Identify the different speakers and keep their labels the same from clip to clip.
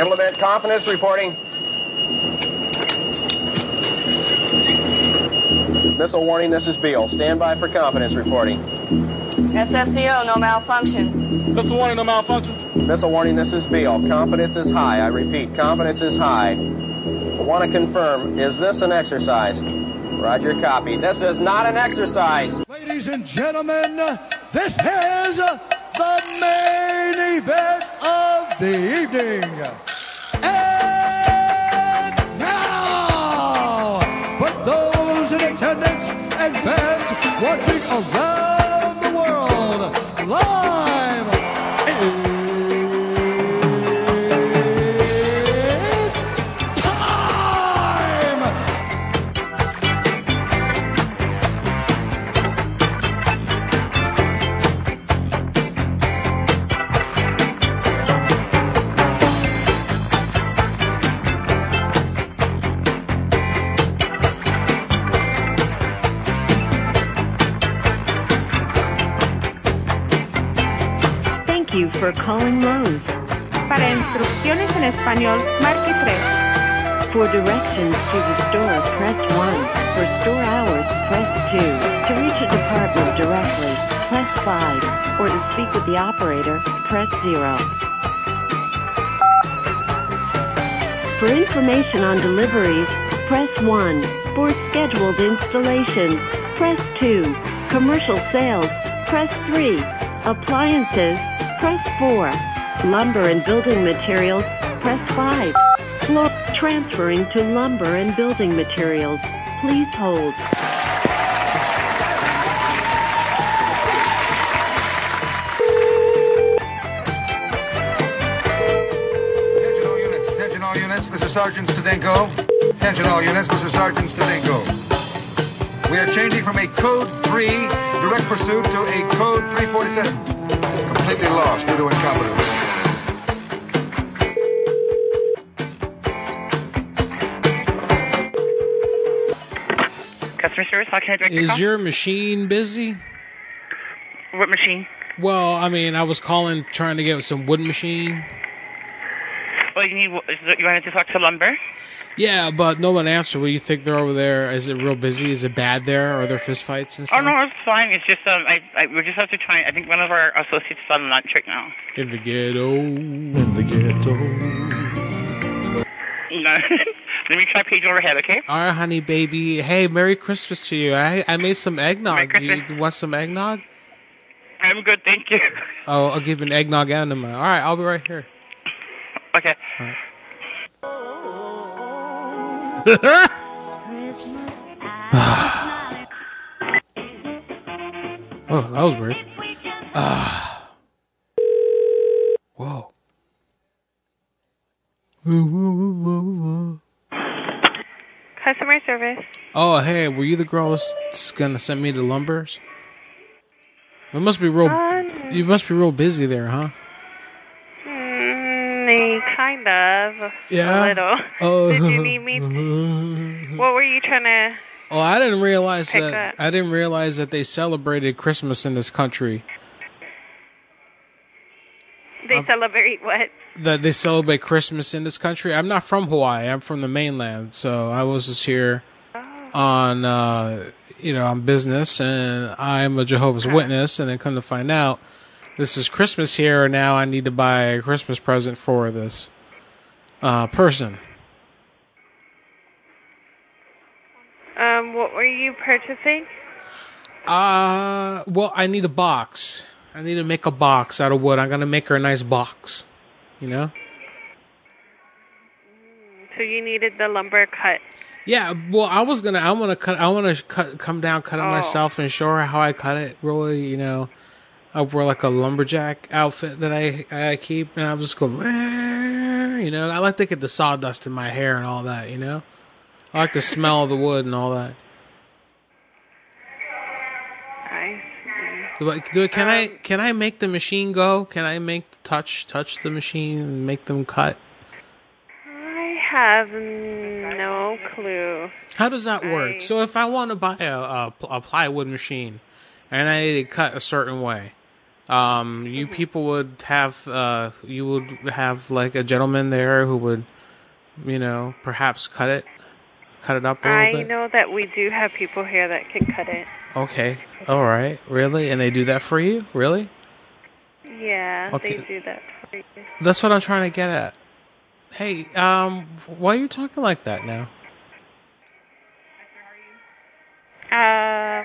Speaker 1: Implement confidence reporting. Missile warning, this is Beale. Stand by for confidence reporting.
Speaker 2: SSCO, no malfunction.
Speaker 3: Missile warning, no malfunctions.
Speaker 1: Missile warning, this is Beale. Confidence is high. I repeat, confidence is high. I want to confirm, is this an exercise? Roger, copy. This is not an exercise.
Speaker 4: Ladies and gentlemen, this is the main event of the evening. And now, for those in attendance and fans watching around the world, live, it's time!
Speaker 5: Thank you for calling Lowe's.
Speaker 6: Para instrucciones en español, marque 3.
Speaker 5: For directions to the store, press 1. For store hours, press 2. To reach a department directly, press 5. Or to speak with the operator, press 0. For information on deliveries, press 1. For scheduled installations, press 2. Commercial sales, press 3. Appliances, press 4. Lumber and building materials, press 5. Floor transferring to lumber and building materials. Please hold.
Speaker 7: Attention all units, attention all units, this is Sergeant Stadenko. Attention all units, this is Sergeant Stadenko. We are changing from a Code 3 direct pursuit to a Code 347. Completely lost due to incompetence.
Speaker 8: Customer service, how can I direct your
Speaker 3: Is
Speaker 8: call?
Speaker 3: your machine busy?
Speaker 8: What machine?
Speaker 3: Well, I mean, I was calling trying to get some wood machine.
Speaker 8: Well, you need. is it- You wanted to talk to lumber.
Speaker 3: Yeah, but no one answered. Well, you think they're over there? Is it real busy? Is it bad there? Are there fistfights
Speaker 8: Oh
Speaker 3: and stuff?
Speaker 8: no, it's fine. It's just um, I, I we just have to try. I think one of our associates is on lunch right now.
Speaker 3: In the ghetto.
Speaker 4: In the ghetto.
Speaker 6: Mm.
Speaker 8: No, let me try page overhead, okay?
Speaker 3: All right, honey, baby. Hey, Merry Christmas to you. I I made some eggnog. Do you
Speaker 8: Christmas.
Speaker 3: want some eggnog?
Speaker 8: I'm good, thank you.
Speaker 3: Oh, I'll give an eggnog and a mile. All right, I'll be right here.
Speaker 8: Okay.
Speaker 3: Oh, that was weird. Ah. Whoa.
Speaker 6: Customer service.
Speaker 3: Oh, hey, were you the girl that's gonna send me to Lumbers? It must be real. You must be real busy there, huh?
Speaker 6: Mm, kind of.
Speaker 3: Yeah.
Speaker 6: A little.
Speaker 3: Oh.
Speaker 6: Did you need me? What were you trying to?
Speaker 3: Oh, I didn't realize
Speaker 6: Pick
Speaker 3: that.
Speaker 6: up.
Speaker 3: I didn't realize that they celebrated Christmas in this country.
Speaker 6: They
Speaker 3: Um,
Speaker 6: celebrate what?
Speaker 3: That they celebrate Christmas in this country. I'm not from Hawaii. I'm from the mainland, so I was just here
Speaker 6: Oh.
Speaker 3: on, uh, you know, on business, and I'm a Jehovah's Witness, and then come to find out, this is Christmas here, and now I need to buy a Christmas present for this uh, person.
Speaker 6: Um, what were you purchasing?
Speaker 3: Uh, well, I need a box. I need to make a box out of wood. I'm gonna make her a nice box. You know.
Speaker 6: So you needed the lumber cut.
Speaker 3: Yeah, well, I was gonna. I want to cut. I want to cut. Come down, cut it
Speaker 6: Oh.
Speaker 3: myself, and show her how I cut it. Really, you know, I wear like a lumberjack outfit that I I keep, and I'm just going. "Wah," You know, I like to get the sawdust in my hair and all that. You know, I like the smell of the wood and all that.
Speaker 6: I see.
Speaker 3: Do I, do I, can I can I make the machine go? Can I make the touch touch the machine and make them cut?
Speaker 6: I have no clue.
Speaker 3: How does that work? So if I want to buy a, a, pl- a plywood machine, and I need to cut a certain way, Um, you people would have uh, you would have like a gentleman there who would, you know, perhaps cut it, cut it up a little
Speaker 9: I
Speaker 3: bit.
Speaker 9: know that we do have people here that can cut it.
Speaker 3: Okay, all right, really, and they do that for you, really?
Speaker 9: Yeah,
Speaker 3: Okay.
Speaker 9: they do that for you.
Speaker 3: That's what I'm trying to get at. Hey, um, why are you talking like that now?
Speaker 9: Um,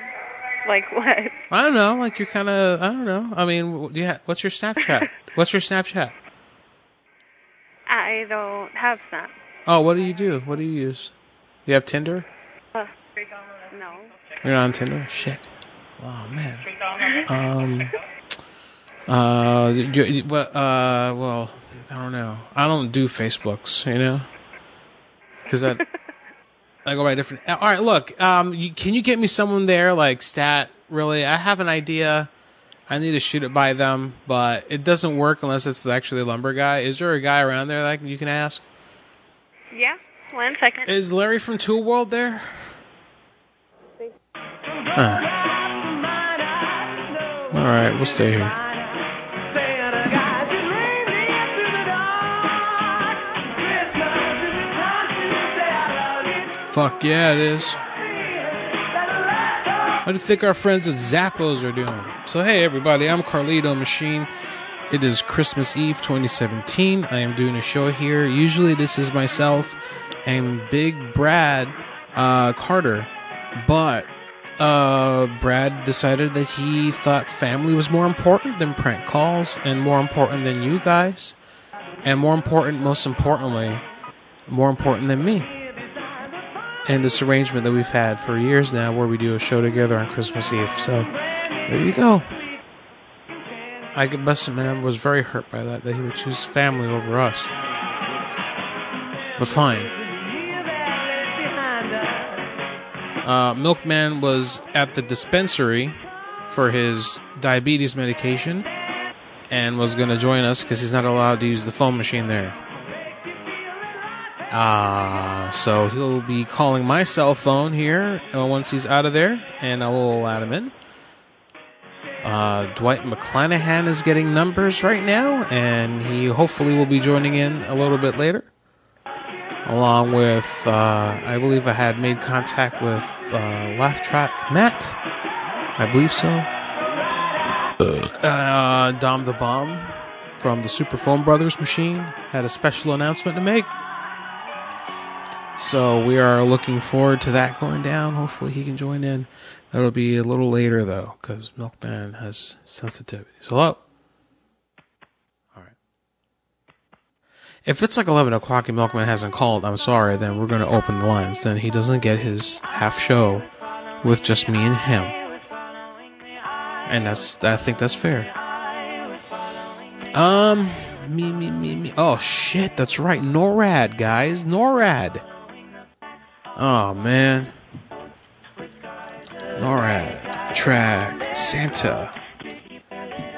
Speaker 9: like what?
Speaker 3: I don't know. Like you're kind of. I don't know. I mean, w- do you ha- what's your Snapchat? what's your Snapchat?
Speaker 9: I don't have Snap.
Speaker 3: Oh, what do you do? What do you use? You have Tinder?
Speaker 9: Uh, no.
Speaker 3: You're not on Tinder? Shit. Oh man. Um. Uh. You, you, well, uh. Well, I don't know. I don't do Facebooks. You know. Because I. I go by different. All right, look. Um, you, can you get me someone there? Like stat, really? I have an idea. I need to shoot it by them, but it doesn't work unless it's actually a lumber guy. Is there a guy around there that you can ask?
Speaker 9: Yeah. One second.
Speaker 3: Is Larry from Tool World there? Ah. All right, we'll stay here. Fuck yeah, it is. What do you think our friends at Zappos are doing? So, hey, everybody, I'm Carlito Machine. It is Christmas Eve 2017. I am doing a show here. Usually, this is myself and Big Brad uh, Carter, but uh, Brad decided that he thought family was more important than prank calls and more important than you guys, and more important, most importantly, more important than me and this arrangement that we've had for years now where we do a show together on Christmas Eve. So there you go. I could must admit I was very hurt by that, that he would choose family over us. But fine. Uh, Milkman was at the dispensary for his diabetes medication and was going to join us because he's not allowed to use the phone machine there. Ah, so he'll be calling my cell phone here uh, once he's out of there, and I will add him in. Uh, Dwight McClanahan is getting numbers right now, and he hopefully will be joining in a little bit later. Along with, uh, I believe I had made contact with uh, Laugh Track Matt. I believe so. Uh, Dom the Bomb from the Super Phone Brothers machine had a special announcement to make. So we are looking forward to that going down. Hopefully he can join in. That'll be a little later though, because Milkman has sensitivities. Hello. All right. If it's like eleven o'clock and Milkman hasn't called, I'm sorry. Then we're going to open the lines. Then he doesn't get his half show with just me and him, and that's I think that's fair. Um, me, me, me, me. Oh shit, that's right. NORAD, guys. NORAD. Oh man. NORAD. Track. Santa.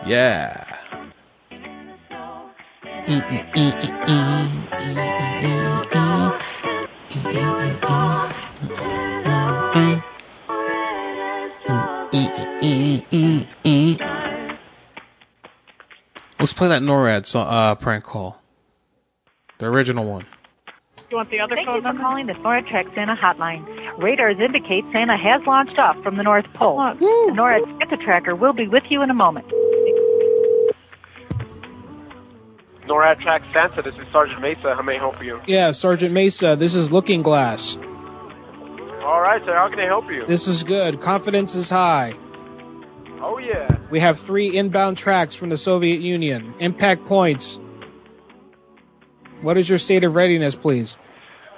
Speaker 3: Yeah. E, Let's play that NORAD so, uh, prank call. The original one.
Speaker 10: You want the other
Speaker 11: Thank
Speaker 10: phone
Speaker 11: you for
Speaker 10: number?
Speaker 11: calling the NORAD Track Santa hotline. Radars indicate Santa has launched off from the North Pole. The NORAD Santa tracker will be with you in a moment.
Speaker 7: NORAD Track Santa, this is Sergeant Mesa. How may I help you?
Speaker 3: Yeah, Sergeant Mesa, this is Looking Glass.
Speaker 7: All right, sir. How can I help you?
Speaker 3: This is good. Confidence is high.
Speaker 7: Oh yeah.
Speaker 3: We have three inbound tracks from the Soviet Union. Impact points. What is your state of readiness, please?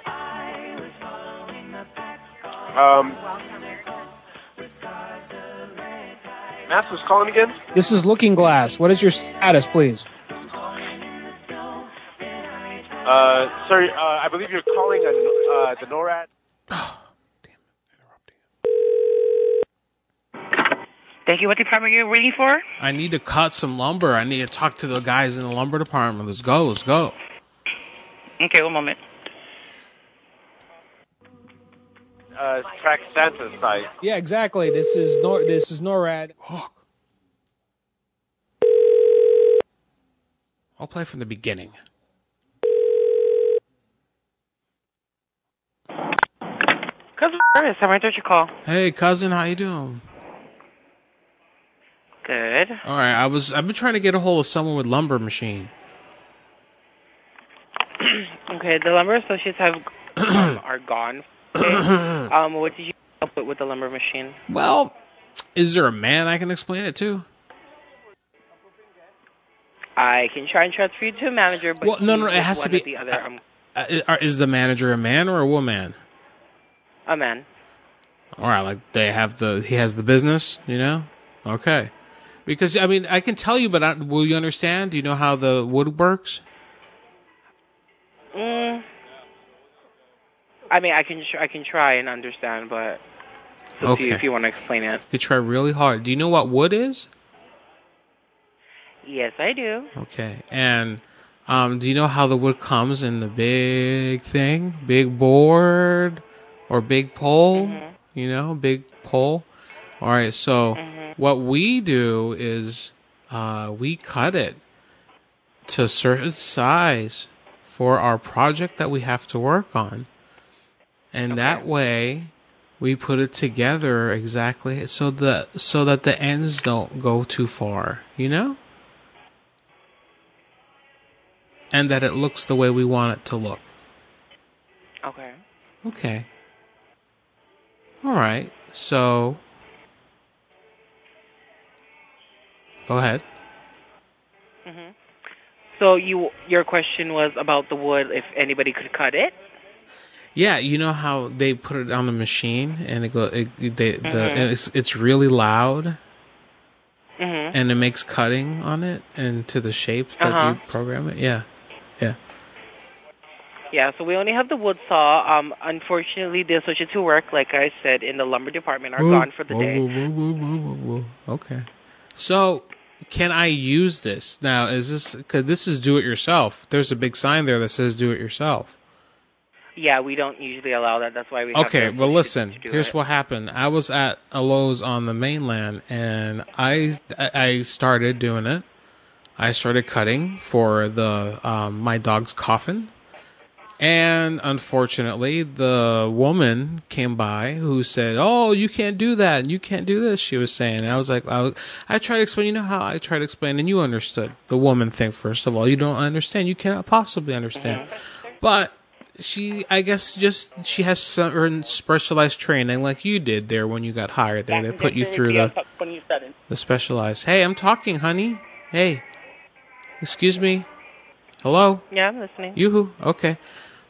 Speaker 7: Um. Master's calling again.
Speaker 3: This is Looking Glass. What is your status, please?
Speaker 7: Uh, sir, uh, I believe you're calling a, uh, the NORAD.
Speaker 12: Thank you. What department are you waiting for?
Speaker 3: I need to cut some lumber. I need to talk to the guys in the lumber department. Let's go. Let's go.
Speaker 12: Okay, one moment.
Speaker 7: Uh, Track Santa site.
Speaker 3: Yeah, exactly. This is Nor. This is NORAD. I'll play from the beginning.
Speaker 10: Cousin Curtis, how may I direct your call?
Speaker 3: Hey, cousin, how you doing?
Speaker 10: Good.
Speaker 3: All right, I was I've been trying to get a hold of someone with lumber machine.
Speaker 10: okay, the lumber associates have um, are gone. Okay. um, what did you help with with the lumber machine?
Speaker 3: Well, is there a man I can explain it to?
Speaker 10: I can try and transfer you to a manager, but
Speaker 3: Well, no,
Speaker 10: he
Speaker 3: no, it
Speaker 10: is
Speaker 3: has to
Speaker 10: one
Speaker 3: be-
Speaker 10: or the other. um,
Speaker 3: Uh, i- Is the manager a man or a woman?
Speaker 10: a man.
Speaker 3: All right, like they have the he has the business, you know? Okay. Because I mean, I can tell you, but I, will you understand? Do you know how the wood works?
Speaker 10: Mm. I mean, I can tr- I can try and understand, but we'll see
Speaker 3: Okay.
Speaker 10: if you want to explain it.
Speaker 3: You could try really hard. Do you know what wood is?
Speaker 10: Yes, I do.
Speaker 3: Okay. And um, do you know how the wood comes in the big thing, big board or big pole? You know, big pole. All right. So what we do is uh, we cut it to a certain size for our project that we have to work on. And that way we put it together exactly so the so that the ends don't go too far, you know? and that it looks the way we want it to look.
Speaker 10: Okay.
Speaker 3: Okay. All right. So Go ahead.
Speaker 10: hmm So you your question was about the wood if anybody could cut it.
Speaker 3: Yeah, you know how they put it on the machine and it go it, they,
Speaker 10: Mhm.
Speaker 3: the and it's it's really loud
Speaker 10: Mm-hmm.
Speaker 3: and it makes cutting on it and to the shape that
Speaker 10: Uh-huh.
Speaker 3: you program it. Yeah. Yeah.
Speaker 10: Yeah, so we only have the wood saw. Um, unfortunately, the associates who work, like I said, in the lumber department are
Speaker 3: Whoa,
Speaker 10: gone for the
Speaker 3: whoa,
Speaker 10: day.
Speaker 3: whoa, whoa, whoa, whoa, whoa, whoa. Okay. So, can I use this now? Is this because this is do it yourself? There's a big sign there that says do it yourself.
Speaker 10: Yeah, we don't usually allow that. That's why we. have
Speaker 3: Okay,
Speaker 10: to-
Speaker 3: well, listen.
Speaker 10: do
Speaker 3: Here's
Speaker 10: it.
Speaker 3: what happened. I was at a Lowe's on the mainland, and I I I started doing it. I started cutting for the um, my dog's coffin, and unfortunately, the woman came by who said, "Oh, you can't do that, and you can't do this." She was saying, and I was like, I, was- "I tried to explain. You know how I tried to explain, and you understood the woman thing. First of all, you don't understand. You cannot possibly understand." But she, I guess, just she has certain specialized training, like you did there when you got hired. There, they put you through the the specialized. Hey, I'm talking, honey. Hey, excuse me. Hello.
Speaker 10: Yeah, I'm listening.
Speaker 3: Yoo-hoo. Okay.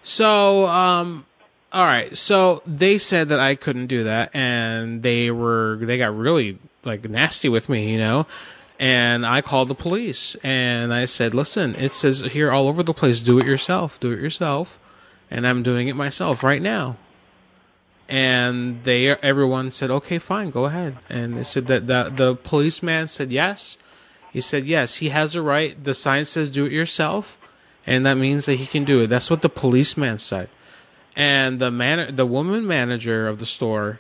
Speaker 3: So, um, all right. So they said that I couldn't do that, and they were they got really like nasty with me, you know. And I called the police, and I said, "Listen, it says here all over the place, do it yourself, do it yourself," and I'm doing it myself right now. And they everyone said, "Okay, fine, go ahead." And they said that the, the policeman said yes. He said yes. He has a right. The sign says do it yourself and that means that he can do it. That's what the policeman said. And the man, the woman manager of the store,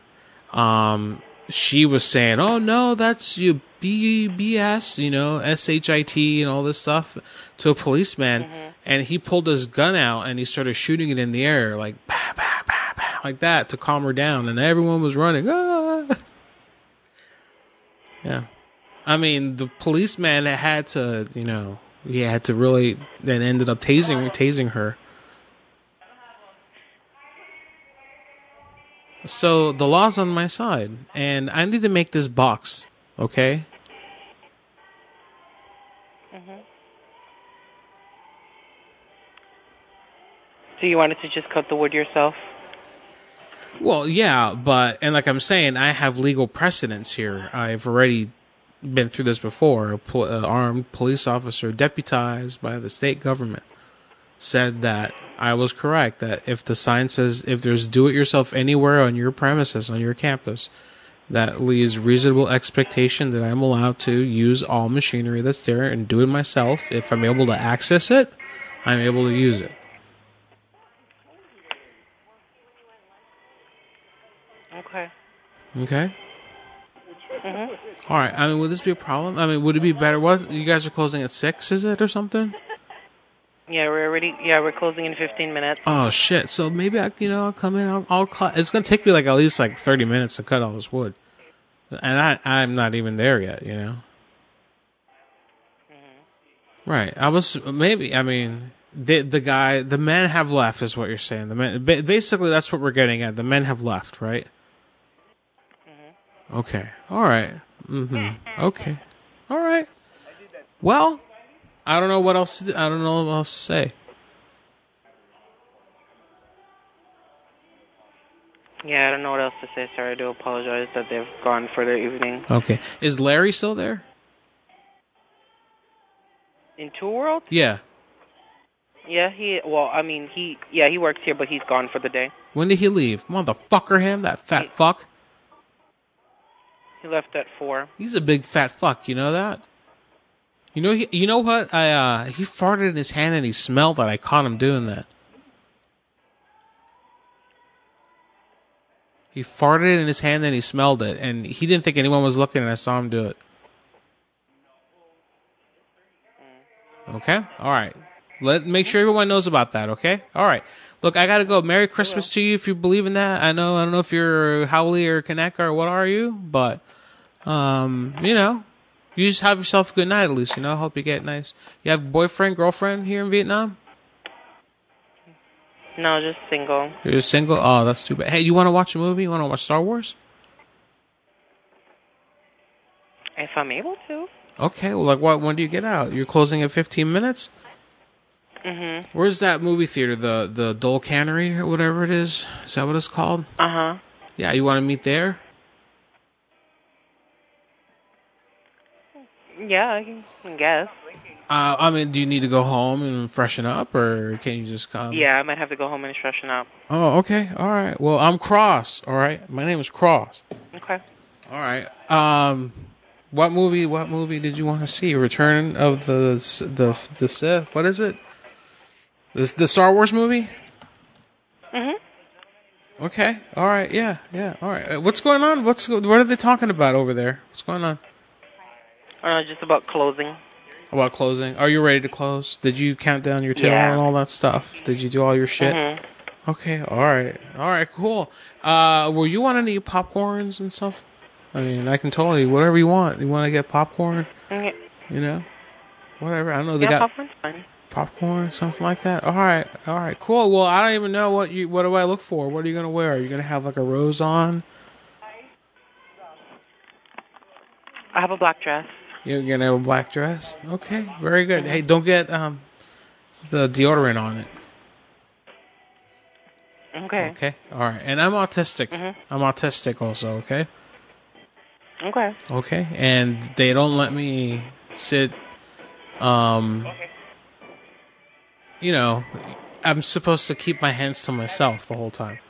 Speaker 3: um, she was saying, "Oh no, that's you B B S, you know, S H I T, and all this stuff," to a policeman, and he pulled his gun out and he started shooting it in the air, like bah, bah, bah, bah, like that, to calm her down, and everyone was running. Ah! Yeah. I mean, the policeman had to, you know, he had to really then ended up tasing tasing her. So the law's on my side, and I need to make this box, okay?
Speaker 10: Mm-hmm. So you wanted to just cut the wood yourself?
Speaker 3: Well, yeah, but and like I'm saying, I have legal precedence here. I've already been through this before. A pol- uh, armed police officer deputized by the state government said that I was correct that if the sign says if there's do it yourself anywhere on your premises on your campus that leaves reasonable expectation that I'm allowed to use all machinery that's there and do it myself if I'm able to access it, I'm able to use it.
Speaker 10: Okay.
Speaker 3: Okay?
Speaker 10: hmm
Speaker 3: All right. I mean, would this be a problem? I mean, would it be better? What you guys are closing at six? Is it or something?
Speaker 10: Yeah, we're already. Yeah, we're closing in 15 minutes.
Speaker 3: Oh shit! So maybe I, you know, I'll come in. I'll, I'll cut. It's gonna take me like at least like thirty minutes to cut all this wood, and I I'm not even there yet. You know. Right. I was maybe. I mean, the the guy, the men have left, is what you're saying. The men, ba- basically, that's what we're getting at. The men have left, right? Okay. All right. Mm-hmm. Okay. All right. Well, I don't know what else. To do. I don't know what else to say.
Speaker 10: Yeah, I don't know what else to say. Sorry, I do apologize that they've gone for the evening.
Speaker 3: Okay. Is Larry still there?
Speaker 10: In Two World?
Speaker 3: Yeah.
Speaker 10: Yeah, he. Well, I mean, he. Yeah, he works here, but he's gone for the day.
Speaker 3: When did he leave? Motherfucker, him that fat fuck.
Speaker 10: He left at four.
Speaker 3: He's a big fat fuck. You know that. You know. He, you know what? I uh, he farted in his hand and he smelled that. I caught him doing that. He farted in his hand and he smelled it, and he didn't think anyone was looking. And I saw him do it. Okay. All right. Let make sure everyone knows about that. Okay. All right. Look, I gotta go. Merry Christmas to you if you believe in that. I know. I don't know if you're Howley or Kaneka or what are you, but um, you know, you just have yourself a good night at least. You know, hope you get nice. You have boyfriend, girlfriend here in Vietnam.
Speaker 10: No, just single.
Speaker 3: You're single. Oh, that's too bad. Hey, you want to watch a movie? You want to watch Star Wars?
Speaker 10: If I'm able to.
Speaker 3: Okay. Well, like, what? When do you get out? You're closing in 15 minutes.
Speaker 10: Mhm.
Speaker 3: Where's that movie theater? The the Dole Cannery or whatever it is. Is that what it's called?
Speaker 10: Uh huh.
Speaker 3: Yeah, you want to meet there?
Speaker 10: Yeah, I can- I guess.
Speaker 3: Uh, I mean, do you need to go home and freshen up, or can you just come?
Speaker 10: yeah, I might have to go home and freshen up.
Speaker 3: Oh, okay. All right. Well, I'm Cross. All right. My name is Cross.
Speaker 10: Okay.
Speaker 3: All right. Um, what movie? What movie did you want to see? Return of the S- the the Sith. What is it? This the Star Wars movie.
Speaker 10: Mhm.
Speaker 3: Okay. All right. Yeah. Yeah. All right. Uh, What's going on? What's what are they talking about over there? What's going on
Speaker 10: Uh, just about closing.
Speaker 3: about closing? Are you ready to close? Did you count down your tail
Speaker 10: Yeah.
Speaker 3: and all that stuff? Did you do all your shit?
Speaker 10: Mhm.
Speaker 3: Okay. All right. All right. Cool. Uh, were you on any popcorns and stuff? I mean, I can tell you whatever you want. You want to get popcorn?
Speaker 10: Okay.
Speaker 3: You know, whatever. I don't know they
Speaker 10: Mm-hmm. Yeah,
Speaker 3: got
Speaker 10: popcorn's fine.
Speaker 3: popcorn, something like that. All right, all right, cool. Well, I don't even know what you. What do I look for? What are you gonna wear? Are you gonna have like a rose on?
Speaker 10: I have a black dress.
Speaker 3: You're gonna have a black dress. Okay, very good. Hey, don't get um the deodorant on it.
Speaker 10: Okay.
Speaker 3: Okay, all right. And I'm autistic.
Speaker 10: Mhm.
Speaker 3: I'm autistic also. Okay.
Speaker 10: Okay.
Speaker 3: Okay, and they don't let me sit. Um, you know, I'm supposed to keep my hands to myself the whole time.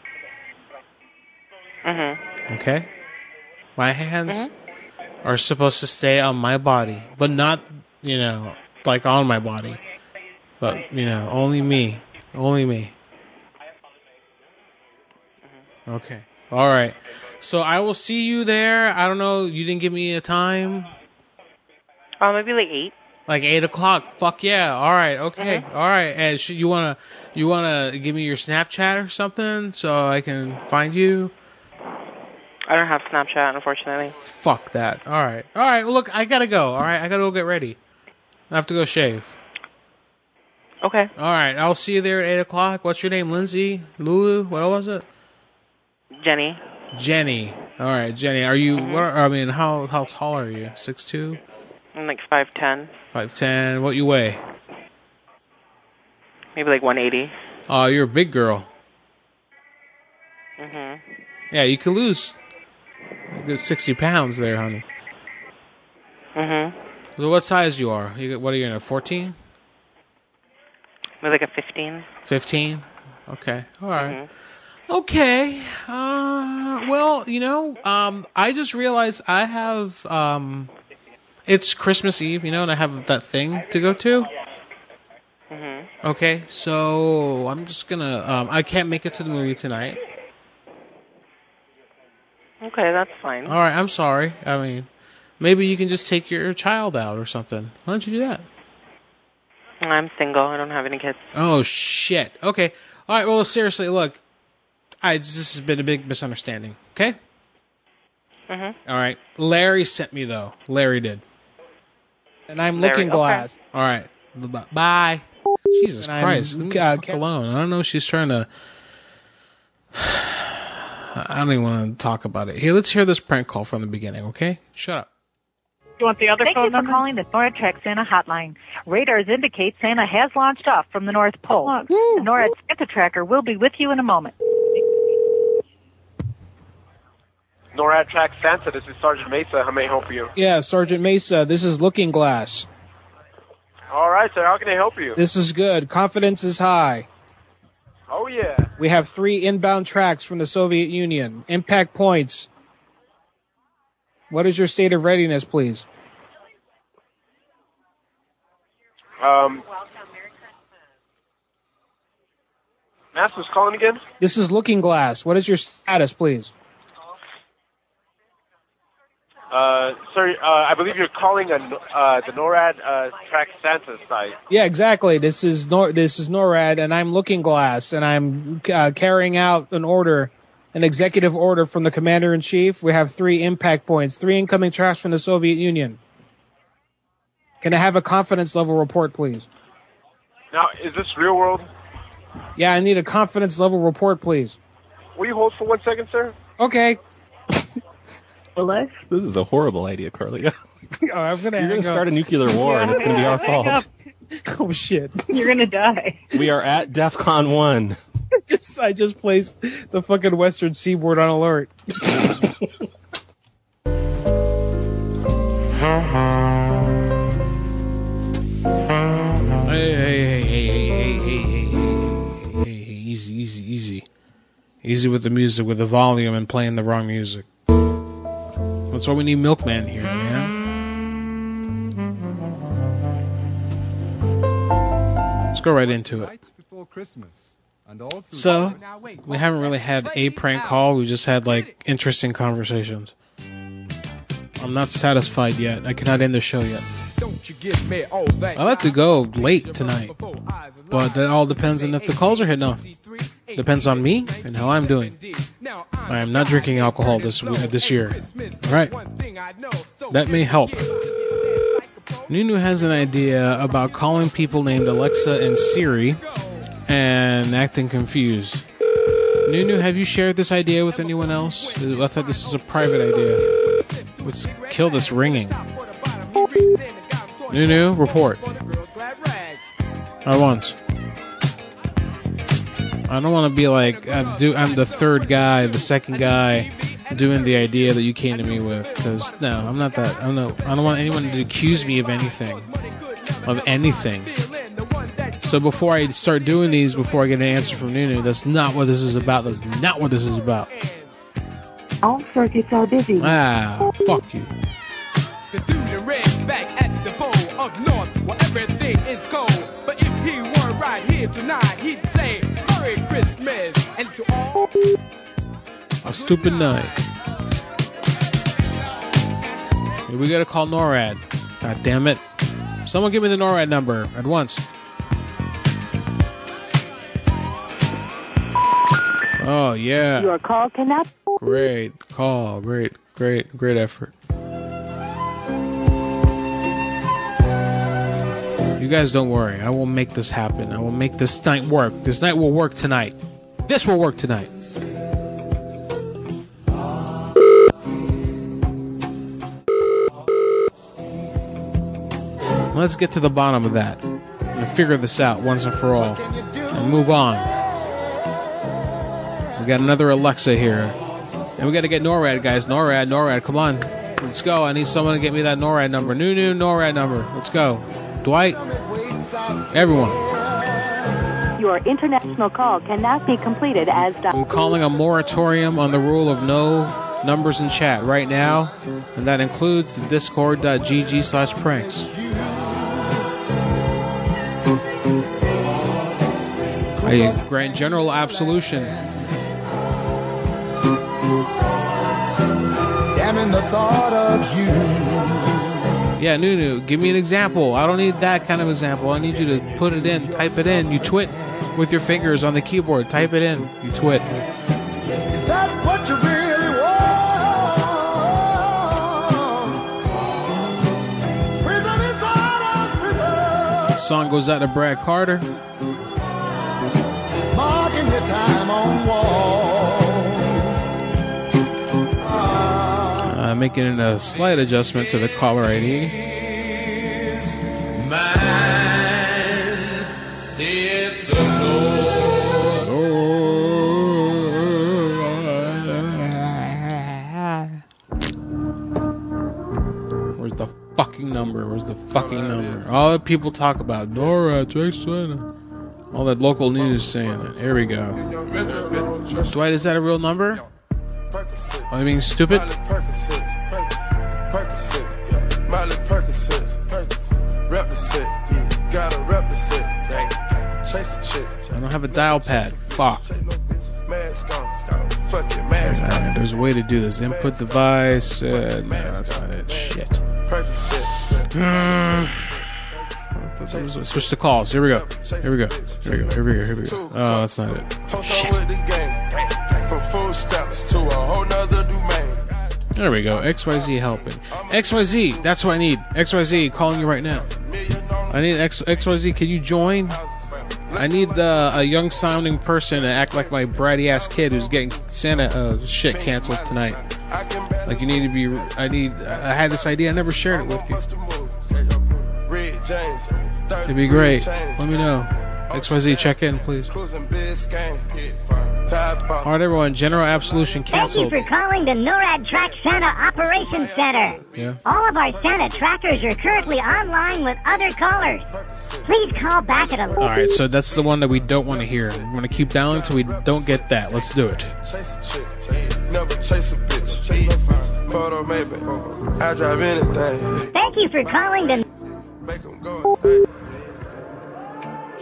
Speaker 10: Mhm.
Speaker 3: Okay, my hands are supposed to stay on my body, but not you know like on my body, but you know only me, only me. Okay. All right. So I will see you there. I don't know. You didn't give me a time.
Speaker 10: Uh, maybe like eight. Mm-hmm.
Speaker 3: Like eight o'clock. Fuck yeah. All right. Okay. All right. And sh- you wanna you wanna give me your Snapchat or something so I can find you?
Speaker 10: I don't have Snapchat, unfortunately.
Speaker 3: Fuck that. All right. All right. Well, look, I gotta go. All right. I gotta go get ready. I have to go shave.
Speaker 10: Okay.
Speaker 3: All right. I'll see you there at eight o'clock. What's your name? Lindsay, Lulu. What was it?
Speaker 10: Jenny,
Speaker 3: Jenny. All right, Jenny. Are you? What? Are, I mean, how how tall are you? Six two,
Speaker 10: I'm like five ten,
Speaker 3: five ten. What you weigh?
Speaker 10: maybe like one eighty.
Speaker 3: Oh, you're a big girl.
Speaker 10: Mhm.
Speaker 3: Mm-hmm. Yeah, you could lose a good sixty pounds there, honey.
Speaker 10: Mhm.
Speaker 3: So what size you are? You what are you in a fourteen?
Speaker 10: Maybe like a fifteen.
Speaker 3: Fifteen? Okay. All right. Okay. Uh, well, you know, um, I just realized I have um, it's Christmas Eve, you know, and I have that thing to go to.
Speaker 10: Mhm.
Speaker 3: Okay, so I'm just gonna. Um, I can't make it to the movie tonight.
Speaker 10: Okay, that's fine.
Speaker 3: All right, I'm sorry. I mean, maybe you can just take your child out or something. Why don't you do that?
Speaker 10: I'm single. I don't have any kids.
Speaker 3: Oh shit. Okay. All right. Well, seriously, look, I this has been a big misunderstanding. Okay.
Speaker 10: Mhm.
Speaker 3: All right. Larry sent me though. Larry did. And I'm
Speaker 10: Larry,
Speaker 3: looking
Speaker 10: okay.
Speaker 3: glass. All right. B- Bye. Jesus
Speaker 10: And I'm-
Speaker 3: Christ. Leave me the fuck alone. I don't know. if She's trying to. I don't even want to talk about it. Here, let's hear this prank call from the beginning. Okay. Shut up.
Speaker 11: You want the other Thank
Speaker 10: phone
Speaker 11: you for calling the NORAD Track Santa hotline. Radars indicate Santa has launched off from the North Pole. The NORAD Santa Tracker will be with you in a moment.
Speaker 7: NORAD track Santa. This is Sergeant Mesa. How may I help you?
Speaker 3: Yeah, Sergeant Mesa. This is Looking Glass.
Speaker 7: All right, sir. How can I help you?
Speaker 3: This is good. Confidence is high.
Speaker 7: Oh yeah.
Speaker 3: We have three inbound tracks from the Soviet Union. Impact points. What is your state of readiness, please?
Speaker 7: Um. Master's calling again.
Speaker 3: This is Looking Glass. What is your status, please?
Speaker 7: Uh, sir, uh, I believe you're calling on uh, the NORAD uh, track Santa site.
Speaker 3: Yeah, exactly. This is Nor- this is NORAD, and I'm Looking Glass, and I'm uh, carrying out an order, an executive order from the commander in chief. We have three impact points, three incoming tracks from the Soviet Union. Can I have a confidence level report, please?
Speaker 7: Now, is this real world?
Speaker 3: Yeah, I need a confidence level report, please.
Speaker 7: Will you hold for one second, sir?
Speaker 3: Okay.
Speaker 13: Hello? This is a horrible idea, Carly.
Speaker 3: Oh, I'm gonna.
Speaker 13: You're going
Speaker 3: hang
Speaker 13: to
Speaker 3: up.
Speaker 13: start a nuclear war, and it's going to be our fault.
Speaker 3: Oh shit!
Speaker 11: You're gonna die.
Speaker 13: We are at DEF CON 1.
Speaker 3: just I just placed the fucking Western Seaboard on alert. Hey, hey, hey, hey, hey, hey, hey, hey, hey, hey, hey, hey, easy, easy, easy, easy with the music, with the volume, and playing the wrong music. That's why we need Milkman here, man. Let's go right into it.
Speaker 1: Before Christmas. And all
Speaker 3: So, we haven't really had a prank call. We just had like interesting conversations. I'm not satisfied yet. I cannot end the show yet.
Speaker 1: Don't you give me all that.
Speaker 3: I'll have to go late tonight, but that all depends on if the calls are hitting off. Depends on me and how I'm doing. I am not drinking alcohol this w- uh, this year. All right, that may help. Nunu has an idea about calling people named Alexa and Siri and acting confused. Nunu, have you shared this idea with anyone else? I thought this was a private idea. Let's kill this ringing. Nunu, report. At once. I don't want to be like I'm, do, I'm the third guy, the second guy, doing the idea that you came to me with. Because no, I'm not that. I don't know. I don't want anyone to accuse me of anything, of anything. So before I start doing these, before I get an answer from Nunu, that's not what this is about. That's not what this is about.
Speaker 4: All circuits are busy.
Speaker 3: Ah, fuck you.
Speaker 1: The dude is back at the bowl of north where everything is cold. But if he were right here tonight, he'd say Merry Christmas and to all.
Speaker 3: A stupid night. Here we gotta call NORAD. God damn it. Someone give me the NORAD number at once. Oh, yeah.
Speaker 4: Your call cannot.
Speaker 3: Great call. Great, great, great effort. You guys don't worry. I will make this happen. I will make this night work. This night will work tonight. This will work tonight. Let's get to the bottom of that and figure this out once and for all and move on. We got another Alexa here. And we got to get NORAD, guys. NORAD, NORAD, come on. Let's go. I need someone to get me that NORAD number. New, new NORAD number. Let's go. Dwight, everyone.
Speaker 4: Your international call cannot be completed as. Di-
Speaker 3: I'm calling a moratorium on the rule of no numbers in chat right now, and that includes the discord.gg slash pranks. I grant general absolution.
Speaker 1: Damn in the thought of you.
Speaker 3: Yeah, Nunu, give me an example. I don't need that kind of example. I need you to put it in, type it in. You twit with your fingers on the keyboard. Type it in. You twit.
Speaker 14: Is that what you really want? Prison inside of prison.
Speaker 3: Song goes out to Brad Carter.
Speaker 14: Marking your time on wall.
Speaker 3: Uh, making a slight adjustment to the caller ID. Where's the fucking number? Where's the fucking number? All the people talk about Nora, Drake Sweater. All that local news saying it. Here we go. Dwight, is that a real number? I mean, stupid.
Speaker 15: Percocets, Percocets, Percocets, yeah. Miley Percocets, Percocets, represent, yeah. gotta represent, gang, gang. chase a chick,
Speaker 3: I don't have a dial pad. Fuck.
Speaker 15: mask on, fuck your mask on,
Speaker 3: Uh, there's a way to do this. Input device. Uh, no, that's not it. Shit. Mm. Switch the calls. Here we go. Here we go. Here we go. Here we go. Here we go. Oh, that's not it.
Speaker 15: toast on with the gang, from full steps to a whole nother domain.
Speaker 3: There we go. XYZ helping. XYZ, that's what I need. XYZ calling you right now. I need X, XYZ, can you join? I need uh, a young sounding person to act like my bratty ass kid who's getting Santa uh, shit canceled tonight. Like, you need to be. I need. I had this idea, I never shared it with you.
Speaker 15: Red James,
Speaker 3: It'd be great. Let me know. XYZ, check in, please.
Speaker 15: cruising Biscayne, yeah, fine. Tide Pod,
Speaker 3: Alright, everyone. General Absolution
Speaker 12: Thank you
Speaker 3: canceled.
Speaker 12: for calling the NORAD Track Santa Operations Center.
Speaker 3: Yeah.
Speaker 12: All of our Santa trackers are currently online with other callers. Please call back at a
Speaker 3: All right, so that's the one that we don't want to hear. We want to keep dialing until we don't get that. Let's do it.
Speaker 15: chase a chick, never chase a bitch. Photo maybe, I drive anything.
Speaker 12: Thank you for calling the
Speaker 15: Make 'em go insane.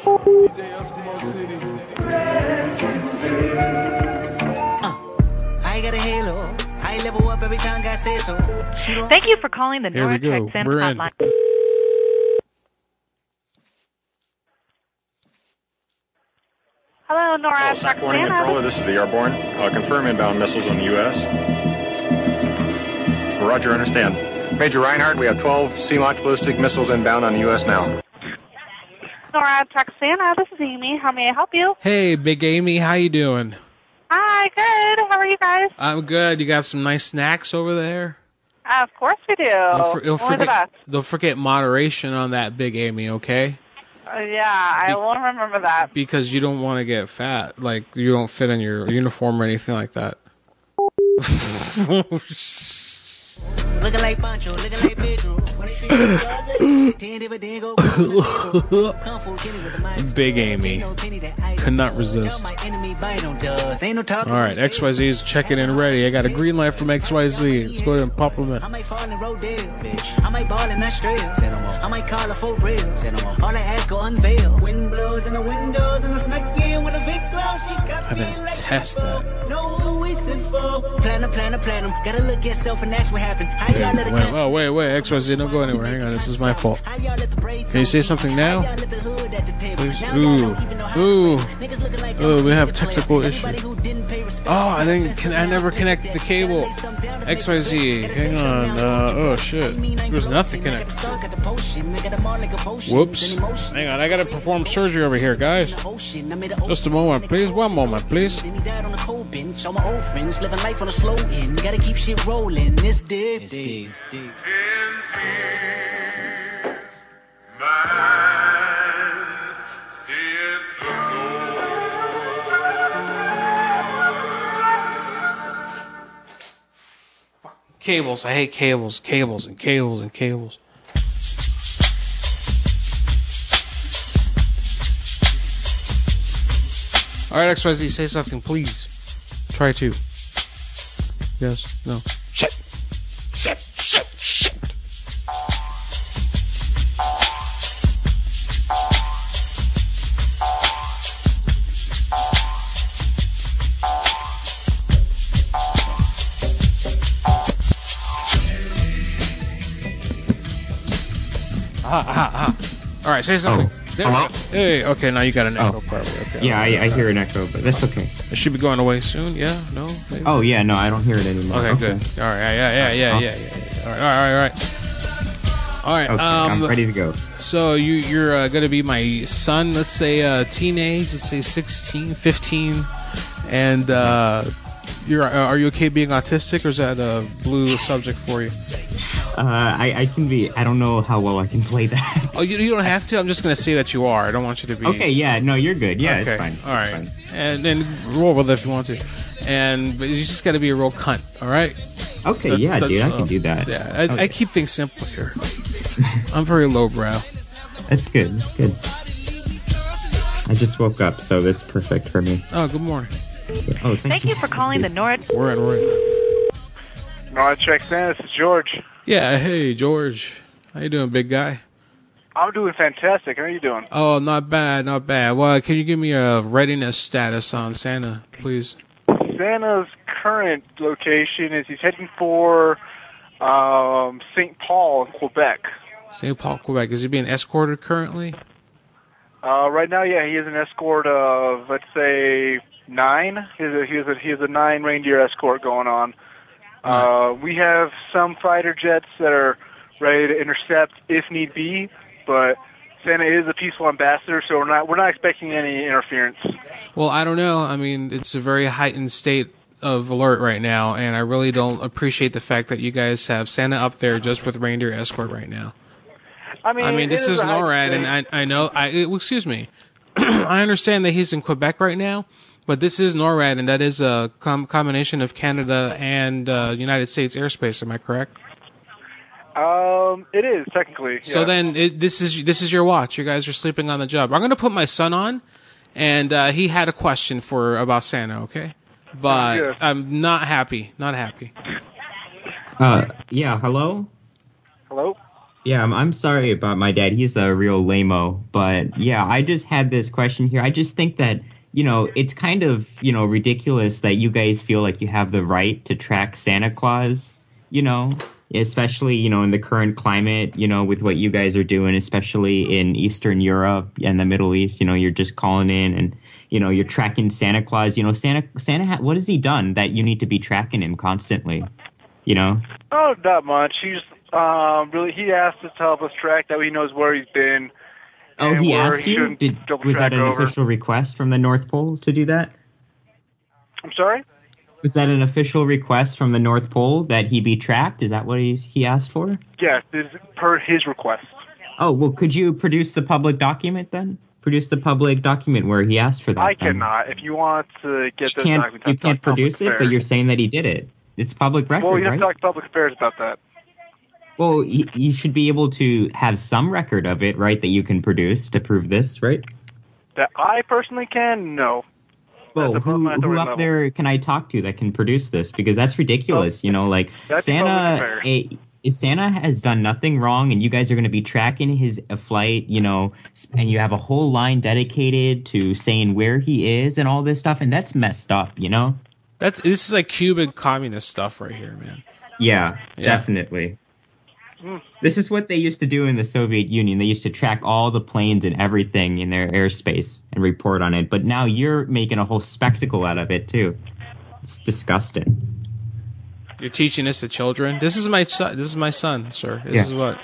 Speaker 15: DJ Eskimo
Speaker 16: I got a halo. I level up every time I say so.
Speaker 11: Thank you for calling the
Speaker 3: Here we
Speaker 11: Nora
Speaker 3: go.
Speaker 11: Tech Center
Speaker 3: We're in.
Speaker 11: hotline. Hello, Nora.
Speaker 3: Oh,
Speaker 17: Hello, South Warning Controller. This is the airborne. Uh, confirm inbound missiles on the U.S. Roger, understand. Major Reinhardt, we have 12 Sea Launch ballistic missiles inbound on the U.S. now.
Speaker 6: Nora Traxana, this is Amy. How may I help you?
Speaker 3: Hey, Big Amy, how you doing?
Speaker 6: Hi, good. How are you guys?
Speaker 3: I'm good. You got some nice snacks over there.
Speaker 6: of course we do.
Speaker 3: Don't, for- don't
Speaker 6: Oh, Only the
Speaker 3: forget,
Speaker 6: best.
Speaker 3: don't forget moderation on that, Big Amy. Okay,
Speaker 6: Uh, yeah, I will remember that.
Speaker 3: because you don't want to get fat. Like you don't fit in your uniform or anything like that.
Speaker 16: Looking like Pancho, looking like Pedro. When they treat you like Ten dividend go back to zero. Kung Fu Kenny with the mind.
Speaker 3: Big Amy could not resist.
Speaker 16: My enemy bite on dust. Ain't no talking.
Speaker 3: All right, XYZ is checking in ready. I got a green light from XYZ. Let's go ahead and pop them in.
Speaker 16: I might fall in Rodale, bitch. I might ball in Australia. I might call her for real. All I ask go unveil. Wind blows in the windows and I snuck in with a big glow. She got
Speaker 3: I
Speaker 16: me
Speaker 3: didn't
Speaker 16: like
Speaker 3: test that.
Speaker 16: no who is it for. Plan a plan a plan 'em. Gotta look yourself and ask what happened. How y'all let it
Speaker 3: Wait, oh, wait, wait. XYZ, don't go anywhere. Hang on, this is my fault. Can you say something now? Please- Ooh, ooh, ooh, we have technical issues. Oh, I didn't. Can, I never connected the cable. XYZ, hang on. Uh, oh shit, there's nothing connected. Whoops. Hang on, I gotta perform surgery over here, guys. Just a moment, please. One moment, please.
Speaker 16: died on a cold bench. All my old friends living life on a slow end. Gotta keep shit rolling. This deep. It's deep. It's deep.
Speaker 3: Cables. I hate cables. Cables and cables and cables. All right, XYZ, say something, please. Try to. Yes. No. Shit. Shit. Shit. Shit. ah, ah, ah. All right, say something. There we
Speaker 18: Oh, hello? Oh.
Speaker 3: go. Hey, okay, now you got an echo, probably. Okay.
Speaker 18: Yeah, I, I hear an echo, but that's okay.
Speaker 3: It should be going away soon. Yeah, no. Maybe?
Speaker 18: Oh yeah, no, I don't hear it anymore.
Speaker 3: Okay, good. All right, yeah, yeah, yeah, yeah, yeah. yeah. All right, all right, all right. All right,
Speaker 18: Okay,
Speaker 3: um,
Speaker 18: I'm ready to go.
Speaker 3: So you you're uh, gonna be my son. Let's say uh, teenage. Let's say 16, 15, and uh, you're. Uh, are you okay being autistic, or is that a blue subject for you?
Speaker 18: Uh, I, I can be. I don't know how well I can play that.
Speaker 3: Oh, you, you don't have to. I'm just gonna say that you are. I don't want you to be.
Speaker 18: Okay, yeah, no, you're good. Yeah, it's fine.
Speaker 3: All right, and and roll with it if you want to, and but you just got to be a real cunt. All right. uh,
Speaker 18: Okay, yeah, dude, I can do that.
Speaker 3: Yeah, I, I
Speaker 18: Okay.
Speaker 3: keep things simple here. I'm very lowbrow.
Speaker 18: That's good. That's good. I just woke up, so that's perfect for me.
Speaker 3: Oh, good morning.
Speaker 18: Oh,
Speaker 11: Thank you for calling the North.
Speaker 3: We're in. We're in.
Speaker 7: Norad Trek Man, this is George.
Speaker 3: Yeah, hey George, how you doing, big guy?
Speaker 7: I'm doing fantastic. How are you doing?
Speaker 3: Oh, not bad, not bad. Well, can you give me a readiness status on Santa, please?
Speaker 7: Santa's current location is he's heading for um, St. Paul in Quebec.
Speaker 3: St. Paul, Quebec. Is he being escorted currently?
Speaker 7: Uh, right now, yeah, he is an escort of let's say nine. He has a he has a, he has a nine reindeer escort going on. Uh, we have some fighter jets that are ready to intercept if need be, but Santa is a peaceful ambassador, so we're not we're not expecting any interference.
Speaker 3: Well, I don't know. I mean, it's a very heightened state of alert right now, and I really don't appreciate the fact that you guys have Santa up there just with reindeer escort right now.
Speaker 7: I mean,
Speaker 3: I mean,
Speaker 7: it
Speaker 3: this is
Speaker 7: a high
Speaker 3: NORAD,
Speaker 7: state.
Speaker 3: and I, I know. I it- excuse me. I understand that he's in Quebec right now, but this is NORAD, and that is a com- combination of Canada and uh, United States airspace. Am I correct?
Speaker 7: Um, it is technically.
Speaker 3: So
Speaker 7: yeah.
Speaker 3: then it, this is this is your watch. You guys are sleeping on the job. I'm going to put my son on, and uh, he had a question for about Santa. Okay, but
Speaker 18: Yes.
Speaker 3: I'm not happy. Not happy.
Speaker 18: Uh, yeah, hello.
Speaker 7: Hello.
Speaker 18: Yeah, I'm, I'm sorry about my dad. He's a real lameo. But yeah, I just had this question here. I just think that, you know, it's kind of, you know, ridiculous that you guys feel like you have the right to track Santa Claus, you know, especially, you know, in the current climate, you know, with what you guys are doing, especially in Eastern Europe and the Middle East, you know, you're just calling in and, you know, you're tracking Santa Claus. You know, Santa, Santa, ha- what has he done that you need to be tracking him constantly? You know?
Speaker 7: Oh, not much. He's um really he asked us to help us track that he knows where he's been.
Speaker 18: Oh,
Speaker 7: and
Speaker 18: he
Speaker 7: where
Speaker 18: asked
Speaker 7: he
Speaker 18: you?
Speaker 7: shouldn't
Speaker 18: Did,
Speaker 7: double
Speaker 18: was
Speaker 7: track
Speaker 18: that an
Speaker 7: over.
Speaker 18: official request from the North Pole to do that?
Speaker 7: I'm sorry.
Speaker 18: Was that an official request from the North Pole that he be tracked? Is that what he, he asked for?
Speaker 7: Yes, this is per his request.
Speaker 18: Oh, well, could you produce the public document then? Produce the public document where he asked for that.
Speaker 7: I
Speaker 18: then.
Speaker 7: cannot. Uh, If you want to get
Speaker 18: You
Speaker 7: those
Speaker 18: can't,
Speaker 7: documents,
Speaker 18: you
Speaker 7: talk
Speaker 18: can't
Speaker 7: to public
Speaker 18: produce it, but
Speaker 7: affairs.
Speaker 18: you're saying that he did it. It's public record,
Speaker 7: well, you have
Speaker 18: right?
Speaker 7: to talk to public affairs about that.
Speaker 18: Well, you, you should be able to have some record of it, right, that you can produce to prove this, right?
Speaker 7: That I personally can no.
Speaker 18: Well, who,
Speaker 7: my authority
Speaker 18: who up
Speaker 7: level.
Speaker 18: there can I talk to that can produce this? Because that's ridiculous. you know, like
Speaker 7: that's
Speaker 18: Santa,
Speaker 7: public
Speaker 18: a, Santa has done nothing wrong, and you guys are going to be tracking his uh, flight. You know, s- and you have a whole line dedicated to saying where he is and all this stuff, and that's messed up. You know?
Speaker 3: That's this is like Cuban communist stuff right here, man.
Speaker 18: Yeah, definitely. This is what they used to do in the Soviet Union. They used to track all the planes and everything in their airspace and report on it. But now you're making a whole spectacle out of it too. It's disgusting.
Speaker 3: You're teaching this to children. This is my son. This is my son, sir. This
Speaker 18: Yeah.
Speaker 3: is what.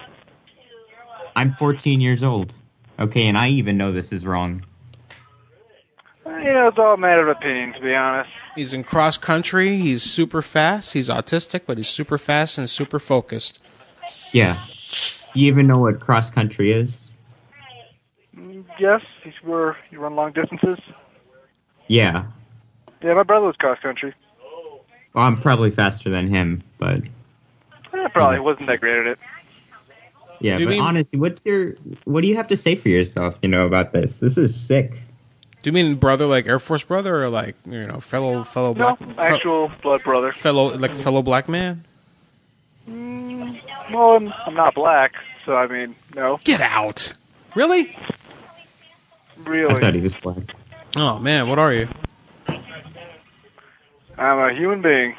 Speaker 18: I'm 14 years old. Okay, and I even know this is wrong.
Speaker 7: You know, it's all a matter of opinion, to be honest.
Speaker 3: He's in cross country. He's super fast. He's autistic, but he's super fast and super focused.
Speaker 18: Yeah. You even know what cross country is?
Speaker 7: Mm, Yes, he's where you run long distances.
Speaker 18: Yeah.
Speaker 7: Yeah, my brother was cross country.
Speaker 18: Well, I'm probably faster than him, but
Speaker 7: I
Speaker 18: Hmm.
Speaker 7: probably wasn't that great at it.
Speaker 18: yeah.
Speaker 7: Do you
Speaker 18: but
Speaker 7: mean-
Speaker 18: honestly, what's your what do you have to say for yourself? You know about this? This is sick.
Speaker 3: Do you mean brother, like Air Force brother, or like you know fellow fellow
Speaker 7: No,
Speaker 3: black
Speaker 7: actual blood brother.
Speaker 3: fellow like fellow black man?
Speaker 7: Mm, well, I'm, I'm not black, so I mean, no.
Speaker 3: Get out. Really?
Speaker 7: Really?
Speaker 18: he was black.
Speaker 3: Oh man, what are you?
Speaker 7: I'm a human being.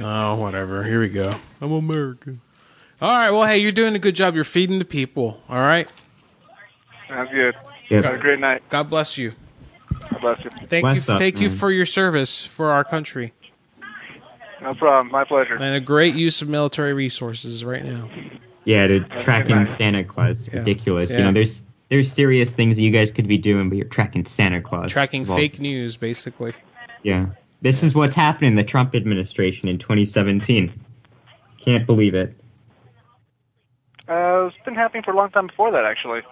Speaker 3: Oh, whatever. Here we go. I'm American. All right. Well, hey, you're doing a good job. You're feeding the people. All right.
Speaker 7: Sounds good.
Speaker 3: Yep.
Speaker 7: Have a great night.
Speaker 3: God bless you.
Speaker 7: God bless you.
Speaker 3: Thank you. thank you for your service for our country
Speaker 7: No problem. Uh, My pleasure.
Speaker 3: and a great use of military resources right now.
Speaker 18: Yeah, to tracking Santa Claus, ridiculous. You
Speaker 3: Yeah.
Speaker 18: know, there's there's serious things that you guys could be doing, but you're tracking Santa Claus.
Speaker 3: Tracking
Speaker 18: Well,
Speaker 3: fake news, basically.
Speaker 18: Yeah, this is what's happening in the Trump administration in 2017. Can't believe it.
Speaker 7: Uh, it's been happening for a long time before that, actually.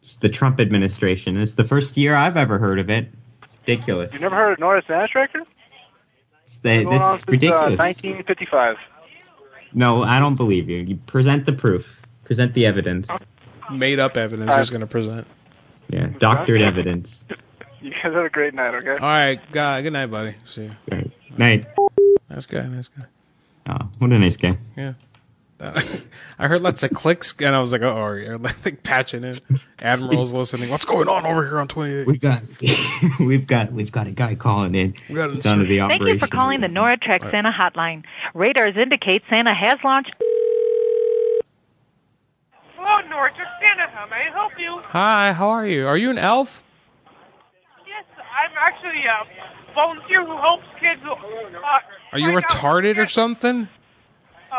Speaker 18: It's the Trump administration. It's the first year I've ever heard of it. It's ridiculous.
Speaker 7: You never heard of Nora Santa Tracker?
Speaker 18: It's the-
Speaker 7: Going
Speaker 18: this
Speaker 7: on
Speaker 18: is
Speaker 7: since, Uh,
Speaker 18: ridiculous.
Speaker 7: 1955.
Speaker 18: no, I don't believe you. You present the proof. Present the evidence.
Speaker 3: Made up evidence
Speaker 7: Uh,
Speaker 3: is going to present.
Speaker 18: Yeah, doctored evidence.
Speaker 7: You guys have a great night, okay?
Speaker 3: All right. God, good night, buddy. See you.
Speaker 18: Right. Night.
Speaker 3: Nice guy. Nice guy.
Speaker 18: Oh, what a nice guy.
Speaker 3: Yeah. Uh, I heard lots of clicks, and I was like, "Oh, you're like patching in." Admiral's listening. What's going on over here on 28?
Speaker 18: We got, we've got, we've got a guy calling in.
Speaker 3: We got an
Speaker 18: It's under the
Speaker 11: Thank
Speaker 18: operation.
Speaker 11: you for calling the NORAD
Speaker 18: Right.
Speaker 11: Santa hotline. Radars indicate Santa has launched.
Speaker 17: Hello, Nordic Santa. How may I help you?
Speaker 3: Hi, how are you? Are you an elf?
Speaker 17: Yes, I'm actually a volunteer who helps kids. Uh,
Speaker 3: Are you retarded or something?
Speaker 17: oh,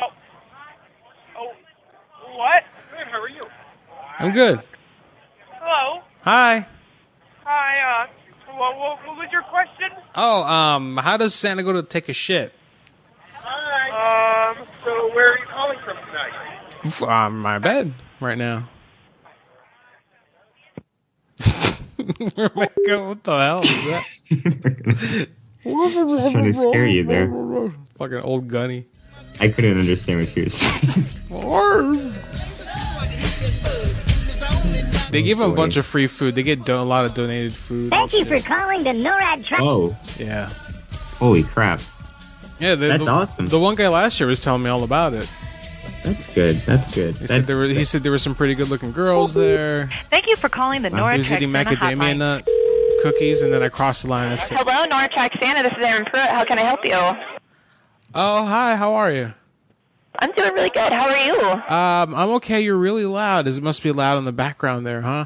Speaker 17: oh, what? Good. How are you?
Speaker 3: I'm good.
Speaker 17: Hello.
Speaker 3: Hi.
Speaker 17: Hi. Uh, what, what, what was your question?
Speaker 3: Oh, um, how does Santa go to take a shit?
Speaker 17: Hi. Um. So, where are you calling from tonight?
Speaker 3: Oof, On um, my bed right now. Where am I going? What the hell is that?
Speaker 18: Just trying to scare you there.
Speaker 3: Fucking old gunny.
Speaker 18: I couldn't understand what she was saying. Oh,
Speaker 3: They give them a bunch of free food. They get do- a lot of donated food.
Speaker 19: Thank you for calling the NORAD truck.
Speaker 3: Oh.
Speaker 18: Whoa.
Speaker 3: Yeah.
Speaker 18: Oh. Holy crap.
Speaker 3: Yeah, the,
Speaker 18: That's
Speaker 3: the-
Speaker 18: awesome.
Speaker 3: The one guy last year was telling me all about it.
Speaker 18: That's good. That's good.
Speaker 3: He said
Speaker 18: That's,
Speaker 3: there were he said there were some pretty good looking girls there.
Speaker 11: Thank you for calling the
Speaker 3: Wow, he
Speaker 11: NORAD
Speaker 3: was eating
Speaker 11: Santa
Speaker 3: macadamia
Speaker 11: hotline.
Speaker 3: nut cookies, and then I crossed the line. I said,
Speaker 20: Hello, Nortec Santa. This is Erin Pruitt. How can I help you?
Speaker 3: "Oh, hi, how are you?"
Speaker 20: I'm doing really good. How are you?
Speaker 3: Um, I'm okay. You're really loud. It must be loud in the background there, huh?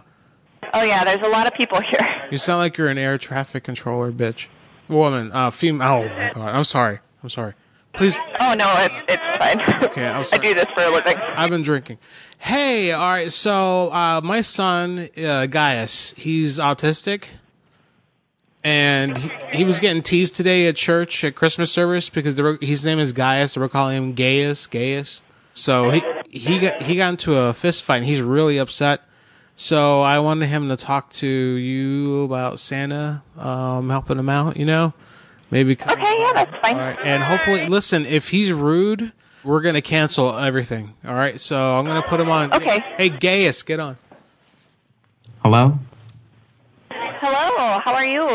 Speaker 20: Oh yeah, there's a lot of people here.
Speaker 3: You sound like you're an air traffic controller, bitch. Woman, uh, female. Oh my god, I'm sorry. I'm sorry. Please.
Speaker 20: Oh no, it, it's fine.
Speaker 3: Okay, I'm
Speaker 20: I
Speaker 3: sorry.
Speaker 20: do this for a living.
Speaker 3: I've been drinking. Hey, all right. So uh, my son uh, Gaius, he's autistic, and he, he was getting teased today at church at Christmas service because the, his name is Gaius. They were calling him Gaius, Gaius. So he he got he got into a fist fight. and He's really upset. So I wanted him to talk to you about Santa, um, helping him out. You know, maybe.
Speaker 20: Okay, yeah, that's fine.
Speaker 3: All right, and hopefully, listen. If he's rude, we're gonna cancel everything. All right, so I'm gonna put him on.
Speaker 20: Okay.
Speaker 3: Hey, Gaius, get on.
Speaker 18: hello?
Speaker 20: Hello, how are you?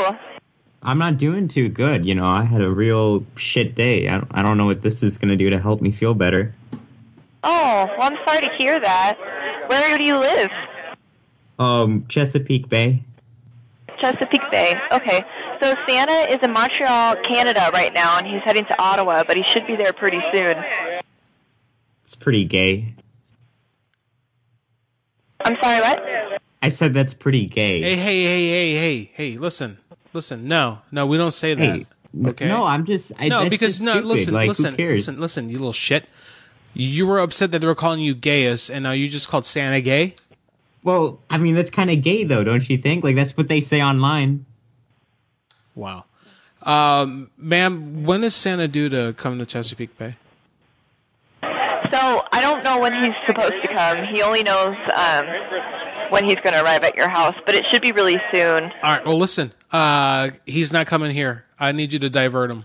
Speaker 18: I'm not doing too good. You know, I had a real shit day. I don't, I don't know what this is going to do to help me feel better.
Speaker 20: Oh, well, I'm sorry to hear that. Where do you live?
Speaker 18: Um, Chesapeake Bay?
Speaker 20: Chesapeake Bay. Okay. So Santa is in Montreal, Canada right now, and he's heading to Ottawa, but he should be there pretty soon.
Speaker 18: It's pretty gay.
Speaker 20: I'm sorry, what?
Speaker 18: I said that's pretty gay.
Speaker 3: Hey, hey, hey, hey, hey, hey. Listen, listen. No, no, we don't say that.
Speaker 18: Hey, n-
Speaker 3: okay.
Speaker 18: no, I'm just- I-
Speaker 3: no,
Speaker 18: that's
Speaker 3: because
Speaker 18: just
Speaker 3: no.
Speaker 18: stupid.
Speaker 3: Listen,
Speaker 18: Like, who
Speaker 3: listen,
Speaker 18: cares?
Speaker 3: listen, listen. You little shit. You were upset that they were calling you Gaius, and now you just called Santa gay.
Speaker 18: Well, I mean, that's kind of gay, though, don't you think? Like, that's what they say online.
Speaker 3: Wow. Um, ma'am, when is Santa due to come to Chesapeake Bay?
Speaker 20: So I don't know when he's supposed to come. He only knows um, when he's going to arrive at your house, but it should be really soon.
Speaker 3: All right. Well, listen. Uh, he's not coming here. I need you to divert him.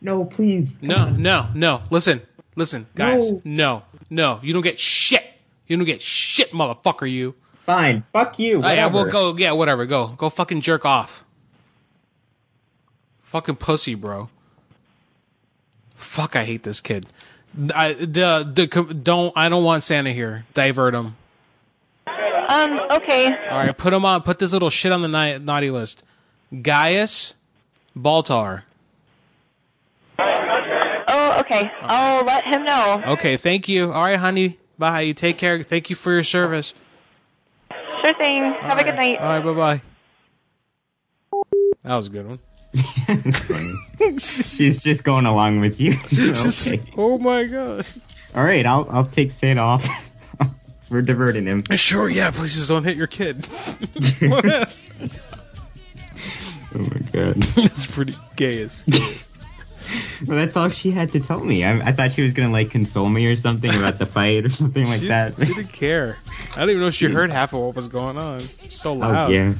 Speaker 18: No, please.
Speaker 3: No, no, no. Listen, listen, guys.
Speaker 18: No.
Speaker 3: No, no. You don't get shit. You don't get shit, motherfucker. You.
Speaker 18: Fine. Fuck you.
Speaker 3: Oh, yeah,
Speaker 18: whatever.
Speaker 3: we'll go. Yeah, whatever. Go, go. Fucking jerk off. Fucking pussy, bro. Fuck, I hate this kid. I the the com- don't. I don't want Santa here. Divert him.
Speaker 20: Um, okay.
Speaker 3: All right, put him on. Put this little shit on the ni- naughty list. Gaius, Baltar.
Speaker 20: Oh, Oh, okay. I'll let him know.
Speaker 3: Okay, thank you. All right, honey. Bye. You take care. Thank you for your service.
Speaker 20: Sure thing. Have a good night.
Speaker 3: All right, bye bye. That was a good one.
Speaker 18: She's just going along with you. okay.
Speaker 3: Oh my god.
Speaker 18: All right, I'll I'll take Sid off. We're diverting him.
Speaker 3: Sure, yeah, please just don't hit your kid.
Speaker 18: Oh my god.
Speaker 3: That's pretty gay as.
Speaker 18: Well, that's all she had to tell me. I, I thought she was gonna like console me or something about the fight or something like
Speaker 3: She-
Speaker 18: that.
Speaker 3: She didn't care. I don't even know if she heard half of what was going on. She's so loud.
Speaker 18: Oh yeah.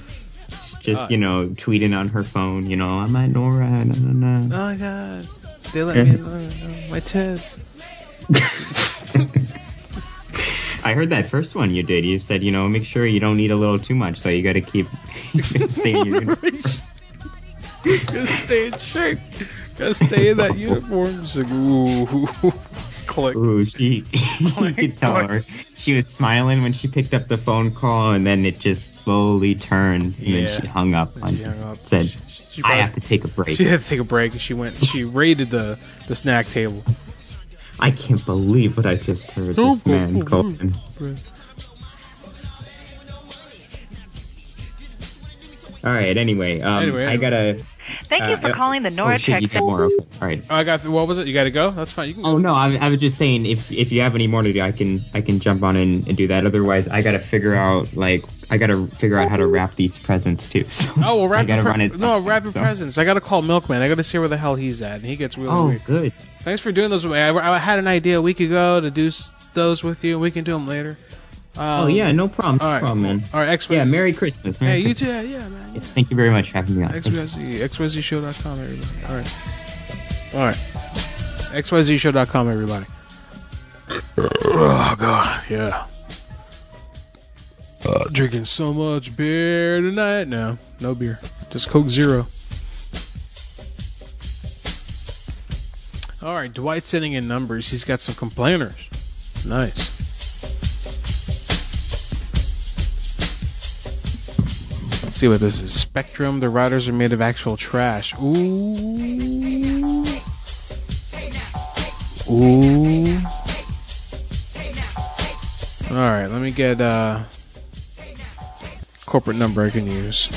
Speaker 18: She's just
Speaker 3: Uh,
Speaker 18: you know tweeting on her phone. You know, I'm at Nora. Na, na, na.
Speaker 3: Oh my god. They let
Speaker 18: Yeah.
Speaker 3: me alone. Oh, My tits.
Speaker 18: I heard that first one you did. You said, you know, make sure you don't eat a little too much, so you got to keep staying. in your uniform.
Speaker 3: Gotta stay in shape. Gotta stay in that uniform. She's like, ooh, click.
Speaker 18: Ooh, she. you could tell her she was smiling when she picked up the phone call, and then it just slowly turned, and
Speaker 3: Yeah.
Speaker 18: then she hung up. On,
Speaker 3: she hung up.
Speaker 18: Said,
Speaker 3: she
Speaker 18: "I
Speaker 3: probably-
Speaker 18: have to take a break.
Speaker 3: She had to take a break and she went she raided the, the snack table.
Speaker 18: I can't believe what I just heard. This man calling. All right. Anyway, um,
Speaker 3: Anyway,
Speaker 18: I gotta.
Speaker 11: Thank you
Speaker 18: uh,
Speaker 11: for
Speaker 18: uh,
Speaker 11: calling the
Speaker 18: Oh,
Speaker 11: NORAD
Speaker 18: shit, you
Speaker 11: Tech
Speaker 18: got more. Okay. All right.
Speaker 3: I got what was it? You gotta go? That's fine. You can
Speaker 18: Oh no, I, I was just saying if if you have any more to do, I can I can jump on and, and do that. Otherwise, I gotta figure out like I gotta figure out how to wrap these presents too. So
Speaker 3: Oh well,
Speaker 18: I
Speaker 3: rapid
Speaker 18: gotta
Speaker 3: pre-
Speaker 18: run it.
Speaker 3: no
Speaker 18: sometime,
Speaker 3: rapid
Speaker 18: so.
Speaker 3: presents. I gotta call Milkman. I gotta see where the hell he's at, and he gets really
Speaker 18: Oh,
Speaker 3: weird.
Speaker 18: good.
Speaker 3: Thanks for doing those. with me. I, I had an idea a week ago to do s- those with you. We can do them later. Um,
Speaker 18: oh yeah, no problem. No
Speaker 3: all right.
Speaker 18: problem, man.
Speaker 3: All right, X
Speaker 18: Yeah, Merry Christmas. Merry
Speaker 3: Hey, you too.
Speaker 18: Christmas.
Speaker 3: Yeah, yeah, man.
Speaker 18: Yeah, Thank you very much for having me on. Thank you.
Speaker 3: XYZ, XYZshow.com, everybody. All right. All right. XYZshow.com, everybody. Oh, God. Yeah. Uh, drinking so much beer tonight. No, no beer. Just Coke Zero. All right. Dwight's sending in numbers. He's got some complainers. Nice. Let's see what this is. Spectrum, the riders are made of actual trash. Ooh. Ooh. Alright, let me get uh corporate number I can use.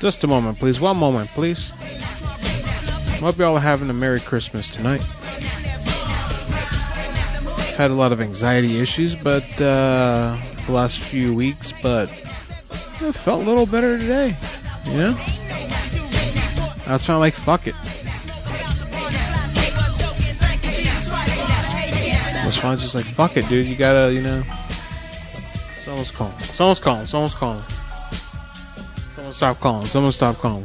Speaker 3: Just a moment, please. One moment, please. Hope y'all are having a Merry Christmas tonight. I've had a lot of anxiety issues, but uh, the last few weeks, but I felt a little better today. You know, I was kind of like, fuck it. I was finally just like, fuck it, dude. You gotta, you know. Someone's calling. Someone's calling. Someone's calling. Someone stop calling. Someone stop calling.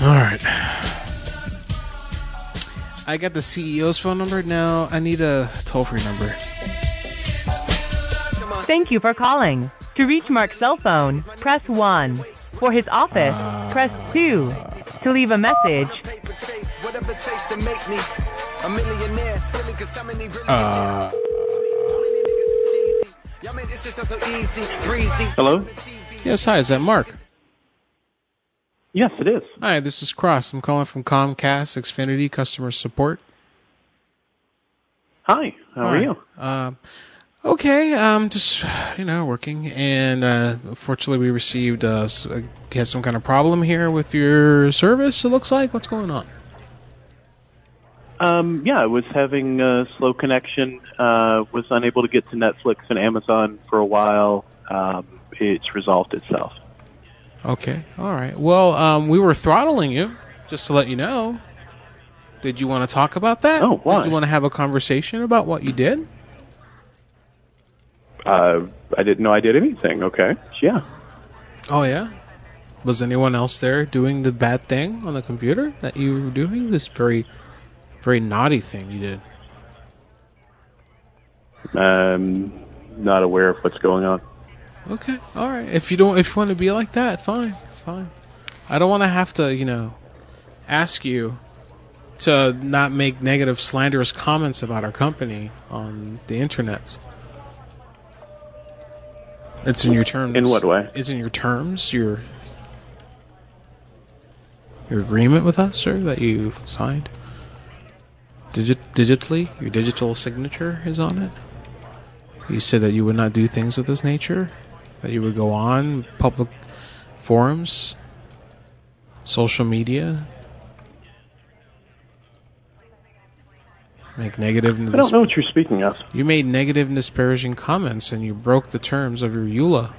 Speaker 3: All right. I got the CEO's phone number. Now I need a toll free number.
Speaker 2: Thank you for calling. To reach Mark's cell phone, press 1. For his office, press 2. To leave a message,
Speaker 3: Uh,
Speaker 21: Hello?
Speaker 3: Yes, hi. Is that Mark?
Speaker 21: Yes, it is.
Speaker 3: Hi, this is Cross. I'm calling from Comcast Xfinity customer support.
Speaker 21: Hi, how are
Speaker 3: Hi.
Speaker 21: you?
Speaker 3: Uh, okay, um, just you know, working, and uh, fortunately, we received uh, s- uh, had some kind of problem here with your service. It looks like what's going on?
Speaker 21: Um, yeah, I was having a slow connection. Uh, was unable to get to Netflix and Amazon for a while. Um, it's resolved itself.
Speaker 3: Okay, all right. Well, um, we were throttling you, just to let you know. Did you want to talk about that?
Speaker 21: Oh, why?
Speaker 3: Did you want to have a conversation about what you did?
Speaker 21: Uh, I didn't know I did anything. Okay. Yeah.
Speaker 3: Oh yeah. Was anyone else there doing the bad thing on the computer that you were doing? This very, very naughty thing you did.
Speaker 21: Um, not aware of what's going on.
Speaker 3: Okay, all right. If you don't, if you want to be like that, fine, fine. I don't want to have to, you know, ask you to not make negative, slanderous comments about our company on the internets. It's in your terms.
Speaker 21: In what way?
Speaker 3: It's in your terms. Your your agreement with us, sir, that you signed. Digit digitally, your digital signature is on it. You said that you would not do things of this nature, that you would go on public forums, social media, make negative.
Speaker 21: I don't know what you're speaking of.
Speaker 3: You made negative and disparaging comments and you broke the terms of your E EULA,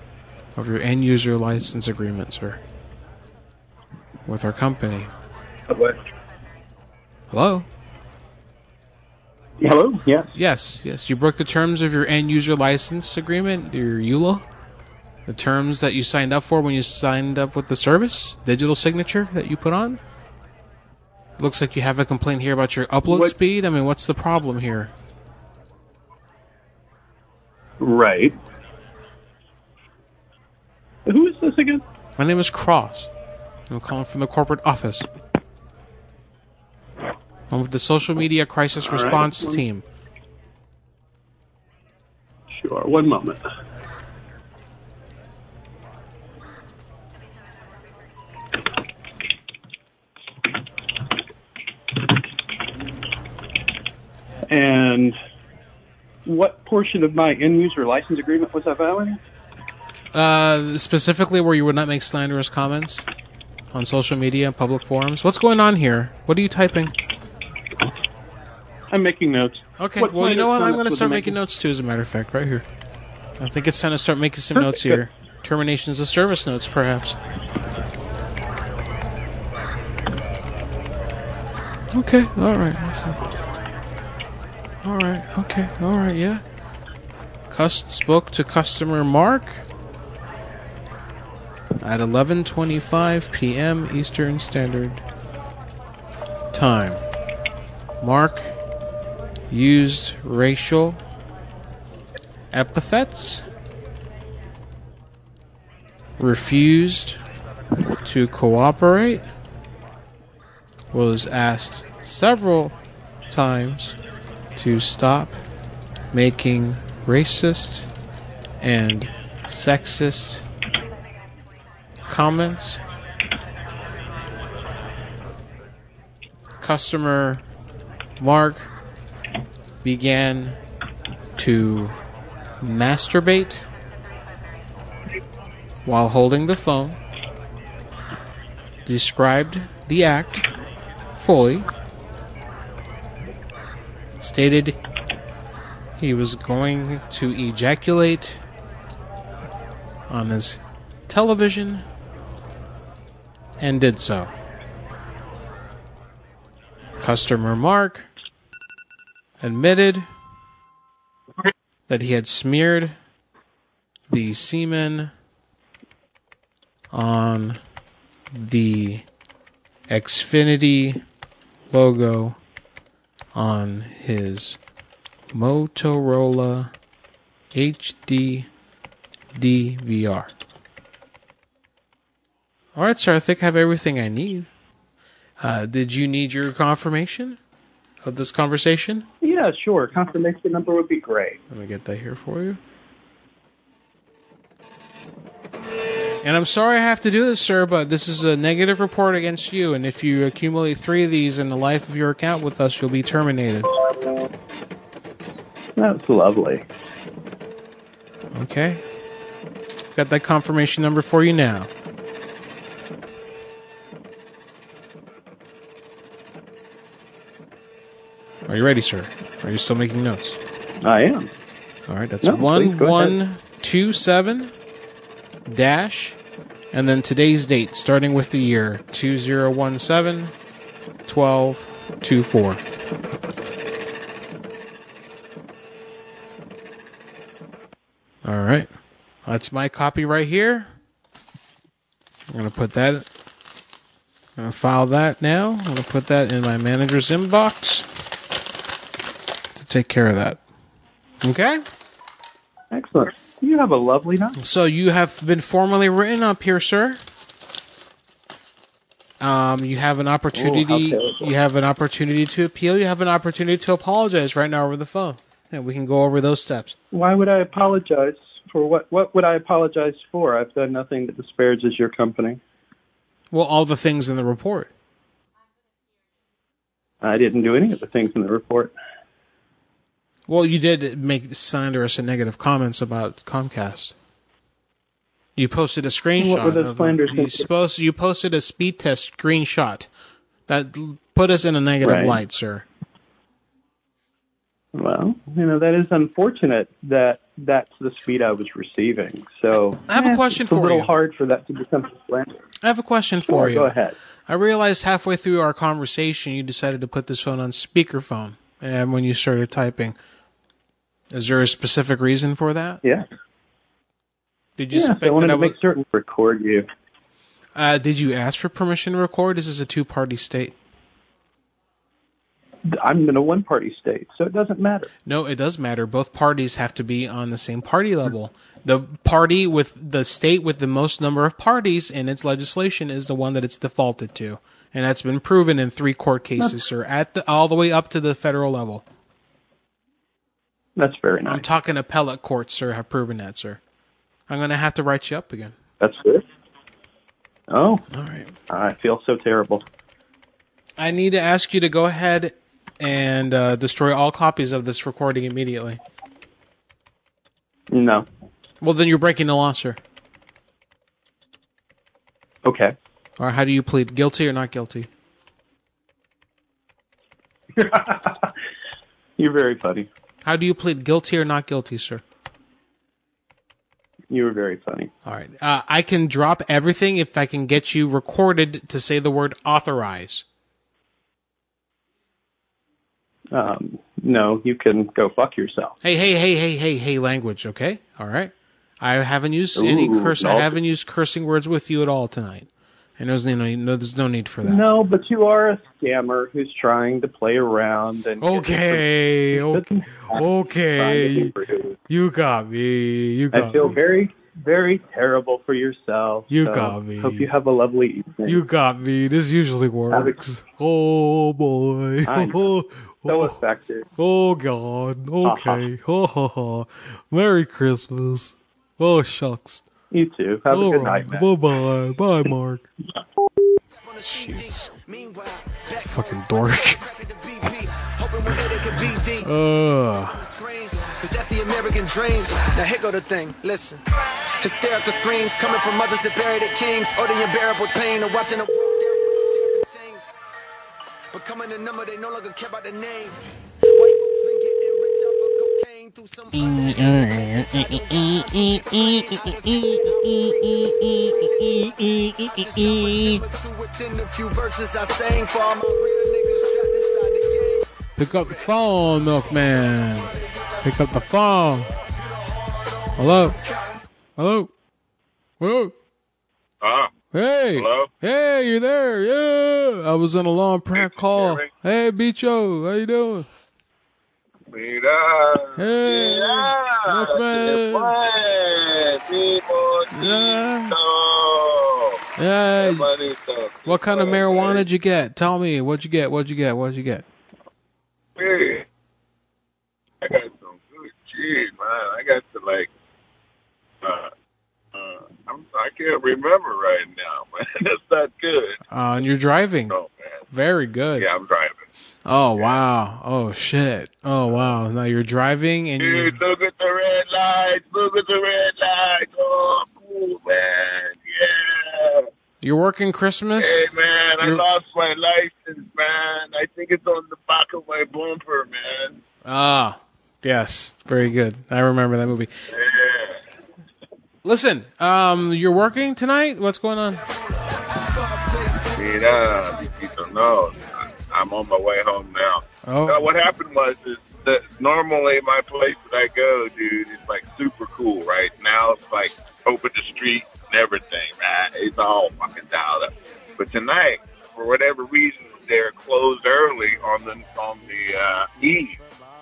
Speaker 3: of your end user license agreement, sir, with our company. Hello?
Speaker 21: Hello? Yes.
Speaker 3: Yes, yes. You broke the terms of your end user license agreement, your E EULA, the terms that you signed up for when you signed up with the service, digital signature that you put on. Looks like you have a complaint here about your upload
Speaker 21: What-
Speaker 3: speed. I mean, what's the problem here?
Speaker 21: Right. Who is this again?
Speaker 3: My name is Cross. I'm calling from the corporate office. I'm with the social media crisis
Speaker 21: All right.
Speaker 3: response team.
Speaker 21: Sure. One moment. And what portion of my end user license agreement was I violating?
Speaker 3: Uh, specifically, where you would not make slanderous comments on social media and public forums. What's going on here? What are you typing?
Speaker 21: I'm making notes.
Speaker 3: Okay,
Speaker 21: What
Speaker 3: well, you
Speaker 21: minor
Speaker 3: know what? I'm
Speaker 21: comments
Speaker 3: going to
Speaker 21: was I
Speaker 3: start making
Speaker 21: making?
Speaker 3: notes too, as a matter of fact, right here. I think it's time to start making some
Speaker 21: Perfect,
Speaker 3: notes
Speaker 21: good.
Speaker 3: here. Terminations of service notes, perhaps. Okay, all right. That's All right, okay, all right, yeah. Cust spoke to customer Mark at 11:25 p.m. Eastern Standard Time. Mark used racial epithets, refused to cooperate, was asked several times to stop making racist and sexist comments. Customer Mark began to masturbate while holding the phone, described the act fully, stated he was going to ejaculate on his television, and did so. Customer Mark admitted that he had smeared the semen on the Xfinity logo on his Motorola HD DVR. All right, sir. I think I have everything I need. Uh, did you need your confirmation of this conversation?
Speaker 21: Yeah, sure. Confirmation number would be great.
Speaker 3: Let me get that here for you. And I'm sorry I have to do this, sir, but this is a negative report against you. And if you accumulate three of these in the life of your account with us, you'll be terminated.
Speaker 21: That's lovely.
Speaker 3: Okay. Got that confirmation number for you now. Are you ready, sir? Are you still making notes?
Speaker 21: I am.
Speaker 3: All right, that's
Speaker 21: No, please
Speaker 3: one
Speaker 21: go ahead.
Speaker 3: one two seven dash, and then today's date, starting with the year two zero one seven twelve two four. All right, that's my copy right here. I'm gonna put that. I'm gonna file that now. I'm gonna put that in my manager's inbox to take care of that. Okay.
Speaker 21: Excellent. You have a lovely night.
Speaker 3: So you have been formally written up here, sir. Um, you have an opportunity. you have an opportunity to appeal. You have an opportunity to apologize right now over the phone, and we can go over those steps.
Speaker 21: Why would I apologize
Speaker 5: for what? What would I apologize for? I've done nothing that disparages your company.
Speaker 3: Well, all the things in the report.
Speaker 5: I didn't do any of the things in the report.
Speaker 3: Well, you did make slanderous and negative comments about Comcast. You posted a screenshot.
Speaker 5: What were those
Speaker 3: of the-
Speaker 5: slanders
Speaker 3: you supposed you posted a speed test screenshot that l- put us in a negative
Speaker 5: Right.
Speaker 3: light, sir.
Speaker 5: Well, you know that is unfortunate that that's the speed I was receiving. So
Speaker 3: I have a
Speaker 5: eh,
Speaker 3: question
Speaker 5: it's a
Speaker 3: for
Speaker 5: little
Speaker 3: you.
Speaker 5: hard for that to become slander.
Speaker 3: I have a question
Speaker 5: Sure,
Speaker 3: for you.
Speaker 5: go ahead.
Speaker 3: I realized halfway through our conversation, you decided to put this phone on speakerphone, and when you started typing, is there a specific reason for that?
Speaker 5: Yeah.
Speaker 3: Did you
Speaker 5: yeah,
Speaker 3: expect
Speaker 5: I wanted
Speaker 3: that I
Speaker 5: to
Speaker 3: was-
Speaker 5: make certain to record you.
Speaker 3: Uh, did you ask for permission to record? This is a two-party state.
Speaker 5: I'm in a one-party state, so it doesn't matter.
Speaker 3: No, it does matter. Both parties have to be on the same party level. The party with the state with the most number of parties in its legislation is the one that it's defaulted to, and that's been proven in three court cases, sir, at the, all the way up to the federal level.
Speaker 5: That's very nice.
Speaker 3: I'm talking appellate courts, sir, have proven that, sir. I'm going to have to write you up again.
Speaker 5: That's it. Oh,
Speaker 3: all right.
Speaker 5: I feel so terrible.
Speaker 3: I need to ask you to go ahead and uh, destroy all copies of this recording immediately.
Speaker 5: No.
Speaker 3: Well, then you're breaking the law, sir.
Speaker 5: Okay.
Speaker 3: Or how do you plead? Guilty or not guilty?
Speaker 5: You're very funny.
Speaker 3: How do you plead guilty or not guilty, sir?
Speaker 5: You were very funny.
Speaker 3: All right. Uh, I can drop everything if I can get you recorded to say the word authorize.
Speaker 5: Um, no, you can go fuck yourself.
Speaker 3: Hey, hey, hey, hey, hey, hey, language, okay? All right. I haven't used any
Speaker 5: Ooh,
Speaker 3: curse. I
Speaker 5: no.
Speaker 3: haven't used cursing words with you at all tonight. And there's no, no, there's no need for that.
Speaker 5: No, but you are a scammer who's trying to play around and
Speaker 3: Okay, okay, okay. You got me. You
Speaker 5: I
Speaker 3: got
Speaker 5: feel
Speaker 3: me.
Speaker 5: very, very terrible for yourself.
Speaker 3: You
Speaker 5: so
Speaker 3: got me.
Speaker 5: Hope you have a lovely evening.
Speaker 3: You got me. This usually
Speaker 5: Have a-
Speaker 3: works. Oh boy.
Speaker 5: I'm
Speaker 3: Oh,
Speaker 5: so effective.
Speaker 3: oh god. Okay.
Speaker 5: Uh-huh.
Speaker 3: Oh, ho, ho. Merry Christmas. Oh shucks.
Speaker 5: You too. Have a good night, man.
Speaker 3: Bye bye. Bye, Mark. Fucking dork. Ugh.
Speaker 22: Cause that's the American dream. Now here go the thing, listen. Hysterical screams coming from mothers that bury their kings, or the unbearable pain of watching a becoming a number they no longer care about the name. Within the few verses I sang for all my real niggas trapped inside the game.
Speaker 3: Pick up the phone, milkman. Pick up the phone. Hello. Hello. Hello.
Speaker 23: Uh,
Speaker 3: Hey.
Speaker 23: Hello?
Speaker 3: Hey, you there? Yeah. I was in a long prank call.
Speaker 23: hear me?
Speaker 3: Hey, Bicho, how you doing?
Speaker 23: Mira.
Speaker 3: Hey.
Speaker 23: Mira.
Speaker 3: Milkman. Yeah. Yeah.
Speaker 23: uh,
Speaker 3: What kind of marijuana did you get? Tell me. What'd you get? What'd you get? What'd you get?
Speaker 23: Hey. I got some good shit, man. I got to like, uh, uh, I'm, I can't remember right now, man. That's not good.
Speaker 3: Uh, and you're driving. Very good.
Speaker 23: Oh, Yeah, I'm driving.
Speaker 3: Oh wow. Oh shit. Oh wow. Now you're driving and you.
Speaker 23: Dude, look at the red lights. Look at the red lights. Oh, cool, man. Yeah.
Speaker 3: You're working Christmas.
Speaker 23: Hey man, I
Speaker 3: You're-
Speaker 23: lost my license, man. I think it's on the back of my bumper, man.
Speaker 3: Ah, yes, very good. I remember that movie. Listen, um, you're working tonight. What's going on?
Speaker 23: Mira, Viquito, no, I'm on my way home now.
Speaker 3: Oh.
Speaker 23: No, Uh, what happened was is that normally my place that I go, dude, is like super cool, right? Now it's like open the street and everything, right? It's all fucking dialed up. But tonight, for whatever reason, they're closed early on the on the uh, eve.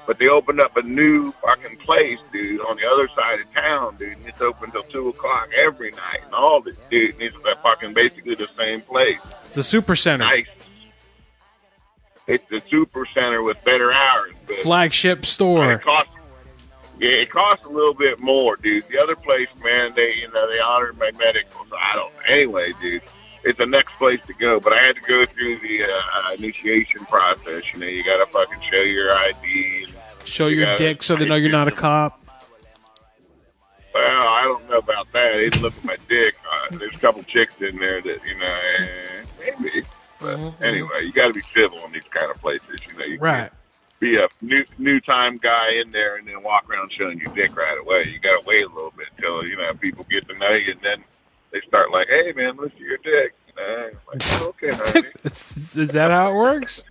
Speaker 23: But they opened up a new fucking place, dude, on the other side of town, dude. And it's open till two o'clock every night, and all this, dude. And it's like fucking basically the same place.
Speaker 3: It's the Super Center,
Speaker 23: Nice. It's the super center with better hours. But
Speaker 3: flagship store.
Speaker 23: cost Yeah, it costs a little bit more, dude. The other place, man, they you know they honored my medical, so I don't. Anyway, dude, it's the next place to go. But I had to go through the uh, initiation process. You know, you got to fucking show your ID. and
Speaker 3: Show
Speaker 23: you
Speaker 3: your
Speaker 23: gotta-
Speaker 3: dick so they know you're not a cop.
Speaker 23: Well, I don't know about that. They didn't look at my dick. Uh, there's a couple chicks in there that you know, eh, maybe. But anyway, you got to be civil in these kind of places. You know, you
Speaker 3: Mm-hmm. Right.
Speaker 23: be a new new time guy in there and then walk around showing your dick right away. You gotta wait a little bit till you know people get to know you, and then they start like, "Hey, man, let's see your dick." You know, like, "Oh, okay, honey.
Speaker 3: Is that how it works?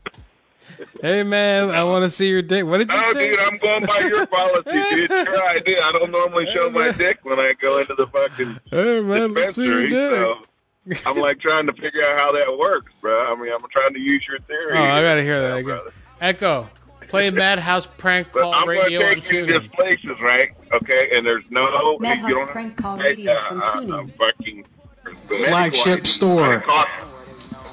Speaker 3: hey man, I want to see your dick. What did you
Speaker 23: No,
Speaker 3: say?
Speaker 23: dude, I'm going by your policy, dude. It's your idea. I don't normally show my dick when I go into the fucking
Speaker 3: Hey man, let's see your
Speaker 23: dispensary. So
Speaker 3: dick.
Speaker 23: I'm like trying to figure out how that works, bro. I mean, I'm trying to use your theory.
Speaker 3: Oh, I gotta hear that again. Echo, play Madhouse prank
Speaker 23: But
Speaker 3: call
Speaker 23: I'm going
Speaker 3: radio
Speaker 23: to
Speaker 3: on
Speaker 23: take you to
Speaker 3: Tuning.
Speaker 23: these places, right? Okay, and there's no
Speaker 3: Madhouse
Speaker 23: you don't
Speaker 3: prank call
Speaker 23: have to
Speaker 3: radio
Speaker 23: take,
Speaker 3: from
Speaker 23: uh,
Speaker 3: Tuning.
Speaker 23: uh, fucking
Speaker 6: Flagship store.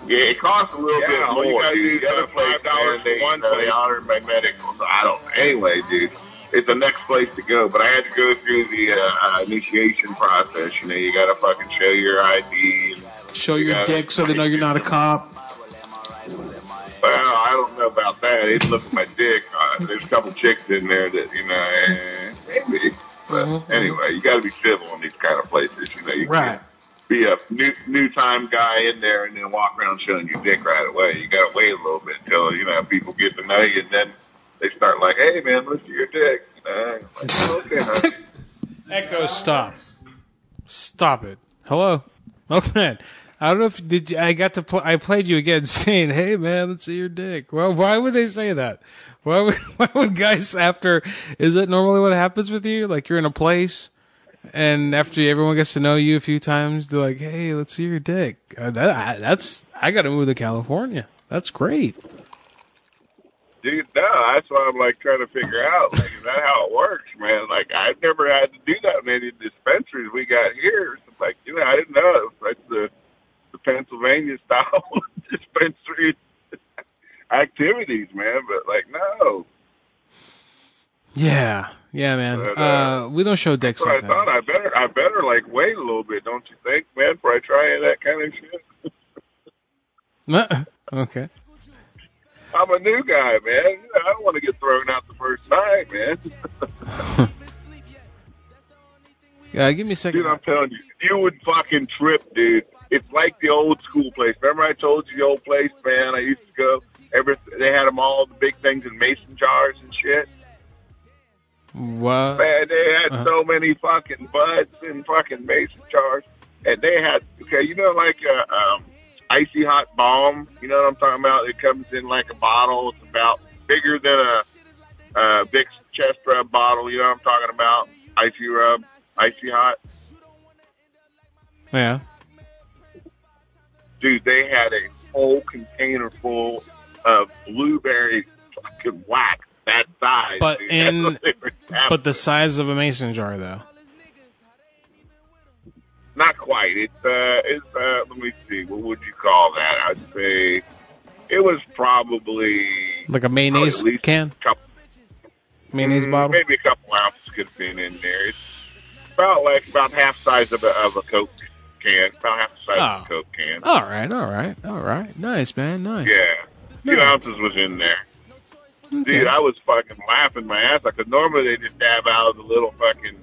Speaker 23: Yeah, it costs a little bit more. You gotta dude. The other place, man, they, one they honor my medical. So I don't. Anyway, dude, it's the next place to go. But I had to go through the uh, uh, initiation process. You know, you gotta fucking show your ID. And,
Speaker 3: Show your
Speaker 23: Yeah.
Speaker 3: dick so they know you're not a cop.
Speaker 23: well, I don't know about that. They look at my dick. Uh, there's a couple chicks in there that you know, eh, maybe. But
Speaker 6: Mm-hmm.
Speaker 23: anyway, you got to be civil in these kind of places. You know, you
Speaker 3: Right.
Speaker 23: be a new new time guy in there and then walk around showing your dick right away. You gotta wait a little bit till you know people get to know you, and then they start like, "Hey, man, look at your dick." You know, like, okay, honey.
Speaker 3: Echo, stop. Stop it. Hello. Okay. I don't know if did you, I got to pl- I played you again saying, "Hey man, let's see your dick." Well, why would they say that? Why would why would guys after is that normally what happens with you? Like you're in a place and after everyone gets to know you a few times, they're like, "Hey, let's see your dick." Uh, that I, that's I got to move to California. That's great.
Speaker 23: dude, no, that's why I'm like trying to figure out like, is that how it works, man? Like, I've never had to do that in any dispensaries we got here. So, like, you know, I didn't know it was like the the Pennsylvania style dispensary activities, man. But like, no,
Speaker 3: Yeah. Yeah, man.
Speaker 23: But,
Speaker 3: Uh, we don't show dicks
Speaker 23: So I
Speaker 3: like that.
Speaker 23: thought I better, I better like wait a little bit, don't you think, man? Before I try that kind of shit.
Speaker 3: Uh-uh. okay.
Speaker 23: I'm a new guy, man. I don't want to get thrown out the first night, man.
Speaker 3: Uh, give me a second.
Speaker 23: Dude, I'm telling you, you would fucking trip, dude. It's like the old school place. Remember, I told you the old place, man. I used to go. Every they had them all the big things in mason jars and shit.
Speaker 3: What?
Speaker 23: Man, they had
Speaker 3: Uh-huh.
Speaker 23: so many fucking buds and fucking mason jars, and they had okay, you know, like a um, icy hot bomb. You know what I'm talking about? It comes in like a bottle. It's about bigger than a uh, big chest rub bottle. You know what I'm talking about? Icy rub, icy hot.
Speaker 3: Yeah.
Speaker 23: dude, they had a whole container full of blueberry fucking wax that size.
Speaker 3: But
Speaker 23: dude. That's
Speaker 3: in
Speaker 23: what they were tapping.
Speaker 3: but the size of a mason jar though.
Speaker 23: not quite. It's uh, it's uh, let me see. What would you call that? I'd say it was probably
Speaker 3: Like a mayonnaise
Speaker 23: Probably at least
Speaker 3: can?
Speaker 23: couple-
Speaker 3: Mayonnaise
Speaker 23: Mm,
Speaker 3: bottle?
Speaker 23: Maybe a couple ounces could have been in there. It's about like about half size of a, of a Coke can. About half the size
Speaker 3: Oh.
Speaker 23: of a Coke can.
Speaker 3: All right, all right, all right. Nice, man, nice.
Speaker 23: Yeah. Two
Speaker 3: Yeah.
Speaker 23: ounces was in there. Dude, I was fucking laughing my ass off. Cause normally they just dab out of the little fucking,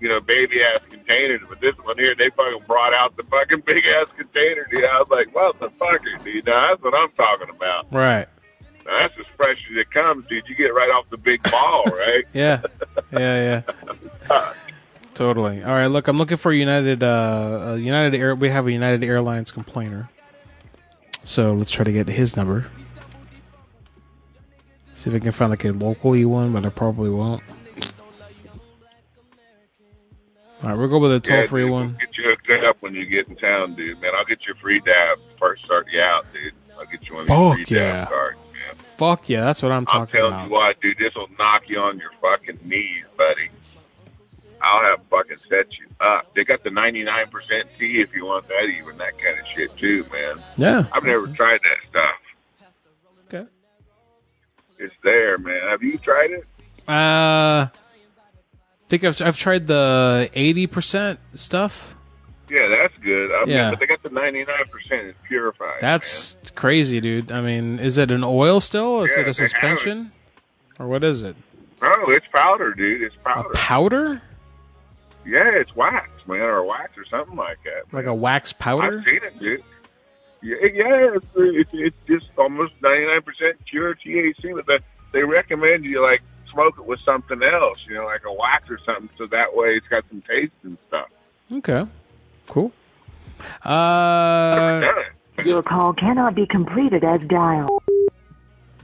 Speaker 23: you know, baby ass containers, but this one here, they fucking brought out the fucking big ass container, dude. I was like, motherfucker, dude. Now that's what I'm talking about.
Speaker 3: Right.
Speaker 23: Now, that's as fresh as it comes, dude. You get right off the big ball, right?
Speaker 3: Yeah. Yeah, yeah. totally. All right, look, I'm looking for a United uh a United Air we have a United Airlines complainer. So let's try to get his number. See if I can find like a locally one, but I probably won't. All right, we'll go with a
Speaker 23: Yeah,
Speaker 3: toll free
Speaker 23: dude,
Speaker 3: one.
Speaker 23: We'll get you hooked up when you get in town, dude. Man, I'll get you a free dab first start you out, dude. I'll get you one of these
Speaker 3: Fuck
Speaker 23: free
Speaker 3: yeah.
Speaker 23: dab cards, man.
Speaker 3: Fuck yeah, that's what I'm
Speaker 23: I'm
Speaker 3: talking
Speaker 23: telling
Speaker 3: about.
Speaker 23: you what, dude, this will knock you on your fucking knees, buddy. I'll have fucking set you up. They got the 99% tea if you want that, even that kind of shit, too, man.
Speaker 3: Yeah.
Speaker 23: I've never tried that stuff.
Speaker 3: Okay.
Speaker 23: It's there, man. Have you tried it?
Speaker 3: Uh, think I've I've tried the eighty percent stuff.
Speaker 23: Yeah, that's good. I mean,
Speaker 3: Yeah.
Speaker 23: but they got the ninety nine percent is purified.
Speaker 3: That's crazy, dude. I mean, is it an oil still? Is
Speaker 23: Yeah,
Speaker 3: it
Speaker 23: they
Speaker 3: a suspension? Or what is it?
Speaker 23: No, it's powder, dude. It's
Speaker 3: A
Speaker 23: powder.
Speaker 3: powder?
Speaker 23: yeah, it's wax, man, or wax or something like that.
Speaker 3: Like a wax
Speaker 23: I've
Speaker 3: powder?
Speaker 23: seen it, dude. Yeah, yeah it's, it's, it's just almost 99% pure THC, but they, they recommend you, like, smoke it with something else, you know, like a wax or something, so that way it's got some taste and stuff.
Speaker 3: Okay. Cool. Uh
Speaker 4: Your call cannot be completed as dialed.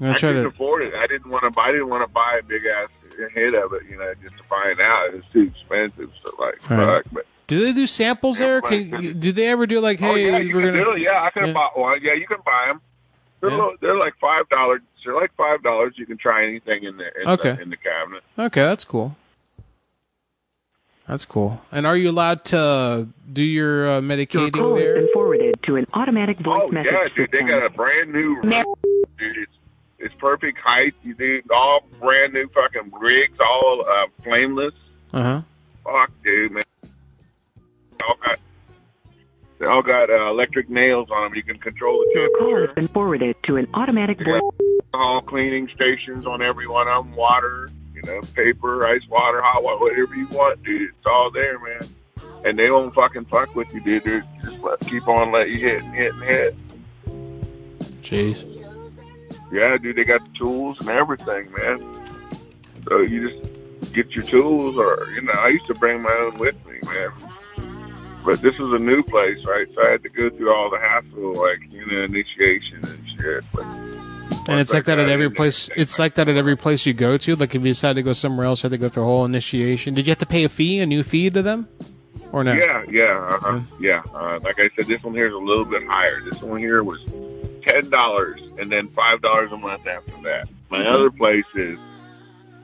Speaker 3: I'm gonna try
Speaker 23: couldn't
Speaker 3: to
Speaker 23: afford it. I didn't want to. I didn't want to buy a big ass head of it, you know, just to find out. It's too expensive. So like,
Speaker 3: All right.
Speaker 23: fuck. But
Speaker 3: Do they do samples there? Can, you- do they ever do like, hey,
Speaker 23: oh yeah, you
Speaker 3: we're
Speaker 23: can
Speaker 3: gonna
Speaker 23: do it. Yeah, I could have bought one. Yeah, you can buy them. They're,
Speaker 3: Yeah.
Speaker 23: low- they're like five dollars. They're like five dollars. You can try anything in the in,
Speaker 3: Okay.
Speaker 23: the, in the cabinet.
Speaker 3: Okay, that's cool. That's cool. And are you allowed to do your uh, medicating there?
Speaker 4: forwarded to an automatic voice
Speaker 23: Oh yeah, dude, they got a brand new.
Speaker 4: Mer-
Speaker 23: Dude, it's, it's perfect height. You do all brand new fucking rigs, all uh, flameless.
Speaker 3: Uh huh.
Speaker 23: Fuck, dude, man. They all got, they all got uh, electric nails on them. You can control the temperature.
Speaker 4: been forwarded to an automatic
Speaker 23: voice. Alcohol cleaning stations on every one of them. Water, you know, paper, ice water, hot water, whatever you want, dude. It's all there, man. And they won't fucking fuck with you, dude. They're just let, keep on letting you hit and hit and hit.
Speaker 3: Jeez.
Speaker 23: Yeah, dude, they got the tools and everything, man. So you just get your tools, or you know, I used to bring my own with me, man. But this is a new place, right? So I had to go through all the hassle, like you know, initiation and shit. But
Speaker 3: And it's like that at every place. It's like that at every place you go to. Like if you decide to go somewhere else, you have to go through a whole initiation. Did you have to pay a fee, a new fee to them, or no?
Speaker 23: Yeah, yeah, uh-huh, yeah. Uh, like I said, this one here is a little bit higher. This one here was ten dollars, and then five dollars a month after that. My
Speaker 6: Mm-hmm.
Speaker 23: Mhm. other place is,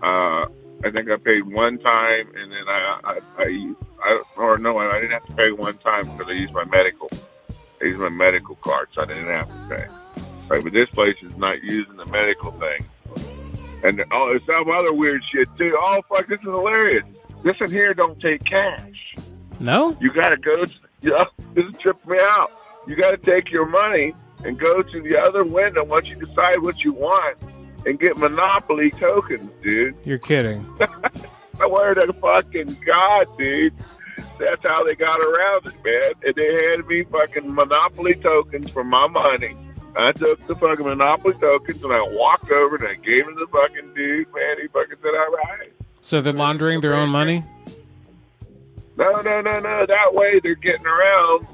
Speaker 23: uh, I think I paid one time, and then I, I, I, I or no, I didn't have to pay one time because I used my medical. I used my medical card, so I didn't have to pay. Right, but this place is not using the medical thing. And the- oh, it's some other weird shit too. Oh fuck, this is hilarious. This in here don't take cash.
Speaker 3: No.
Speaker 23: You got to go. To, yeah, this tripped me out. You got to take your money and go to the other window once you decide what you want and get Monopoly tokens, dude.
Speaker 3: You're kidding.
Speaker 23: I swear to fucking God, dude. That's how they got around it, man. And they handed me fucking Monopoly tokens for my money. I took the fucking Monopoly tokens and I walked over and I gave them to the fucking dude, man. He fucking said, all right.
Speaker 3: So they're laundering their own money.
Speaker 23: No, no, no, no. That way they're getting around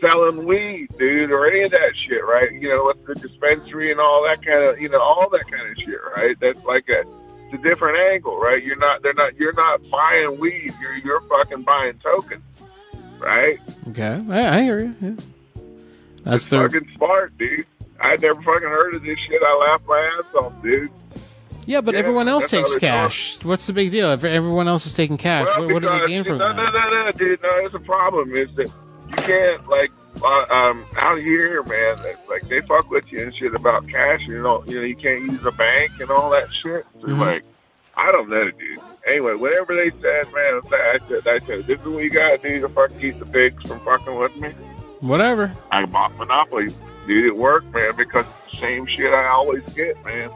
Speaker 23: selling weed, dude, or any of that shit, right? You know, with the dispensary and all that kind of, you know, all that kind of shit, right? That's like a, it's a different angle, right? You're not, they're not, you're not buying weed. You're, you're fucking buying tokens, right?
Speaker 3: Okay, I, I hear you. Yeah. That's the
Speaker 23: Fucking smart, dude. I never fucking heard of this shit. I laughed my ass off, dude.
Speaker 3: yeah, but
Speaker 23: Yeah,
Speaker 3: everyone else
Speaker 23: that's how
Speaker 3: takes
Speaker 23: they talk.
Speaker 3: cash. What's the big deal? If everyone else is taking cash,
Speaker 23: Well,
Speaker 3: what, what do they
Speaker 23: because-
Speaker 3: gain from
Speaker 23: no,
Speaker 3: that?
Speaker 23: No, no, no, dude. No, it's a problem. Is that you can't like uh, um, out here, man. it's Like they fuck with you and shit about cash. You know, you know, you can't use a bank and all that shit. So,
Speaker 12: Mhm.
Speaker 3: Mm-hmm.
Speaker 23: Like, I don't know, dude. Anyway, whatever they said, man. I said, I said, this is what you gotta do to fucking keep the pigs from fucking with me.
Speaker 3: Whatever.
Speaker 23: I bought Monopoly, dude. It worked, man, because it's the same shit I always get, man.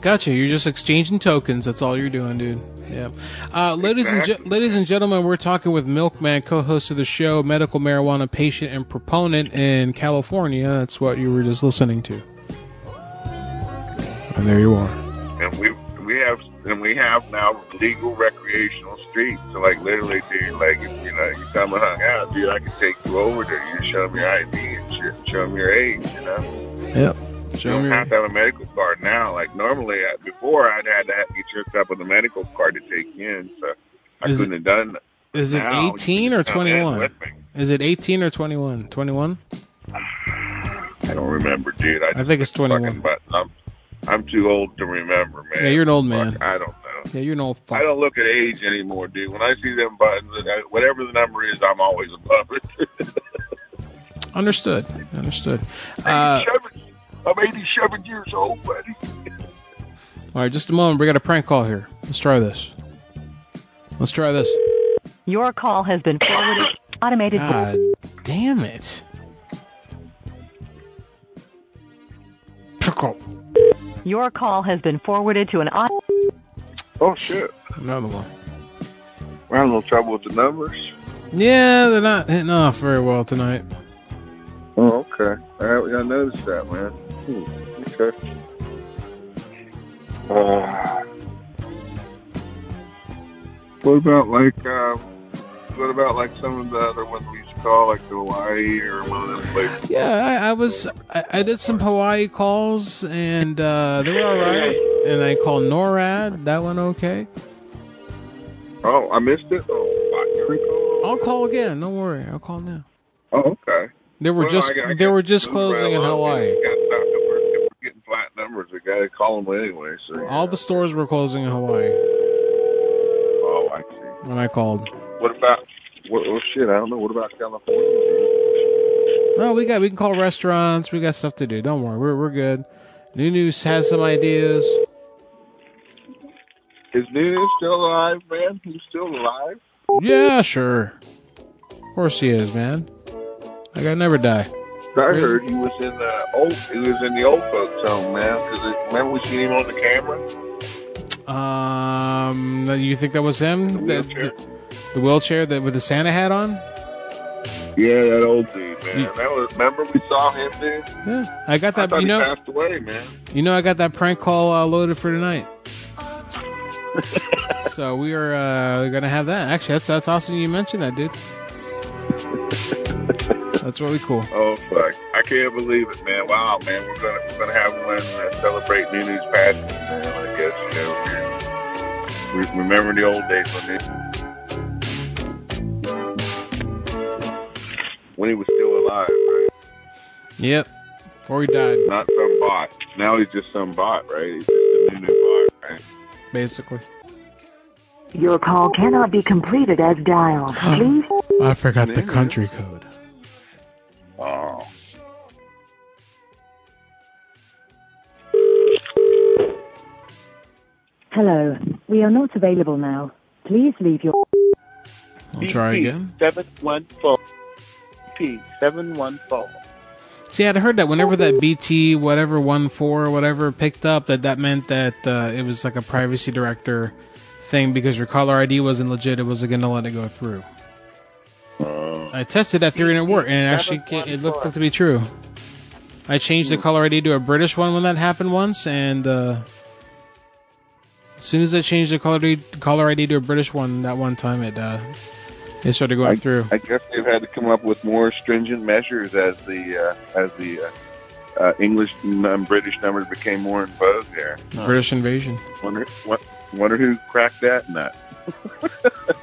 Speaker 3: Gotcha. You're just exchanging tokens. That's all you're doing, dude. Yeah. Uh, ladies and ge- ladies and gentlemen, we're talking with Milkman, co-host of the show, medical marijuana patient and proponent in California. That's what you were just listening to. And there you are.
Speaker 23: and we we have and we have now legal recreational streets. So like literally, dude, like if, you know, you come and hung out, dude, I could take you over there. You show them your ID and shit, show them your age, you know.
Speaker 3: Yep.
Speaker 23: you
Speaker 3: Show
Speaker 23: don't
Speaker 3: me.
Speaker 23: have to have a medical card now. Like normally, I, before I'd had to have to get hooked up with a medical card to take you in, so I
Speaker 3: Is
Speaker 23: couldn't have done. that.
Speaker 3: Is it
Speaker 23: Now, you
Speaker 3: 18
Speaker 23: can
Speaker 3: or
Speaker 23: come in
Speaker 3: 21?
Speaker 23: with
Speaker 3: Is it 18 or 21? 21?
Speaker 23: I don't remember, dude. I,
Speaker 3: I think it's 21.
Speaker 23: but I'm I'm too old to remember, man.
Speaker 3: Yeah, you're an old man.
Speaker 23: I don't know.
Speaker 3: Yeah, you're an old fuck.
Speaker 23: I don't look at age anymore, dude. When I see them buttons, I- whatever the number is, I'm always above it.
Speaker 3: Understood. Understood. Uh,
Speaker 23: I'm 87 years old, buddy.
Speaker 3: all right, just a moment. We got a prank call here. Let's try this. Let's try this.
Speaker 2: Your call has been forwarded. Automated.
Speaker 3: God damn it. Pickle.
Speaker 2: Your call has been forwarded to an auto.
Speaker 23: Oh shit.
Speaker 3: Another one.
Speaker 23: We're having a little trouble with the numbers.
Speaker 3: Yeah, they're not hitting off very well tonight.
Speaker 23: Oh, okay. I, I noticed that, man. Hmm. Okay. Uh, what about like um, what about like some of the other ones we used to call, like the Hawaii or one of them places?
Speaker 3: Yeah, I, I was. I, I did some Hawaii calls, and uh, they were all right. And I called NORAD. That went okay.
Speaker 23: Oh, I missed it. Oh, I can recall.
Speaker 3: I'll call again. Don't worry. I'll call now.
Speaker 23: Oh, okay.
Speaker 3: They were
Speaker 23: Well,
Speaker 3: just.
Speaker 23: I got- I
Speaker 3: they
Speaker 23: got
Speaker 3: were just
Speaker 23: those
Speaker 3: closing in
Speaker 23: around.
Speaker 3: Hawaii.
Speaker 23: We got stuff that we're, that we're getting flat numbers. We got to call them anyway. So
Speaker 3: All the stores were closing in Hawaii
Speaker 23: oh, I see.
Speaker 3: when I called.
Speaker 23: What about? What, well, shit. I don't know. What about California?
Speaker 3: No, we got. We can call restaurants. We got stuff to do. Don't worry. We're we're good. New News has some ideas.
Speaker 23: Is Nunez still alive, man? He's still alive.
Speaker 3: Yeah, sure. Of course he is, man. Like I never die.
Speaker 23: I heard he was in the old. He was in the old folks' home, man. Because remember we seen him on the camera.
Speaker 3: Um, you think that was him? The wheelchair, the, the wheelchair that with the Santa hat on?
Speaker 23: Yeah, that old dude, man. That was, remember we saw him, dude.
Speaker 3: Yeah, I got
Speaker 23: I
Speaker 3: that.
Speaker 23: thought
Speaker 3: you
Speaker 23: he
Speaker 3: know,
Speaker 23: passed away, man.
Speaker 3: you know, I got that prank call uh, loaded for tonight. so we are uh, gonna have that. Actually, that's that's awesome. You mentioned that, dude. that's really cool.
Speaker 23: Oh fuck! I can't believe it, man. Wow, man. We're gonna we're gonna have one uh, celebrate Nunez's passing, man. I guess you know. We we remember the old days when he, when he was still alive, right?
Speaker 3: Yep. Before he died,
Speaker 23: Not some bot. Now he's just some bot, right? He's just a Nunu bot, right?
Speaker 3: basically.
Speaker 12: Your call cannot be completed as dialed. Please.
Speaker 3: I forgot the country code.
Speaker 23: Oh.
Speaker 12: Hello. We are not available now. Please leave your.
Speaker 3: I'll try again.
Speaker 21: Seven one four. P seven one four.
Speaker 3: See, I'd heard that whenever that BT whatever one four whatever picked up, that that meant that uh, it was like a privacy director thing because your caller ID wasn't legit. It wasn't going to let it go through. I tested Uh, that theory and it worked, and it actually ca- it looked to be true. I changed the caller ID to a British one when that happened once, and uh, as soon as I changed the caller ID, caller ID to a British one that one time, it uh, it started going through.
Speaker 23: I guess they've had to come up with more stringent measures as the uh, as the uh, uh, English and British numbers became more in vogue. There,
Speaker 3: British invasion,
Speaker 23: wonder what, wonder who cracked that nut.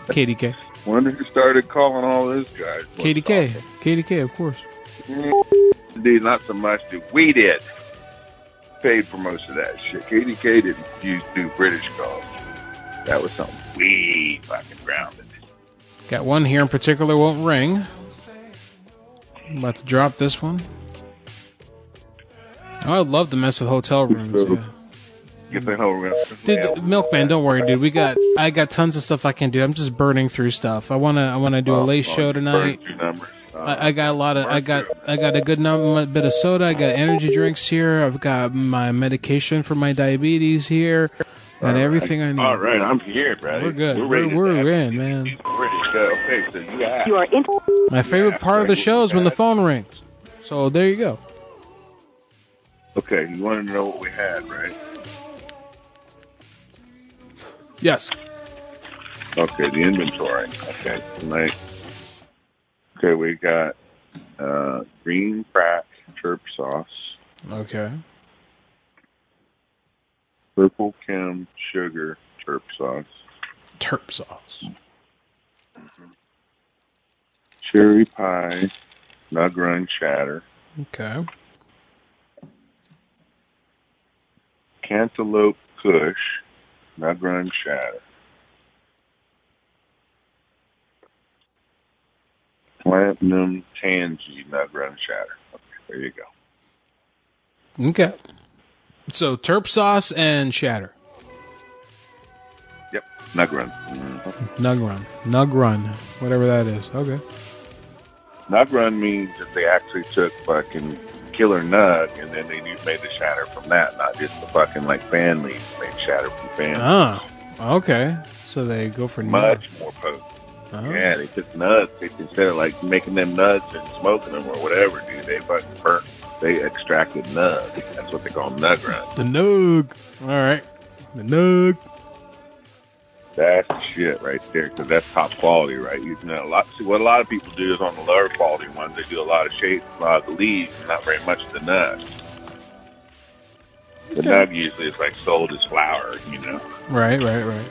Speaker 3: KDK,
Speaker 23: Wonder who started calling all those guys.
Speaker 3: KDK, KDK, of course.
Speaker 23: Dude, not so much. Dude, we did. Paid for most of that shit. KDK didn't use do British calls. That was something we fucking grounded.
Speaker 3: Got one here in particular won't ring. I'm about to drop this one. Oh, I would love to mess with hotel rooms. yeah.
Speaker 23: Get that whole round.
Speaker 3: Dude, the- milkman, don't worry, dude. We got I got tons of stuff I can do. I'm just burning through stuff. I wanna I wanna do a late show tonight. I, I got a lot of I got I got a good number bit of soda. I got energy drinks here. I've got my medication for my diabetes here, and everything I need.
Speaker 23: All right, I'm here, brother.
Speaker 3: We're good.
Speaker 23: We're
Speaker 3: We're,
Speaker 23: ready.
Speaker 3: we're, in, man.
Speaker 23: British uh, Okay, so you got.
Speaker 12: You are in.
Speaker 3: My favorite part of the show is when the phone rings. So there you go.
Speaker 23: Okay, you wanted to know what we had, right?
Speaker 3: Yes.
Speaker 23: Okay, the inventory. Okay, tonight. Okay, we got uh, green crack chirp sauce,
Speaker 3: Okay.
Speaker 23: purple chem sugar chirp sauce,
Speaker 3: Terp sauce.
Speaker 23: cherry pie, nug run chatter,
Speaker 3: Okay.
Speaker 23: cantaloupe kush, nug run chatter, platinum tangy nug run chatter. Okay, there you go.
Speaker 3: Okay. So terp sauce and shatter.
Speaker 23: Yep. Nug run.
Speaker 3: Nug run. Nug run. Whatever that is. Okay.
Speaker 23: Nug run means that they actually took fucking killer nug and then they do- made the shatter from that, not just the fucking like fan leaves made shatter from fan.
Speaker 3: Ah. Okay. So they go for
Speaker 23: Much more potent.
Speaker 3: Oh.
Speaker 23: Yeah, they took nuts. They instead of like making them nuts and smoking them or whatever, dude, they fucking burnt. They extracted nug. That's what they call nug run.
Speaker 3: The nug. All right. The nug.
Speaker 23: That's the shit right there because that's top quality, right? You know, a lot. See, what a lot of people do is on the lower quality ones, they do a lot of shapes, a lot of the leaves, and not very much of the nut. The
Speaker 3: Okay.
Speaker 23: nug usually is like sold as flour, you know,
Speaker 3: Right, right, right.
Speaker 23: right?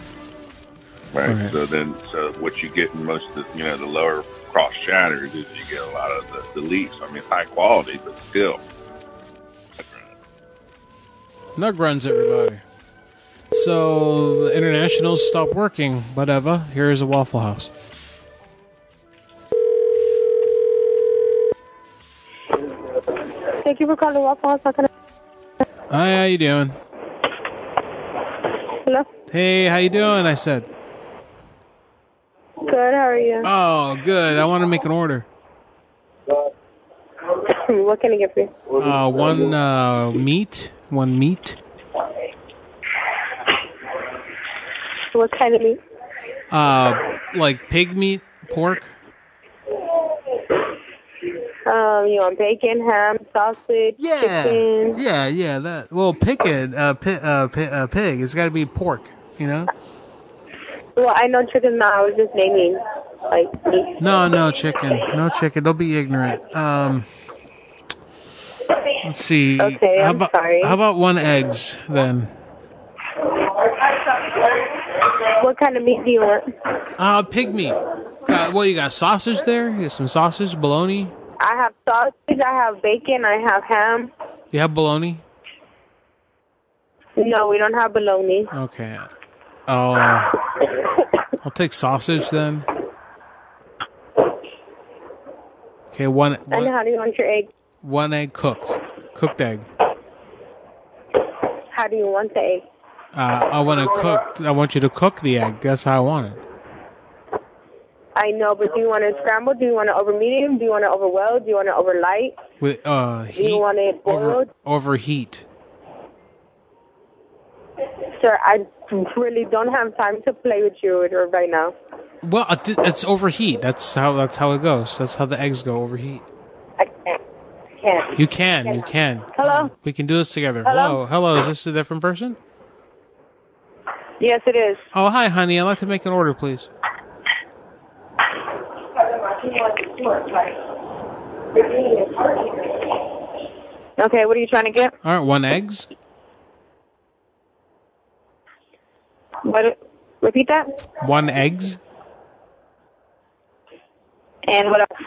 Speaker 3: Right.
Speaker 23: So then, so what you get in most of the, you know, the lower cross shatters is you get a lot of the, the leaves. I mean, it's high quality, but still.
Speaker 3: Nug runs, everybody. So, internationals stop working. Whatever. Here is a Waffle House.
Speaker 6: Thank you for calling Waffle House. How can I-
Speaker 3: Hi, how you doing?
Speaker 6: Hello?
Speaker 3: Hey, how you doing? I said.
Speaker 6: Good, how are you?
Speaker 3: Oh, good. I want to make an order.
Speaker 6: what can I get for you?
Speaker 3: Uh, one uh, meat. One meat.
Speaker 6: What kind of meat?
Speaker 3: Uh, like pig meat, pork.
Speaker 6: Um, you want bacon, ham, sausage, chicken?
Speaker 3: Yeah, yeah. That well, pick it. Uh, pi- uh, pi- uh, pig. It's got to be pork. You know.
Speaker 6: Well, I know chicken's not. I was just naming, like, meat.
Speaker 3: No, no chicken. No chicken. Don't be ignorant. Um, let's see.
Speaker 6: Okay,
Speaker 3: how
Speaker 6: I'm
Speaker 3: about,
Speaker 6: sorry.
Speaker 3: How about one eggs then?
Speaker 6: What kind of meat do you want?
Speaker 3: Uh, pig meat. Uh, well, you got sausage there. You got some sausage, bologna.
Speaker 6: I have sausage, I have bacon, I have ham.
Speaker 3: You have bologna.
Speaker 6: No, we don't have bologna.
Speaker 3: Okay. Oh, I'll take sausage then. Okay, one
Speaker 6: And how do you want your egg?
Speaker 3: one egg cooked, cooked egg.
Speaker 6: How do you want the egg?
Speaker 3: Uh, I want to cook. I want you to cook the egg. That's how I want it.
Speaker 6: I know, but do you want it scrambled? Do you want it over medium? Do you want it over well? Do you want it over light?
Speaker 3: With uh,
Speaker 6: Do you
Speaker 3: heat
Speaker 6: want it boiled?
Speaker 3: over overheat.
Speaker 6: Sir, I really don't have time to play with you right now.
Speaker 3: Well, it- it's overheat. That's how that's how it goes. That's how the eggs go overheat.
Speaker 6: Can't.
Speaker 3: You can, you can.
Speaker 6: Hello?
Speaker 3: We can do this together.
Speaker 6: Hello?
Speaker 3: hello, hello, is this a different person?
Speaker 6: Yes, it is.
Speaker 3: Oh, hi, honey. I'd like to make an order, please.
Speaker 6: Okay, what are you trying to get?
Speaker 3: All right, one eggs.
Speaker 6: What? Repeat that.
Speaker 3: One eggs.
Speaker 6: And what else?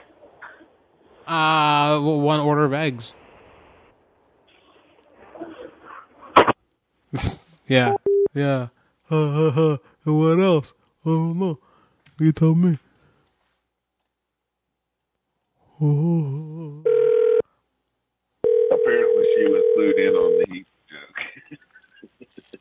Speaker 3: Uh, well, one order of eggs. yeah, yeah. Uh, uh, uh, and what else? I don't know. You tell me. Oh.
Speaker 23: Apparently, she was clued in on the heat joke.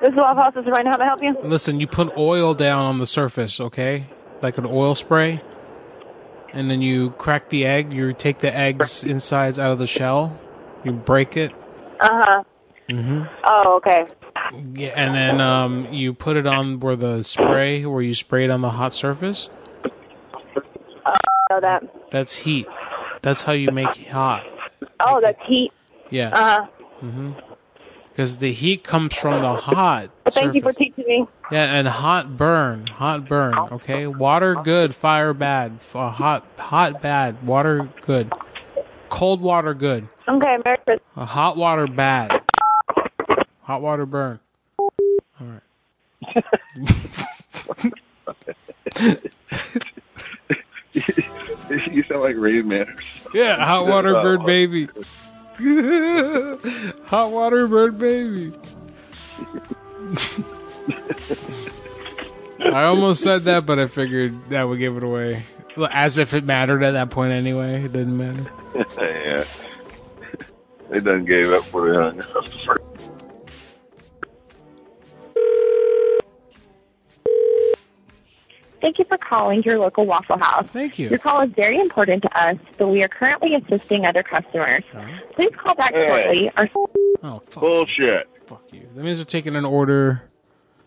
Speaker 24: This is Waffle House. This is Ryan. How may I help you?
Speaker 3: Listen, you put oil down on the surface, okay? Like an oil spray. And then you crack the egg. You take the eggs insides out of the shell. You break it.
Speaker 6: Uh-huh.
Speaker 24: Uh huh.
Speaker 3: Mm-hmm.
Speaker 24: Oh, okay.
Speaker 3: Yeah, and then um, you put it on where the spray, where you spray it on the hot surface.
Speaker 6: Oh, I know that.
Speaker 3: That's heat. That's how you make it hot.
Speaker 6: Oh, that's heat.
Speaker 3: Yeah.
Speaker 6: Uh huh.
Speaker 3: hmm Because the heat comes from the hot.
Speaker 6: But thank you for
Speaker 3: surface.
Speaker 6: teaching me.
Speaker 3: Yeah, and hot burn, hot burn. Okay, water good, fire bad. F- uh, hot, hot bad. Water good, cold water good.
Speaker 6: Okay, Merry Christmas.
Speaker 3: Uh, hot water bad. Hot water burn. All right.
Speaker 23: you sound like Uh, Rain Man.
Speaker 3: Yeah, hot water bird baby. hot water bird baby. I almost said that, but I figured that would give it away. As if it mattered at that point anyway. It didn't matter.
Speaker 23: yeah. They done gave up for the hung up.
Speaker 1: Thank you for calling your local Waffle House.
Speaker 3: Thank you.
Speaker 1: Your call is very important to us, but we are currently assisting other customers. Please call back
Speaker 23: Hey.
Speaker 1: shortly or
Speaker 3: Oh, fuck.
Speaker 23: Bullshit.
Speaker 3: Fuck you. That means they're taking an order.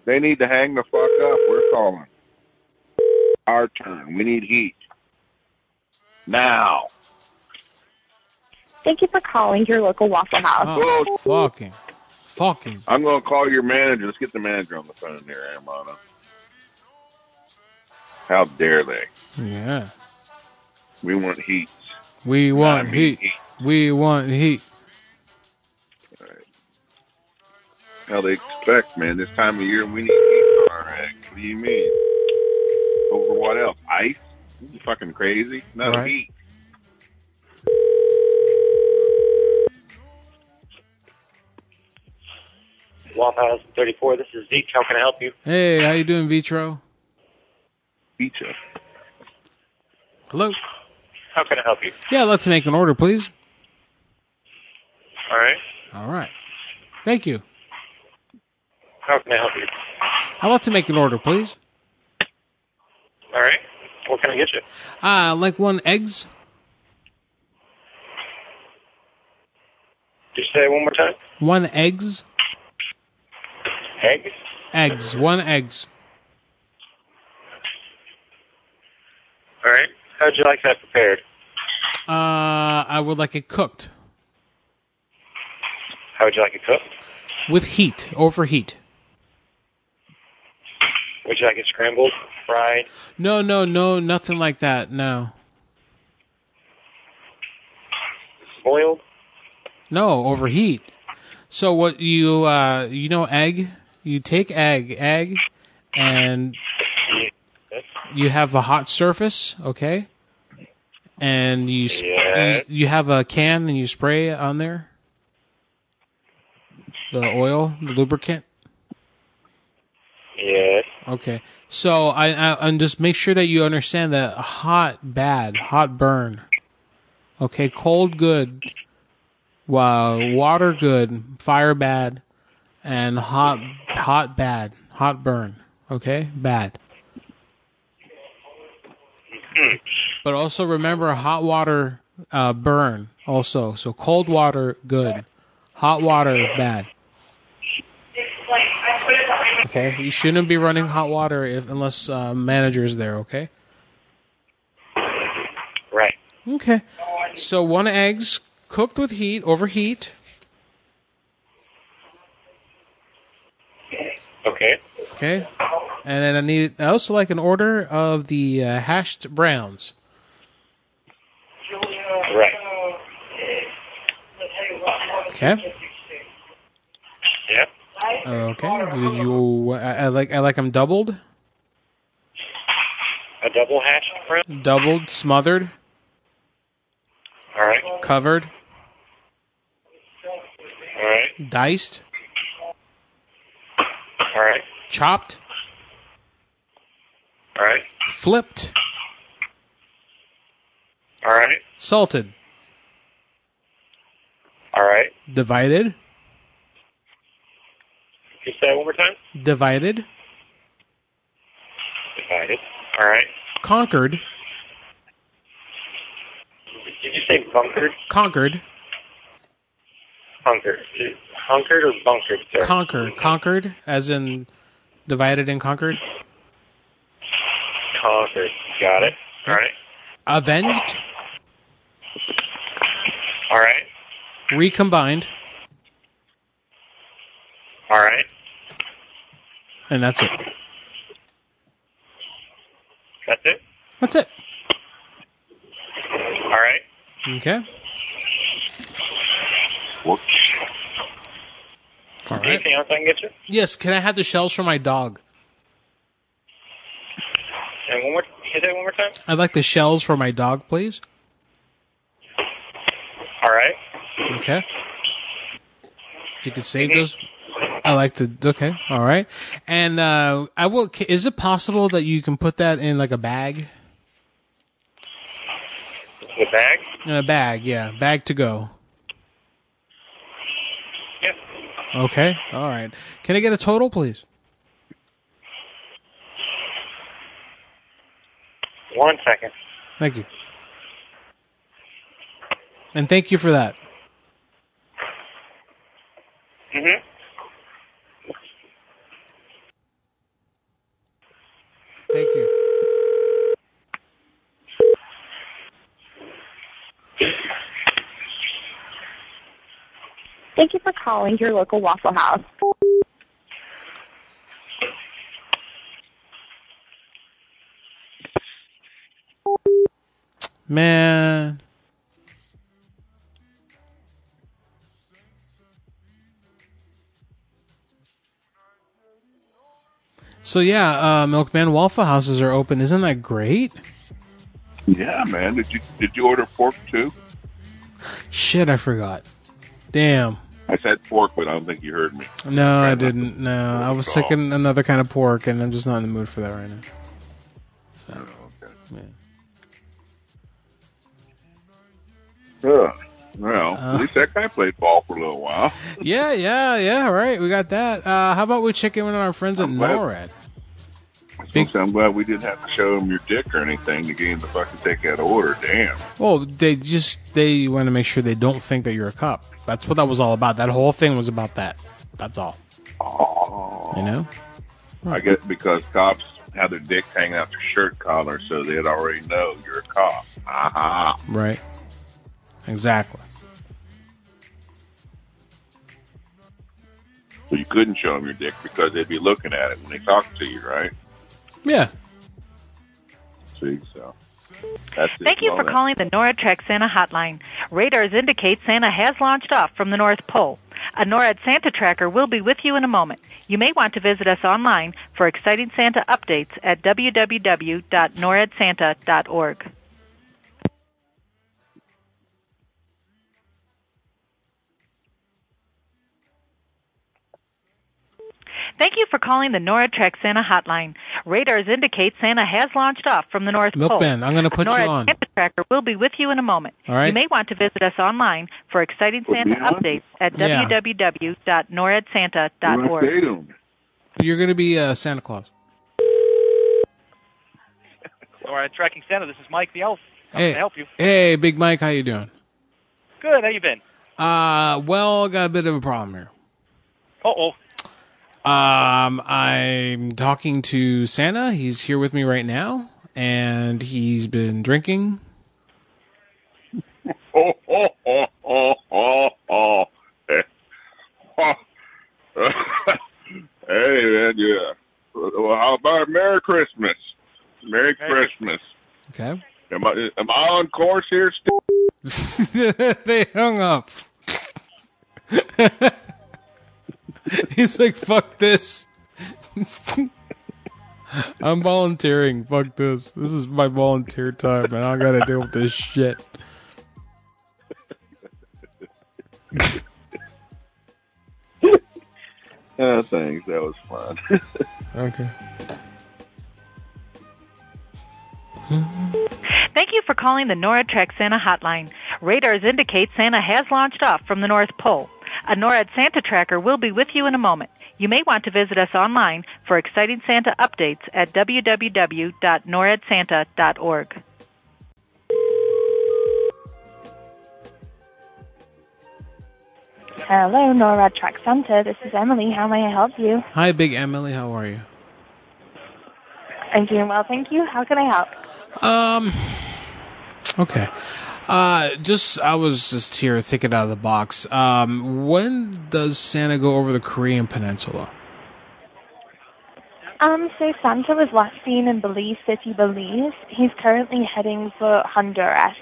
Speaker 23: They need to hang the fuck up. We're calling. Our turn. We need heat. Now.
Speaker 1: thank you for calling your local Waffle House.
Speaker 23: Oh,
Speaker 3: fucking. Fucking.
Speaker 23: I'm going to call your manager. Let's get the manager on the phone here, Amana. How dare they?
Speaker 3: Yeah.
Speaker 23: We want heat.
Speaker 3: We want
Speaker 23: I mean
Speaker 3: heat. We want heat.
Speaker 23: How they expect, man. This time of year, we need heat. All right. What do you mean? Over what else? Ice? You fucking crazy? No
Speaker 3: Right.
Speaker 23: heat.
Speaker 13: Waffle House 34. This is Zeke. How can I help you?
Speaker 3: Hey, how you doing, Vitro?
Speaker 23: Vitro.
Speaker 3: Hello.
Speaker 13: How can I help you?
Speaker 3: Yeah, let's make an order, please.
Speaker 13: All right.
Speaker 3: All right. Thank you.
Speaker 13: How can I help you?
Speaker 3: I'd like to make an order, please.
Speaker 13: All right. What can I get you?
Speaker 3: Uh, like one eggs.
Speaker 13: Just say it one more time.
Speaker 3: One eggs.
Speaker 13: Eggs.
Speaker 3: Eggs. One eggs.
Speaker 13: All right. How'd you like that prepared?
Speaker 3: Uh, I would like it cooked
Speaker 13: How would you like it cooked?
Speaker 3: with heat, over heat.
Speaker 13: Would you like it scrambled, fried?
Speaker 3: No, no, no, nothing like that. No,
Speaker 13: boiled.
Speaker 3: no, over heat. So what you uh, you know, egg. You take egg, egg, and you have a hot surface, okay? And you sp-
Speaker 13: Yes.
Speaker 3: you, you have a can and you spray it on there. The oil, the lubricant.
Speaker 13: Yes.
Speaker 3: Okay. So I, I and just make sure that you understand that hot bad, hot burn. Okay, cold good. Wow, water good, fire bad, and hot hot bad, hot burn. Okay, bad.
Speaker 13: Hmm.
Speaker 3: But also remember hot water uh, burn also. So cold water good, hot water bad. Okay, you shouldn't be running hot water if, unless uh, manager's there. Okay.
Speaker 13: Right.
Speaker 3: Okay. So one eggs cooked with heat over heat.
Speaker 13: Okay.
Speaker 3: Okay. And then I need I also like an order of the uh, hashed browns.
Speaker 13: Right.
Speaker 3: Okay.
Speaker 13: Yep.
Speaker 3: Okay. Did you? I, I like I like them doubled,
Speaker 13: A double hash brown.
Speaker 3: doubled, smothered,
Speaker 13: All right.
Speaker 3: covered,
Speaker 13: All right.
Speaker 3: diced,
Speaker 13: All right.
Speaker 3: chopped,
Speaker 13: All right.
Speaker 3: flipped,
Speaker 13: All right.
Speaker 3: salted,
Speaker 13: All right.
Speaker 3: divided,
Speaker 13: Can you say it one more time?
Speaker 3: divided,
Speaker 13: Divided. All right.
Speaker 3: conquered,
Speaker 13: Did you say bunkered?
Speaker 3: conquered,
Speaker 13: Hunkered. Hunkered or bunkered, sir?
Speaker 3: conquered, conquered, as in divided and conquered,
Speaker 13: Conquered. Got it. All right.
Speaker 3: avenged,
Speaker 13: All right.
Speaker 3: recombined,
Speaker 13: All right.
Speaker 3: and that's it.
Speaker 13: That's it.
Speaker 3: That's it.
Speaker 13: All right.
Speaker 3: Okay. All right.
Speaker 13: Anything else I can get you?
Speaker 3: Yes. Can I have the shells for my dog?
Speaker 13: And one more. Can you say it one more time?
Speaker 3: I'd like the shells for my dog, please.
Speaker 13: All right.
Speaker 3: Okay. If you could save those. I like to. Okay. All right. And uh, I will. ca- Is it possible that you can put that in like a bag?
Speaker 13: The bag.
Speaker 3: In a bag, yeah, bag to go. Okay. All right. Can I get a total, please?
Speaker 13: One second.
Speaker 3: Thank you. And thank you for that.
Speaker 13: Mm-hmm.
Speaker 3: Thank you.
Speaker 1: Thank you for calling your local Waffle House.
Speaker 3: Man. So yeah, uh, Milkman Waffle Houses are open. Isn't that great?
Speaker 23: Yeah, man. Did you did you order pork too?
Speaker 3: Shit, I forgot. Damn.
Speaker 23: I said pork, but I don't think you heard me.
Speaker 3: No, I didn't. No, I was
Speaker 23: at all.
Speaker 3: thinking another kind of pork, and I'm just not in the mood for that right now.
Speaker 23: Oh, Ugh. Well,
Speaker 3: Uh.
Speaker 23: at least that guy played ball for a little while.
Speaker 3: Yeah, yeah, yeah. Right, we got that. Uh, how about we check in with our friends at
Speaker 23: glad-
Speaker 3: NORAD?
Speaker 23: So I'm glad we didn't have to show him your dick or anything to get him to fucking take that order. Damn.
Speaker 3: Well, they just they want to make sure they don't think that you're a cop. That's what that was all about. That whole thing was about that. That's all.
Speaker 23: Oh.
Speaker 3: You know?
Speaker 23: I guess because cops have their dicks hanging out their shirt collar, so they'd already know you're a cop. Aha.
Speaker 3: Right. Exactly.
Speaker 23: So you couldn't show them your dick because they'd be looking at it when they talk to you, right?
Speaker 3: Yeah.
Speaker 23: See, so that's it.
Speaker 11: Thank you
Speaker 23: Well,
Speaker 11: for
Speaker 23: that's-
Speaker 11: calling the NORAD Track Santa hotline. Radars indicate Santa has launched off from the North Pole. A NORAD Santa tracker will be with you in a moment. You may want to visit us online for exciting Santa updates at www.noradsanta.org. Thank you for calling the NORAD Track Santa hotline. Radars indicate Santa has launched off from the North Pole.
Speaker 3: Milkman, I'm gonna
Speaker 11: A
Speaker 3: put you
Speaker 11: NORAD
Speaker 3: on.
Speaker 11: Santa tracker will be with you in a moment.
Speaker 3: All right.
Speaker 11: You may want to visit us online for exciting Santa updates at
Speaker 3: Yeah.
Speaker 11: www.noradsanta.org.
Speaker 3: You're gonna be uh, Santa Claus.
Speaker 25: NORAD Tracking Center. This is Mike the Elf. How
Speaker 3: hey,
Speaker 25: can I help you?
Speaker 3: Hey, Big Mike, how you doing?
Speaker 25: Good. How you been?
Speaker 3: Uh, well, got a bit of a problem here.
Speaker 25: Uh oh.
Speaker 3: Um, I'm talking to Santa. He's here with me right now, and he's been drinking.
Speaker 23: Oh, oh, oh, oh, oh, oh. Hey, Hey, man, yeah. Well, how about Merry Christmas? Merry Christmas.
Speaker 3: Okay.
Speaker 23: Am I, am I on course here, Steve?
Speaker 3: they hung up. He's like, fuck this. I'm volunteering. Fuck this. This is my volunteer time, and I gotta deal with this shit.
Speaker 23: Oh, thanks. That was fun.
Speaker 3: Okay.
Speaker 11: Thank you for calling the NORAD Track Santa hotline. Radars indicate Santa has launched off from the North Pole. A NORAD Santa tracker will be with you in a moment. You may want to visit us online for exciting Santa updates at www.noradsanta.org.
Speaker 26: Hello, NORAD Track Center. This is Emily. How may I help you?
Speaker 3: Hi, Big Emily. How are you?
Speaker 26: I'm doing well, thank you. How can I help?
Speaker 3: Um. Okay. Uh, just I was just here thinking out of the box. Um, when does Santa go over the Korean Peninsula?
Speaker 26: Um, so Santa was last seen in Belize City, Belize. He's currently heading for Honduras.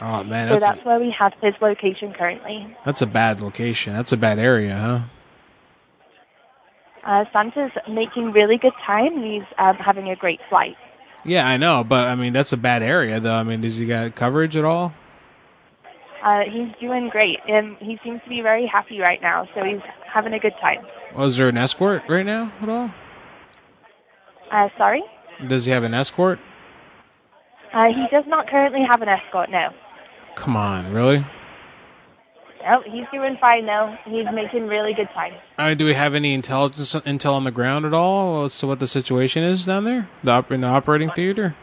Speaker 3: Oh man,
Speaker 26: so
Speaker 3: that's
Speaker 26: that's
Speaker 3: a,
Speaker 26: where we have his location currently.
Speaker 3: that's a bad location. That's a bad area, huh?
Speaker 26: Uh, Santa's making really good time. He's um, having a great flight.
Speaker 3: Yeah, I know, but I mean that's a bad area, though. I mean, does he got coverage at all?
Speaker 26: Uh, he's doing great. Um, he seems to be very happy right now, so he's having a good time.
Speaker 3: Was Oh, there an escort right now at all?
Speaker 26: Uh, sorry?
Speaker 3: Does he have an escort?
Speaker 26: Uh, he does not currently have an escort, no.
Speaker 3: Come on, really?
Speaker 26: Oh, he's doing fine though. He's making really good time.
Speaker 3: I mean, do we have any intelligence intel on the ground at all as to what the situation is down there? The op- in the operating theater?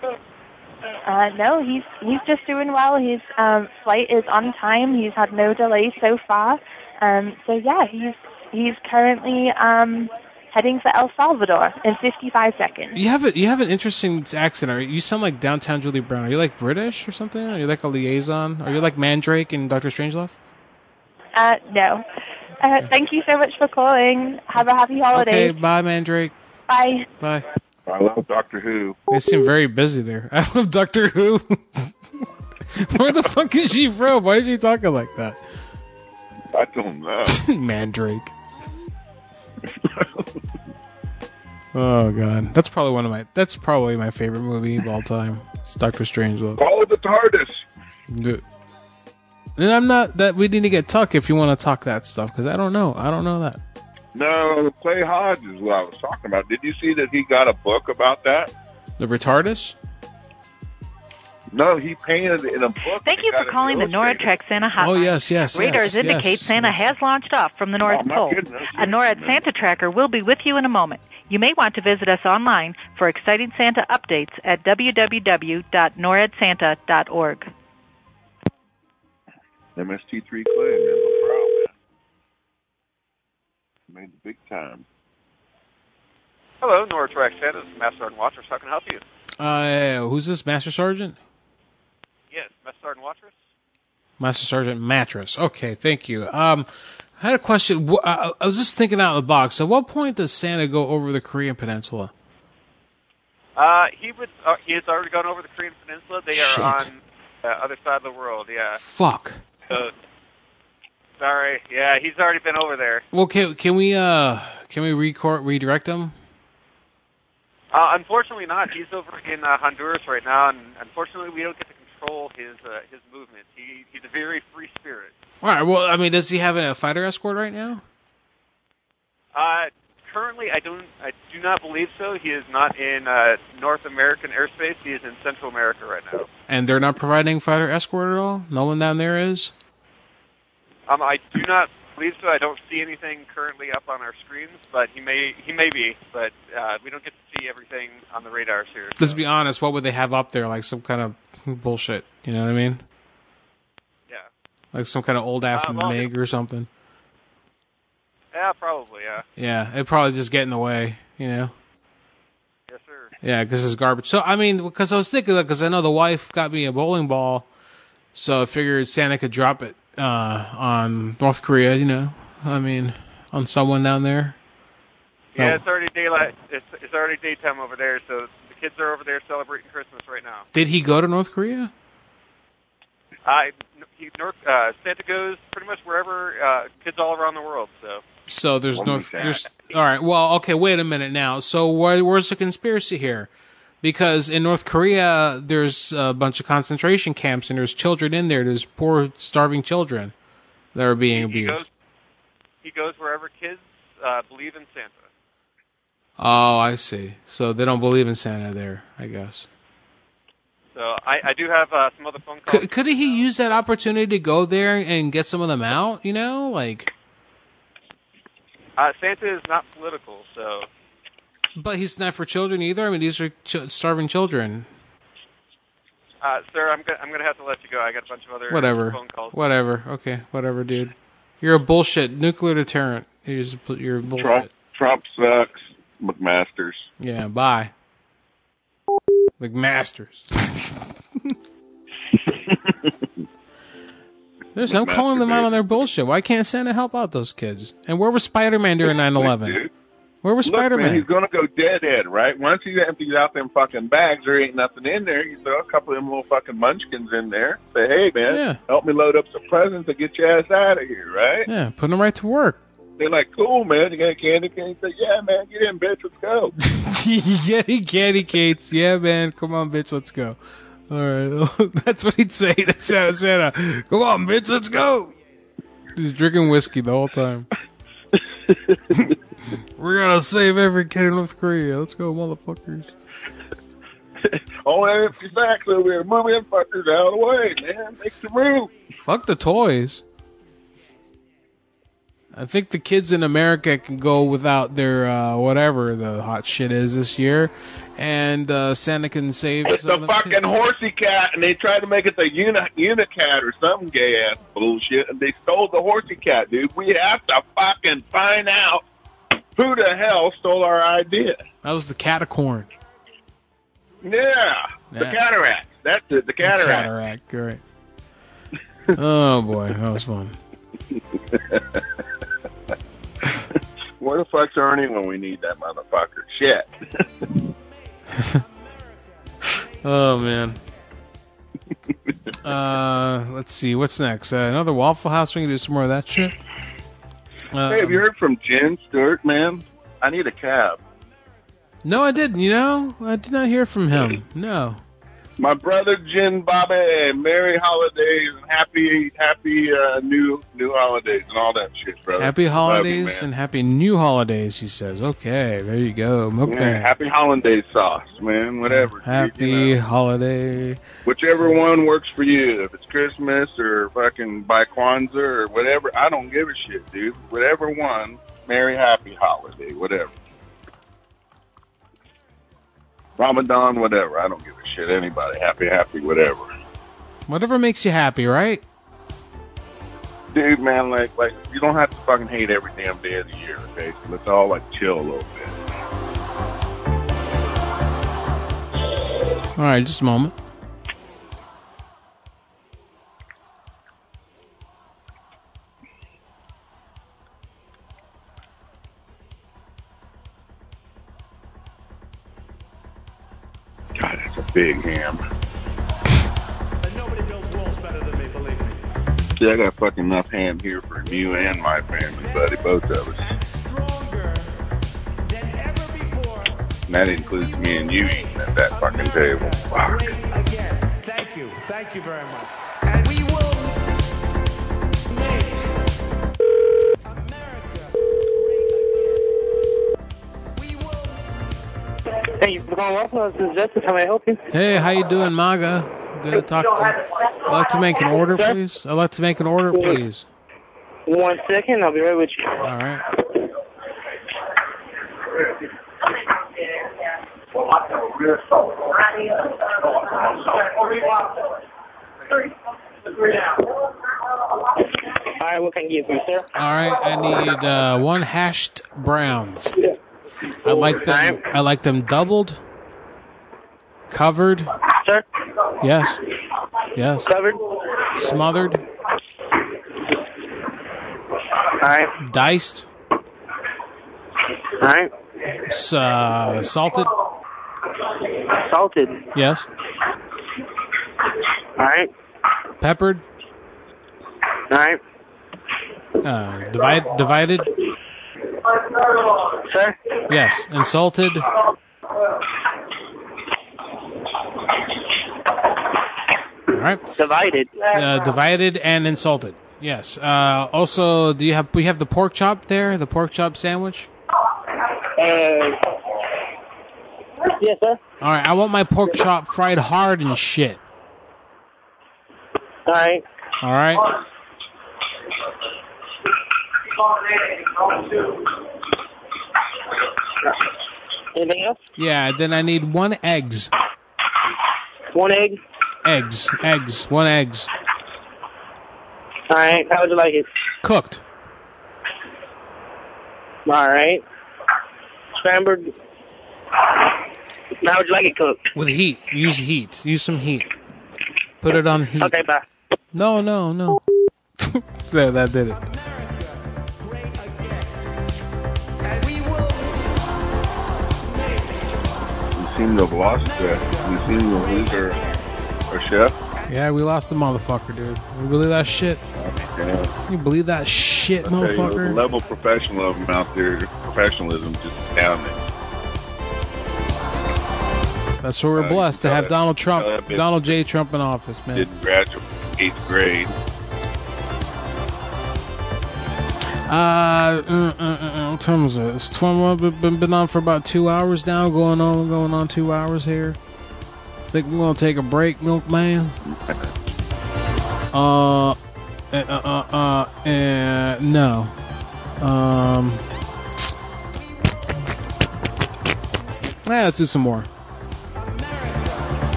Speaker 26: Uh, no, he's he's just doing well. His um, flight is on time. He's had no delays so far. Um, so yeah, he's he's currently um, heading for El Salvador in 55 seconds.
Speaker 3: You have a, you have an interesting accent. Are you you sound like downtown Julie Brown? Are you like British or something? Are you like a liaison? Are you like Mandrake in Doctor Strangelove?
Speaker 26: Uh, no. Uh, thank you so much for calling. Have a happy holiday.
Speaker 3: Okay, bye Mandrake.
Speaker 26: Bye.
Speaker 3: Bye.
Speaker 23: I love Doctor Who.
Speaker 3: They seem very busy there. I love Doctor Who. Where the fuck is she from? Why is she talking like that?
Speaker 23: I don't know.
Speaker 3: Mandrake. Oh god, that's probably one of my that's probably my favorite movie of all time. It's Doctor Strangelove.
Speaker 23: Follow the TARDIS.
Speaker 3: Dude. And I'm not that we need to get Tuck if you want to talk that stuff because I don't know. I don't know that.
Speaker 23: No, Clay Hodge is what I was talking about. Did you see that he got a book about that?
Speaker 3: The retardus.
Speaker 23: No, he painted it in a book.
Speaker 11: Thank you for calling the NORAD-TRAC-SANTA hotline.
Speaker 3: Oh yes, yes.
Speaker 11: Radars
Speaker 3: yes,
Speaker 11: indicate
Speaker 3: yes.
Speaker 11: Santa has launched off from the North
Speaker 23: Oh, my
Speaker 11: Pole.
Speaker 23: goodness.
Speaker 11: A NORAD Santa tracker will be with you in a moment. You may want to visit us online for exciting Santa updates at www.noradsanta.org.
Speaker 23: MST3 Clay, man, no problem, man. Made the big time.
Speaker 25: Hello, Nora Track Santa. This is Master Sergeant Watchers. How can I help you?
Speaker 3: Uh, who's this, Master Sergeant?
Speaker 25: Yes, Master Sergeant Watchers.
Speaker 3: Master Sergeant Mattress. Okay, thank you. Um, I had a question. Wh- I I was just thinking out of the box. At what point does Santa go over the Korean Peninsula?
Speaker 25: Uh, he was. Uh, he has already gone over the Korean Peninsula. They
Speaker 3: Shit.
Speaker 25: are on the other side of the world. Yeah.
Speaker 3: Fuck.
Speaker 25: So, sorry. Yeah, he's already been over there.
Speaker 3: Well, can can we uh can we record redirect him?
Speaker 25: Uh, unfortunately, not. He's over in uh, Honduras right now, and unfortunately, we don't get to control his uh, his movements. He he's a very free spirit.
Speaker 3: All right. Well, I mean, does he have a fighter escort right now?
Speaker 25: Uh, currently, I don't. I do not believe so. He is not in uh, North American airspace. He is in Central America right now.
Speaker 3: And they're not providing fighter escort at all. No one down there is.
Speaker 25: Um, I do not believe so. I don't see anything currently up on our screens, but he may he may be. But uh, we don't get to see everything on the radars here.
Speaker 3: Let's be honest. What would they have up there? Like some kind of bullshit. You know what I mean?
Speaker 25: Yeah.
Speaker 3: Like some kind of old ass
Speaker 25: Uh, well-
Speaker 3: Mig or something.
Speaker 25: Yeah, probably. Yeah.
Speaker 3: Yeah, it probably just get in the way. You know.
Speaker 25: Yes, sir.
Speaker 3: Yeah, because it's garbage. So I mean, because I was thinking that because I know the wife got me a bowling ball, so I figured Santa could drop it uh, on North Korea. You know, I mean, on someone down there.
Speaker 25: Yeah,
Speaker 3: No.
Speaker 25: it's already daylight. It's, it's already daytime over there, so the kids are over there celebrating Christmas right now.
Speaker 3: Did he go to North Korea?
Speaker 25: I he, North, uh, Santa goes pretty much wherever uh, kids all around the world. So
Speaker 3: So there's
Speaker 25: What
Speaker 3: no
Speaker 25: was that?
Speaker 3: there's all right. Well, okay, wait a minute now. So where, where's the conspiracy here? Because in North Korea, there's a bunch of concentration camps and there's children in there. There's poor, starving children that are being
Speaker 25: he
Speaker 3: abused.
Speaker 25: goes he goes wherever kids uh, believe in Santa.
Speaker 3: Oh, I see. So they don't believe in Santa there, I guess.
Speaker 25: So I, I do have uh, some other phone calls.
Speaker 3: Could, could he use that opportunity to go there and get some of them out? You know, like,
Speaker 25: Uh, Santa is not political, so
Speaker 3: but he's not for children either. I mean, these are ch- starving children.
Speaker 25: uh, sir, I'm gonna, I'm gonna have to let you go. I got a bunch of other
Speaker 3: Whatever.
Speaker 25: phone calls.
Speaker 3: Whatever. Okay. Whatever, dude. You're a bullshit nuclear deterrent. You're, just, bu- you're bullshit.
Speaker 23: Trump, Trump sucks. McMaster's.
Speaker 3: Yeah. Bye. McMasters. There's no calling them out on their bullshit. Why can't Santa help out those kids? And where was Spider Man during 9 11? Where was
Speaker 23: Look,
Speaker 3: Spider
Speaker 23: man,
Speaker 3: Man?
Speaker 23: he's gonna go deadhead, right? Once he empties out them fucking bags, there ain't nothing in there. You throw a couple of them little fucking munchkins in there. Say, hey man,
Speaker 3: Yeah.
Speaker 23: help me load up some presents and get your ass out of here, right?
Speaker 3: Yeah, putting them right to work.
Speaker 23: They're like, cool man, you got a candy cane? Say, yeah man, get in, bitch, let's go.
Speaker 3: Yeti Candy Cates. Yeah, man. Come on, bitch. Let's go. All right. That's what he'd say. That's Santa Santa. Come on, bitch. Let's go. He's drinking whiskey the whole time. We're going to save every kid in North Korea. Let's go, motherfuckers.
Speaker 23: All that empty sacks over here, motherfuckers out of the way, man. Make some room.
Speaker 3: Fuck the toys. I think the kids in America can go without their uh, whatever the hot shit is this year, and uh, Santa can save.
Speaker 23: It's
Speaker 3: some of
Speaker 23: the
Speaker 3: them
Speaker 23: fucking horsey cat, and they tried to make it the uni- unicat or some gay ass bullshit, and they stole the horsey cat, dude. We have to fucking find out who the hell stole our idea.
Speaker 3: That was the catacorn.
Speaker 23: Yeah, the
Speaker 3: Yeah.
Speaker 23: cataract. That's it, the cataract.
Speaker 3: Cataract. Great. oh boy, that was fun.
Speaker 23: Where the fuck's Ernie when we need that motherfucker? Shit.
Speaker 3: Oh man. uh, let's see what's next. Uh, another Waffle House. We can do some more of that shit. Uh,
Speaker 23: hey, have you heard from Jen Stewart, man? I need a cab.
Speaker 3: No, I didn't. You know, I did not hear from him. No.
Speaker 23: My brother Jen Bobby, and Merry Holidays and happy, happy uh, new new holidays and all that shit, brother.
Speaker 3: Happy
Speaker 23: Love you,
Speaker 3: holidays
Speaker 23: man.
Speaker 3: and happy new holidays. He says. Okay, there you go. Okay.
Speaker 23: Yeah, happy holiday sauce, man. Whatever.
Speaker 3: Happy holiday.
Speaker 23: Whichever one works for you. If it's Christmas or fucking by Kwanzaa or whatever, I don't give a shit, dude. Whatever one, merry happy holiday, whatever. Ramadan, whatever. I don't give a shit. Anybody, happy, happy, whatever.
Speaker 3: Whatever makes you happy, right?
Speaker 23: Dude, man, like, like you don't have to fucking hate every damn day of the year, okay? So let's all like chill a little bit.
Speaker 3: All right, just a moment.
Speaker 23: God, that's a big ham. See, I got fucking enough ham here for you and my family, buddy, both of us. And that includes me and you eating at that fucking table. Fuck.
Speaker 7: Thank you. Thank you very much.
Speaker 16: Thank you for calling Waffle House. This is Justice. How may I help you?
Speaker 3: Hey, how you doing, Maga? Good to talk to. I'd like to make an order, please. I'd like to make an order, please.
Speaker 16: One second. I'll be right with you.
Speaker 3: All right.
Speaker 16: All right. What can I get for you, sir?
Speaker 3: All right, I need uh, one hashed browns. I like them. I like them doubled, covered.
Speaker 16: Sir?
Speaker 3: Yes. Yes.
Speaker 16: Covered.
Speaker 3: Smothered.
Speaker 16: All right.
Speaker 3: Diced.
Speaker 16: All right.
Speaker 3: S- uh, salted.
Speaker 16: Salted.
Speaker 3: Yes.
Speaker 16: All right.
Speaker 3: Peppered.
Speaker 16: All right.
Speaker 3: Uh, divide, divided.
Speaker 16: Sir?
Speaker 3: Yes. And salted. All right.
Speaker 16: Divided.
Speaker 3: Uh, divided and insulted. Yes. Uh, also, do you have we have the pork chop there? The pork chop sandwich.
Speaker 16: Uh, yes, sir.
Speaker 3: All right. I want my pork chop fried hard and shit.
Speaker 16: All right.
Speaker 3: All right.
Speaker 16: Anything else?
Speaker 3: Yeah. Then I need one eggs.
Speaker 16: One egg.
Speaker 3: Eggs. Eggs. One eggs.
Speaker 16: All right. How would you like it?
Speaker 3: Cooked.
Speaker 16: All right. Scrambled. How would you like it cooked?
Speaker 3: With heat. Use heat. Use some heat. Put it on heat.
Speaker 16: Okay, bye.
Speaker 3: No, no, no. there, that did it.
Speaker 23: We seem to have lost that. We seem to lose our, our chef.
Speaker 3: Yeah, we lost the motherfucker, dude. You believe that shit?
Speaker 23: Yeah.
Speaker 3: You believe that shit,
Speaker 23: I tell you, the
Speaker 3: motherfucker?
Speaker 23: level of professionalism out there, professionalism just astounding.
Speaker 3: That's why we're
Speaker 23: Uh,
Speaker 3: blessed to
Speaker 23: tell
Speaker 3: have
Speaker 23: that-
Speaker 3: Donald Trump,
Speaker 23: tell that bitch
Speaker 3: Donald J. Trump in office, man.
Speaker 23: Didn't graduate eighth grade.
Speaker 3: Uh, mm, mm, mm, mm, what time was it? It's 12, we've been, been on for about two hours now, going on, going on two hours here. Think we're gonna take a break, milkman. Uh, uh, uh, uh, uh, no. Um, yeah, let's do some more.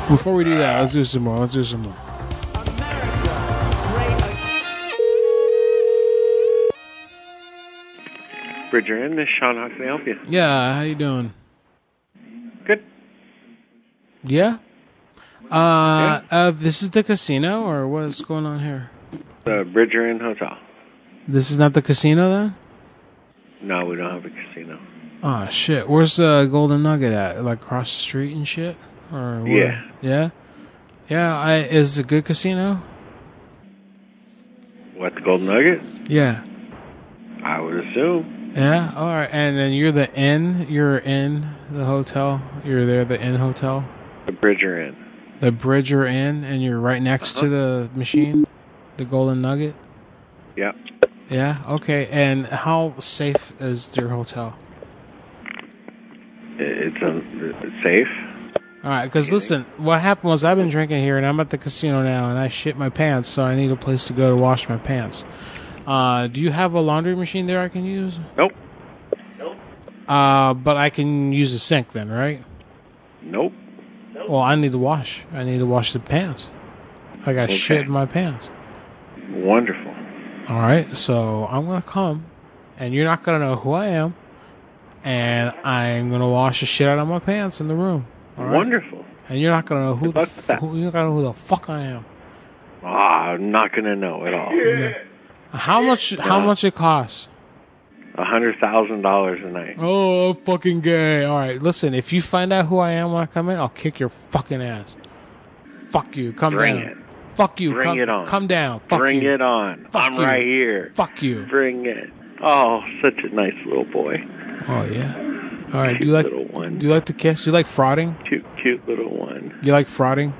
Speaker 3: Before we do that, let's do some more. Let's do some more.
Speaker 17: Bridger in. This is Sean. How can I help you?
Speaker 3: Yeah, how you doing?
Speaker 17: Good.
Speaker 3: Yeah. Uh, uh, this is the casino, or what's going on here?
Speaker 17: The Bridger Inn Hotel.
Speaker 3: This is not the casino, then.
Speaker 17: No, we don't have a casino.
Speaker 3: Oh shit! Where's the uh, Golden Nugget at? Like across the street and shit, or where?
Speaker 17: Yeah.
Speaker 3: yeah, yeah. I is it a good casino?
Speaker 17: What, the Golden Nugget?
Speaker 3: Yeah,
Speaker 17: I would assume.
Speaker 3: yeah. All right, and then you're the inn. You're in the hotel. You're there, the inn hotel,
Speaker 17: The Bridger Inn.
Speaker 3: the Bridger Inn, and you're right next
Speaker 17: Uh-huh.
Speaker 3: to the machine, the Golden Nugget.
Speaker 17: Yep.
Speaker 3: Yeah. Okay. And how safe is your hotel?
Speaker 17: I- It's, um, it's safe.
Speaker 3: All right, because listen, what happened was I've been drinking here, and I'm at the casino now, and I shit my pants, so I need a place to go to wash my pants. Uh, do you have a laundry machine there I can use?
Speaker 17: Nope.
Speaker 3: Uh, but I can use the sink then, right?
Speaker 17: Nope.
Speaker 3: Well, I need to wash. I need to wash the pants. I got
Speaker 17: Okay.
Speaker 3: shit in my pants.
Speaker 17: Wonderful.
Speaker 3: All right, so I'm gonna come, and you're not gonna know who I am, and I'm gonna wash the shit out of my pants in the room. all right?
Speaker 17: Wonderful.
Speaker 3: And you're not gonna know who the f- who, you're not gonna know who the fuck I am.
Speaker 17: Ah, I'm not gonna know at all.
Speaker 3: How much? How
Speaker 17: Yeah.
Speaker 3: much it costs?
Speaker 17: A hundred thousand dollars a night.
Speaker 3: Oh, I'm fucking gay. All right, listen. If you find out who I am when I come in, I'll kick your fucking ass. Fuck you. Come
Speaker 17: Bring
Speaker 3: down.
Speaker 17: it.
Speaker 3: Fuck you.
Speaker 17: Bring
Speaker 3: come,
Speaker 17: it on.
Speaker 3: Come down. Fuck
Speaker 17: Bring
Speaker 3: you.
Speaker 17: it on.
Speaker 3: Fuck
Speaker 17: I'm
Speaker 3: you.
Speaker 17: right here.
Speaker 3: Fuck you.
Speaker 17: Bring it. Oh, such a nice little boy.
Speaker 3: Oh yeah. All right. Do you like? Do you like to kiss? You like frauding?
Speaker 17: Cute, cute little one.
Speaker 3: You like frauding?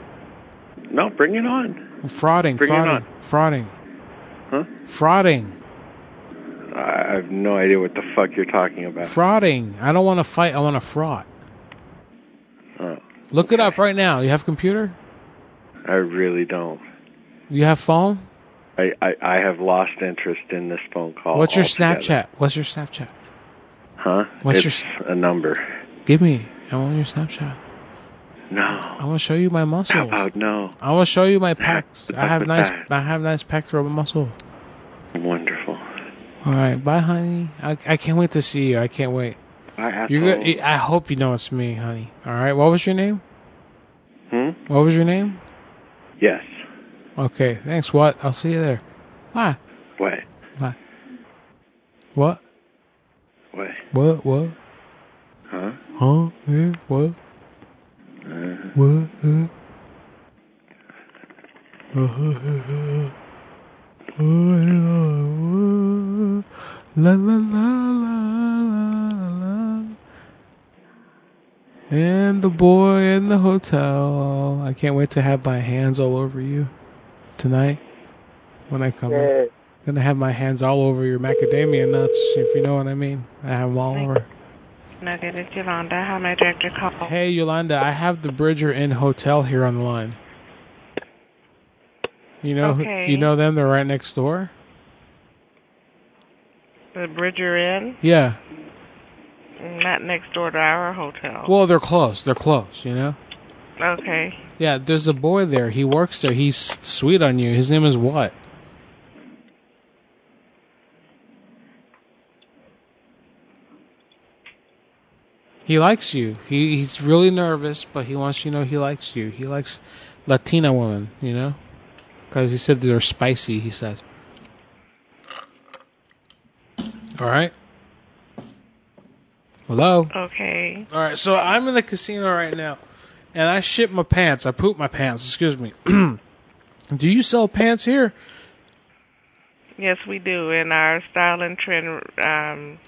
Speaker 17: No, bring it on.
Speaker 3: Frauding.
Speaker 17: Bring it
Speaker 3: frauding. Frauding.
Speaker 17: Huh?
Speaker 3: Frauding.
Speaker 17: I I have no idea what the fuck you're talking about.
Speaker 3: Frauding. I don't want to fight. I want to fraud.
Speaker 17: Huh.
Speaker 3: Look it up right now. You have computer?
Speaker 17: I really don't.
Speaker 3: You have phone?
Speaker 17: I, I, I have lost interest in this phone call.
Speaker 3: What's your
Speaker 17: altogether.
Speaker 3: Snapchat? What's your Snapchat?
Speaker 17: Huh?
Speaker 3: What's
Speaker 17: it's your a number?
Speaker 3: Give me. I want your Snapchat.
Speaker 17: No.
Speaker 3: I want to show you my
Speaker 17: How
Speaker 3: muscles.
Speaker 17: about no?
Speaker 3: I want to show you my pecs. I have
Speaker 17: With
Speaker 3: nice.
Speaker 17: that.
Speaker 3: I have nice pectoral muscle.
Speaker 17: Wonderful.
Speaker 3: All right, bye, honey. I, I can't wait to see you. I can't wait.
Speaker 17: I
Speaker 3: You're good. I hope you know it's me, honey. All right. What was your name?
Speaker 17: Hmm?
Speaker 3: What was your name?
Speaker 17: Yes.
Speaker 3: Okay. Thanks. What? I'll see you there. Bye.
Speaker 17: What?
Speaker 3: Bye. What?
Speaker 17: What?
Speaker 3: What? What?
Speaker 17: Huh?
Speaker 3: Huh? Yeah. What?
Speaker 17: Uh,
Speaker 3: What? Uh? Uh-huh. La la la la la la. And the boy in the hotel. I can't wait to have my hands all over you tonight when I come. in. Gonna have my hands all over your macadamia nuts, if you know what I mean. I have them all over.
Speaker 6: Nugget, it's Yolanda. How may I direct your call?
Speaker 3: Hey Yolanda, I have the Bridger Inn Hotel here on the line. You know, who-
Speaker 6: Okay.
Speaker 3: you know them. They're right next door.
Speaker 6: The Bridger Inn,
Speaker 3: Yeah.
Speaker 6: not next door to our hotel.
Speaker 3: Well, they're close. They're close. You know.
Speaker 6: Okay.
Speaker 3: Yeah. There's a boy there. He works there. He's sweet on you. His name is what? He likes you. He he's really nervous, but he wants you to know he likes you. He likes Latina women. You know, because he said they're spicy. He said. All right. Hello.
Speaker 6: Okay.
Speaker 3: All right, so I'm in the casino right now, and I shit my pants. I poop my pants. Excuse me. Do you sell pants here?
Speaker 6: Yes, we do in our style and trend um,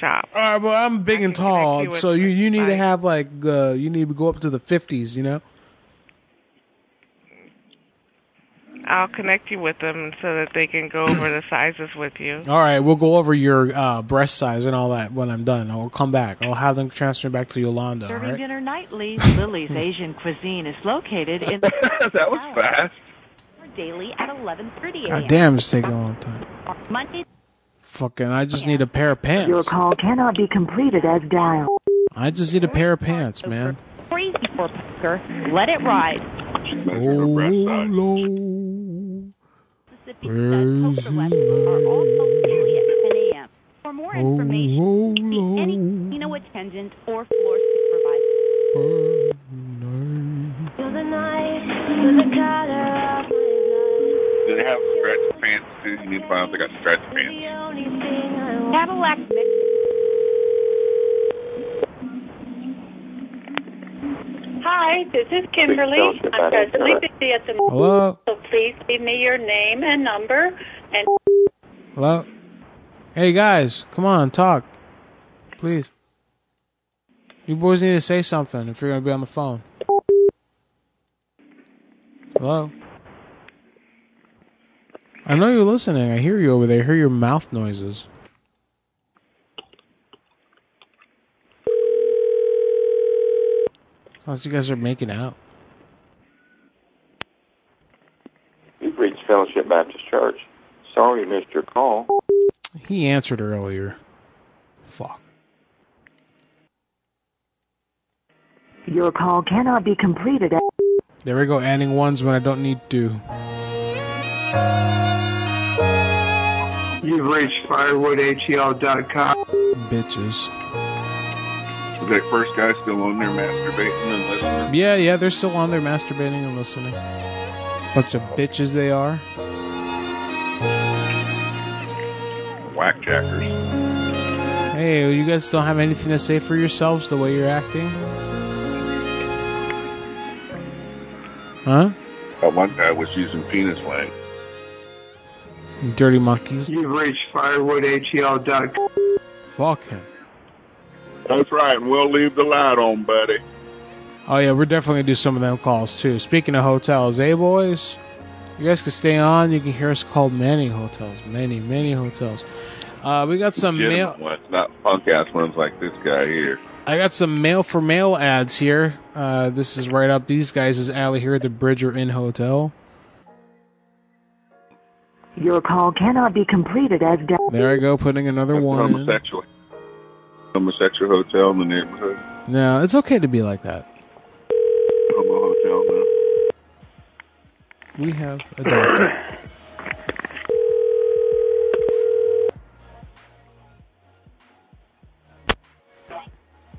Speaker 6: shop.
Speaker 3: All right, well I'm big and tall,
Speaker 6: you
Speaker 3: so
Speaker 6: with
Speaker 3: you you need to
Speaker 6: advice.
Speaker 3: have like uh, you need to go up to the fifties. You know.
Speaker 6: I'll connect you with them so that they can go over the sizes with you.
Speaker 3: All right, we'll go over your uh, breast size and all that when I'm done. I'll come back. I'll have them transfer back to Yolanda. All
Speaker 5: Serving
Speaker 3: right.
Speaker 5: dinner nightly, Lily's Asian cuisine is located in
Speaker 27: that was fast.
Speaker 5: daily at 11:30 a.m.
Speaker 3: God damn, it's taking a long time.
Speaker 5: Monday
Speaker 3: fucking. I just need a pair of
Speaker 12: Your
Speaker 3: pants.
Speaker 12: call cannot be completed as dialed.
Speaker 3: I just need a pair of pants, man.
Speaker 5: Free for Parker. Let it ride.
Speaker 3: Oh, Lord. Praise you,
Speaker 5: For more
Speaker 3: Oh,
Speaker 5: information, see any casino attendant or floor supervisor.
Speaker 23: Do they have stretch pants too? You need to find out if they got stretch pants.
Speaker 5: Cadillac
Speaker 18: Hi, this is Kimberly.
Speaker 23: Please don't
Speaker 18: I'm
Speaker 23: divide
Speaker 18: presently
Speaker 23: us.
Speaker 18: busy at the
Speaker 3: Hello?
Speaker 18: so please leave me your name and number. And
Speaker 3: Hello? Hey, guys, come on, talk. Please. You boys need to say something if you're going to be on the phone. Hello? I know you're listening. I hear you over there. I hear your mouth noises. Sounds like you guys are making out.
Speaker 20: You've reached Fellowship Baptist Church. Sorry you missed your call.
Speaker 3: He answered earlier. Fuck.
Speaker 12: Your call cannot be completed as
Speaker 3: There we go, adding ones when I don't need to.
Speaker 6: You've reached
Speaker 7: E
Speaker 6: firewoodhel.com.
Speaker 3: Bitches.
Speaker 23: Is that first guy still on there masturbating and listening?
Speaker 3: Yeah, yeah, they're still on there masturbating and listening. Bunch of bitches they are.
Speaker 23: Whackjackers.
Speaker 3: Hey, you guys don't have anything to say for yourselves the way you're acting? Huh?
Speaker 23: That one guy was using penis wang.
Speaker 3: You Dirty monkeys.
Speaker 6: You've reached firewoodhl.com.
Speaker 3: Fuck him.
Speaker 23: That's right, and we'll leave the light on, buddy.
Speaker 3: Oh, yeah, we're definitely going to do some of them calls, too. Speaking of hotels, hey, boys? You guys can stay on. You can hear us call many hotels. Many, many hotels. Uh, we got some mail.
Speaker 23: Legitimate ones, not punk ass ones like this guy here.
Speaker 3: I got some mail for mail ads here. Uh, this is right up these guys' alley here at the Bridger Inn Hotel.
Speaker 12: your call cannot be completed as dialed.
Speaker 3: There I go, putting another one in.
Speaker 23: Homosexual. Homosexual hotel in the neighborhood.
Speaker 3: No, it's okay to be like that.
Speaker 23: Homo hotel now.
Speaker 3: We have a doctor.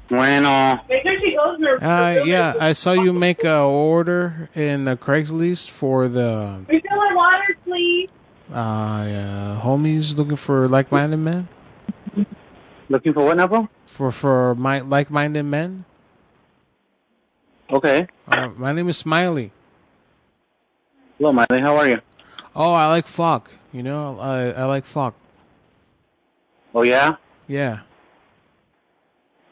Speaker 28: Bueno.
Speaker 3: Uh, yeah, I saw you make a order in the Craigslist for the
Speaker 29: Refilling water, please.
Speaker 3: uh, uh, homies looking for like-minded men.
Speaker 28: Looking for what number?
Speaker 3: For for my like-minded men.
Speaker 28: Okay.
Speaker 3: Uh, my name is Smiley.
Speaker 28: Hello, Miley. How are you?
Speaker 3: Oh, I like fuck. You know, I I like fuck.
Speaker 28: Oh, yeah?
Speaker 3: Yeah.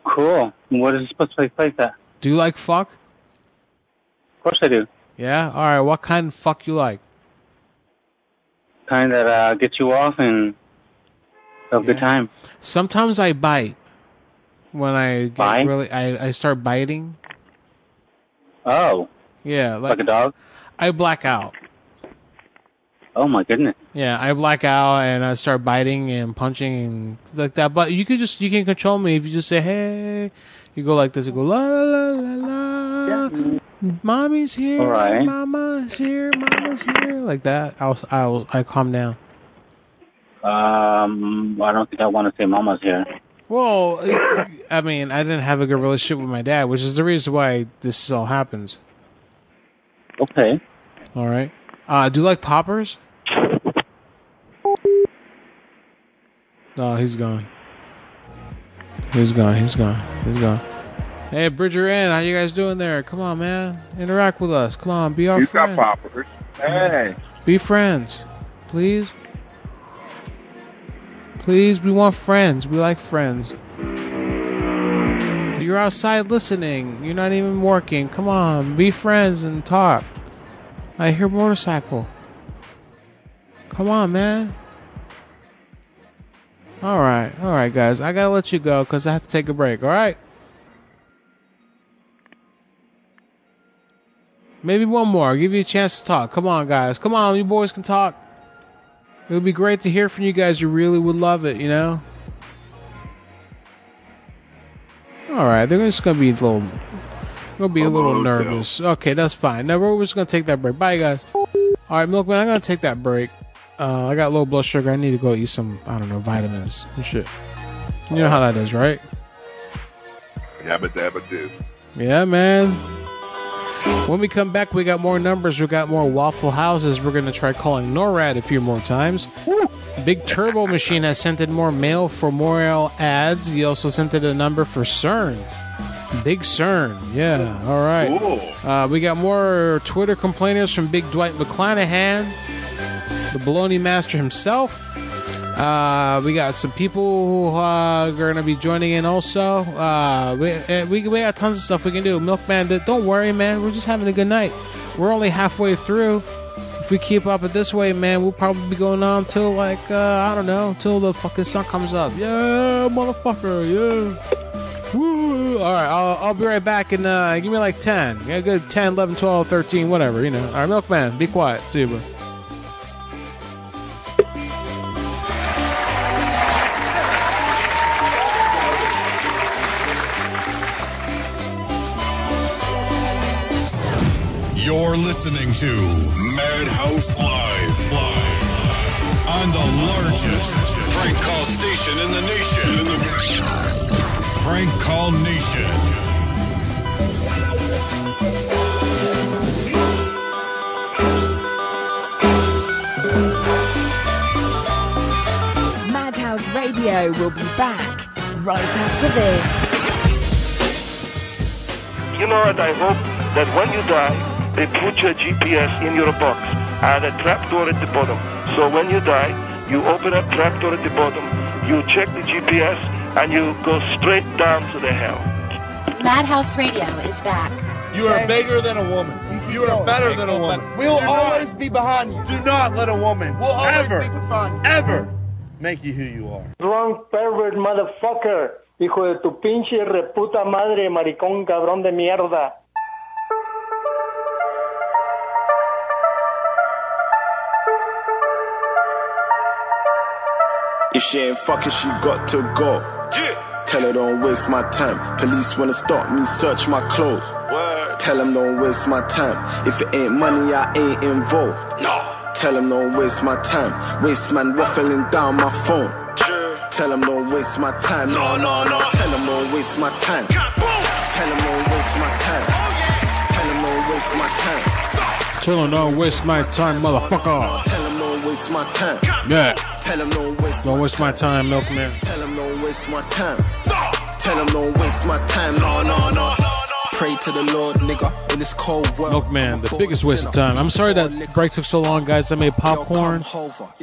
Speaker 28: Cool. What is it supposed to take place at?
Speaker 3: Do you like fuck?
Speaker 28: Of course I do.
Speaker 3: Yeah. All right. What kind of fuck you like?
Speaker 28: Kind that uh, gets you off and have a good time.
Speaker 3: Sometimes I bite when I get
Speaker 28: Bite?
Speaker 3: really. I, I start biting.
Speaker 28: Oh.
Speaker 3: Yeah, like,
Speaker 28: a dog?
Speaker 3: I black out.
Speaker 28: Oh, my goodness.
Speaker 3: Yeah, I black out and I start biting and punching and things like that. But you can just you can control me if you just say hey. You go like this. You go la la la la. la. Mommy's here.
Speaker 28: All right.
Speaker 3: Mama's here. Mama's here. Like that. I'll I'll I calm down.
Speaker 28: Um, I don't think I want to say Mama's here.
Speaker 3: Well,
Speaker 22: Oh,
Speaker 3: I mean, I didn't have a good relationship with my dad, which is the reason why this all happens.
Speaker 28: Okay.
Speaker 3: All right. Uh, do you like poppers? No, he's gone. He's gone. He's gone. He's gone. Hey, Bridger Inn, how you guys doing there? Come on, man. Interact with us. Come on, be our
Speaker 23: You got
Speaker 3: friend.
Speaker 23: poppers. Hey.
Speaker 3: Be friends, please. Please, we want friends. We like friends. You're outside listening. You're not even working. Come on, be friends and talk. I hear motorcycle. Come on, man. All right, all right, guys. I gotta let you go because I have to take a break. All right. Maybe one more. I'll give you a chance to talk. Come on, guys. Come on, you boys can talk. It would be great to hear from you guys. You really would love it, you know? All right, they're just going to be a little. Gonna be a little nervous. Okay, that's fine. Now we're just gonna take that break. Bye, guys. All right, Milkman, I'm gonna take that break. Uh, I got low blood sugar. I need to go eat some. I don't know vitamins and shit. You know how that is, right?
Speaker 23: Yabba dabba do.
Speaker 3: Yeah, man. When we come back, we got more numbers. We got more Waffle Houses. We're going to try calling NORAD a few more times. Big Turbo Machine has sent in more mail for Morel ads. He also sent in a number for CERN. Big CERN. Yeah, all right. Uh, we got more Twitter complainers from Big Dwight McClanahan, the baloney master himself. Uh, we got some people who uh, are going to be joining in also. Uh, we, eh, we we got tons of stuff we can do. Milkman, d- don't worry, man. We're just having a good night. We're only halfway through. If we keep up it this way, man, we'll probably be going on till like uh, I don't know, till the fucking sun comes up. Yeah, motherfucker. Yeah. Woo. All right, I'll, I'll be right back and uh, give me like 10. Yeah, good 10, 11, 12, 13, whatever, you know. All right, Milkman, be quiet. See you, bro.
Speaker 2: You're listening to Madhouse Live. Live. On the largest prank call station in the nation. Prank Call Nation.
Speaker 22: Madhouse Radio will be back right after this.
Speaker 4: You know what? I hope that when you die, they put your GPS in your box and a trapdoor at the bottom. So when you die, you open a trapdoor at the bottom, you check the GPS, and you go straight down to the hell.
Speaker 22: Madhouse Radio is back.
Speaker 21: You are bigger than a woman. You are better than a woman.
Speaker 7: We will
Speaker 21: Do not-
Speaker 7: always be behind you.
Speaker 21: Do not let a woman
Speaker 7: We'll always
Speaker 21: ever,
Speaker 7: be behind you.
Speaker 21: ever make you who you are.
Speaker 29: Drunk pervert motherfucker. Hijo de tu pinche reputa madre, maricón cabrón de mierda.
Speaker 15: If she ain't fucking, she got to go. Tell her don't waste my time. Police wanna stop me, search my clothes. Tell them don't waste my time. If it ain't money, I ain't involved. No. Tell them don't waste my time. Waste man waffling down my phone. Tell them don't waste my time. No, no, no. Tell them don't waste my time. Tell them don't waste my time. Tell them don't waste my time.
Speaker 3: Chillin', don't waste my time, motherfucker.
Speaker 15: Tell them don't waste my time.
Speaker 3: Yeah.
Speaker 15: Tell them don't waste
Speaker 3: Don't waste my time, Milkman.
Speaker 15: Tell them don't waste my time. Tell them don't waste my time. No, no, no. Pray to the Lord, nigga, in this cold world.
Speaker 3: Milkman, the biggest waste of time. I'm sorry that break took so long, guys. I made popcorn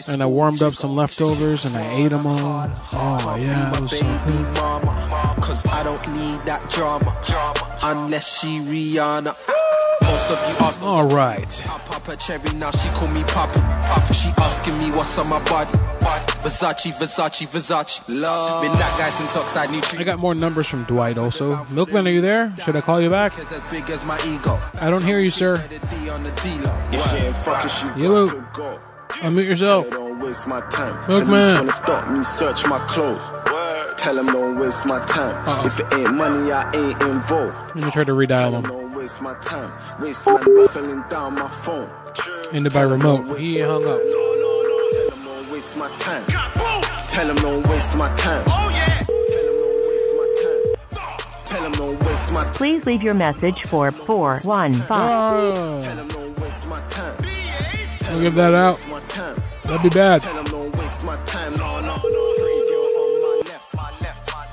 Speaker 3: and I warmed up some leftovers and I ate them all. Oh yeah, it was so good.
Speaker 15: Cause I don't need that drama. Unless she Rihanna. Most of you ask
Speaker 3: All right.
Speaker 15: I pop her cherry now, she call me Papa. She asking me what's on my body. Versace, Versace, Versace. Love. Been that guy since Oxide Nutrient.
Speaker 3: I got more numbers from Dwight also. Milkman, are you there? Should I call you back?
Speaker 15: As big as my ego.
Speaker 3: I don't hear you, sir.
Speaker 15: D on the D-Lo. If she ain't fucking, she
Speaker 3: Hello.
Speaker 15: got to go.
Speaker 3: Unmute yourself.
Speaker 15: Don't waste my time.
Speaker 3: Look,
Speaker 15: Police
Speaker 3: man.
Speaker 15: wanna stop me, search my clothes. Tell them don't waste my time.
Speaker 3: Uh-uh.
Speaker 15: If it ain't money, I ain't involved.
Speaker 3: Let me try to redial him.
Speaker 15: Don't waste my time. Waste my waffling down my phone.
Speaker 3: Ended by remote. He hung up.
Speaker 15: Don't waste my time. Tell them don't waste my time. Oh yeah. Tell them don't waste my time. Please leave your message for 415. Tell them don't waste my time.
Speaker 3: I'll give that out. That'd be bad.
Speaker 15: Tell them don't waste my time. No, no, no.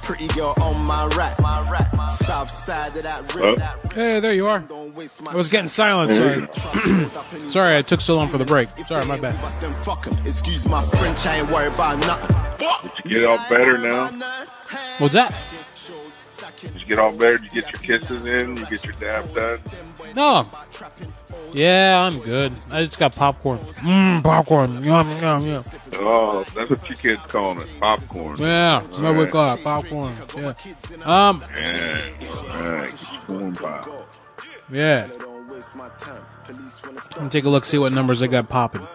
Speaker 15: Pretty girl on my left, my left, my left. Pretty girl on my right, my right. South side of that
Speaker 3: Oh.
Speaker 15: rim, that
Speaker 3: Hey, there you are. I was getting silent, so I, sorry I took so long for the break. Sorry, my bad.
Speaker 15: bust them fuck 'em. Excuse my French, I ain't worried about nothing.
Speaker 23: Did you get all better now?
Speaker 3: What's that?
Speaker 23: Did you get all better? Did you get your kisses in? You get your dab done?
Speaker 3: No. Yeah, I'm good. I just got popcorn. Mmm, popcorn. Yum, yum, yum.
Speaker 23: Oh, that's what you kids calling it, popcorn.
Speaker 3: Yeah,
Speaker 23: All
Speaker 3: so we
Speaker 23: right.
Speaker 3: got popcorn. Yeah. Um.
Speaker 23: Yeah, all right, corn pop.
Speaker 3: Yeah. Let me take a look, see what numbers I got popping.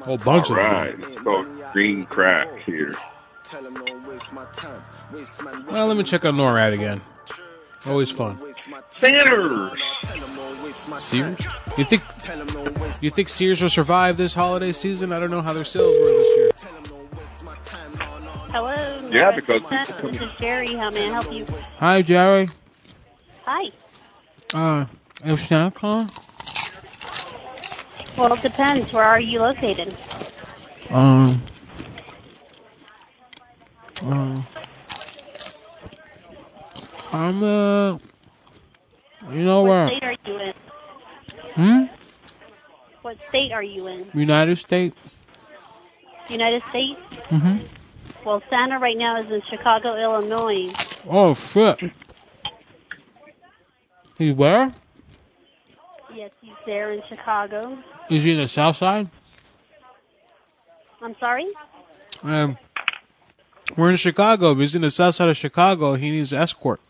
Speaker 3: Whole bunch
Speaker 23: All
Speaker 3: of
Speaker 23: right,
Speaker 3: them.
Speaker 23: it's called green cracks here.
Speaker 3: Well, let me check out NORAD again. Always fun.
Speaker 23: Sears.
Speaker 3: Sears? You think you think Sears will survive this holiday season? I don't know how their sales were this year.
Speaker 5: Hello.
Speaker 3: Yeah, because
Speaker 5: Northwest. this is Jerry. How may I help you?
Speaker 3: Hi, Jerry.
Speaker 5: Hi.
Speaker 3: Uh, is Santa Claus?
Speaker 5: Well, it depends. Where are you located?
Speaker 3: Um. Um. I'm uh. You know
Speaker 5: what
Speaker 3: where?
Speaker 5: state are you in?
Speaker 3: Hmm.
Speaker 5: What state are you in?
Speaker 3: United States.
Speaker 5: United States.
Speaker 3: Mm-hmm.
Speaker 5: Well, Santa right now is in Chicago, Illinois.
Speaker 3: Oh shit. He where?
Speaker 5: Yes, he's there in Chicago.
Speaker 3: Is he in the South Side?
Speaker 5: I'm sorry.
Speaker 3: Um. We're in Chicago. If he's in the South Side of Chicago, he needs escort.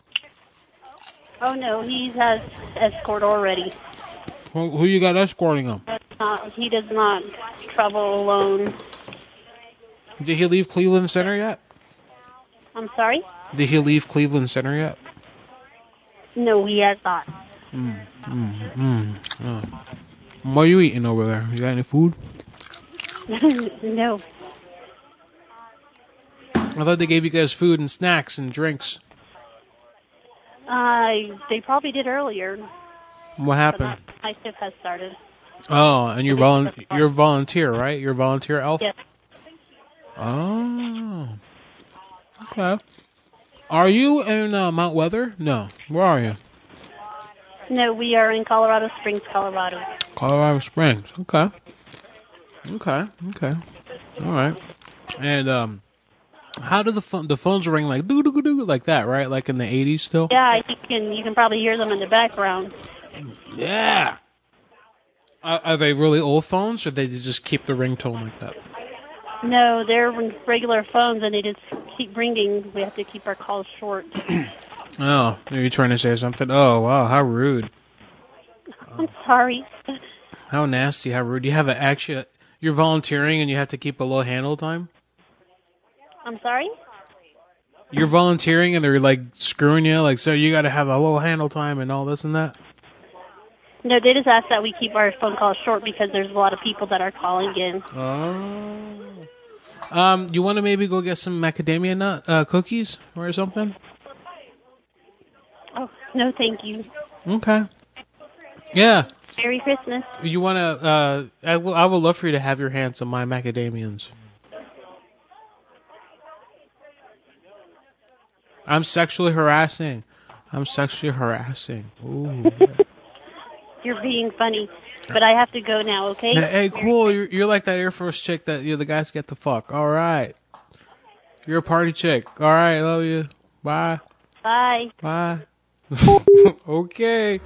Speaker 5: Oh no, he has escort already.
Speaker 3: Who, who you got escorting him?
Speaker 5: That's not, Uh, he does not travel alone.
Speaker 3: Did he leave Cleveland Center yet?
Speaker 5: I'm sorry.
Speaker 3: Did he leave Cleveland Center yet?
Speaker 5: No, he has not.
Speaker 3: Mm, mm, mm, mm. What are you eating over there? You got any food?
Speaker 5: no.
Speaker 3: I thought they gave you guys food and snacks and drinks.
Speaker 5: Uh, they probably did earlier.
Speaker 3: What happened?
Speaker 5: But my shift has started.
Speaker 3: Oh, and you're volun you're a volunteer, right? You're a volunteer elf.
Speaker 5: Yes.
Speaker 3: Oh. Okay. Are you in uh, Mount Weather? No. Where are you?
Speaker 5: No, we are in Colorado Springs, Colorado.
Speaker 3: Colorado Springs. Okay. Okay. Okay. All right. And um, how do the phone the phones ring like doo doo doo doo like that, right? Like in the '80s still.
Speaker 5: Yeah, you can you can probably hear them in the background.
Speaker 3: Yeah. Are, are they really old phones, or they just keep the ringtone like that?
Speaker 5: No, they're regular phones, and they just keep ringing. We have to keep our calls short.
Speaker 3: Oh, are you trying to say something? Oh, wow, how rude!
Speaker 5: I'm sorry.
Speaker 3: How nasty! How rude! You have an actually you're volunteering and you have to keep a low handle time.
Speaker 5: I'm sorry.
Speaker 3: You're volunteering and they're like screwing you, like so you got to have a low handle time and all this and that.
Speaker 5: No, they just ask that we keep our phone calls short because there's a lot of people that are calling in.
Speaker 3: Oh. Um, you want to maybe go get some macadamia nut uh, cookies or something?
Speaker 5: Oh no, thank you.
Speaker 3: Okay. Yeah.
Speaker 5: Merry Christmas.
Speaker 3: You want to? Uh, I will. I would love for you to have your hands on my macadamians. I'm sexually harassing. I'm sexually harassing. Ooh.
Speaker 5: You're being funny, but I have to go now. Okay.
Speaker 3: Now, hey, cool. You're, you're like that Air Force chick that you know, the guys get the fuck. All right. You're a party chick. All right. Love you. Bye.
Speaker 5: Bye.
Speaker 3: Bye. okay.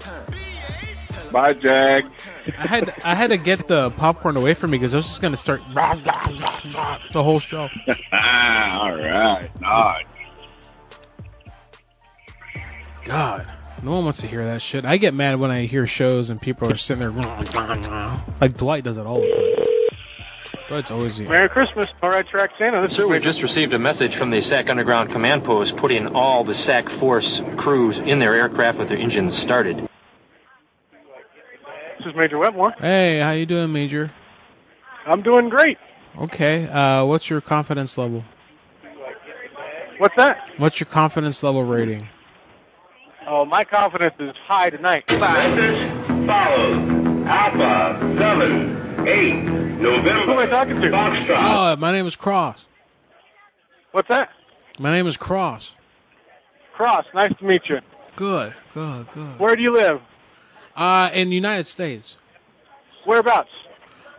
Speaker 23: Bye, Jack.
Speaker 3: I had I had to get the popcorn away from me because I was just gonna start the whole show.
Speaker 23: Ah, all right. Nice.
Speaker 3: God, no one wants to hear that shit. I get mad when I hear shows and people are sitting there like Dwight does it all the time. Dwight's always here.
Speaker 1: Merry Christmas, Norad Track Santa. This
Speaker 9: Sir, we've just received a message from the SAC Underground Command Post putting all the SAC Force crews in their aircraft with their engines started.
Speaker 1: this is Major Wetmore.
Speaker 3: Hey, how you doing, Major?
Speaker 1: I'm doing great.
Speaker 3: Okay, uh, what's your confidence level?
Speaker 1: What's that?
Speaker 3: What's your confidence level rating?
Speaker 1: Oh, my confidence is high tonight.
Speaker 23: follows Alpha 7 8 November. Who am I talking to? Foxtrot.
Speaker 3: Oh, my name is Cross.
Speaker 1: What's that?
Speaker 3: My name is Cross.
Speaker 1: Cross. Nice to meet you.
Speaker 3: Good, good, good.
Speaker 1: Where do you live?
Speaker 3: Uh, in the United States.
Speaker 1: Whereabouts?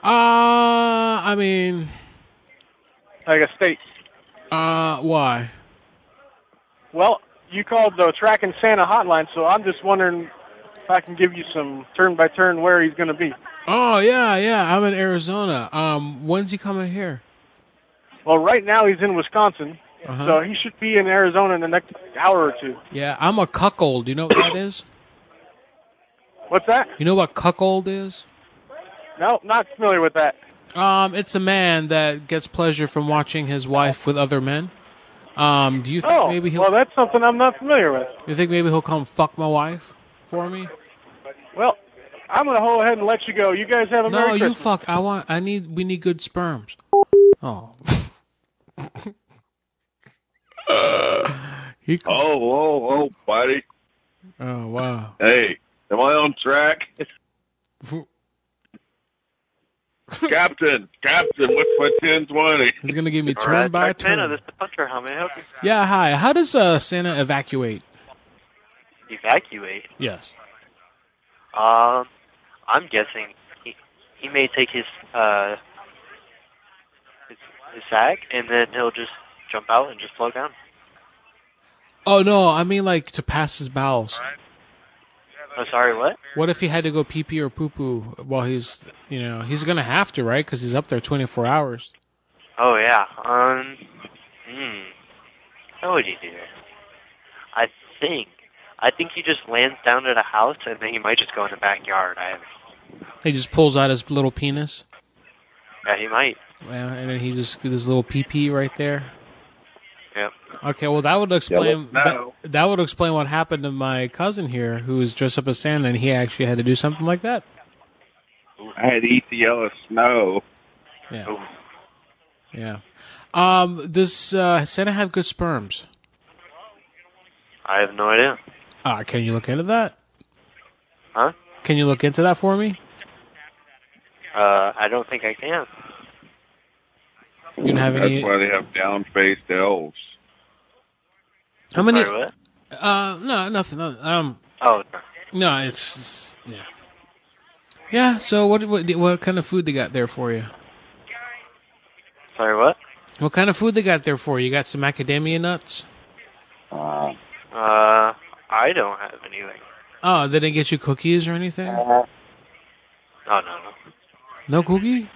Speaker 3: Uh, I mean,
Speaker 1: Like a state.
Speaker 3: uh, why?
Speaker 1: Well, you called the Track and Santa hotline, so I'm just wondering if I can give you some turn by turn where he's going to be.
Speaker 3: Oh yeah, yeah. I'm in Arizona. Um, when's he coming here?
Speaker 1: Well, right now he's in Wisconsin,
Speaker 3: Uh-huh.
Speaker 1: so he should be in Arizona in the next hour or two.
Speaker 3: Yeah, I'm a cuckold. You know what that is?
Speaker 1: What's that?
Speaker 3: You know what cuckold is?
Speaker 1: No, not familiar with that.
Speaker 3: Um, it's a man that gets pleasure from watching his wife with other men. Um, do you think
Speaker 7: Oh,
Speaker 3: maybe he'll?
Speaker 7: well, that's something I'm not familiar with.
Speaker 3: You think maybe he'll come fuck my wife for me?
Speaker 7: Well, I'm gonna go ahead and let you go. You guys have a
Speaker 3: no,
Speaker 7: merry
Speaker 3: you
Speaker 7: Christmas.
Speaker 3: fuck. I want. I need. We need good sperms. Oh.
Speaker 23: Oh, oh, oh, buddy.
Speaker 3: Oh wow.
Speaker 23: Hey, am I on track? Captain, Captain, what's my ten twenty?
Speaker 3: He's gonna give me turn by turn.
Speaker 13: this is Hunter. How may I help you?
Speaker 3: Yeah. Hi. How does uh, Santa evacuate?
Speaker 13: Evacuate.
Speaker 3: Yes.
Speaker 13: Um, I'm guessing he he may take his uh his, his sack and then he'll just jump out and just slow down.
Speaker 3: Oh no. I mean like to pass his bowels.
Speaker 13: I'm Oh, sorry. What?
Speaker 3: What if he had to go pee pee or poo poo while he's you know he's gonna have to right because he's up there twenty four hours.
Speaker 13: Oh yeah. Um. Hmm. How would you do that? I think. I think he just lands down at a house and then he might just go in the backyard. I
Speaker 3: He just pulls out his little penis.
Speaker 13: yeah, he might.
Speaker 3: Yeah, and then he just this little pee pee right there.
Speaker 13: Yep.
Speaker 3: Okay, well that would explain
Speaker 13: Yeah,
Speaker 3: that,
Speaker 13: well,
Speaker 3: that would explain what happened to my cousin here, who was dressed up as Santa, and he actually had to do something like that.
Speaker 23: I had E to eat the yellow snow. Oh,
Speaker 3: Yeah. Yeah. Um, does uh, Santa have good sperms?
Speaker 13: I have no idea.
Speaker 3: Uh, can you look into that?
Speaker 13: Huh?
Speaker 3: Can you look into that for me?
Speaker 13: Uh, I don't think I can.
Speaker 3: You don't have
Speaker 23: That's
Speaker 3: any.
Speaker 23: why they have down-faced elves.
Speaker 3: How many?
Speaker 13: Sorry, what?
Speaker 3: Uh, no, nothing. no, Um.
Speaker 13: Oh.
Speaker 3: No, it's, it's yeah. Yeah. So what what what kind of food they got there for you?
Speaker 13: Sorry, what?
Speaker 3: What kind of food they got there for you? You got some macadamia nuts?
Speaker 13: Uh, I don't have anything.
Speaker 3: Oh, they didn't get you cookies or anything?
Speaker 13: Oh no, no.
Speaker 3: No cookie?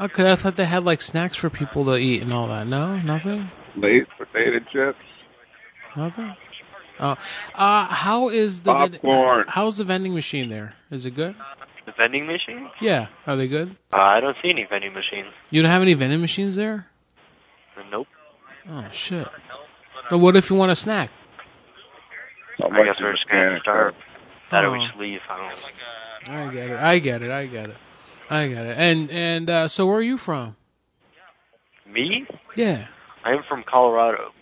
Speaker 3: Okay, I thought they had like snacks for people to eat and all that. No, nothing,
Speaker 23: Lays potato chips.
Speaker 3: nothing. Oh, uh, how is the
Speaker 13: Popcorn.
Speaker 3: how's the vending machine there? Is it good?
Speaker 13: The vending machine?
Speaker 3: Yeah, are they good?
Speaker 13: Uh, I don't see any vending machines.
Speaker 3: You don't have any vending machines there?
Speaker 13: Nope.
Speaker 3: Oh shit. But what if you want a snack?
Speaker 13: I guess we're just gonna starve. How do we
Speaker 3: Oh.
Speaker 13: just leave? I don't.
Speaker 3: I get it. I get it. I get it. I get it. And and uh, so where are you from?
Speaker 13: Me?
Speaker 3: Yeah.
Speaker 13: I'm from Colorado.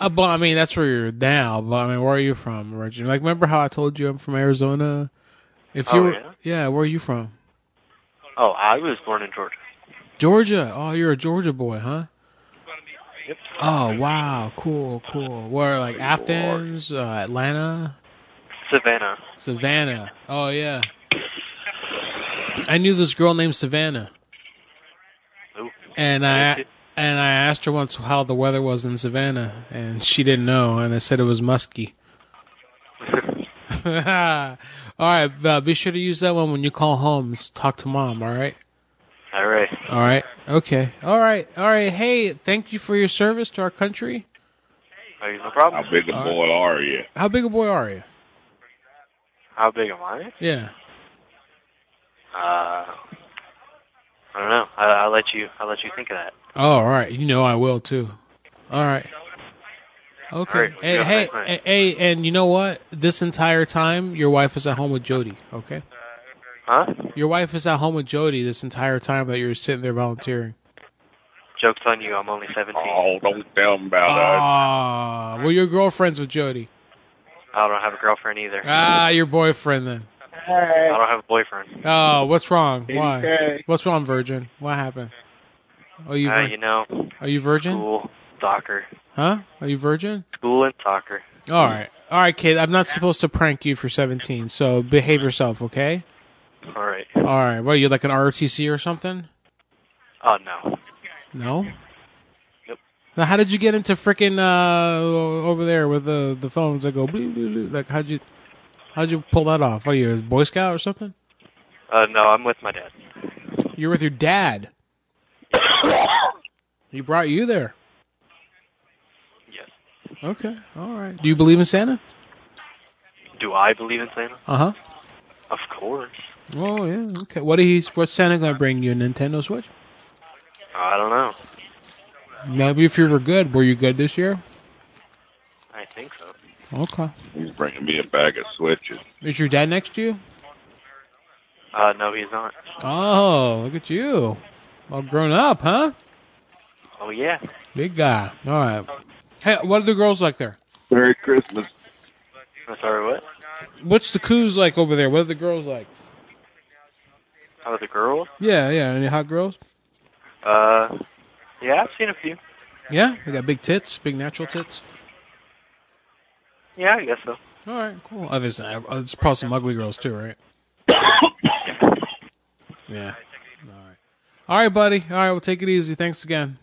Speaker 3: Uh, but I mean, that's where you're now. But I mean, where are you from originally? Like, remember how I told you I'm from Arizona? If
Speaker 13: Oh,
Speaker 3: you were,
Speaker 13: yeah?
Speaker 3: where are you from?
Speaker 13: Oh, I was born in Georgia.
Speaker 3: Georgia. Oh, you're a Georgia boy, huh? Oh wow, cool, cool. Where like Athens, uh, Atlanta,
Speaker 13: Savannah.
Speaker 3: Savannah. Oh yeah. I knew this girl named Savannah,
Speaker 13: Ooh.
Speaker 3: and I and I asked her once how the weather was in Savannah, and she didn't know, and I said it was musky. all right, uh, be sure to use that one when you call home. S- Talk to mom. All right.
Speaker 13: All right.
Speaker 3: All right. Okay. All right. All right. Hey, thank you for your service to our country.
Speaker 13: Hey, no problem.
Speaker 23: How big a boy are you?
Speaker 3: How big a boy are you?
Speaker 13: How big am I?
Speaker 3: Yeah.
Speaker 13: Uh, I don't know. I, I'll let you. I'll let you think of that.
Speaker 3: Oh, all right. You know I will too. All right. Okay.
Speaker 13: All right,
Speaker 3: hey,
Speaker 13: yeah,
Speaker 3: hey,
Speaker 13: that's nice.
Speaker 3: hey, hey, and you know what? This entire time, your wife is at home with Jody. Okay.
Speaker 13: Huh?
Speaker 3: Your wife is at home with Jody this entire time that you're sitting there volunteering.
Speaker 13: Joke's on you. I'm only 17.
Speaker 23: Oh, don't tell them about
Speaker 3: Ah, well, your girlfriend's with Jody.
Speaker 13: I don't have a girlfriend either.
Speaker 3: Ah, your boyfriend then.
Speaker 13: I don't have a boyfriend.
Speaker 3: Oh, what's wrong? Why?
Speaker 13: Okay.
Speaker 3: What's wrong, Virgin? What happened? Are you
Speaker 13: Uh,
Speaker 3: vir-
Speaker 13: you know,
Speaker 3: are you Virgin?
Speaker 13: school, soccer,
Speaker 3: Huh? Are you Virgin?
Speaker 13: school and soccer.
Speaker 3: All right, all right, kid. I'm not supposed to prank you for 17, so behave yourself, okay?
Speaker 13: All right.
Speaker 3: All right. What are you like an ROTC or something?
Speaker 13: Oh no.
Speaker 3: No. Now, how did you get into freaking uh, over there with the the phones that go blue, blue, blue? Like, how'd you how'd you pull that off? Are you a Boy Scout or something?
Speaker 13: Uh, no, I'm with my dad.
Speaker 3: You're with your dad. he brought you there.
Speaker 13: Yes.
Speaker 3: Okay. All right. Do you believe in Santa?
Speaker 13: Do I believe in Santa?
Speaker 3: Uh huh.
Speaker 13: Of course.
Speaker 3: Oh yeah. Okay. What he's what's Santa gonna bring you? A Nintendo Switch?
Speaker 25: I don't know.
Speaker 3: Maybe if you were good, were you good this year?
Speaker 25: I think so.
Speaker 3: Okay.
Speaker 23: He's bringing me a bag of switches.
Speaker 3: Is your dad next to you?
Speaker 25: Uh, no, he's not.
Speaker 3: Oh, look at you. All grown up, huh?
Speaker 25: Oh yeah.
Speaker 3: Big guy. All right. Hey, what are the girls like there?
Speaker 23: Merry Christmas.
Speaker 25: I'm sorry, what?
Speaker 3: What's the coos like over there? What are the girls like?
Speaker 25: How about the girls?
Speaker 3: Yeah, yeah. Any hot girls?
Speaker 25: Uh, yeah, I've seen a few.
Speaker 3: Yeah, they got big tits, big natural tits.
Speaker 25: Yeah, I guess so.
Speaker 3: All right, cool. Oh, there's, uh, there's probably some ugly girls too, right? yeah. All right. All right, buddy. All right, well, take it easy. Thanks again.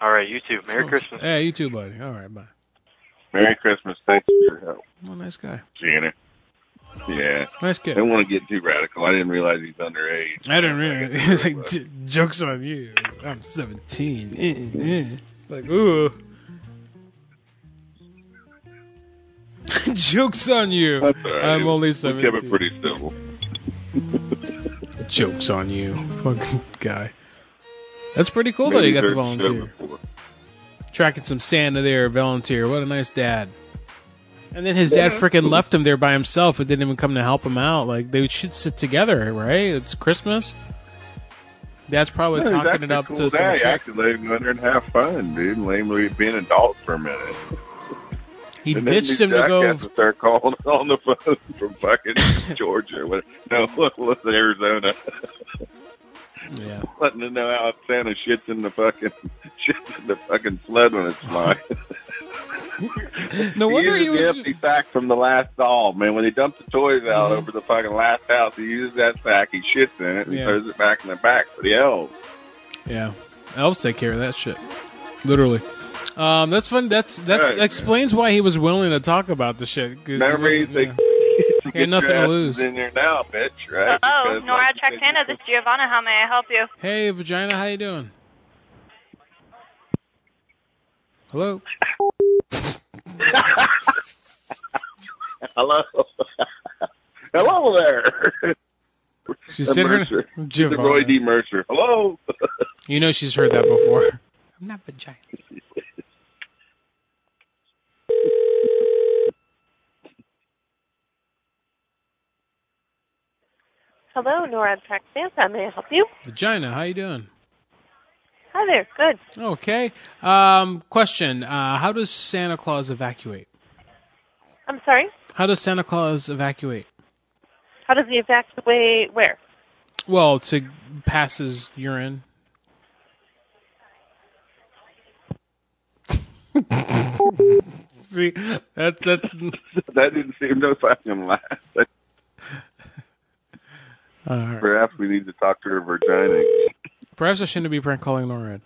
Speaker 25: All right, you too. Merry Christmas.
Speaker 3: Yeah, you too, buddy. All right, bye.
Speaker 23: Merry Christmas. Thanks for your help.
Speaker 3: Well, Oh, nice guy.
Speaker 23: Janet. Yeah.
Speaker 3: Nice kid.
Speaker 23: They want to get too radical. I didn't realize he's underage.
Speaker 3: I didn't really. It's like j- jokes on you. I'm 17. Eh, eh, eh. Like ooh. jokes on you.
Speaker 23: That's all right.
Speaker 3: I'm only
Speaker 23: We
Speaker 3: 17.
Speaker 23: kept it pretty simple.
Speaker 3: Jokes on you, fucking guy. That's pretty cool though. You
Speaker 23: Maybe
Speaker 3: got the
Speaker 23: they're
Speaker 3: volunteer
Speaker 23: simple.
Speaker 3: tracking some Santa there, volunteer. What a nice dad. And then his dad freaking left him there by himself and didn't even come to help him out. Like they should sit together, right? It's Christmas. Dad's probably
Speaker 23: Yeah, he's
Speaker 3: talking
Speaker 23: acting
Speaker 3: it up
Speaker 23: cool
Speaker 3: to some
Speaker 23: dad. He
Speaker 3: chick.
Speaker 23: actually let him go in there and have fun, dude. Let him leave- be an adult for a minute.
Speaker 3: He
Speaker 23: And then
Speaker 3: ditched
Speaker 23: these
Speaker 3: him to go.
Speaker 23: jackasses Start calling on the phone from fucking Georgia, or whatever. no, look, look, Arizona.
Speaker 3: Yeah.
Speaker 23: Letting them know how Santa shits in the fucking shits in the fucking sled when it's flying.
Speaker 3: No wonder
Speaker 23: he
Speaker 3: he was-
Speaker 23: uses the empty sack from the last doll, man. When he dumped the toys out
Speaker 3: Mm-hmm.
Speaker 23: over the fucking last house, he uses that sack. He shits in it and
Speaker 3: Yeah.
Speaker 23: he throws it back in the back for the elves.
Speaker 3: Yeah, elves take care of that shit. Literally. Um, that's fun. That's that's
Speaker 23: Right, man.
Speaker 3: explains why he was willing to talk about the shit. 'cause he
Speaker 23: Memories.
Speaker 3: wasn't-
Speaker 23: They,
Speaker 3: yeah.
Speaker 23: you
Speaker 3: Ain't nothing to
Speaker 23: your asses
Speaker 3: lose.
Speaker 23: in there now, bitch.
Speaker 11: Uh,
Speaker 23: Right?
Speaker 26: Oh,
Speaker 10: Hello,
Speaker 23: Because,
Speaker 10: Nora
Speaker 23: like,
Speaker 10: Tractana. Oh, This is Giovanna. How may I help you?
Speaker 3: Hey, vagina, how you doing? Hello.
Speaker 23: Hello. Hello there.
Speaker 3: She said her-
Speaker 23: Mercer.
Speaker 3: Giovanna.
Speaker 23: It's Roy D. Mercer. Hello.
Speaker 3: You know she's heard that before. I'm not vagina.
Speaker 11: Hello, Nora Traxanta. How may I help you?
Speaker 3: Vagina, how you doing?
Speaker 11: Hi there. Good.
Speaker 3: Okay. Um, question: uh, How does Santa Claus evacuate?
Speaker 11: I'm sorry.
Speaker 3: How does Santa Claus evacuate?
Speaker 11: How does he evacuate? Where?
Speaker 3: Well, to pass his urine. See, that's that's
Speaker 23: that didn't seem no fucking laugh. Perhaps we need to talk to her vagina.
Speaker 3: Perhaps I shouldn't be prank calling Norad.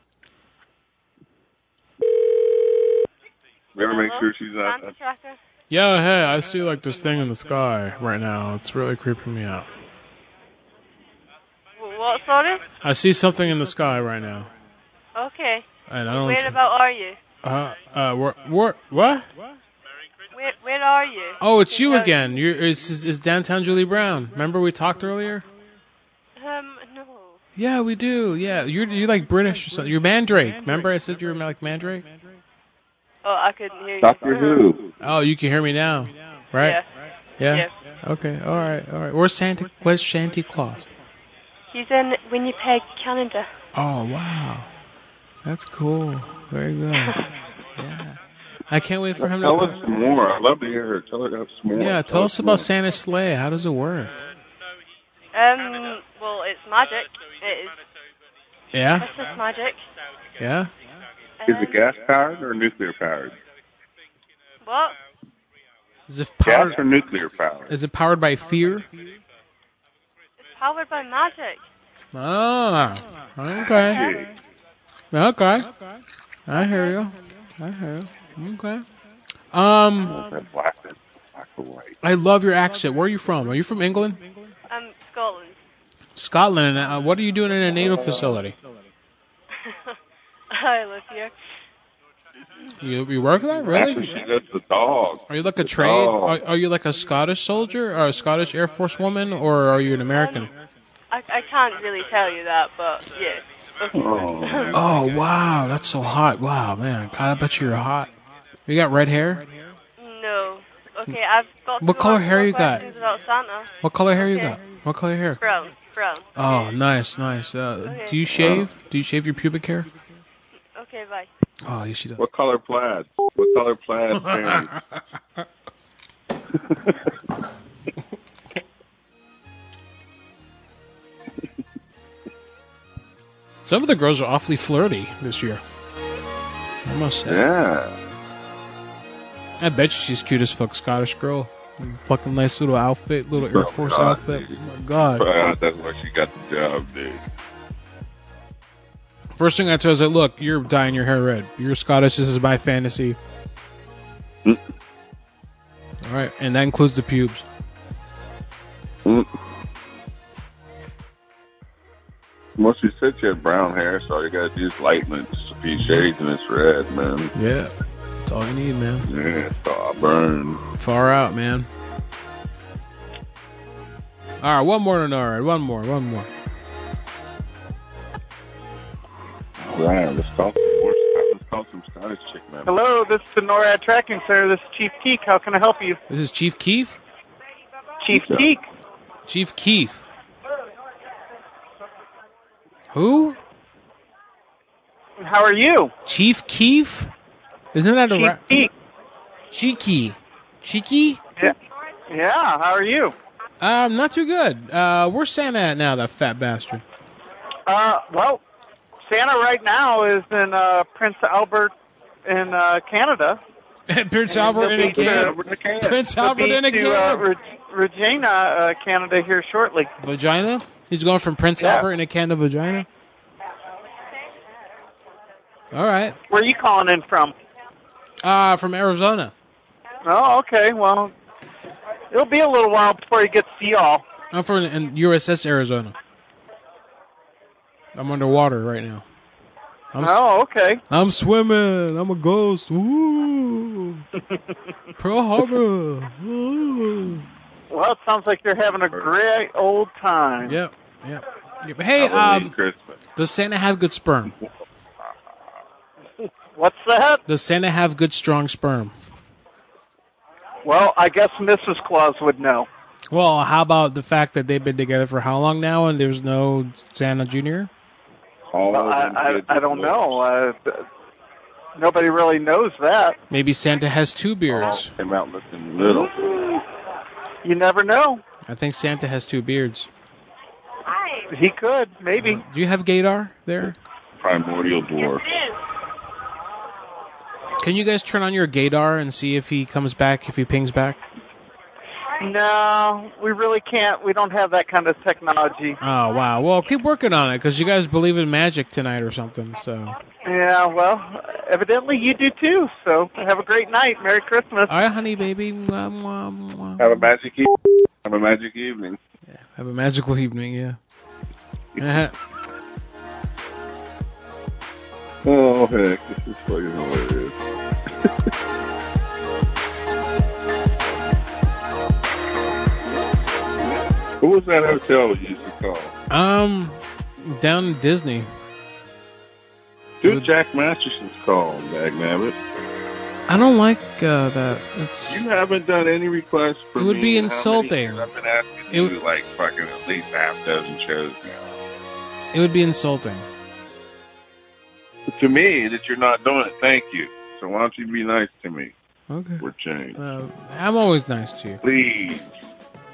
Speaker 23: We ever make sure she's not.
Speaker 3: Yeah, hey, I see like this thing in the sky right now. It's really creeping me out.
Speaker 10: What, sorry?
Speaker 3: I see something in the sky right now,
Speaker 10: Okay.
Speaker 3: and I don't.
Speaker 10: Where about are you?
Speaker 3: Uh, uh, where, where, what?
Speaker 10: Where, where are you?
Speaker 3: Oh, it's you again. You're, it's, it's downtown Julie Brown. Remember we talked earlier?
Speaker 10: Um, no.
Speaker 3: Yeah, we do. Yeah, you're you're like British or something. You're Mandrake. Remember I said you were like Mandrake?
Speaker 10: Oh, I couldn't hear you.
Speaker 3: Oh, you can hear me now, right?
Speaker 10: Yeah.
Speaker 3: Yeah. Okay. All right. All right. Where's Santa? Where's Santa Claus?
Speaker 11: He's in Winnipeg, Canada.
Speaker 3: Oh wow, that's cool. Very good. Yeah, I can't wait for him to.
Speaker 23: Tell us
Speaker 3: come.
Speaker 23: some more. I'd love to hear her. Tell her up some more.
Speaker 3: Yeah, tell us about
Speaker 23: more.
Speaker 3: Santa's sleigh. How does it work?
Speaker 10: Um, well, it's magic. It is
Speaker 3: Yeah,
Speaker 10: Christmas magic.
Speaker 3: yeah.
Speaker 23: Is it gas powered or nuclear powered?
Speaker 10: What?
Speaker 3: Is it
Speaker 23: Gas or
Speaker 3: powered?
Speaker 23: nuclear powered?
Speaker 3: Is it powered by fear?
Speaker 10: Powered by magic.
Speaker 3: Ah, okay, okay. I hear you. I hear you. Okay. Um,
Speaker 23: Black and black and white.
Speaker 3: I love your accent. Where are you from? Are you from England?
Speaker 10: Um, Scotland.
Speaker 3: Scotland. And, Uh, what are you doing in a NATO facility?
Speaker 10: I live here.
Speaker 3: You you work there really?
Speaker 23: Actually, she just a dog.
Speaker 3: Are you like a trade?
Speaker 23: Oh.
Speaker 3: Are, are you like a Scottish soldier or a Scottish Air Force woman, or are you an American?
Speaker 6: I, I can't really tell you that, but yeah.
Speaker 3: Oh wow, that's so hot! Wow, man, God, I bet you're hot. You got red hair.
Speaker 6: no. Okay, I've got.
Speaker 3: What
Speaker 6: two
Speaker 3: color
Speaker 6: other
Speaker 3: hair you got?
Speaker 6: questions About Santa.
Speaker 3: What color hair you
Speaker 6: Okay.
Speaker 3: got? What color hair?
Speaker 6: Brown. Brown.
Speaker 3: Oh, nice, nice. Uh,
Speaker 6: Okay.
Speaker 3: Do you shave? Do you shave your pubic hair?
Speaker 6: Okay, bye.
Speaker 3: Oh, yes, she does.
Speaker 23: What color plaid? What color plaid? parents?
Speaker 3: Some of the girls are awfully flirty this year. I must say.
Speaker 23: yeah.
Speaker 3: I bet you she's cute as fuck, Scottish girl. Fucking nice little outfit, little Air
Speaker 23: Oh,
Speaker 3: Force
Speaker 23: God,
Speaker 3: outfit.
Speaker 23: dude.
Speaker 3: Oh my God.
Speaker 23: Uh, that's why she got the job, dude.
Speaker 3: First thing I tell her is that look, you're dyeing your hair red. You're Scottish. This is my fantasy. All right, and that includes the pubes.
Speaker 23: Well, she said she had brown hair, so all you gotta do is lighten it just a few shades and it's red, man.
Speaker 3: Yeah, that's all you need, man.
Speaker 23: Yeah, so I burn.
Speaker 3: Far out, man. All right, one more, and all right, one more, one more.
Speaker 23: Right, let's talk some more stuff. Let's talk some Scottish chick, man.
Speaker 7: Hello, this is the NORAD Tracking Center. This is Chief Keek. How can I help you?
Speaker 3: This is Chief Keef.
Speaker 7: Chief Keek.
Speaker 3: Chief Keef. Who?
Speaker 7: How are you?
Speaker 3: Chief Keef? Isn't that a
Speaker 7: Chief
Speaker 3: ra-
Speaker 7: Keef.
Speaker 3: Cheeky. Cheeky?
Speaker 7: Yeah. Yeah, how are you?
Speaker 3: Um, not too good. Uh, where's Santa at now, that fat bastard?
Speaker 7: Uh, well, Santa right now is in uh, Prince Albert in uh, Canada.
Speaker 3: Prince Albert in a can. Prince Albert in a
Speaker 7: Uh,
Speaker 3: can.
Speaker 7: Reg- Regina, uh, Canada here shortly.
Speaker 3: Vagina? He's going from Prince
Speaker 7: Yeah.
Speaker 3: Albert in a can to vagina? All right.
Speaker 7: Where are you calling in from?
Speaker 3: Uh, from Arizona.
Speaker 7: Oh, okay. Well, it'll be a little while before he gets to y'all.
Speaker 3: I'm uh, from in USS Arizona. I'm underwater right now. I'm, s-
Speaker 7: oh, okay.
Speaker 3: I'm swimming. I'm a ghost. Ooh. Pearl Harbor. Ooh.
Speaker 7: Well, it sounds like you're having a great old time.
Speaker 3: Yep. Yep. Hey, um, does Santa have good sperm?
Speaker 7: What's that?
Speaker 3: Does Santa have good strong sperm?
Speaker 7: Well, I guess Mrs. Claus would know.
Speaker 3: Well, how about the fact that they've been together for how long now and there's no Santa Jr.?
Speaker 7: Well, I, I, I don't know. Uh, nobody really knows that.
Speaker 3: Maybe Santa has two beards.
Speaker 23: Came out looking little.
Speaker 7: You never know.
Speaker 3: I think Santa has two beards.
Speaker 7: He could, maybe.
Speaker 3: Do you have Gadar there?
Speaker 23: Primordial dwarf.
Speaker 3: Can you guys turn on your Gadar and see if he comes back, if he pings back?
Speaker 7: No, we really can't. We don't have that kind of technology.
Speaker 3: Oh, wow. Well, keep working on it because you guys believe in magic tonight or something, so.
Speaker 7: Yeah, well, evidently you do too. So have a great night. Merry Christmas.
Speaker 3: All right, honey, baby. Mwah, mwah, mwah.
Speaker 23: Have a magic evening. Have a magic evening.
Speaker 3: Have a magical evening, yeah. Uh-huh.
Speaker 23: Oh heck, this is fucking hilarious. Who was that hotel you used to call?
Speaker 3: Um, down in Disney.
Speaker 23: Dude, Jack Masterson's called, Dagnabbit.
Speaker 3: I don't like uh, that. It's
Speaker 23: You haven't done any requests for
Speaker 3: It would
Speaker 23: me
Speaker 3: be
Speaker 23: in how many
Speaker 3: insulting.
Speaker 23: years? I've been asking
Speaker 3: It
Speaker 23: you
Speaker 3: would-
Speaker 23: like fucking at least half dozen shows now.
Speaker 3: it would be insulting.
Speaker 23: But to me, that you're not doing it, thank you. So why don't you be nice to me
Speaker 3: Okay.
Speaker 23: for change?
Speaker 3: Uh, I'm always nice to you.
Speaker 23: Please.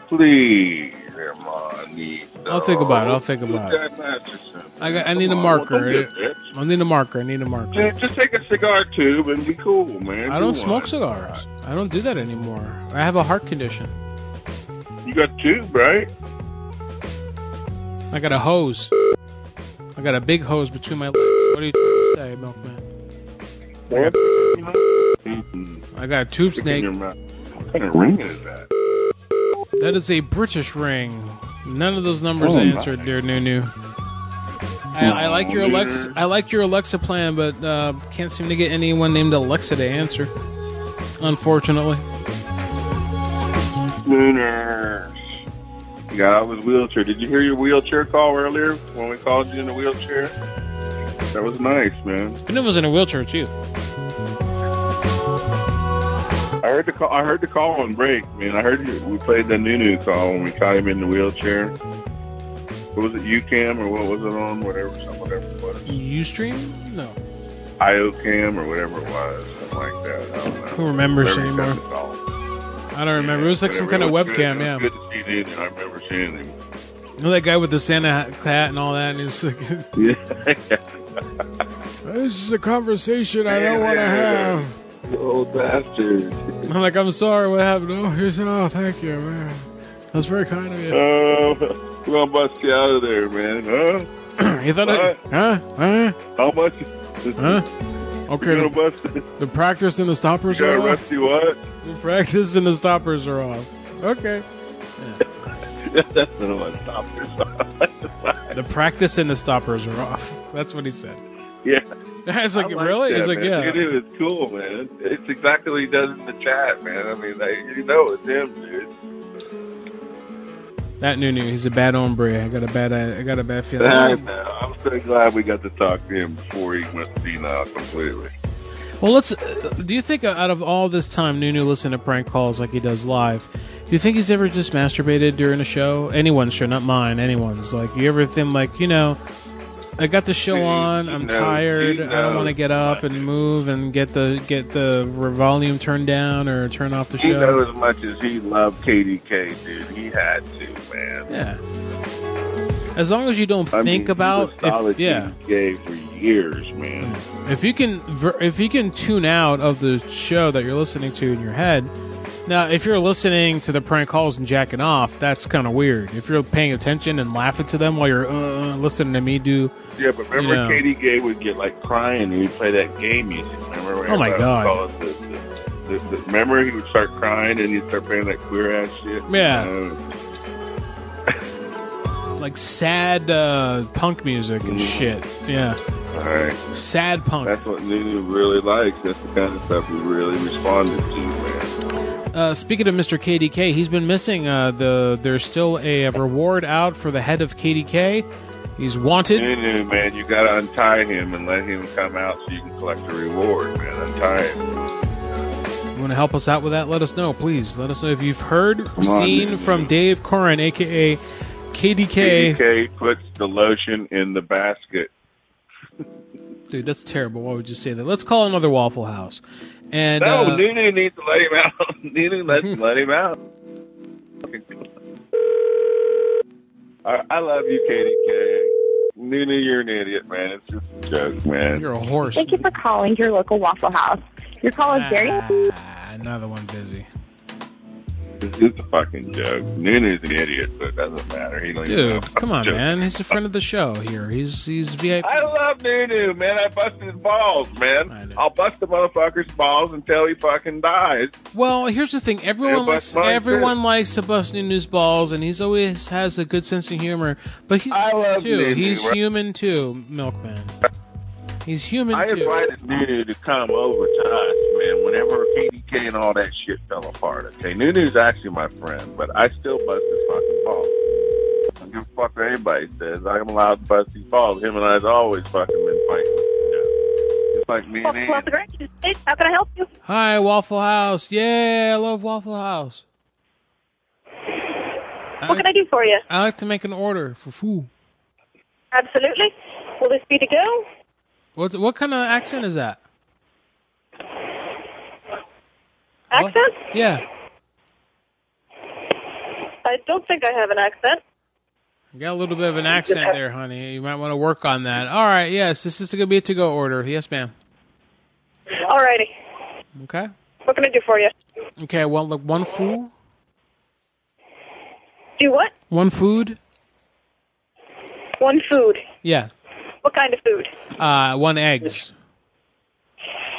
Speaker 23: Please, Hermanito.
Speaker 3: I'll think about it. I'll think about it.
Speaker 23: Jack Masterson.
Speaker 3: I got. I
Speaker 23: Come
Speaker 3: need a
Speaker 23: on,
Speaker 3: marker.
Speaker 23: don't be a bitch.
Speaker 3: I need a marker. I need a marker.
Speaker 23: Dude, just take a cigar tube and be cool, man.
Speaker 3: I
Speaker 23: Do
Speaker 3: don't
Speaker 23: one.
Speaker 3: smoke cigars. I don't do that anymore. I have a heart condition.
Speaker 23: You got tube, right?
Speaker 3: I got a hose. I got a big hose between my legs. What do you say, milkman? I got a tube snake.
Speaker 23: What kind of ring is that?
Speaker 3: That is a British ring. None of those numbers
Speaker 23: Oh, my.
Speaker 3: answered, dear Nunu. I, I like your Alexa. I like your Alexa plan, but uh, can't seem to get anyone named Alexa to answer. Unfortunately,
Speaker 23: Spooners. Guy with wheelchair. Did you hear your wheelchair call earlier when we called you in the wheelchair? That was nice, man.
Speaker 3: and it was in a wheelchair too.
Speaker 23: I heard the call. I heard the call on break, man. I heard you, we played the Nunu call when we caught him in the wheelchair. What was it, UCam or what was it on? Whatever, some whatever it was.
Speaker 3: UStream? No.
Speaker 23: IOCam or whatever it was, something like that. I don't know.
Speaker 3: Who remembers
Speaker 23: Whatever
Speaker 3: anymore?
Speaker 23: got the call.
Speaker 3: I don't remember. It was like some kind
Speaker 23: Whatever.
Speaker 3: of
Speaker 23: It was good.
Speaker 3: webcam.
Speaker 23: It
Speaker 3: Yeah.
Speaker 23: was Good to see Nunu. I remember seeing him.
Speaker 3: You know that guy with the Santa hat hat and all that, and he's like, "This is a conversation I don't want to have."
Speaker 23: You old bastard.
Speaker 3: I'm like, "I'm sorry, what happened?" Oh, here's oh, thank you, man. That's very kind of you.
Speaker 23: Oh, we're gonna bust you out of there, man. Huh?
Speaker 3: you thought I- huh? Huh?
Speaker 23: How much?
Speaker 3: Huh? Okay.
Speaker 23: You gonna
Speaker 3: The,
Speaker 23: bust?
Speaker 3: the practice and the stoppers
Speaker 23: You
Speaker 3: are
Speaker 23: gonna
Speaker 3: off.
Speaker 23: rusty what?
Speaker 3: The practice and the stoppers are off. Okay.
Speaker 23: That's not what stoppers.
Speaker 3: The practice and the stoppers are off. That's what he said.
Speaker 23: Yeah.
Speaker 3: It's like, really?
Speaker 23: That,
Speaker 3: He's like,
Speaker 23: man.
Speaker 3: yeah.
Speaker 23: Look at him. It's cool, man. It's exactly what he does in the chat, man. I mean, like, you know, it's him, dude.
Speaker 3: That new new. He's a bad hombre. I got a bad. I got a bad feeling.
Speaker 23: I know. I'm so glad we got to talk to him before he went senile completely.
Speaker 3: Well, let's. uh, Do you think uh, out of all this time, Nunu listened to prank calls like he does live? Do you think he's ever just masturbated during a show? Anyone's show, not mine. Anyone's. Like, you ever think like, you know, I got the show on. I'm
Speaker 23: knows.
Speaker 3: tired.
Speaker 23: He
Speaker 3: I don't want to
Speaker 23: knows.
Speaker 3: get up and move and get the get the volume turned down or turn off the
Speaker 23: He
Speaker 3: show.
Speaker 23: knows as much as he loved KDK, dude. He had to, man.
Speaker 3: Yeah. As long as you don't
Speaker 23: I mean,
Speaker 3: think
Speaker 23: he
Speaker 3: about,
Speaker 23: was
Speaker 3: if,
Speaker 23: solid
Speaker 3: yeah,
Speaker 23: KDK for years, man.
Speaker 3: if you can ver- if you can tune out of the show that you're listening to in your head now if you're listening to the prank calls and jacking off that's kind of weird if you're paying attention and laughing to them while you're uh, listening to me do
Speaker 23: Yeah, but remember
Speaker 3: Yeah.
Speaker 23: Katie Gay would get like crying and he'd play that gay music. Remember? when
Speaker 3: Oh, my
Speaker 23: everybody
Speaker 3: God.
Speaker 23: would call it The, the, the, the, remember he would start crying and he'd start playing that queer ass shit. Uh,
Speaker 3: Yeah.
Speaker 23: You know?
Speaker 3: like sad uh, punk music and
Speaker 23: Mm-hmm.
Speaker 3: shit yeah
Speaker 23: All right.
Speaker 3: sad punk
Speaker 23: That's what Nunu really likes. That's the kind of stuff he really responded to, man.
Speaker 3: Uh, speaking of Mr. KDK, he's been missing. Uh, the there's still a, reward out for the head of KDK. He's wanted.
Speaker 23: Nunu, man, you gotta untie him and let him come out so you can collect the reward, man. Untie him.
Speaker 3: You want to help us out with that? Let us know, please. Let us know if you've heard or
Speaker 23: Come on,
Speaker 3: seen
Speaker 23: Nunu.
Speaker 3: from Dave Corin, aka KDK.
Speaker 23: KDK puts the lotion in the basket.
Speaker 3: Dude, that's terrible. Why would you say that? Let's call another Waffle House. And
Speaker 23: no,
Speaker 3: uh,
Speaker 23: Nunu needs to let him out. Nunu, let's let him out. I, I love you, KDK. Nunu, you're an idiot, man. It's just a joke, man.
Speaker 3: You're a horse.
Speaker 26: Thank you for calling your local Waffle House. Your call is very.
Speaker 3: Ah, another one busy.
Speaker 23: It's just a fucking joke. Nunu's an idiot, so it doesn't matter. He don't even know.
Speaker 3: Dude, come on, man. He's a friend of the show here. He's he's VIP.
Speaker 23: I love Nunu, man. I busted his balls, man. I'll bust the motherfucker's balls until he fucking dies.
Speaker 3: Well, here's the thing. Everyone
Speaker 23: Yeah, but
Speaker 3: likes
Speaker 23: mine
Speaker 3: everyone
Speaker 23: too.
Speaker 3: likes to bust Nunu's balls, and he's always has a good sense of humor. But he's human too.
Speaker 23: Nunu,
Speaker 3: he's
Speaker 23: right?
Speaker 3: human too, Milkman. He's human
Speaker 23: I
Speaker 3: too.
Speaker 23: invited Nunu to come over to us, man, whenever KDK and all that shit fell apart, okay? Nunu's actually my friend, but I still bust his fucking balls. I don't give a fuck what anybody says. I'm allowed to bust his balls. Him and I's always fucking been fighting. you know? It's like me and Andy.
Speaker 26: How can I help you?
Speaker 3: Hi, Waffle House. Yeah, I love Waffle House.
Speaker 26: What can I do for you?
Speaker 3: I like to make an order for food.
Speaker 26: Absolutely. Will this be to go?
Speaker 3: What what kind of accent is that?
Speaker 26: Accent?
Speaker 3: Yeah,
Speaker 26: I don't think I have an accent.
Speaker 3: you got a little bit of an accent there, honey. You might want to work on that. All right. Yes, this is going to be a to go order. Yes, ma'am.
Speaker 26: Alrighty.
Speaker 3: Okay.
Speaker 26: What can I do for you?
Speaker 3: Okay. Well, look, one food,
Speaker 26: Do what?
Speaker 3: one food.
Speaker 26: One food.
Speaker 3: Yeah.
Speaker 26: What kind of food?
Speaker 3: Uh, one eggs.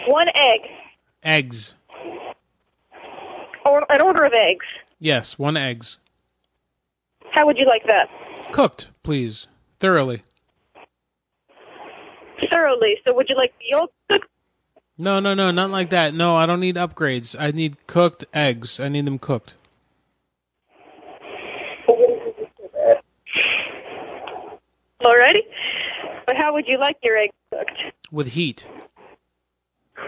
Speaker 26: One egg.
Speaker 3: Eggs.
Speaker 26: Or an order of eggs.
Speaker 3: Yes, one eggs.
Speaker 26: How would you like that?
Speaker 3: Cooked, please. Thoroughly.
Speaker 6: thoroughly. So would you like the old cooked?
Speaker 3: No, no, no, not like that. No, I don't need upgrades. I need cooked eggs. I need them cooked.
Speaker 6: Alrighty. But how would you like your egg cooked?
Speaker 3: With heat.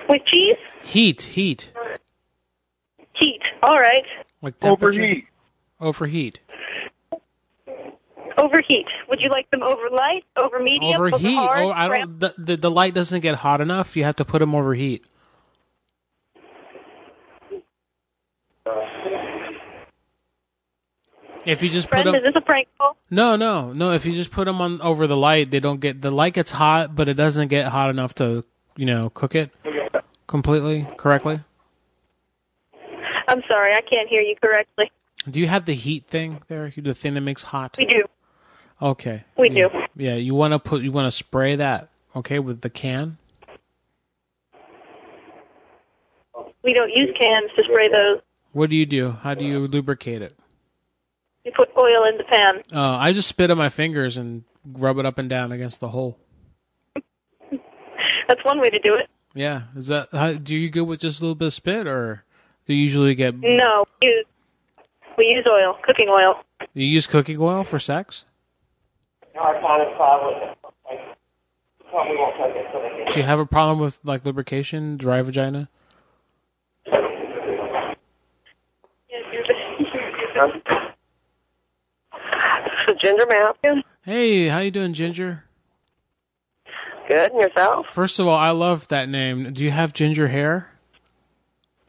Speaker 6: With cheese?
Speaker 3: Heat, heat.
Speaker 6: Heat. All right.
Speaker 3: Like temperature. Overheat. Overheat.
Speaker 6: Overheat. Would you like them over light, over medium, over
Speaker 3: Overheat.
Speaker 6: hard?
Speaker 3: Oh, I
Speaker 6: cramped?
Speaker 3: don't. The, the the light doesn't get hot enough. You have to put them over heat. If you just put
Speaker 6: Friend,
Speaker 3: them,
Speaker 6: is this a prank call?
Speaker 3: no, no, no. If you just put them on over the light, they don't get the light gets hot, but it doesn't get hot enough to you know cook it completely correctly.
Speaker 6: I'm sorry, I can't hear you correctly.
Speaker 3: Do you have the heat thing there? The thing that makes hot.
Speaker 6: We do.
Speaker 3: Okay.
Speaker 6: We do.
Speaker 3: Yeah, you want to put you want to spray that okay with the can.
Speaker 6: We don't use cans to spray those.
Speaker 3: What do you do? How do you lubricate it?
Speaker 6: You put oil in the pan.
Speaker 3: Uh, I just spit on my fingers and rub it up and down against the hole.
Speaker 6: That's one way to do it.
Speaker 3: Yeah, is that how, do you go with just a little bit of spit, or do you usually get
Speaker 6: No, we use, we use oil, cooking oil.
Speaker 3: you use cooking oil for sex? Do you have a problem with like lubrication, dry vagina?
Speaker 21: Ginger Malkin.
Speaker 3: Hey, how you doing, Ginger?
Speaker 21: Good, and yourself?
Speaker 3: First of all, I love that name. Do you have ginger hair?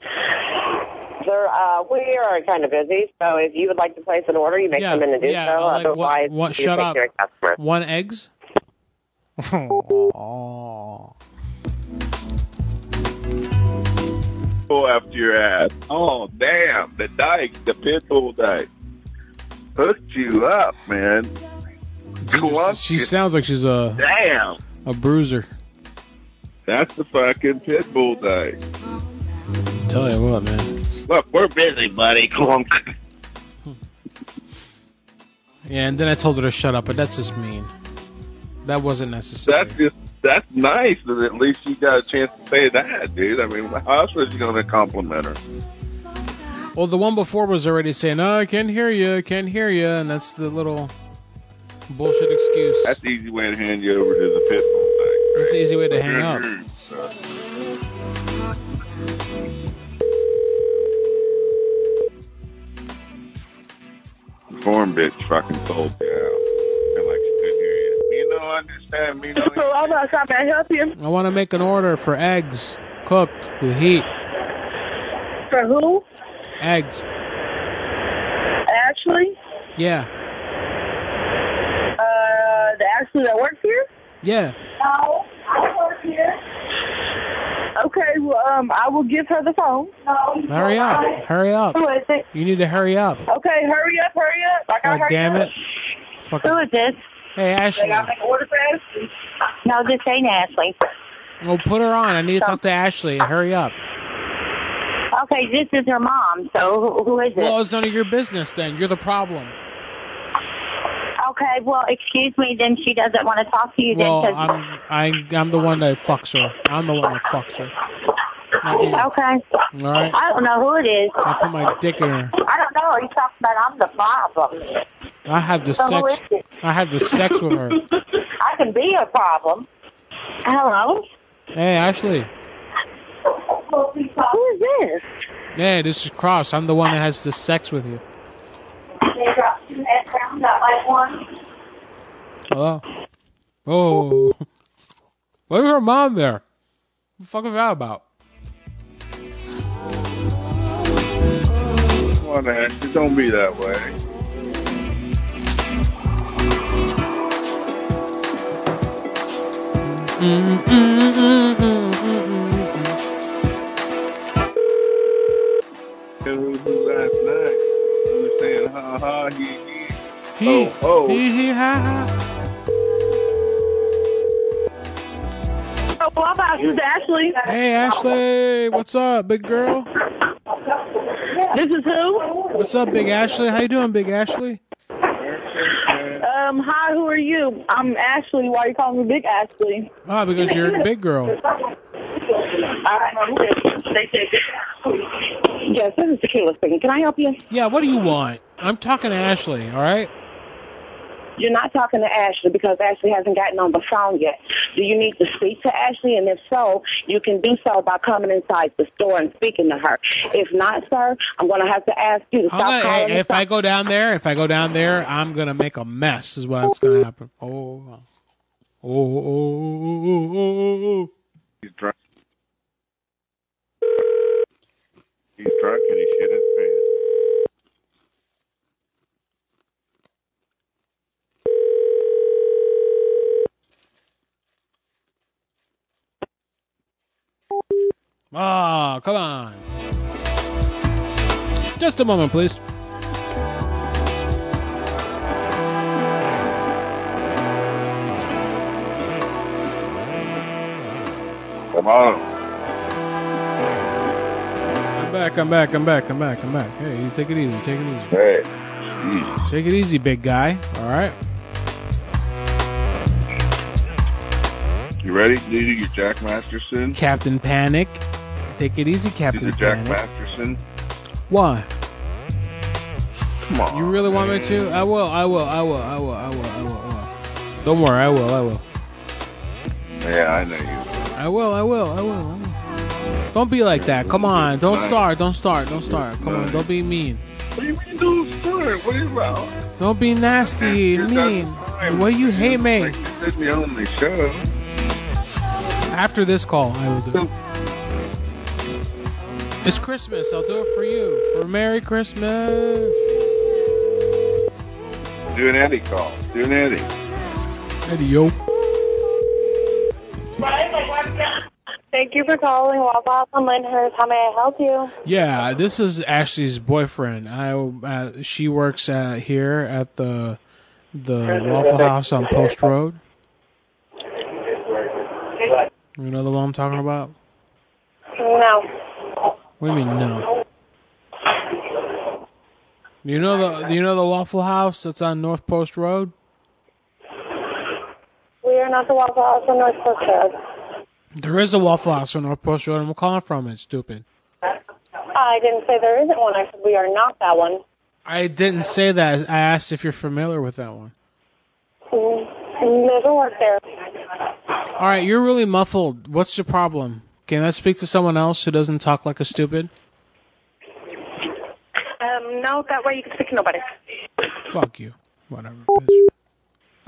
Speaker 21: Sir, uh, we are kind of busy, so if you would like to place an order, you may come in and do
Speaker 3: yeah,
Speaker 21: so.
Speaker 3: I like- what-
Speaker 21: Otherwise,
Speaker 3: what-
Speaker 21: you
Speaker 3: shut
Speaker 21: take
Speaker 3: up.
Speaker 21: Care of customer.
Speaker 3: One eggs? oh.
Speaker 23: Pull after your ass. Oh, damn. The dyke, the pit bull dyke. Hooked you up, man. Clumped
Speaker 3: She
Speaker 23: you.
Speaker 3: sounds like she's a
Speaker 23: Damn.
Speaker 3: a bruiser.
Speaker 23: That's the fucking pit bull dyke.
Speaker 3: Tell you what, man.
Speaker 23: Look, we're busy, buddy. Clunk.
Speaker 3: Yeah, and then I told her to shut up, but that's just mean. That wasn't necessary.
Speaker 23: That's just, that's nice that at least you got a chance to say that, dude. I mean, how else was you going to compliment her?
Speaker 3: Well, the one before was already saying, "No, I can't hear you, I can't hear you," and that's the little bullshit excuse.
Speaker 23: That's the easy way to hand you over to the pit bull dyke.
Speaker 3: That's the easy way to hang up.
Speaker 23: Form bitch fucking told you out. Feel like she could hear you. You know, I understand me.
Speaker 6: So I'm outside. May I help you?
Speaker 3: I want to make an order for eggs cooked with heat.
Speaker 6: For who?
Speaker 3: Eggs,
Speaker 6: Ashley?
Speaker 3: yeah,
Speaker 6: Uh, the Ashley that works here?
Speaker 3: yeah.
Speaker 6: No, I work here. Okay, well, um, I will give her the phone.
Speaker 3: Hurry up, hurry up.
Speaker 6: Who is it?
Speaker 3: You need to hurry up.
Speaker 30: Oh,
Speaker 6: Okay, hurry up, hurry up. I
Speaker 3: God
Speaker 6: gotta hurry
Speaker 3: damn
Speaker 6: up.
Speaker 3: it. Fucking-
Speaker 6: is this?
Speaker 3: Hey Ashley.
Speaker 6: order for No, this ain't Ashley.
Speaker 3: Oh, put her on. I need to talk to Ashley. Hurry up.
Speaker 30: Okay, this is her mom. So who, who is it?
Speaker 3: Well, it's none of your business then. You're the problem.
Speaker 30: okay, well, excuse me. Then she doesn't want to talk to you.
Speaker 3: Well,
Speaker 30: then 'cause-
Speaker 3: I'm I, I'm the one that fucks her. I'm the one that fucks her. Not you.
Speaker 30: okay.
Speaker 3: All right.
Speaker 30: I don't know who it is.
Speaker 3: I put my dick in her.
Speaker 30: I don't know. You talking about I'm the problem?
Speaker 3: I have the
Speaker 30: So who
Speaker 3: sex.
Speaker 30: is it?
Speaker 3: I have the sex with her.
Speaker 30: I can be a problem. Hello.
Speaker 3: Hey Ashley.
Speaker 30: Who is this?
Speaker 3: Hey, this is Cross. I'm the one that has the sex with you.
Speaker 30: They dropped two at round that light one.
Speaker 3: Hello. Oh. Where's her mom there? What the fuck is that about?
Speaker 23: Come on, Ashley. Don't be that way. Who's last night? Who's saying ha ha he he?
Speaker 3: He,
Speaker 23: Oh, oh.
Speaker 3: he, he, ha, ha.
Speaker 6: Oh, well, I'm out. This is Ashley.
Speaker 3: Hey Ashley, what's up, big girl?
Speaker 6: This is who?
Speaker 3: What's up, big Ashley? How you doing, big Ashley?
Speaker 6: Um,
Speaker 26: Um, hi, who are you? I'm Ashley. Why are you calling me Big Ashley?
Speaker 3: Ah, because you're a big girl.
Speaker 19: Yes, this is Tequila speaking. Can I help you?
Speaker 3: Yeah, what do you want? I'm talking to Ashley, all right?
Speaker 19: You're not talking to Ashley because Ashley hasn't gotten on the phone yet. Do you need to speak to Ashley? And if so, you can do so by coming inside the store and speaking to her. If not, sir, I'm going to have to ask you to
Speaker 3: I'm
Speaker 19: stop
Speaker 3: gonna-
Speaker 19: calling.
Speaker 3: hey, if I go down there, if I go down there, I'm gonna make a mess. Is what's gonna happen. Oh, oh, oh, oh, oh, oh, oh.
Speaker 23: He's drunk. He's drunk and he shit his pants.
Speaker 3: Ah, come on. Just a moment, please.
Speaker 23: Come on.
Speaker 3: I'm back. I'm back. I'm back. I'm back. I'm back. Hey, you take it easy. Take it easy.
Speaker 23: Hey.
Speaker 3: Take it easy, big guy. All right.
Speaker 23: You ready? These are your Jack Masterson.
Speaker 3: Captain Panic. Take it easy,
Speaker 23: These
Speaker 3: Captain
Speaker 23: are Jack
Speaker 3: Panic.
Speaker 23: Masterson.
Speaker 3: Why?
Speaker 23: Come on.
Speaker 3: You really want me to? I will. I will. I will. I will. I will. I will. I will. Don't worry. I will. I will.
Speaker 23: Yeah, I know you.
Speaker 3: I will, I will, I will. I will. Don't be like that. Come on. Don't start. Don't start. Don't start. Come on. Don't be mean.
Speaker 23: What do you mean, dude? Sorry, What are you about?
Speaker 3: Don't be nasty and mean. Why you hate me?
Speaker 23: This is the only show.
Speaker 3: After this call, I will do it. It's Christmas. I'll do it for you. For Merry Christmas.
Speaker 23: Do an Eddie call. Do an Eddie.
Speaker 3: Eddie, yo.
Speaker 11: Thank you for calling Waffle House on Lyndhurst. How may I help you?
Speaker 3: Yeah, this is Ashley's boyfriend. I uh, she works at here at the the Waffle House on Post Road. You know the one I'm talking about?
Speaker 11: No.
Speaker 3: What do you mean no? Do you know the do you know the Waffle House that's on North Post Road?
Speaker 11: We are not the Waffle House on North Coast Road.
Speaker 3: There is a Waffle House on North Post Road. I'm calling from it. Stupid.
Speaker 11: I didn't say there isn't one. I said we are not that one.
Speaker 3: I didn't say that. I asked if you're familiar with that one.
Speaker 11: Mm, Never worked there.
Speaker 3: All right, you're really muffled. What's your problem? Can I speak to someone else who doesn't talk like a stupid?
Speaker 11: Um, no, that way you can speak to nobody.
Speaker 3: Fuck you. Whatever, bitch.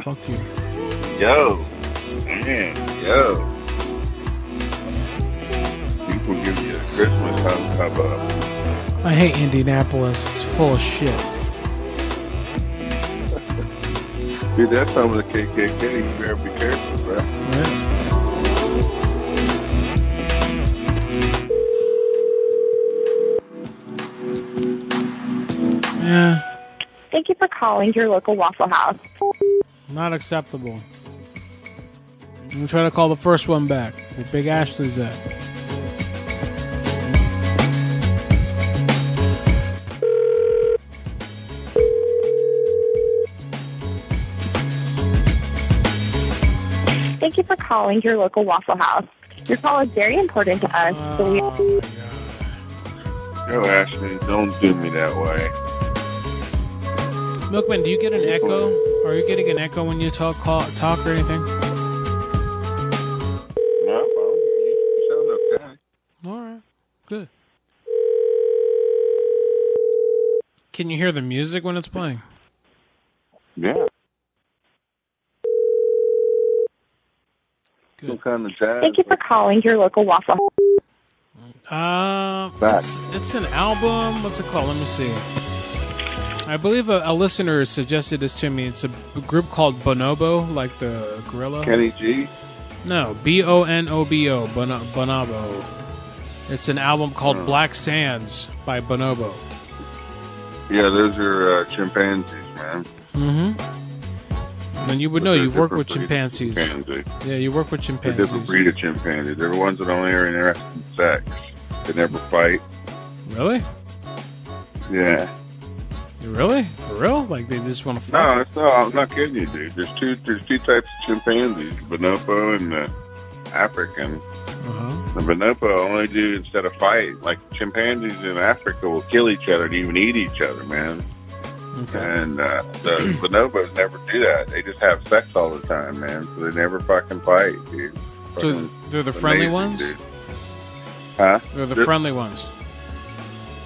Speaker 3: Fuck you.
Speaker 23: Yo. Man, yo. People give you a Christmas hum hub up.
Speaker 3: I hate Indianapolis. It's full of shit.
Speaker 23: Dude, that's some of the KKK. You better be careful, bro.
Speaker 3: Yeah,
Speaker 6: Thank you for calling your local Waffle House.
Speaker 3: not acceptable. I'm gonna try to call the first one back. Where Big Ashley's at.
Speaker 6: Thank you for calling your local Waffle House. Your call is very important to us, so we.
Speaker 23: Yo, Ashley, don't do me that way.
Speaker 3: Milkman, do you get an echo? Are you getting an echo when you talk call, talk or anything?
Speaker 23: No, I don't- you, you sound okay.
Speaker 3: All right, good. Can you hear the music when it's playing?
Speaker 23: Yeah. Some kind of jazz.
Speaker 6: Thank you for calling your local Waffle.
Speaker 3: Uh,
Speaker 23: Back.
Speaker 3: it's, it's an album. What's it called? Let me see. I believe a, a listener suggested this to me. It's a b- group called Bonobo, like the gorilla.
Speaker 23: Kenny G.
Speaker 3: No, B O N O B O, Bono- Bonobo. It's an album called
Speaker 23: Hmm.
Speaker 3: Black Sands by Bonobo.
Speaker 23: Yeah, those are uh, chimpanzees, man.
Speaker 3: Mm-hmm. And you would know
Speaker 23: They're a
Speaker 3: you've worked
Speaker 23: different
Speaker 3: with
Speaker 23: breed of
Speaker 3: chimpanzees.
Speaker 23: chimpanzee.
Speaker 3: Yeah, you work with
Speaker 23: They're A
Speaker 3: chimpanzees.
Speaker 23: different breed of chimpanzees. They're the ones that only are interested in sex. They never fight.
Speaker 3: Really?
Speaker 23: Yeah.
Speaker 3: Really? For real? Like they just want to
Speaker 23: No,
Speaker 3: fuck?
Speaker 23: it's not, I'm not kidding you, dude. There's two there's two types of chimpanzees, bonobo and the African.
Speaker 3: Uh-huh.
Speaker 23: The bonobo only do instead of fight. Like chimpanzees in Africa will kill each other and even eat each other, man. And uh, the bonobos never do that. They just have sex all the time, man. So they never fucking fight, dude.
Speaker 3: They're,
Speaker 23: Fucking
Speaker 3: they're the friendly
Speaker 23: amazing,
Speaker 3: ones.
Speaker 23: dude. Huh?
Speaker 3: They're the friendly ones.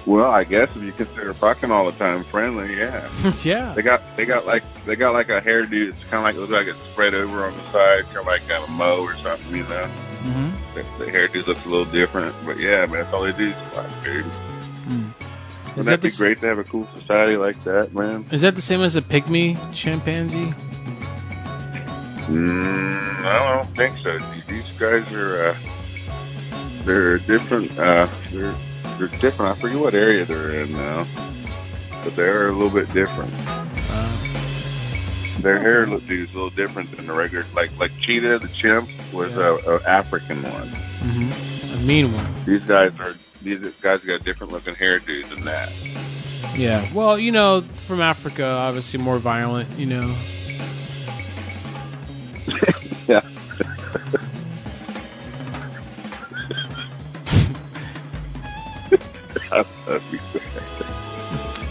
Speaker 23: Well, I guess if you consider fucking all the time friendly, yeah.
Speaker 3: yeah.
Speaker 23: They got they got like they got like a hairdo. It's kind of like looks like it's spread over on the side, kind of like got a mo or something, you know.
Speaker 3: Mhm.
Speaker 23: The, the hairdo looks a little different, but yeah, man, that's all they do is fight, dude. Wouldn't
Speaker 3: Hmm. Is
Speaker 23: that,
Speaker 3: that
Speaker 23: be
Speaker 3: the s-
Speaker 23: great to have a cool society like that, man?
Speaker 3: Is that the same as a pygmy chimpanzee?
Speaker 23: Mm, I don't think so. These guys are uh, they're different. Uh, they're they're different. I forget what area they're in now, but they're a little bit different.
Speaker 3: Uh,
Speaker 23: Their hair look is a little different than the regular. Like like cheetah, the chimp was a, a African one.
Speaker 3: Mm-hmm. A mean one.
Speaker 23: These guys are these guys got different looking hairdos than that.
Speaker 3: Yeah. Well, you know, from Africa, obviously more violent. You know.
Speaker 23: Yeah.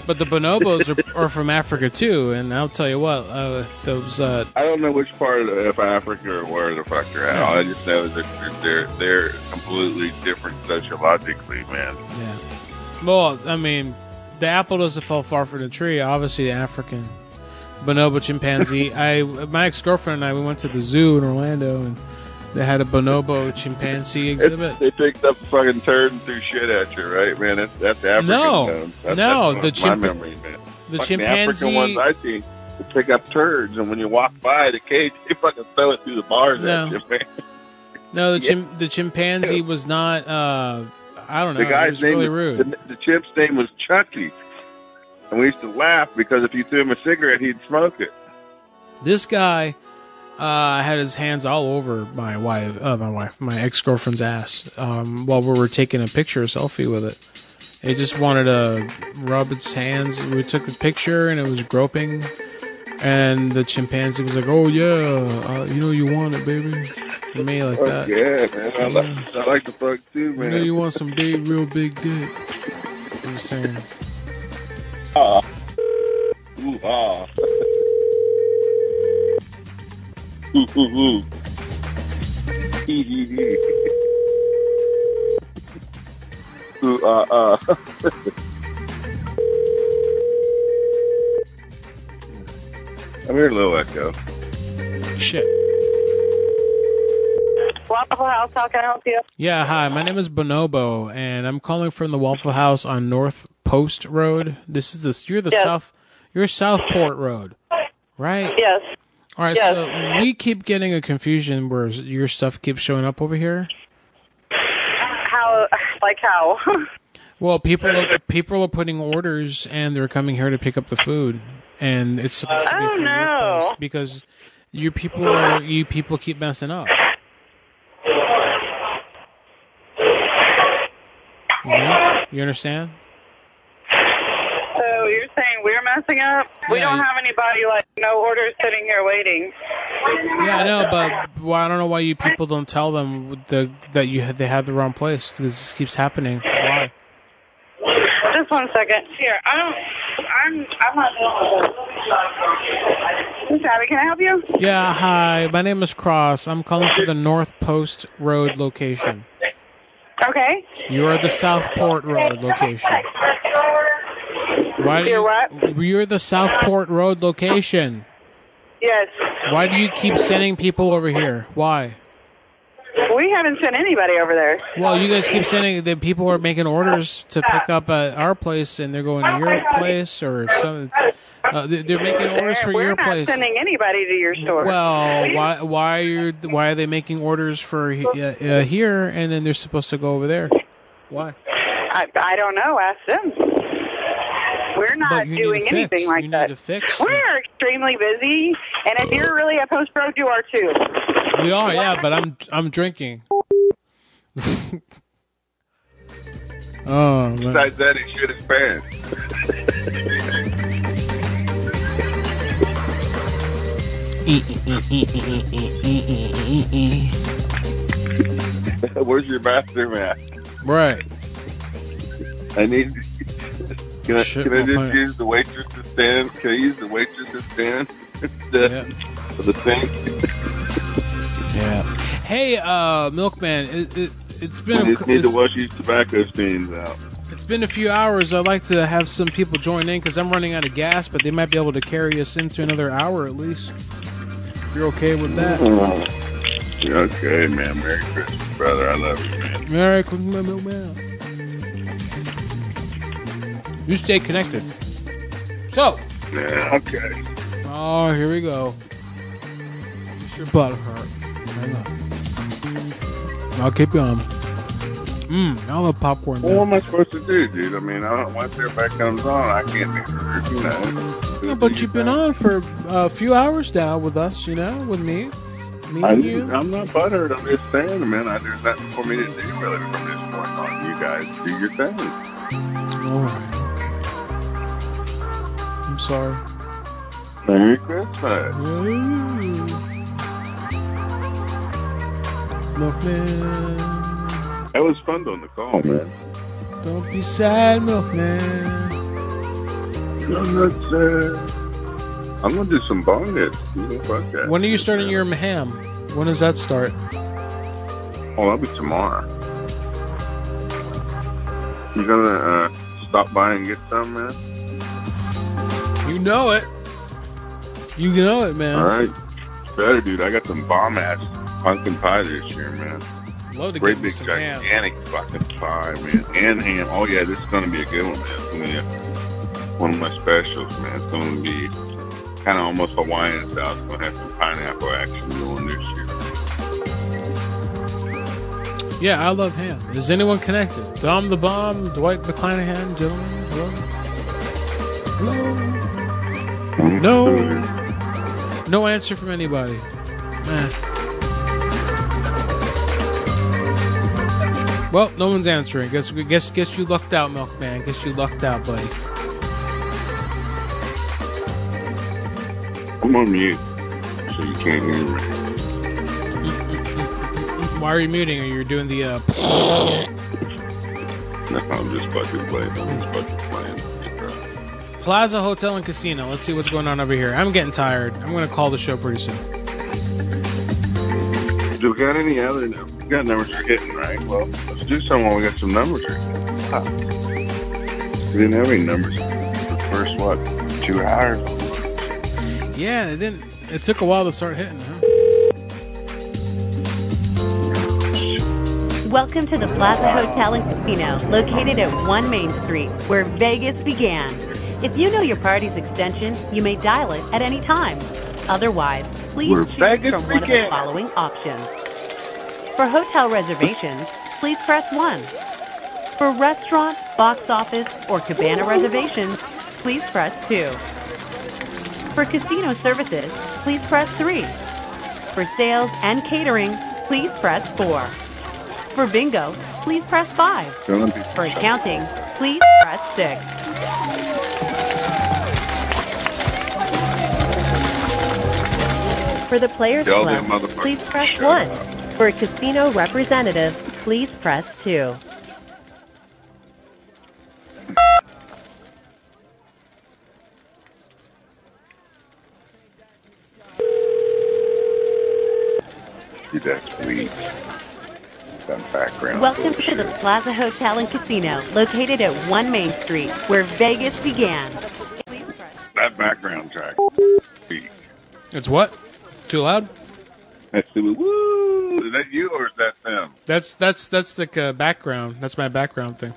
Speaker 3: But the bonobos are, are from Africa too, and I'll tell you what, uh, those uh,
Speaker 23: I don't know which part of of Africa or where the fuck they're at. All I just know is that they're they're completely different sociologically, man.
Speaker 3: Yeah. Well, I mean, the apple doesn't fall far from the tree. Obviously, the African bonobo chimpanzee. I, my ex girlfriend and I, we went to the zoo in Orlando, and they had a bonobo chimpanzee exhibit.
Speaker 23: They picked up a fucking turd and threw shit at you, right, man? That's that's African.
Speaker 3: No.
Speaker 23: um, that's,
Speaker 3: No,
Speaker 23: that's
Speaker 3: the
Speaker 23: my
Speaker 3: chimp-
Speaker 23: memory, man.
Speaker 3: the
Speaker 23: Fucking
Speaker 3: chimpanzee-
Speaker 23: African ones I see, they pick up turds, and when you walk by the cage, they fucking throw it through the bars
Speaker 3: No.
Speaker 23: at you, man.
Speaker 3: No, the chim- the chimpanzee was not. Uh, I don't know.
Speaker 23: The
Speaker 3: it
Speaker 23: guy's
Speaker 3: was
Speaker 23: name
Speaker 3: really
Speaker 23: was,
Speaker 3: rude.
Speaker 23: The, the chimp's name was Chucky, and we used to laugh because if you threw him a cigarette, he'd smoke it.
Speaker 3: This guy uh, had his hands all over my wife, uh, my wife, my ex girlfriend's ass um, while we were taking a picture, a selfie with it. It just wanted to rub its hands. We took his picture and it was groping, and the chimpanzee was like, "Oh yeah, uh, you know you want it, baby." To me like
Speaker 23: Fuck
Speaker 3: that.
Speaker 23: Oh, yeah, man. I like, I like the fuck
Speaker 3: You
Speaker 23: too, man.
Speaker 3: know you want some big, real big dick. I'm saying.
Speaker 23: Ah. Ooh, ah. ooh, ooh, ooh. Hee, hee, hee. ooh, ah, ah. I'm hearing a little echo.
Speaker 3: Shit.
Speaker 11: Waffle House, how can I help you?
Speaker 3: Yeah, hi. My name is Bonobo, and I'm calling from the Waffle House on North Post Road. This is the you're the
Speaker 11: Yes.
Speaker 3: south you're Southport Road, right?
Speaker 11: Yes.
Speaker 3: All right.
Speaker 11: Yes.
Speaker 3: So we keep getting a confusion where your stuff keeps showing up over here.
Speaker 11: How, like how?
Speaker 3: Well, people are, people are putting orders and they're coming here to pick up the food, and it's supposed to be
Speaker 11: oh
Speaker 3: from your
Speaker 11: no.
Speaker 3: place because you people are you people keep messing up. You, know? You understand?
Speaker 11: So you're saying we're messing up? We
Speaker 3: Yeah,
Speaker 11: don't
Speaker 3: you-
Speaker 11: have anybody like no orders sitting here waiting.
Speaker 3: Yeah, I know, but why I don't know why you people don't tell them the that you they have the wrong place because this keeps happening. Why?
Speaker 11: Just one second. Here, I don't. I'm. I'm not dealing with this. Miss Abby, can I help you?
Speaker 3: Yeah, hi. My name is Cross. I'm calling for the North Post Road location.
Speaker 11: Okay.
Speaker 3: You are the Southport Road location. Why do
Speaker 11: You're
Speaker 3: you,
Speaker 11: what?
Speaker 3: You're the Southport Road location.
Speaker 11: Yes.
Speaker 3: Why do you keep sending people over here? Why?
Speaker 11: We haven't sent anybody over there.
Speaker 3: Well, you guys keep sending the people are making orders to pick up at our place, and they're going to your place or something. Uh, they- they're making orders for
Speaker 11: We're
Speaker 3: your
Speaker 11: not
Speaker 3: place.
Speaker 11: sending anybody to your store.
Speaker 3: Well, why why are you, why are they making orders for he- uh, uh, here and then they're supposed to go over there? Why?
Speaker 11: I, I don't know. Ask them. We're not
Speaker 3: But you need
Speaker 11: doing
Speaker 3: to fix.
Speaker 11: anything like that. We're extremely busy, and if you're really a post pro, you are too.
Speaker 3: We are, yeah, but I'm I'm drinking. oh man. Oh,
Speaker 23: Besides that, it should expand. Where's your bathroom at?
Speaker 3: Right.
Speaker 23: I need. Can I,
Speaker 3: Shit,
Speaker 23: can I
Speaker 3: my
Speaker 23: just
Speaker 3: pants.
Speaker 23: use the waitress to stand? Can I use the waitress to stand instead of the sink?
Speaker 3: Yeah. Hey, uh, Milkman, it, it, it's
Speaker 23: We
Speaker 3: been a,
Speaker 23: just need to
Speaker 3: it's-
Speaker 23: wash these tobacco stains out.
Speaker 3: it's been a few hours. I'd like to have some people join in because I'm running out of gas, but they might be able to carry us into another hour at least. If you're okay with that.
Speaker 23: Mm-hmm. Okay, man. Merry Christmas, brother. I love you, man.
Speaker 3: Merry Christmas, Milkman. You stay connected. So.
Speaker 23: Yeah, okay.
Speaker 3: Oh, here we go. Makes your butt hurt. Hang on. I'll keep you on. Mmm, I love popcorn.
Speaker 23: Well,
Speaker 3: man.
Speaker 23: what am I supposed to do, dude? I mean, I don't, once everybody comes on, I can't be hurt, you know.
Speaker 3: Yeah, but you've been on for a few hours now with us, you know, with me, me
Speaker 23: I,
Speaker 3: and you.
Speaker 23: I'm not butthurt. I'm just saying, man. I, there's nothing for me to do really from this point on. You guys do your thing.
Speaker 3: All right. I'm sorry.
Speaker 23: Merry Christmas.
Speaker 3: Mm. Milkman,
Speaker 23: That was fun on the call, man.
Speaker 3: don't be sad, Milkman.
Speaker 23: I'm not sad. I'm gonna do some bong hits. You know, fuck that.
Speaker 3: When are you starting your ham? When does that start?
Speaker 23: Oh, that'll be tomorrow. You gonna uh, stop by and get some, man?
Speaker 3: You know it. You know it, man.
Speaker 23: All right. Better, dude. I got some bomb ass pumpkin pie this year, man.
Speaker 3: Love to
Speaker 23: Great
Speaker 3: get me
Speaker 23: big
Speaker 3: some ham.
Speaker 23: gigantic fucking pie, man. And ham. Oh yeah, this is gonna be a good one, man. It's gonna be a- one of my specials, man. It's gonna be kind of almost Hawaiian style. It's gonna have some pineapple action going this year.
Speaker 3: Yeah, I love ham. Is anyone connected? Dom the Bomb, Dwight McClanahan, gentlemen. Hello. Hello. No. No answer from anybody. Eh. Well, no one's answering. Guess guess guess you lucked out, Milkman. Guess you lucked out, buddy.
Speaker 23: I'm on mute, so you can't hear me.
Speaker 3: Why are you muting? Are you doing the? Uh,
Speaker 23: No, I'm just fucking playing. I'm just fucking playing.
Speaker 3: Plaza Hotel and Casino. Let's see what's going on over here. I'm getting tired. I'm gonna call the show pretty soon.
Speaker 23: Do we got any other numbers? We got numbers you're hitting, right? Well, let's do some while we got some numbers. You're hitting. Fuck. We didn't have any numbers for the first what two hours.
Speaker 3: Yeah, it didn't. It took a while to start hitting, huh?
Speaker 5: Welcome to the Plaza Hotel and Casino, located at 1 Main Street, where Vegas began. If you know your party's extension, you may dial it at any time. Otherwise, please
Speaker 6: Where
Speaker 5: choose
Speaker 6: Vegas
Speaker 5: from one of
Speaker 6: began.
Speaker 5: the following options. For hotel reservations, please press 1. For restaurant, box office, or cabana reservations, please press 2. For casino services, please press 3. For sales and catering, please press 4. For bingo, please press 5. For accounting, please press 6. For the Players
Speaker 6: Tell
Speaker 5: Club,
Speaker 6: them, motherfucker,
Speaker 5: please press 1. For a casino representative, please press 2.
Speaker 23: You that week. Some background.
Speaker 5: Welcome to the Plaza Hotel and Casino, located at 1 Main Street, where Vegas began.
Speaker 23: That background track. Beat.
Speaker 3: It's what? It's too loud.
Speaker 23: That's the woo. Is that you or is that them?
Speaker 3: That's that's that's like a background. That's my background thing.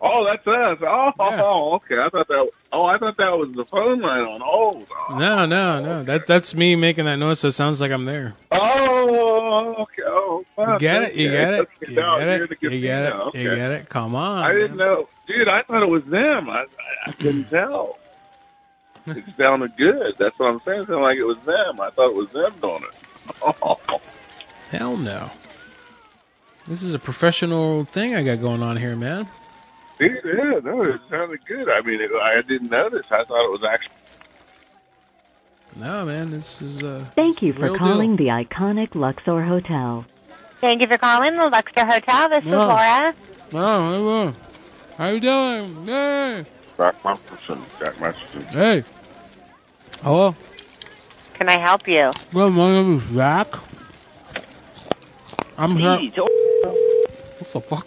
Speaker 23: Oh, that's us. Oh, okay. I thought that. Oh, I thought that was the phone line on hold.
Speaker 3: No, no, no. That that's me making that noise. So it sounds like I'm there.
Speaker 23: Oh, okay. Oh,
Speaker 3: You
Speaker 23: fuck.
Speaker 3: get it. You
Speaker 23: Okay.
Speaker 3: get it.
Speaker 23: Okay,
Speaker 3: You
Speaker 23: now
Speaker 3: get
Speaker 23: I'm here
Speaker 3: it.
Speaker 23: to
Speaker 3: You get
Speaker 23: casino.
Speaker 3: it. You
Speaker 23: Okay.
Speaker 3: get it. Come
Speaker 23: I
Speaker 3: on.
Speaker 23: didn't know, dude. I thought it was them. I, I, I couldn't tell. It sounded good. That's what I'm saying. It sounded like it was them. I thought it was them doing it. Oh,
Speaker 3: Hell no. This is a professional thing I got going on here, man.
Speaker 23: dude, yeah, no, it sounded good. I mean, it, I didn't notice. I thought it was actually.
Speaker 3: No, man, this is. Uh,
Speaker 2: Thank you for
Speaker 3: Real deal.
Speaker 2: calling the iconic Luxor Hotel.
Speaker 31: Thank you for calling the Luxor Hotel. This is
Speaker 3: No.
Speaker 31: Laura.
Speaker 3: no, hey, Laura. How you doing? Hey.
Speaker 23: Jack Masterson. Jack Masterson.
Speaker 3: Hey. Hello.
Speaker 31: Can I help you?
Speaker 3: Well, my name is Zach. I'm here.
Speaker 6: oh.
Speaker 18: oh.
Speaker 3: What the fuck?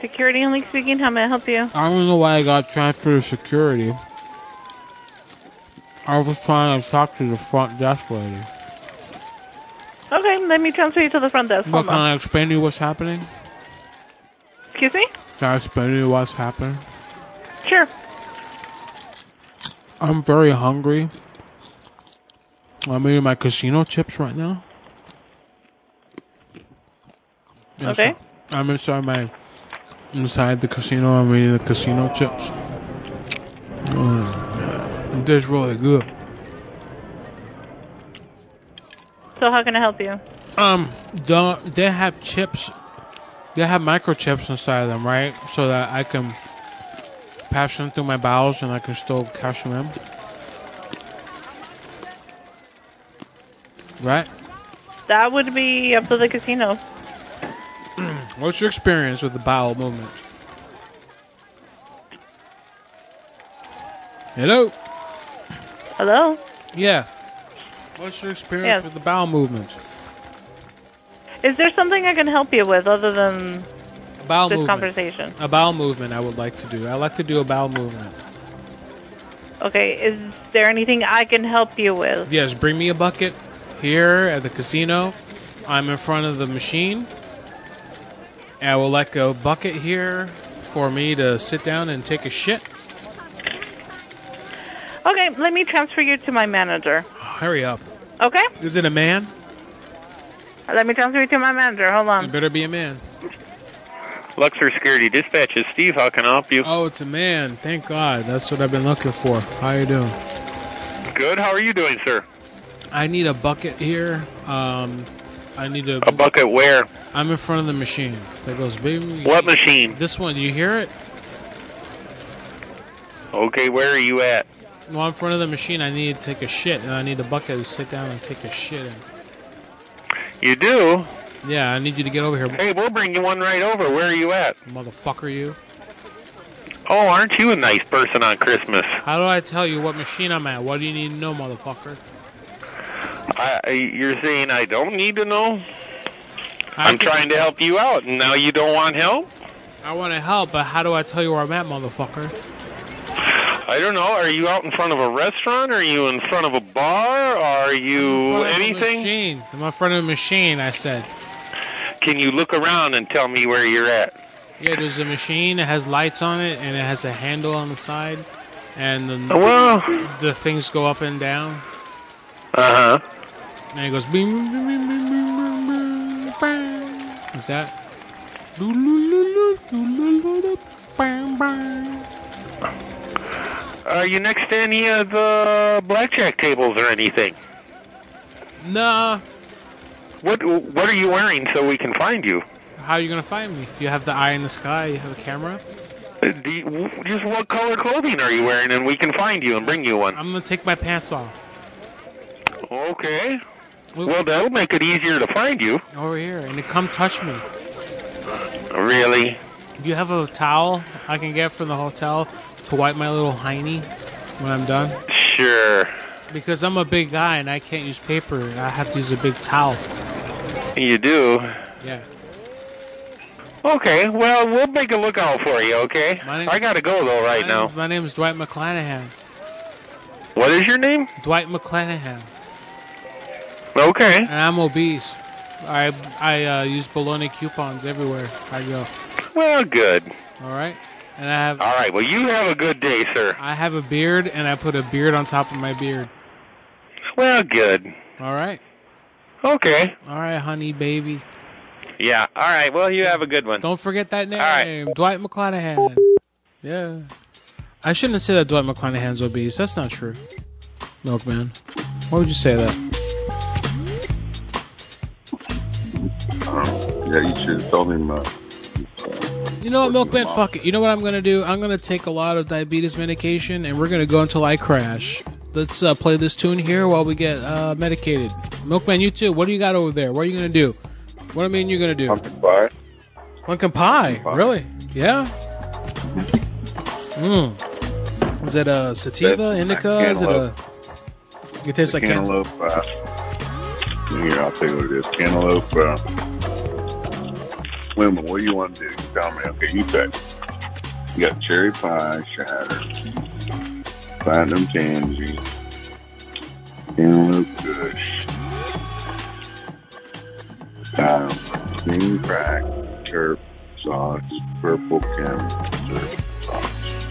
Speaker 18: Security only speaking. How may I help you?
Speaker 3: I don't know why I got transferred to security. I was trying to talk to the front desk lady.
Speaker 18: Okay, let me transfer you to the front desk.
Speaker 3: But
Speaker 18: Hold
Speaker 3: can
Speaker 18: on.
Speaker 3: I explain to you what's happening?
Speaker 18: Excuse me?
Speaker 3: Can I explain to you what's happening?
Speaker 18: Sure.
Speaker 3: I'm very hungry. I'm eating my casino chips right now. Yes,
Speaker 18: Okay.
Speaker 3: I'm inside my inside the casino. I'm eating the casino chips. Mm, This really good.
Speaker 18: So how can I help you?
Speaker 3: Um, don't they have chips? They have microchips inside of them, right? So that I can pass them through my bowels and I can still cash them in. Right?
Speaker 18: That would be up to the casino.
Speaker 3: What's your experience with the bowel movement? Hello?
Speaker 18: Hello?
Speaker 3: Yeah. What's your experience
Speaker 18: Yes.
Speaker 3: with the bowel movement?
Speaker 18: Is there something I can help you with other than
Speaker 3: A bowel
Speaker 18: this
Speaker 3: movement.
Speaker 18: conversation?
Speaker 3: A bowel movement I would like to do. I like to do a bowel movement.
Speaker 18: Okay, is there anything I can help you with?
Speaker 3: Yes, bring me a bucket here at the casino. I'm in front of the machine. And I will let go bucket here for me to sit down and take a shit.
Speaker 18: Okay, let me transfer you to my manager.
Speaker 3: Hurry up.
Speaker 18: Okay?
Speaker 3: Is it a man?
Speaker 18: Let me transfer you to my manager. Hold
Speaker 3: It
Speaker 18: on.
Speaker 3: better be a man.
Speaker 17: Luxor Security Dispatch is Steve. How can I help you?
Speaker 3: Oh, it's a man. Thank God. That's what I've been looking for. How you doing?
Speaker 17: Good. How are you doing, sir?
Speaker 3: I need a bucket here. Um, I need a,
Speaker 17: A bucket where?
Speaker 3: I'm in front of the machine that goes boom.
Speaker 17: What machine?
Speaker 3: This one. Do you hear it?
Speaker 17: Okay, where are you at?
Speaker 3: Well, in front of the machine, I need to take a shit, and I need a bucket to sit down and take a shit in.
Speaker 17: You do?
Speaker 3: Yeah, I need you to get over here.
Speaker 17: Hey, we'll bring you one right over. Where are you at?
Speaker 3: Motherfucker, you.
Speaker 17: Oh, aren't you a nice person on Christmas?
Speaker 3: How do I tell you what machine I'm at? What do you need to know, motherfucker?
Speaker 17: I, I- you're saying I don't need to know?
Speaker 3: I
Speaker 17: I'm
Speaker 3: can-
Speaker 17: trying to help you out, and now you don't want help?
Speaker 3: I want to help, but how do I tell you where I'm at, motherfucker?
Speaker 17: I don't know. Are you out in front of a restaurant? Are you in front of a bar? Are
Speaker 3: I'm in
Speaker 17: you
Speaker 3: front of the
Speaker 17: anything?
Speaker 3: machine. I'm in front of the machine, I said.
Speaker 17: Can you look around and tell me where you're at?
Speaker 3: Yeah, there's a machine. It has lights on it, and it has a handle on the side, and the,
Speaker 17: Well-
Speaker 3: the things go up and down,
Speaker 17: Uh huh.
Speaker 3: and it goes beam, beam, beam, beam, beam, beam, beam, bang, like that. Doo-loo-loo-loo, doo-loo-loo-loo, bang, bang.
Speaker 17: Are you next to any of the blackjack tables or anything?
Speaker 3: Nah,
Speaker 17: What What are you wearing so we can find you?
Speaker 3: how are you gonna find me? You have the eye in the sky. You have a camera.
Speaker 17: Uh, Do you, just what color clothing are you wearing, and we can find you and bring you one?
Speaker 3: I'm gonna take my pants off.
Speaker 17: Okay. Well, that'll make it easier to find you.
Speaker 3: Over here, and then come touch me.
Speaker 17: Really?
Speaker 3: You have a towel I can get from the hotel to wipe my little hiney when I'm done?
Speaker 17: Sure.
Speaker 3: Because I'm a big guy and I can't use paper. I have to use a big towel.
Speaker 17: You do.
Speaker 3: Yeah.
Speaker 17: Okay. Well, we'll make a lookout for you. Okay.
Speaker 3: My name-
Speaker 17: I gotta go though right
Speaker 3: my
Speaker 17: now.
Speaker 3: Name, my name is Dwight McClanahan.
Speaker 17: What is your name?
Speaker 3: Dwight McClanahan.
Speaker 17: Okay.
Speaker 3: And I'm obese. I I uh, use bologna coupons everywhere I go.
Speaker 17: Well, good.
Speaker 3: All right. And I have
Speaker 17: All right. Well, you have a good day, sir.
Speaker 3: I have a beard and I put a beard on top of my beard.
Speaker 17: Well, good.
Speaker 3: All right.
Speaker 17: Okay.
Speaker 3: All right, honey baby.
Speaker 17: Yeah. All right. Well, you have a good one.
Speaker 3: Don't forget that name,
Speaker 17: right.
Speaker 3: Dwight McClanahan. Yeah. I shouldn't say that Dwight McClanahan's obese. That's not true. Milkman. Why would you say that?
Speaker 23: Um, yeah, you should have told him. Uh,
Speaker 3: You know what, Milkman? Fuck it. You know what I'm gonna do? I'm gonna take a lot of diabetes medication, and we're gonna go until I crash. Let's uh, play this tune here while we get uh, medicated. Milkman, you too. What do you got over there? What are you gonna do? What do I mean you're gonna do? Pumpkin
Speaker 23: pie.
Speaker 3: Pumpkin pie. Really? Yeah. Mmm. Is it a sativa,
Speaker 23: That's a
Speaker 3: indica? Is it a?
Speaker 23: cantaloupe.
Speaker 3: It tastes like cantaloupe.
Speaker 23: cantaloupe. Uh, here, I'll tell you what it is. Cantaloupe. Uh, wait a minute. What do you want to do? You tell me. Okay, you pick. You got cherry pie, shatter, platinum candy, cantaloupe kush, um, green crack, chirp sauce, purple candy, chirp sauce.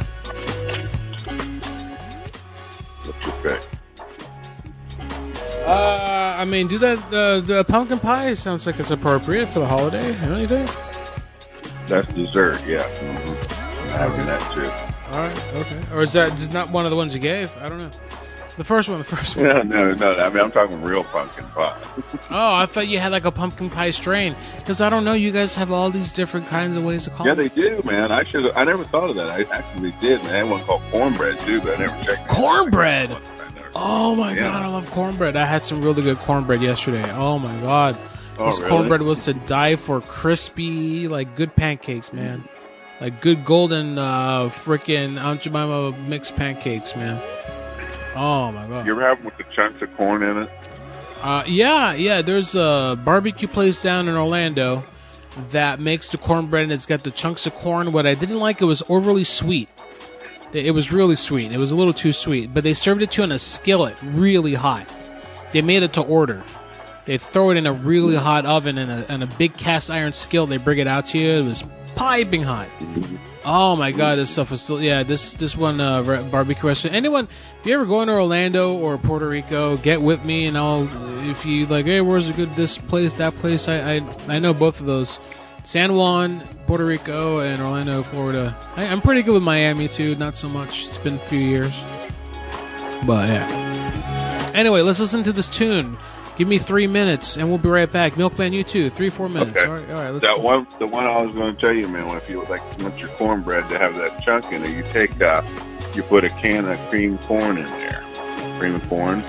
Speaker 23: What's your pick?
Speaker 3: Uh, I mean, do that. Uh, the pumpkin pie sounds like it's appropriate for the holiday. Don't you think?
Speaker 23: That's dessert, yeah. Mm-hmm. I'm having that too.
Speaker 3: All right. Okay. Or is that just not one of the ones you gave? I don't know. The first one. The first one.
Speaker 23: No, no, no. I mean, I'm talking real pumpkin pie.
Speaker 3: Oh, I thought you had like a pumpkin pie strain because I don't know. You guys have all these different kinds of ways to call
Speaker 23: yeah,
Speaker 3: it.
Speaker 23: they do, man. I should. I never thought of that. I actually did, man. They had one called cornbread too, but I never checked. it.
Speaker 3: cornbread. Oh my
Speaker 23: Yeah.
Speaker 3: god, I love cornbread. I had some really good cornbread yesterday. Oh my god,
Speaker 23: Oh,
Speaker 3: this
Speaker 23: really?
Speaker 3: cornbread was to die for. Crispy, like good pancakes, man. Like good golden, uh, freaking Aunt Jemima mixed pancakes, man. Oh my god.
Speaker 23: You ever have one with the chunks of corn in it?
Speaker 3: Uh, yeah, yeah. There's a barbecue place down in Orlando that makes the cornbread, and it's got the chunks of corn. What I didn't like, it was overly sweet. It it was really sweet. It was a little too sweet, but they served it to you in a skillet, really hot. They made it to order. They throw it in a really hot oven in a, in a big cast iron skillet. They bring it out to you. It was piping hot. Oh my god, this stuff was still yeah. This this one uh, re- barbecue restaurant. Anyone, if you ever go into Orlando or Puerto Rico, get with me and I'll. If you like, hey, where's a good this place, that place? I I, I know both of those. San Juan, Puerto Rico, and Orlando, Florida. I, I'm pretty good with Miami too. Not so much. It's been a few years. But yeah. Anyway, let's listen to this tune. Give me three minutes and we'll be right back. Milkman, you too. Three four minutes.
Speaker 23: Okay.
Speaker 3: All right, all right. Let's
Speaker 23: that one, the one I was going to tell you, man. If you like want your cornbread to have that chunk in it, you take, uh, you put a can of cream corn in there. Cream of corn.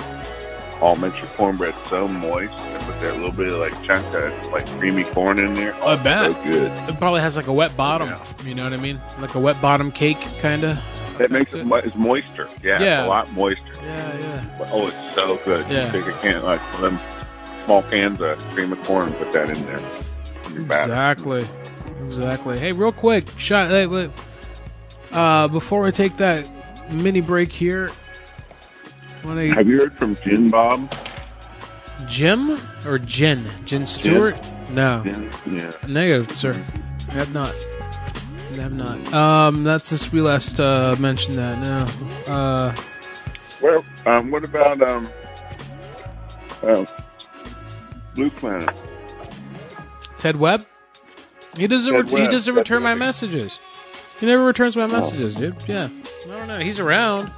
Speaker 23: All makes your cornbread so moist, and put that little bit of like chunk of like creamy corn in there. Oh,
Speaker 3: I bet.
Speaker 23: So good.
Speaker 3: It probably has like a wet bottom. You know what I mean? Like a wet bottom cake, kind of.
Speaker 23: It makes it, mo- it's moister. Yeah, it's
Speaker 3: Yeah.
Speaker 23: a lot moister.
Speaker 3: Yeah, yeah.
Speaker 23: But, oh, it's so good.
Speaker 3: Yeah.
Speaker 23: You take a can, like one of them small cans of cream of corn, and put that in there. You're back.
Speaker 3: Exactly. Exactly. Hey, real quick, shot. Hey, wait. Uh, before I take that mini break here, wanna,
Speaker 23: Have you heard from Jim Bob?
Speaker 3: Jim or Jen? Jen Stewart? No.
Speaker 23: Yeah.
Speaker 3: Negative, sir. I have not. I have not. Um, that's since we last uh, mentioned that. No. Uh,
Speaker 23: Well, um, what about um, uh, Blue Planet?
Speaker 3: Ted Webb. He doesn't.
Speaker 23: Ted
Speaker 3: ret- he
Speaker 23: Webb,
Speaker 3: doesn't
Speaker 23: that's
Speaker 3: return my messages. He never returns my messages, dude. Yeah. I don't know. He's around,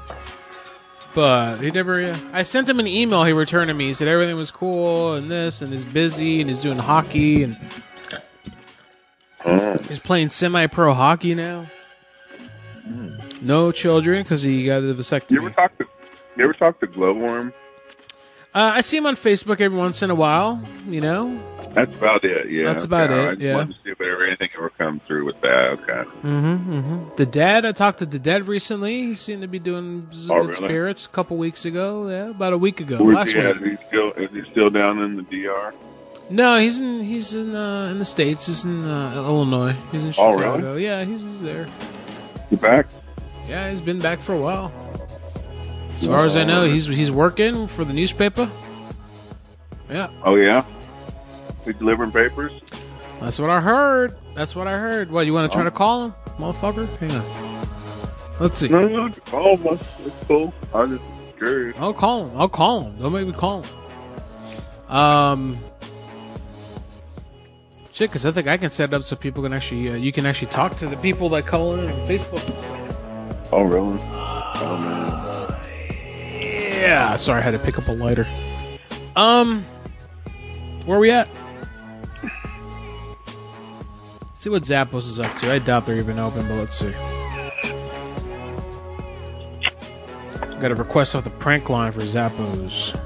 Speaker 3: but he never. Yeah. I sent him an email. He returned to me. He said everything was cool and this and he's busy and he's doing hockey and he's playing semi-pro hockey now. No children because he got a vasectomy.
Speaker 23: Hmm. You ever talk to You ever talk to Glowworm?
Speaker 3: Uh, I see him on Facebook every once in a while. You know.
Speaker 23: That's about it. Yeah,
Speaker 3: That's about
Speaker 23: Okay,
Speaker 3: it,
Speaker 23: I just
Speaker 3: yeah.
Speaker 23: wanted to see if ever anything ever come through with that. Okay.
Speaker 3: Mm-hmm, mm-hmm. The dad, I talked to the dad recently. He seemed to be doing z-
Speaker 23: Oh,
Speaker 3: good
Speaker 23: really?
Speaker 3: spirits a couple weeks ago. Yeah, about a week ago,
Speaker 23: Where's
Speaker 3: last
Speaker 23: he at?
Speaker 3: week.
Speaker 23: Is he still is he still down in the DR?
Speaker 3: No, he's in he's in uh, in the states. He's in uh, Illinois. He's in
Speaker 23: Oh,
Speaker 3: Chicago.
Speaker 23: really?
Speaker 3: Yeah, he's, he's there.
Speaker 23: You back?
Speaker 3: Yeah, he's been back for a while. As far as I know, he's he's working for the newspaper. Yeah,
Speaker 23: Oh yeah. We delivering papers.
Speaker 3: that's what I heard. That's what I heard. What you want to try
Speaker 23: Oh.
Speaker 3: to call him, motherfucker? Hang on. Let's see.
Speaker 23: No, no, call him. It's it's cool. I just curious.
Speaker 3: I'll call him. I'll call him. Don't make me call him. Um, shit, because I think I can set it up so people can actually uh, you can actually talk to the people that call in on Facebook. and stuff.
Speaker 23: Oh really? Oh man.
Speaker 3: Yeah. Ah, Sorry, I had to pick up a lighter. Um, where are we at? see what Zappos is up to. I doubt they're even open, but let's see. Got a request off the prank line for Zappos.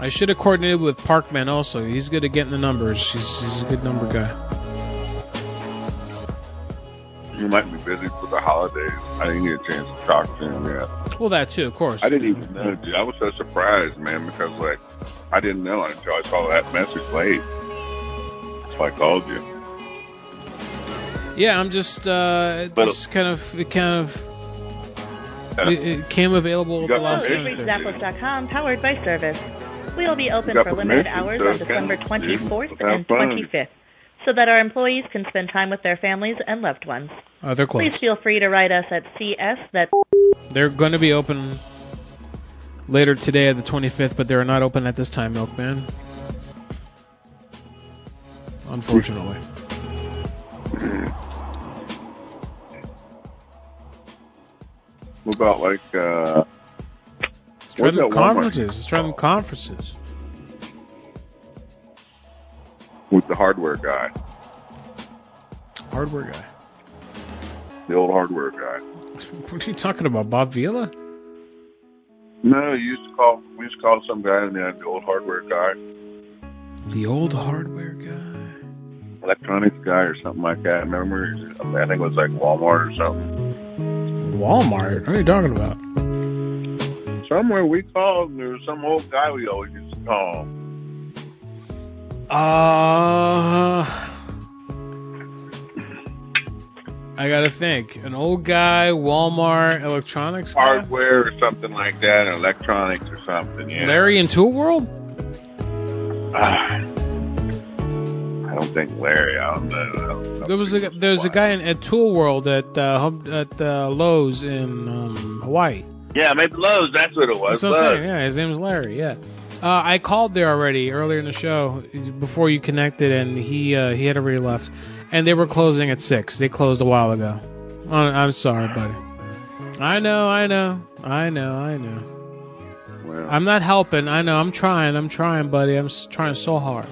Speaker 3: I should have coordinated with Parkman also. He's good at getting the numbers. He's, he's a good number guy.
Speaker 23: You might be busy for the holidays. I didn't get a chance to talk to him yet.
Speaker 3: Well, that too, of course.
Speaker 23: I didn't even know, dude. I was so surprised, man, because like I didn't know until I saw that message late. So I called you.
Speaker 3: Yeah, I'm just uh, it
Speaker 23: But-
Speaker 3: just kind of it kind of
Speaker 23: Yeah.
Speaker 3: it, it came available at the last minute. there.
Speaker 22: Zappos.com, powered by service. We will be open
Speaker 3: You got
Speaker 22: for limited
Speaker 3: permission,
Speaker 22: hours
Speaker 3: so
Speaker 22: on
Speaker 3: can-
Speaker 22: December
Speaker 3: you
Speaker 22: 24th
Speaker 3: have
Speaker 22: and
Speaker 3: fun.
Speaker 22: 25th so that our employees can spend time with their families and loved ones.
Speaker 3: Uh, they're
Speaker 22: Please
Speaker 3: closed.
Speaker 22: feel free to write us at CS that
Speaker 3: They're going to be open later today at the 25th, but they're not open at this time, Milkman. Unfortunately.
Speaker 23: What about like uh
Speaker 3: Let's try them
Speaker 23: what's that Walmart
Speaker 3: conferences. Let's try them conferences.
Speaker 23: with the hardware guy?
Speaker 3: Hardware guy.
Speaker 23: The old hardware guy.
Speaker 3: What are you talking about, Bob Vila?
Speaker 23: No, you used to call we used to call some guy and they had the old hardware guy,
Speaker 3: The old hardware
Speaker 23: electronics guy or something like that. Remember I think it was like Walmart or something.
Speaker 3: Walmart. What are you talking about?
Speaker 23: Somewhere we called and Oh, there was some old guy we always used to call.
Speaker 3: Uh, I gotta think. An old guy, Walmart, electronics guy?
Speaker 23: Hardware or something like that, or electronics or something, yeah.
Speaker 3: Larry and Tool World?
Speaker 23: Ah. I don't think Larry. I don't know. I don't know.
Speaker 3: There was a there was a guy in, at Tool World at uh, Hub- at uh, Lowe's in um, Hawaii.
Speaker 23: Yeah, maybe Lowe's. That's what it was.
Speaker 3: That's what I'm
Speaker 23: Lowe's.
Speaker 3: saying. Yeah, his name's Larry. Yeah, uh, I called there already earlier in the show before you connected, and he uh, he had already left, and they were closing at six. They closed a while ago. Oh, I'm sorry, buddy. I know, I know, I know, I know. I'm not helping. I know. I'm trying. I'm trying, buddy. I'm s- trying so hard.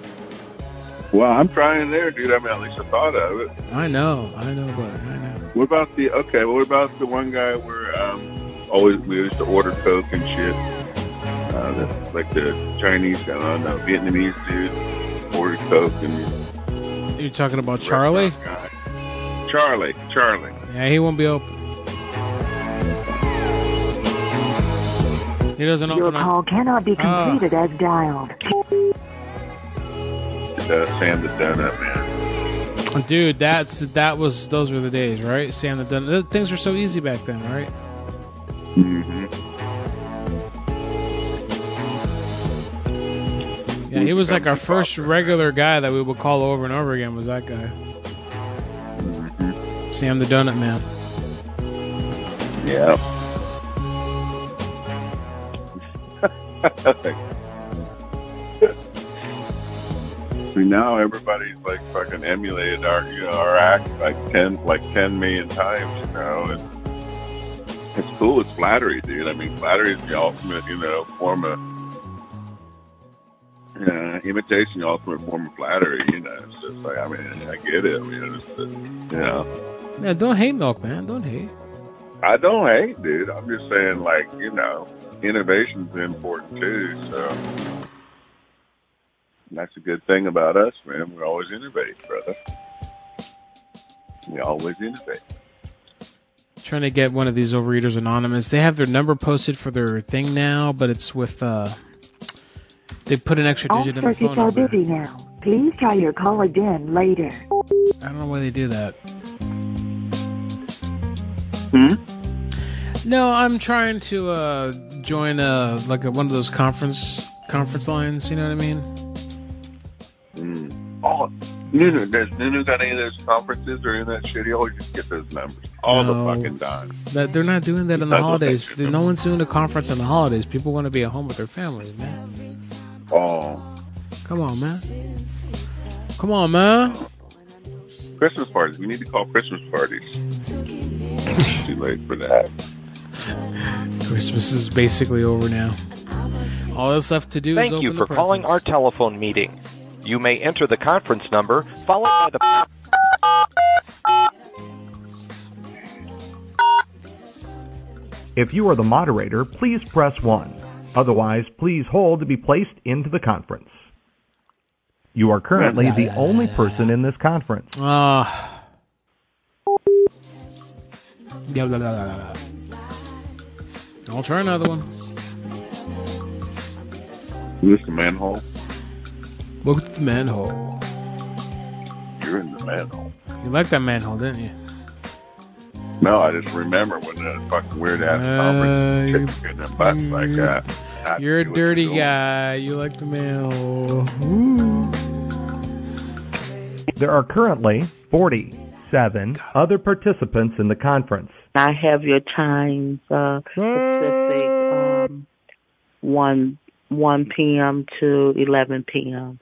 Speaker 23: Well, I'm trying there, dude. I mean, at least I thought of it.
Speaker 3: I know. I know, buddy. I know.
Speaker 23: What about the okay? What about the one guy where um, always we used to order coke and shit? Uh, the, like the Chinese guy, I don't know, Vietnamese dude, ordered coke and
Speaker 3: You're talking about Charlie?
Speaker 23: Charlie, Charlie.
Speaker 3: Yeah, he won't be open. He doesn't
Speaker 2: Your
Speaker 3: open. on-
Speaker 2: call cannot be
Speaker 3: Ah.
Speaker 2: completed as dialed.
Speaker 23: Uh, Sam the Donut Man.
Speaker 3: Dude, that's that was those were the days, right? Sam the Dun- th- things were so easy back then, right?
Speaker 23: Mm-hmm.
Speaker 3: Yeah, he was like our first regular guy that we would call over and over again. Was that guy? Sam the Donut Man.
Speaker 23: Yeah. See now everybody's like fucking emulated our you know, our act like ten like ten million times, you know. And it's cool. It's flattery, dude. I mean, flattery is the ultimate, you know, form of uh, imitation, the ultimate form of flattery. You know, it's just like I mean, I get it. You know, it's just, you know.
Speaker 3: Yeah, don't hate milk, man. Don't hate.
Speaker 23: I don't hate, dude. I'm just saying, like, you know, innovation's important too. So And that's a good thing about us, man. We always innovate, brother. We always innovate.
Speaker 3: Trying to get one of these overeaters anonymous. They have their number posted for their thing now, but it's with uh, they put an extra
Speaker 2: All
Speaker 3: digit in the
Speaker 2: circuits
Speaker 3: phone
Speaker 2: are
Speaker 3: number.
Speaker 2: busy now. Please try your call again later.
Speaker 3: I don't know why they do that.
Speaker 23: Hmm?
Speaker 3: No, I'm trying to uh, join uh like a, one of those conference conference lines. You know what I mean?
Speaker 23: Mm. Oh, Nunu, does Nunu got any of those conferences or any of that shit? He always just get those numbers all
Speaker 3: No.
Speaker 23: the fucking time.
Speaker 3: That they're not doing that in the
Speaker 23: That's what they
Speaker 3: holidays. Dude, no one's doing a conference in the holidays. People want to be at home with their families, man.
Speaker 23: Oh,
Speaker 3: Come on, man. Come on, man.
Speaker 23: Christmas parties. We need to call Christmas parties. It's too late for that.
Speaker 3: Christmas is basically over now. All that's left to do is
Speaker 7: Thank
Speaker 3: open
Speaker 7: you
Speaker 3: the
Speaker 7: for calling
Speaker 3: presents.
Speaker 7: our telephone meeting. You may enter the conference number followed by the.
Speaker 4: If you are the moderator, please press 1. Otherwise, please hold to be placed into the conference. You are currently the only person in this conference.
Speaker 3: Ah. Yeah, blah, blah, blah, blah. I'll try another one.
Speaker 23: Who's the manhole?
Speaker 3: Look at the manhole.
Speaker 23: You're in the manhole.
Speaker 3: You liked that manhole, didn't you?
Speaker 23: No, I just remember when that fucking weird ass
Speaker 3: Uh,
Speaker 23: Albert
Speaker 3: you-
Speaker 23: kicked in the butt like that. I
Speaker 3: You're a
Speaker 23: knew it.
Speaker 3: dirty guy. You like the manhole.
Speaker 4: There are currently 47 other participants in the conference.
Speaker 20: I have your times uh, Pacific um, one one p.m. to eleven p.m.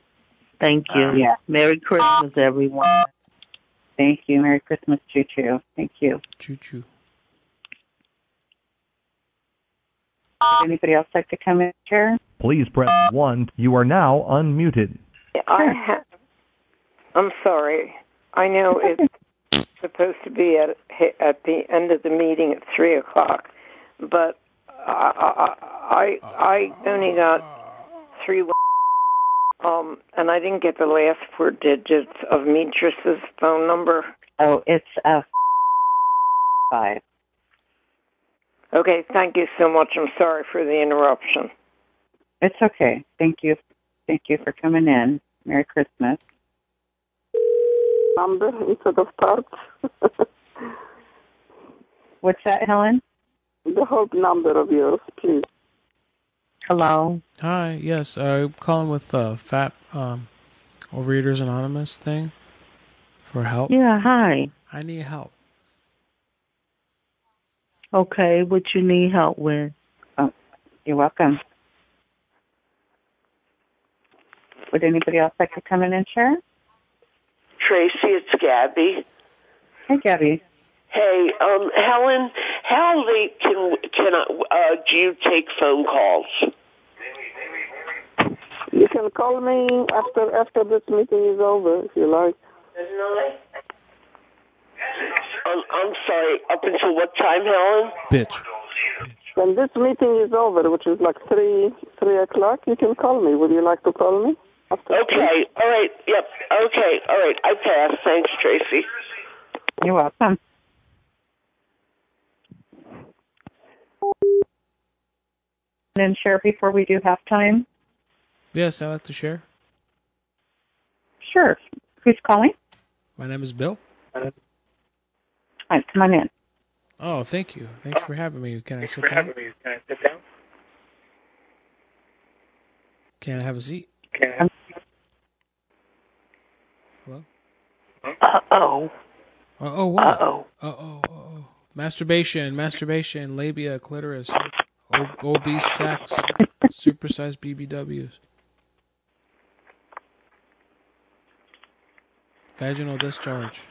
Speaker 20: Thank you.
Speaker 21: Uh, yeah.
Speaker 20: Merry Christmas, everyone.
Speaker 21: Thank you. Merry Christmas, Choo Choo. Thank you.
Speaker 3: Choo Choo.
Speaker 21: Would anybody else like to come in here?
Speaker 4: Please press 1. You are now unmuted.
Speaker 7: I have. I'm sorry. I know it's supposed to be at at the end of the meeting at three o'clock, but I I I I only got three. Um, and I didn't get the last four digits of Metris's phone number.
Speaker 21: Oh, it's uh, five.
Speaker 7: Okay, thank you so much. I'm sorry for the interruption.
Speaker 21: It's okay. Thank you. Thank you for coming in. Merry Christmas.
Speaker 28: number instead of parts.
Speaker 21: What's that, Helen?
Speaker 28: The whole number of yours, please.
Speaker 21: Hello.
Speaker 3: Hi. Yes. Uh, calling with uh, Fat um, Overeaters Anonymous thing for help.
Speaker 21: Yeah, hi.
Speaker 3: I need help.
Speaker 21: Okay, what you need help with? Oh, you're welcome. Would anybody else like to come in and share?
Speaker 29: Tracy, it's Gabby.
Speaker 21: Hi, Gabby.
Speaker 29: Hey, um, Helen, how late can can I, uh, do you take phone calls?
Speaker 28: You can call me after after this meeting is over if you like.
Speaker 29: Um, I'm sorry, up until what time, Helen?
Speaker 3: Bitch.
Speaker 28: When this meeting is over, which is like three three o'clock, you can call me. Would you like to call me?
Speaker 29: Okay, all right, yep, okay, all right, I pass. Thanks, Tracy.
Speaker 21: You're welcome. And share before we do halftime?
Speaker 3: Yes, I'd like to share.
Speaker 21: Sure. Who's calling?
Speaker 3: My name is Bill.
Speaker 21: All right, come on in.
Speaker 3: Oh, thank you. Thanks for having me. Can I sit down?
Speaker 1: Can I sit down?
Speaker 3: Can I have a seat? Hello?
Speaker 28: Uh-oh.
Speaker 3: Uh-oh, what? Uh-oh. Uh-oh, uh-oh. Masturbation, masturbation, labia, clitoris, o- obese sex, supersized BBWs. Vaginal discharge.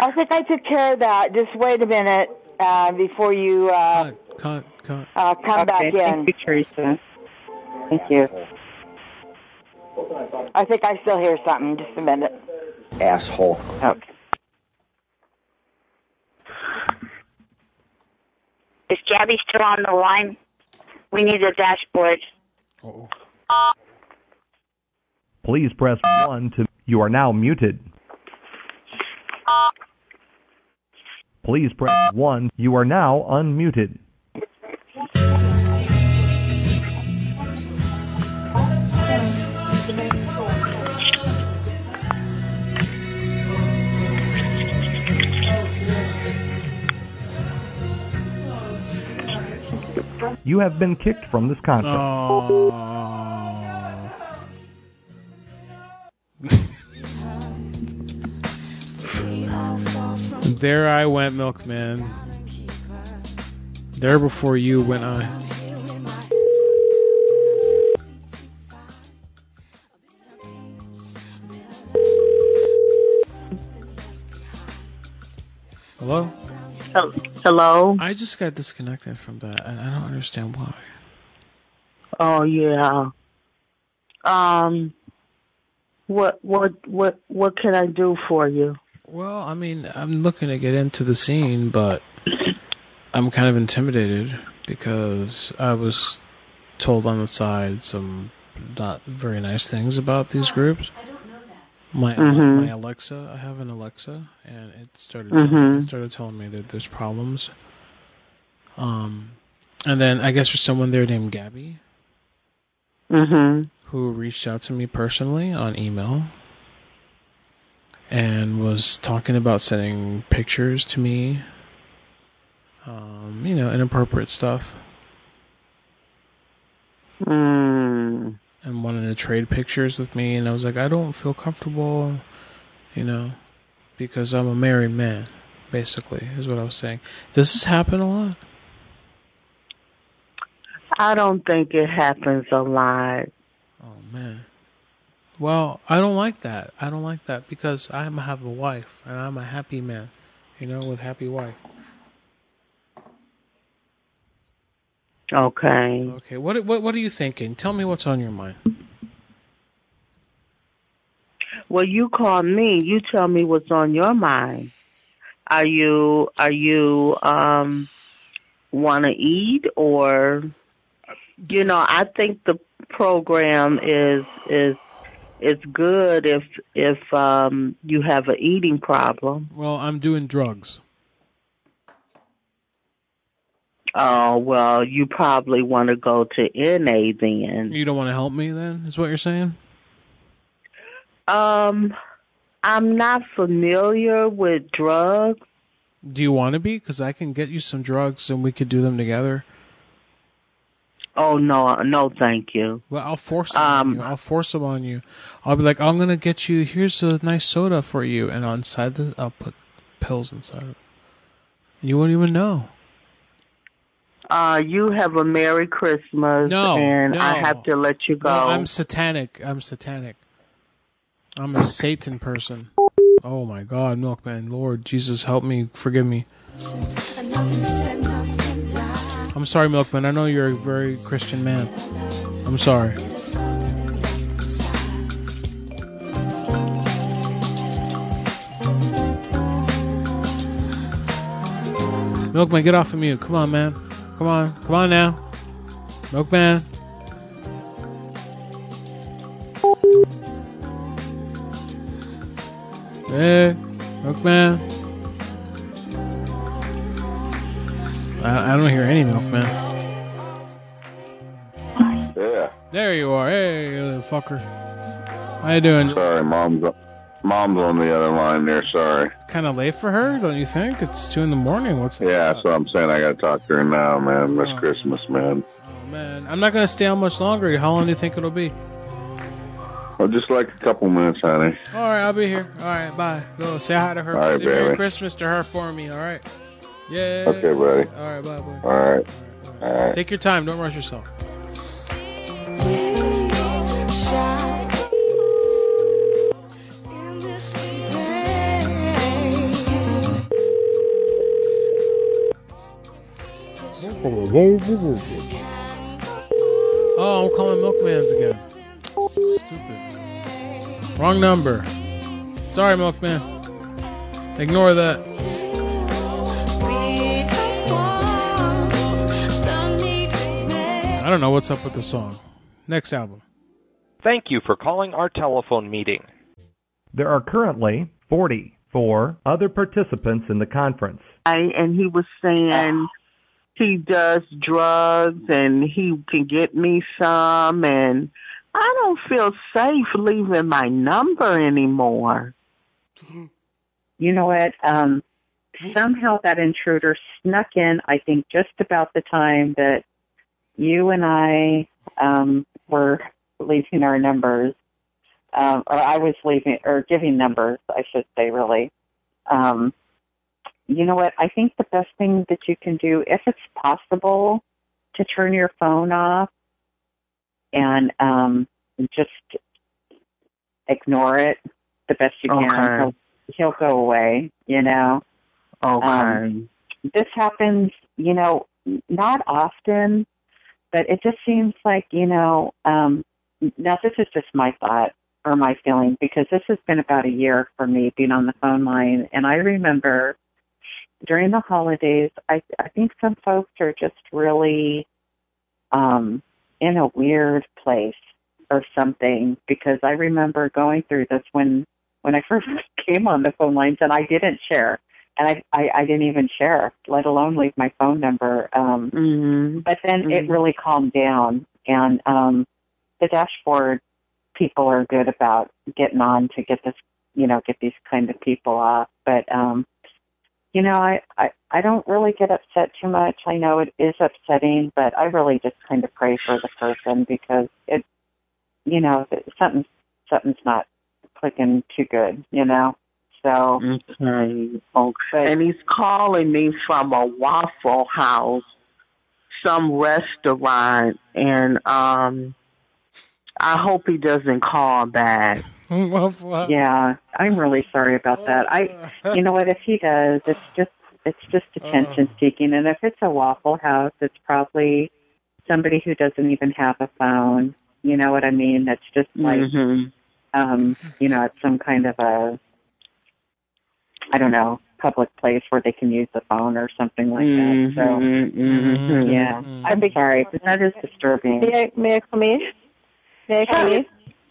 Speaker 32: I think I took care of that. Just wait a minute uh, before you uh,
Speaker 3: Cunt, cunt.
Speaker 32: uh, come back
Speaker 21: Okay,
Speaker 32: in.
Speaker 21: thank you, Teresa. Thank you.
Speaker 32: I think I still hear something. Just a minute.
Speaker 33: Asshole.
Speaker 34: Is Gabby still on the line? We need a dashboard.
Speaker 4: Please press 1 to. You are now muted. Please press 1. You are now unmuted. You have been kicked from this conference.
Speaker 3: Oh. There I went, milkman. There before you went I. Hello?
Speaker 32: Hello?
Speaker 3: I just got disconnected from that, and I don't understand why.
Speaker 32: Oh, yeah.
Speaker 20: um, what what what what can I do for you?
Speaker 3: Well, I mean, I'm looking to get into the scene, but I'm kind of intimidated because I was told on the side some not very nice things about these groups. My
Speaker 7: Mm-hmm.
Speaker 5: Mhm.
Speaker 3: my Alexa, I have an Alexa, and it started
Speaker 5: Mhm.
Speaker 3: it started telling me that there's problems. Um, and then I guess there's someone there named Gabby
Speaker 20: Mm-hmm.
Speaker 3: who reached out to me personally on email and was talking about sending pictures to me, um, you know, inappropriate stuff,
Speaker 20: Mm.
Speaker 3: and wanted to trade pictures with me. And I was like, I don't feel comfortable, you know, because I'm a married man, basically, is what I was saying. Does this happen a lot?
Speaker 20: I don't think it happens a lot.
Speaker 3: man. Well, I don't like that. I don't like that because I am- have a wife and I'm a happy man, you know, with happy wife.
Speaker 20: Okay.
Speaker 3: Okay, what what what are you thinking? Tell me what's on your mind.
Speaker 20: Well, you call me. You tell me what's on your mind. Are you are you um want to eat or you know? I think the program is is is good if if um you have an eating problem.
Speaker 3: Well, I'm doing drugs.
Speaker 20: Oh well, you probably want to go to NA then.
Speaker 3: You don't want to help me then? Is what you're saying?
Speaker 20: Um, I'm not familiar with drugs.
Speaker 3: Do you want to be? Because I can get you some drugs and we could do them together.
Speaker 20: Oh no, no, thank you.
Speaker 3: Well, I'll force them on you. I'll force them on you. I'll be like, I'm gonna get you. Here's a nice soda for you, and inside the, I'll put pills inside it. You won't even know.
Speaker 20: Uh, you have a Merry Christmas,
Speaker 3: No,
Speaker 20: and I
Speaker 3: no.
Speaker 20: have to let you go.
Speaker 3: No, I'm satanic. I'm satanic. I'm a Satan person. Oh my God, Milkman, Lord Jesus, help me, forgive me. I'm sorry, Milkman. I know you're a very Christian man. I'm sorry. Milkman, get off of mute. Come on, man. Come on. Come on now. Milkman. Hey, Milkman. I, I don't hear any Milkman.
Speaker 25: Yeah.
Speaker 3: There you are. Hey, you little fucker. How you doing?
Speaker 25: Sorry, mom's mom's on the other line there. Sorry.
Speaker 3: Kind of late for her, don't you think? It's 2 in the Oh. morning. What's
Speaker 25: Yeah, that's what I'm saying. I got to talk to her now, man. This Christmas, man.
Speaker 3: man? I'm not going to stay out much longer. How long do you think it'll be?
Speaker 25: Well, just like a couple minutes, honey.
Speaker 3: All right, I'll be here. All right, bye. Go say hi to her.
Speaker 25: All right,
Speaker 3: Say Merry
Speaker 25: baby.
Speaker 3: Christmas to her for me. All right. Yeah.
Speaker 25: Okay, buddy.
Speaker 3: All right, bye, bye.
Speaker 25: All right. All right.
Speaker 3: Take your time. Don't rush yourself. Oh, I'm calling Milkman's again. Stupid. Wrong number. Sorry, Milkman. Ignore that. I don't know what's up with the song. Next album.
Speaker 9: Thank you for calling our telephone meeting.
Speaker 4: There are currently 44 other participants in the conference.
Speaker 20: I- and he was
Speaker 3: Ah.
Speaker 20: saying he does drugs and he can get me some, and I don't feel safe leaving my number anymore.
Speaker 21: You know what? Um, somehow that intruder snuck in, I think, just about the time that you and I um, were leaving our numbers, um, or I was leaving, or giving numbers, I should say, really. Um, you know what? I think the best thing that you can do, if it's possible, to turn your phone off and um, just ignore it the best you
Speaker 20: Okay.
Speaker 21: can. He'll, he'll go away, you know.
Speaker 20: Okay.
Speaker 21: Um, this happens, you know, not often, but it just seems like, you know, um, now this is just my thought or my feeling because this has been about a year for me being on the phone line, and I remember during the holidays, I I think some folks are just really um in a weird place or something because I remember going through this when when I first came on the phone lines and I didn't share and I I, I didn't even share, let alone leave my phone number. Um, But then it really calmed down, and um, the dashboard people are good about getting on to get this, you know, get these kind of people off. But um, you know, I, I I don't really get upset too much. I know it is upsetting, but I really just kind of pray for the person because it, you know, something something's not clicking too good, you know. So
Speaker 20: Mm-hmm. Okay. okay. And he's calling me from a Waffle House, some restaurant, and um, I hope he doesn't call back.
Speaker 21: Yeah, I'm really sorry about that. I, you know what? If he does, it's just it's just attention seeking, and if it's a Waffle House, it's probably somebody who doesn't even have a phone. You know what I mean? That's just like,
Speaker 20: Mhm.
Speaker 21: um, you know, it's some kind of a, I don't know, public place where they can use the phone or something like that. So,
Speaker 20: Mhm, mhm.
Speaker 21: yeah, I'm sorry, but that is disturbing.
Speaker 32: May I, may I come in? May I come in?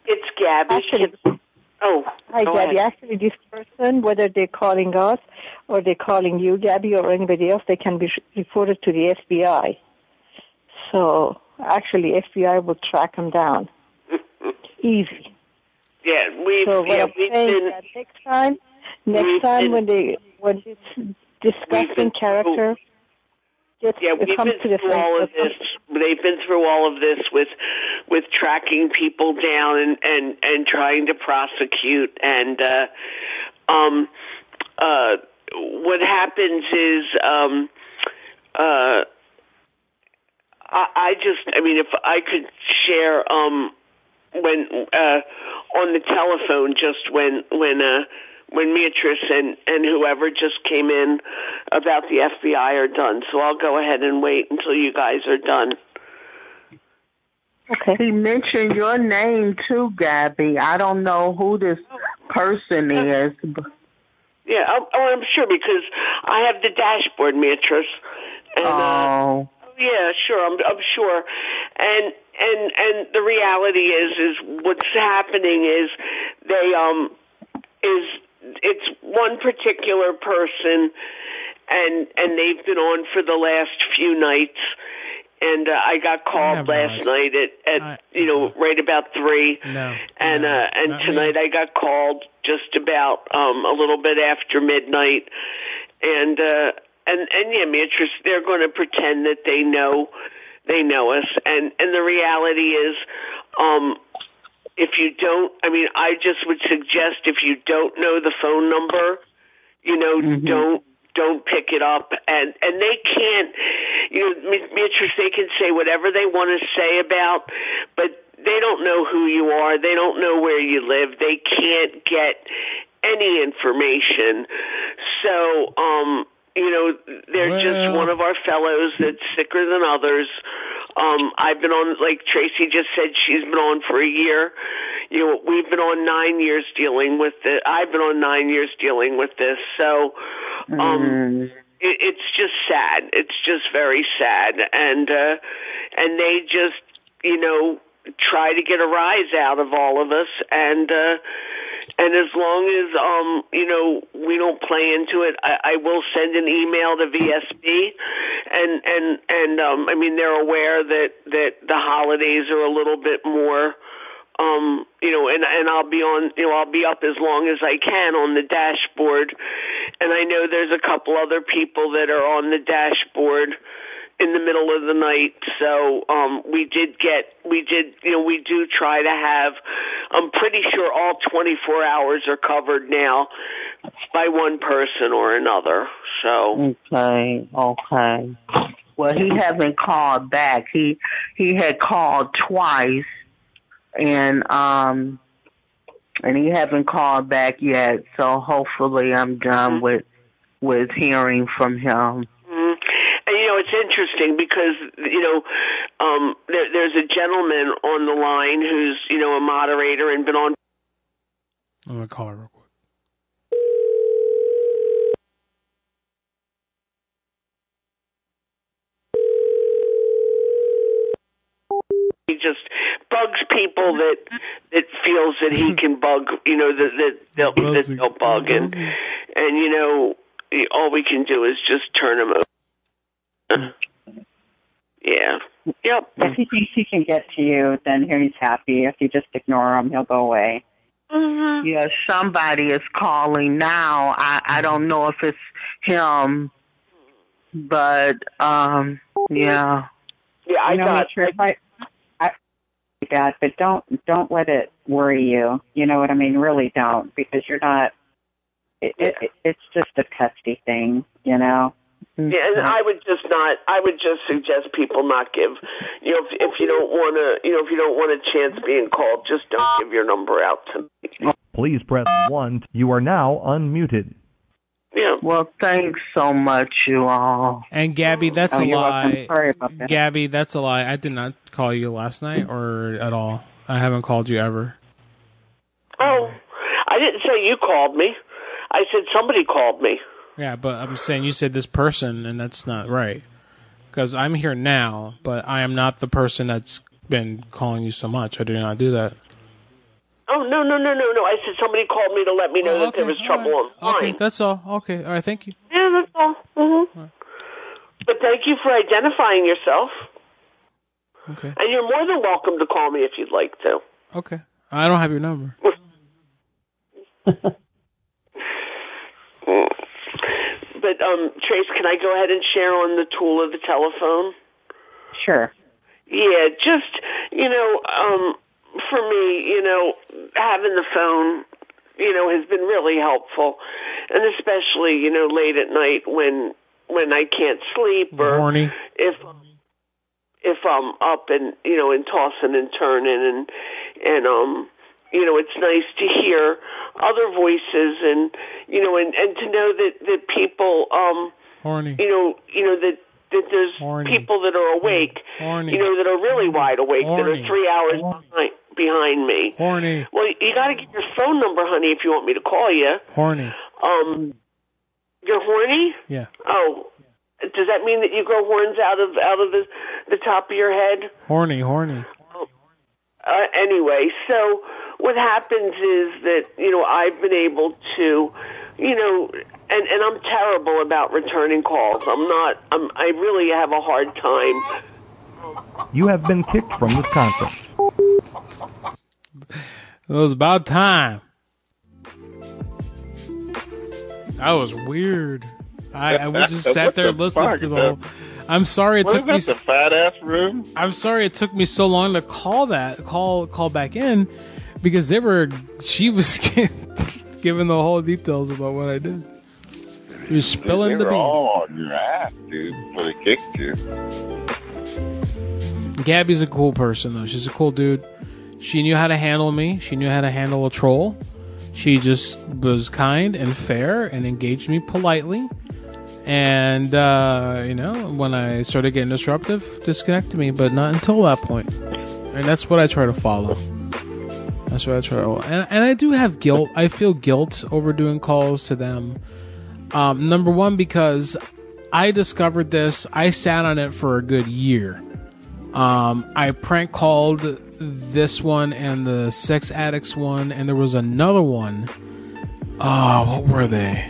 Speaker 29: It's Gabby. Can- oh,
Speaker 32: Hi,
Speaker 29: go
Speaker 32: Gabby.
Speaker 29: ahead.
Speaker 32: Actually, this person, whether they're calling us or they're calling you, Gabby, or anybody else, they can be sh- reported to the FBI. So, actually, FBI will track them down. Easy.
Speaker 29: Yeah, we've
Speaker 32: So what
Speaker 29: yeah
Speaker 32: I'm
Speaker 29: we've
Speaker 32: saying
Speaker 29: been
Speaker 32: is Next time, next time when they when it's disgusting character, just
Speaker 29: yeah
Speaker 32: it
Speaker 29: we've
Speaker 32: comes
Speaker 29: been
Speaker 32: to the
Speaker 29: through all of this. They've been through all of this with with tracking people down and and and trying to prosecute and uh, um uh what happens is um uh I, I just, I mean, if I could share, um, when uh, on the telephone, just when when uh, when Beatrice and and whoever just came in about the FBI are done. So I'll go ahead and wait until you guys are done.
Speaker 32: Okay.
Speaker 20: He mentioned your name too, Gabby. I don't know who this person is. But
Speaker 29: Yeah, oh, oh I'm sure because I have the dashboard, Beatrice. And,
Speaker 20: oh.
Speaker 29: Oh, yeah, sure. I'm, I'm sure. And and and the reality is is what's happening is they um is it's one particular person and and they've been on for the last few nights and uh, I got called last night at at you know right about 3
Speaker 3: No.
Speaker 29: and uh and tonight I got called just about um a little bit after midnight and uh and and yeah Beatrice they're going to pretend that they know they know us and and the reality is um if you don't I mean I just would suggest if you don't know the phone number you know don't don't pick it up and and they can't you know Be- Beatrice they can say whatever they want to say about but they don't know who you are they don't know where you live they can't get any information so um you know they're just one of our fellows that's sicker than others um I've been on like Tracy just said she's been on for a year you know we've been on 9 years dealing with it I've been on 9 years dealing with this so um it, it's just sad it's just very sad and uh and they just you know try to get a rise out of all of us and uh and as long as um you know we don't play into it i, I will send an email to vsb and and and um i mean they're aware that that the holidays are a little bit more um you know and and i'll be on you know i'll be up as long as i can on the dashboard and i know there's a couple other people that are on the dashboard in the middle of the night so um we did get we did you know we do try to have i'm pretty sure all 24 hours are covered now by one person or another so
Speaker 20: Okay, okay. Well, he hasn't called back. He he had called twice, and um, and he hasn't called back yet. So hopefully, I'm done with with hearing from him.
Speaker 29: mm-hmm. Mm. And you know, it's interesting because you know, um, there, there's a gentleman on the line who's you know a moderator and been on.
Speaker 3: I'm gonna call her real quick.
Speaker 29: He just bugs people that that feels that he can bug. You know that that they'll, that they'll bug and and you know all we can do is just turn him over. Yeah. Yep.
Speaker 21: If he thinks he can get to you, then he's happy. If you just ignore him, he'll go away.
Speaker 20: Yeah, somebody is calling now. I I don't know if it's him, but um, yeah.
Speaker 29: Yeah,
Speaker 21: I you know, not sure if I, I that, but don't don't let it worry you. You know what I mean? Really don't, because you're not. It, it, it, it's just a pesky thing, you know.
Speaker 29: Yeah, and I would just not. I would just suggest people not give. You know, if, if you don't want to, you know, if you don't want a chance being called, just don't give your number out to me.
Speaker 4: Please press 1. You are now unmuted.
Speaker 29: Yeah.
Speaker 20: Well, thanks so much, you all.
Speaker 3: And Gabby, that's
Speaker 20: Oh,
Speaker 3: a
Speaker 20: you're welcome.
Speaker 3: lie.
Speaker 20: Sorry about that.
Speaker 3: Gabby, that's a lie. I did not call you last night or at all. I haven't called you ever.
Speaker 29: Oh, I didn't say you called me. I said somebody called me.
Speaker 3: Yeah, but I'm saying you said this person, and that's not right. Because I'm here now, but I am not the person that's been calling you so much. I do not do that.
Speaker 29: Oh no no no no no! I said somebody called me to let me know that there was trouble on the
Speaker 3: Oh, Okay,
Speaker 29: line.
Speaker 3: that's all. Okay, all right. Thank you.
Speaker 29: Yeah, that's all. hmm But thank you for identifying yourself.
Speaker 3: Okay.
Speaker 29: And you're more than welcome to call me if you'd like to.
Speaker 3: Okay. I don't have your number.
Speaker 29: But um, Trace, can I go ahead and share on the tool of the telephone?
Speaker 21: Sure.
Speaker 29: Yeah, just you know, um, for me, you know, having the phone, you know, has been really helpful, and especially you know late at night when when I can't sleep or
Speaker 3: Horny.
Speaker 29: if if I'm up and you know and tossing and turning and and um you know it's nice to hear other voices and you know and and to know that that people um
Speaker 3: Horny.
Speaker 29: you know you know that that there's people that are awake
Speaker 3: Horny.
Speaker 29: you know that are really wide awake that
Speaker 3: Horny.
Speaker 29: are 3 hours behind, behind me
Speaker 3: Horny.
Speaker 29: well you got to get your phone number honey if you want me to call you
Speaker 3: Horny.
Speaker 29: um you're horny
Speaker 3: Yeah.
Speaker 29: oh does that mean that you grow horns out of out of the the top of your head
Speaker 3: Horny. Horny.
Speaker 29: uh, anyway, so what happens is that you know I've been able to, you know, and and I'm terrible about returning calls. I'm not. I'm. I really have a hard time.
Speaker 4: You have been kicked from this conference.
Speaker 3: It was about time. That was weird. I, I we just sat
Speaker 5: What
Speaker 3: there
Speaker 5: the
Speaker 3: and listened
Speaker 5: fuck,
Speaker 3: to the
Speaker 5: though?
Speaker 3: whole. I'm sorry it
Speaker 5: What
Speaker 3: took me.
Speaker 5: about
Speaker 3: s-
Speaker 5: the fat ass room?
Speaker 3: I'm sorry it took me so long to call that call call back in because they were she was giving the whole details about what I did. She was spilling
Speaker 25: they
Speaker 3: the
Speaker 25: were
Speaker 3: beans.
Speaker 25: all on your ass, dude, before they kicked you.
Speaker 3: Gabby's a cool person though. She's a cool dude. She knew how to handle me. She knew how to handle a troll. She just was kind and fair and engaged me politely. And uh, you know, when I started getting disruptive, disconnected me, but not until that point. And that's what I try to follow. That's what I try to. And, and I do have guilt. I feel guilt over doing calls to them. Um, number one, because I discovered this. I sat on it for a good year. Um, I prank called this one and the sex addicts one, and there was another one. Oh, what were they?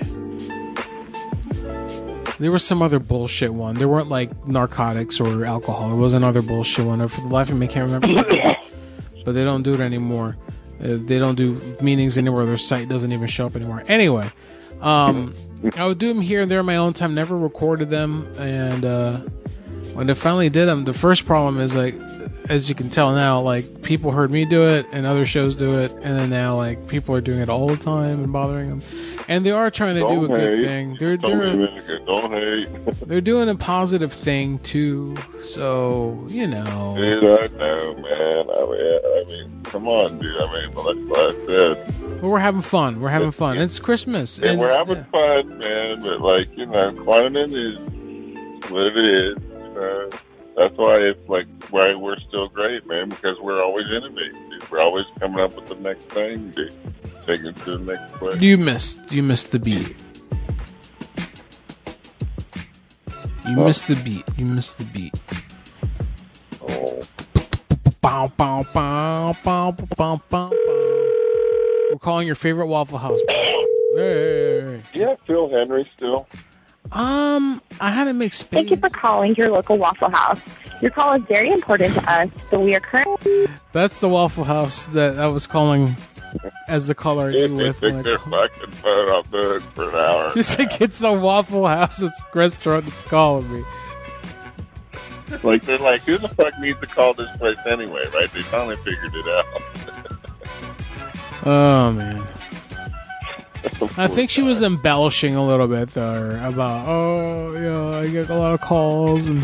Speaker 3: There was some other bullshit one. There weren't like narcotics or alcohol. There was another bullshit one. For the life of me, I can't remember. but they don't do it anymore. Uh, they don't do meetings anywhere. Their site doesn't even show up anymore. Anyway, um, I would do them here and there in my own time. Never recorded them, and uh, when I finally did them, the first problem is like, as you can tell now, like people heard me do it and other shows do it, and then now like people are doing it all the time and bothering them, and they are trying to do a
Speaker 25: Don't
Speaker 3: good
Speaker 25: hate.
Speaker 3: thing. They're
Speaker 25: Told me a
Speaker 3: they're
Speaker 25: minute ago, Don't hate.
Speaker 3: they're doing a positive thing too, so you know.
Speaker 25: Dude, I know, man. I mean, I mean, come on, dude. I mean, like what I said,
Speaker 3: But we're having fun. We're having fun. It's Christmas.
Speaker 25: and we're having fun, man. But like, you know, climbing is what it is. You know? That's why it's like why we're still great, man, because we're always innovating. dude. We're always coming up with the next thing, dude. Taking it to the next place.
Speaker 3: You missed. You missed the beat. You
Speaker 25: What?
Speaker 3: missed the beat. You missed the beat.
Speaker 25: Oh.
Speaker 3: Bow, bow, bow, bow, bow, bow, bow. We're calling your favorite Waffle House. Hey.
Speaker 25: Yeah, Phil Henry still.
Speaker 3: Um, I had to make space.
Speaker 5: Thank you for calling your local Waffle House. Your call is very important to us, so we are currently.
Speaker 3: That's the Waffle House that I was calling as the caller you
Speaker 25: They
Speaker 3: with.
Speaker 25: think
Speaker 3: Like,
Speaker 25: they're fucking phone off the hook for an hour.
Speaker 3: just like it's a Waffle House it's restaurant that's calling me.
Speaker 25: like they're like, who the fuck needs to call this place anyway? Right? They finally figured it out.
Speaker 3: Oh man. I think she was embellishing a little bit though about oh you know I get a lot of calls and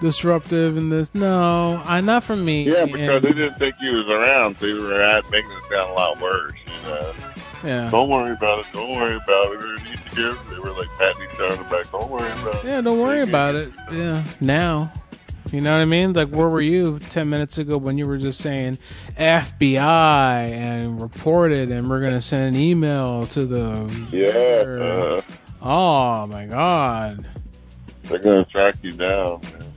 Speaker 3: disruptive and this. No, I not from me.
Speaker 25: yeah, because
Speaker 3: and-
Speaker 25: they didn't think you was around, so you were out making it sound a lot worse. You know.
Speaker 3: Yeah.
Speaker 25: Don't worry about it. Don't worry about it. We didn't need to hear it. They were like patting each other on the back. Don't worry about it.
Speaker 3: yeah, don't worry
Speaker 25: They-
Speaker 3: about it. Yeah, now. You know what I mean? Like, where were you 10 minutes ago when you were just saying FBI and reported and we're going to send an email to the.
Speaker 25: Yeah. Uh,
Speaker 3: Oh, my God.
Speaker 25: they're gonna track you down. man.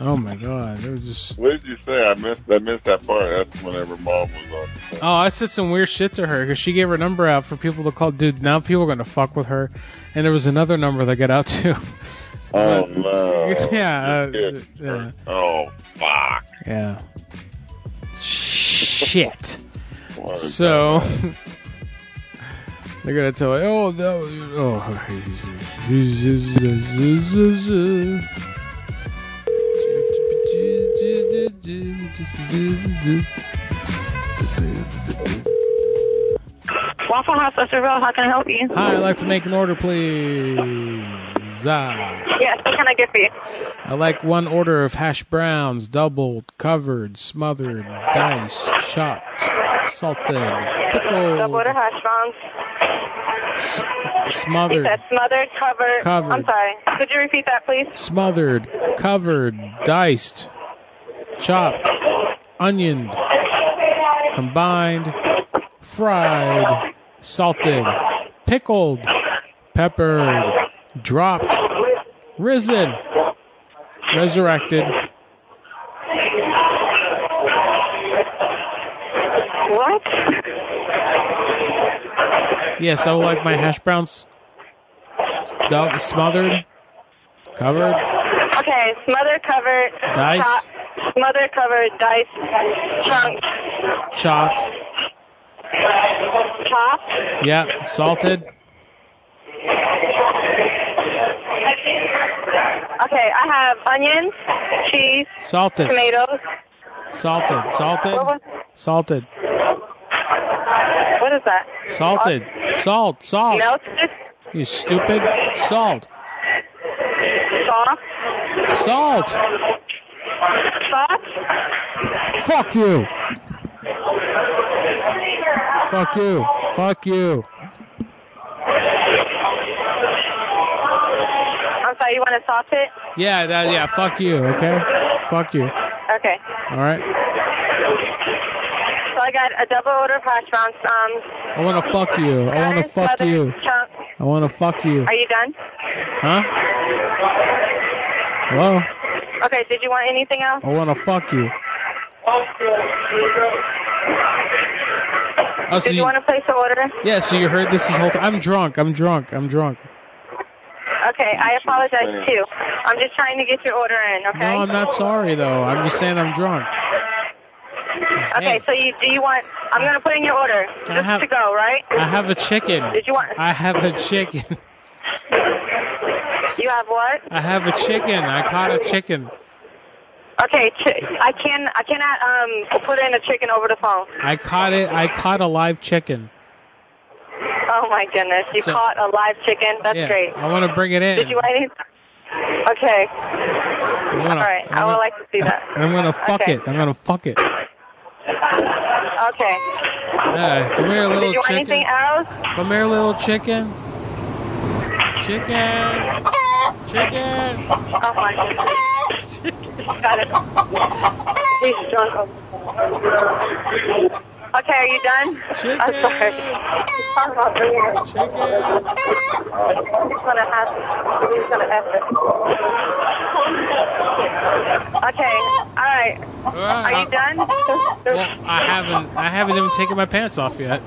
Speaker 3: Oh, my God. They were just.
Speaker 25: What did you say? I missed. I missed that part. That's whenever mom was on.
Speaker 3: Oh, I said some weird shit to her because she gave her number out for people to call. Dude, now people are going to fuck with her. And there was another number that got out too.
Speaker 25: Oh no. You're
Speaker 3: Yeah, uh,
Speaker 25: kidding. Oh fuck.
Speaker 3: Yeah. Shit.
Speaker 25: What is
Speaker 3: so they're gonna tell you, oh no, you-
Speaker 6: Waffle House, Westerville, how can I help you?
Speaker 3: oh, hi, I'd like to make an order, please. Ah.
Speaker 6: Yes, what can I get for you?
Speaker 3: I like one order of hash browns, doubled, covered, smothered, diced, chopped, salted,
Speaker 6: Double
Speaker 3: pickled,
Speaker 6: order hash browns.
Speaker 3: s-
Speaker 6: You
Speaker 3: smothered,
Speaker 6: said smothered, covered.
Speaker 3: Covered.
Speaker 6: I'm sorry. Could you repeat that, please?
Speaker 3: smothered, covered, diced, chopped, onioned, combined, fried, salted, pickled, peppered, dropped, risen, resurrected.
Speaker 6: What?
Speaker 3: Yes, I would like my hash browns dou- smothered, covered,
Speaker 6: Okay, smothered, covered.
Speaker 3: Diced.
Speaker 6: Chop, smothered, covered, diced, chunked,
Speaker 3: chopped,
Speaker 6: chopped.
Speaker 3: yeah, salted.
Speaker 6: Okay, I have onions, cheese,
Speaker 3: Salted.
Speaker 6: tomatoes.
Speaker 3: Salted, salted,
Speaker 6: What was-
Speaker 3: salted,
Speaker 6: What is that?
Speaker 3: salted, salt, salt.
Speaker 6: Melted,
Speaker 3: You stupid. Salt,
Speaker 6: salt,
Speaker 3: salt.
Speaker 6: salt.
Speaker 3: Fuck you. Fuck you. Fuck you.
Speaker 6: I'm sorry, you want to salt it?
Speaker 3: Yeah, that, yeah. Fuck you. Okay. Fuck you.
Speaker 6: Okay.
Speaker 3: All right.
Speaker 6: So I got a double order of hash browns. Um,
Speaker 3: I want to fuck you. I want to fuck you.
Speaker 6: chunk.
Speaker 3: I want to fuck you.
Speaker 6: Are you done?
Speaker 3: Huh? Hello.
Speaker 6: Okay, did you want anything else?
Speaker 3: I want to fuck you. Oh, so
Speaker 6: did you,
Speaker 3: you-
Speaker 6: want to place the order?
Speaker 3: Yeah. So you heard this is whole. T- I'm drunk. I'm drunk. I'm drunk.
Speaker 6: Okay, I apologize too. I'm just trying to get your order in, okay?
Speaker 3: No, I'm not sorry though. I'm just saying I'm drunk.
Speaker 6: Okay, so you do you want? I'm gonna put in your order
Speaker 3: I
Speaker 6: just
Speaker 3: have- Uh.
Speaker 6: to go, right?
Speaker 3: I have a chicken.
Speaker 6: Did you want-
Speaker 3: I have a chicken.
Speaker 6: You have what?
Speaker 3: I have a chicken. I caught a chicken.
Speaker 6: Okay, ch- I can I cannot um put in a chicken over the phone.
Speaker 3: I caught it. I caught a live chicken.
Speaker 6: Oh my goodness, you
Speaker 3: So-
Speaker 6: caught a live chicken. That's
Speaker 3: Yeah,
Speaker 6: great.
Speaker 3: I want to bring it in.
Speaker 6: Did you want any? Okay.
Speaker 3: wanna-
Speaker 6: All right,
Speaker 3: I
Speaker 6: I would
Speaker 3: wanna-
Speaker 6: like to see that.
Speaker 3: And I'm gonna fuck
Speaker 6: Okay.
Speaker 3: it. I'm gonna fuck it.
Speaker 6: Okay.
Speaker 3: Yeah, come here,
Speaker 6: Did
Speaker 3: little
Speaker 6: you want
Speaker 3: chicken.
Speaker 6: anything else?
Speaker 3: Come here, little chicken. Chicken. Chicken.
Speaker 6: Oh my goodness. Got it. He's drunk. Okay, are you done? I'm sorry. Talk about beer. He's gonna have. He's gonna have it. Okay. All right. Are you done?
Speaker 3: Well, I haven't. I haven't even taken my pants off yet.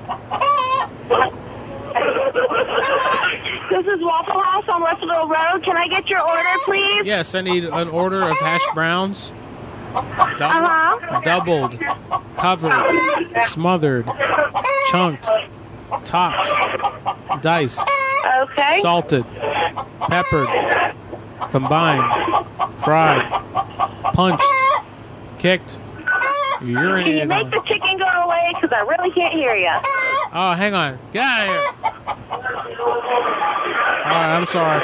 Speaker 6: This is Waffle House on Westville Road. Can I get your order, please?
Speaker 3: Yes, I need an order of hash browns. Double,
Speaker 6: Uh-huh.
Speaker 3: Doubled, covered, smothered, chunked, topped, diced,
Speaker 6: Okay.
Speaker 3: salted, peppered, combined, fried, punched, kicked,
Speaker 6: Can you
Speaker 3: urinated
Speaker 6: make
Speaker 3: on.
Speaker 6: the chicken go away? Because I really can't hear you.
Speaker 3: Oh, hang on. Get out of here. All right, I'm sorry.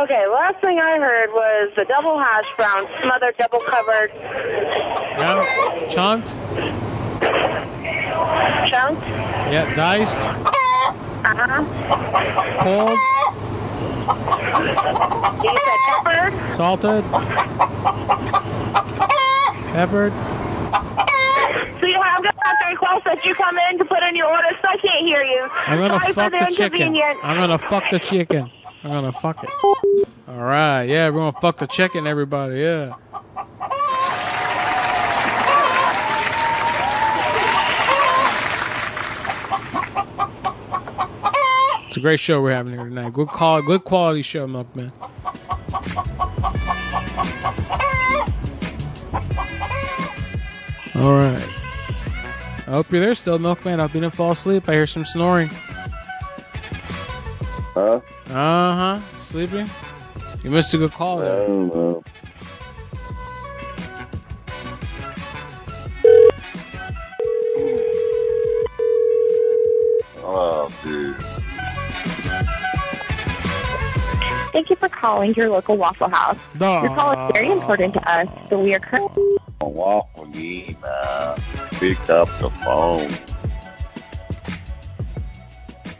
Speaker 6: Okay, last thing I heard was the double hash brown, smothered, double covered,
Speaker 3: Yeah, chunked.
Speaker 6: chunked.
Speaker 3: Yeah, diced,
Speaker 6: Uh-huh.
Speaker 3: pulled,
Speaker 6: You said pepper,
Speaker 3: salted, peppered.
Speaker 6: sweetheart. I'm gonna request that you come in to put in your order, so I can't hear you.
Speaker 3: I'm gonna
Speaker 6: Sorry
Speaker 3: fuck
Speaker 6: for the,
Speaker 3: the chicken.
Speaker 6: inconvenience.
Speaker 3: I'm gonna fuck the chicken. I'm gonna fuck it. All right, yeah, we're gonna fuck the chicken, everybody. Yeah. It's a great show we're having here tonight. Good call, good quality show, Milkman. All right. I hope you're there still, Milkman. I hope you didn't fall asleep. I hear some snoring.
Speaker 23: Huh?
Speaker 3: Uh huh. Sleeping? You missed a good call there.
Speaker 23: Oh, dude.
Speaker 35: Thank you for calling your local Waffle House.
Speaker 3: Duh.
Speaker 35: Your call is very important to us, so we are currently.
Speaker 23: Waffle Nina. Pick up the phone.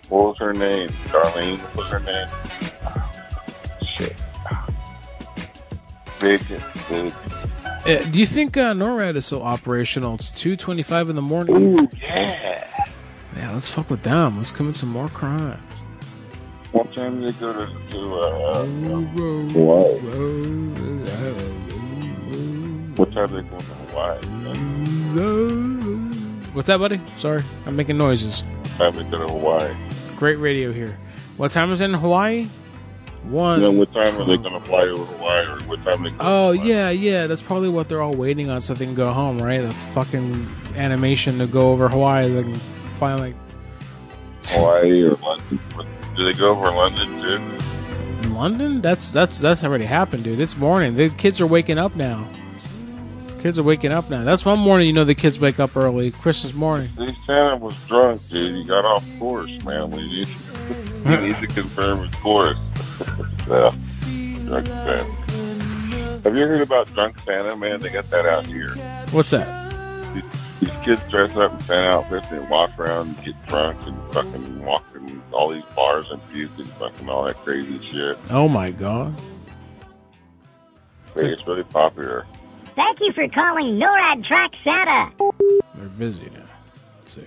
Speaker 23: What was her name? Darlene? What was her name? Shit. Big, big.
Speaker 3: Uh, do you think uh, NORAD is so operational? It's 2.25 in the morning.
Speaker 23: Ooh, yeah.
Speaker 3: Yeah, let's fuck with them. Let's commit some more crime.
Speaker 23: What time did they go to, to uh,
Speaker 3: Whoa.
Speaker 23: what time did they go to Hawaii? man?
Speaker 3: What's that, buddy? Sorry, I'm making noises.
Speaker 23: What time did they go to Hawaii?
Speaker 3: Great radio here. What time is it in Hawaii? One.
Speaker 23: You know, what time are they going to fly over Hawaii or what time they
Speaker 3: Oh yeah, yeah. That's probably what they're all waiting on, so they can go home, right? The fucking animation to go over Hawaii, they can find like
Speaker 23: Hawaii or London? What, do they go over London too?
Speaker 3: London. That's that's that's already happened, dude. It's morning. The kids are waking up now. Kids are waking up now. That's one morning. You know the kids wake up early. Christmas morning.
Speaker 23: See, Santa was drunk, dude. He got off course, man. We need, we need to confirm his course. yeah. Drunk Santa. Have you heard about Drunk Santa, man? They got that out here.
Speaker 3: What's that?
Speaker 23: These kids dress up in Santa outfits and walk around and get drunk and fucking walk in all these bars and puke and fucking all that crazy shit.
Speaker 3: Oh my god.
Speaker 23: It's really popular.
Speaker 12: Thank you for calling NORAD Track Santa.
Speaker 3: They're busy now. Let's see.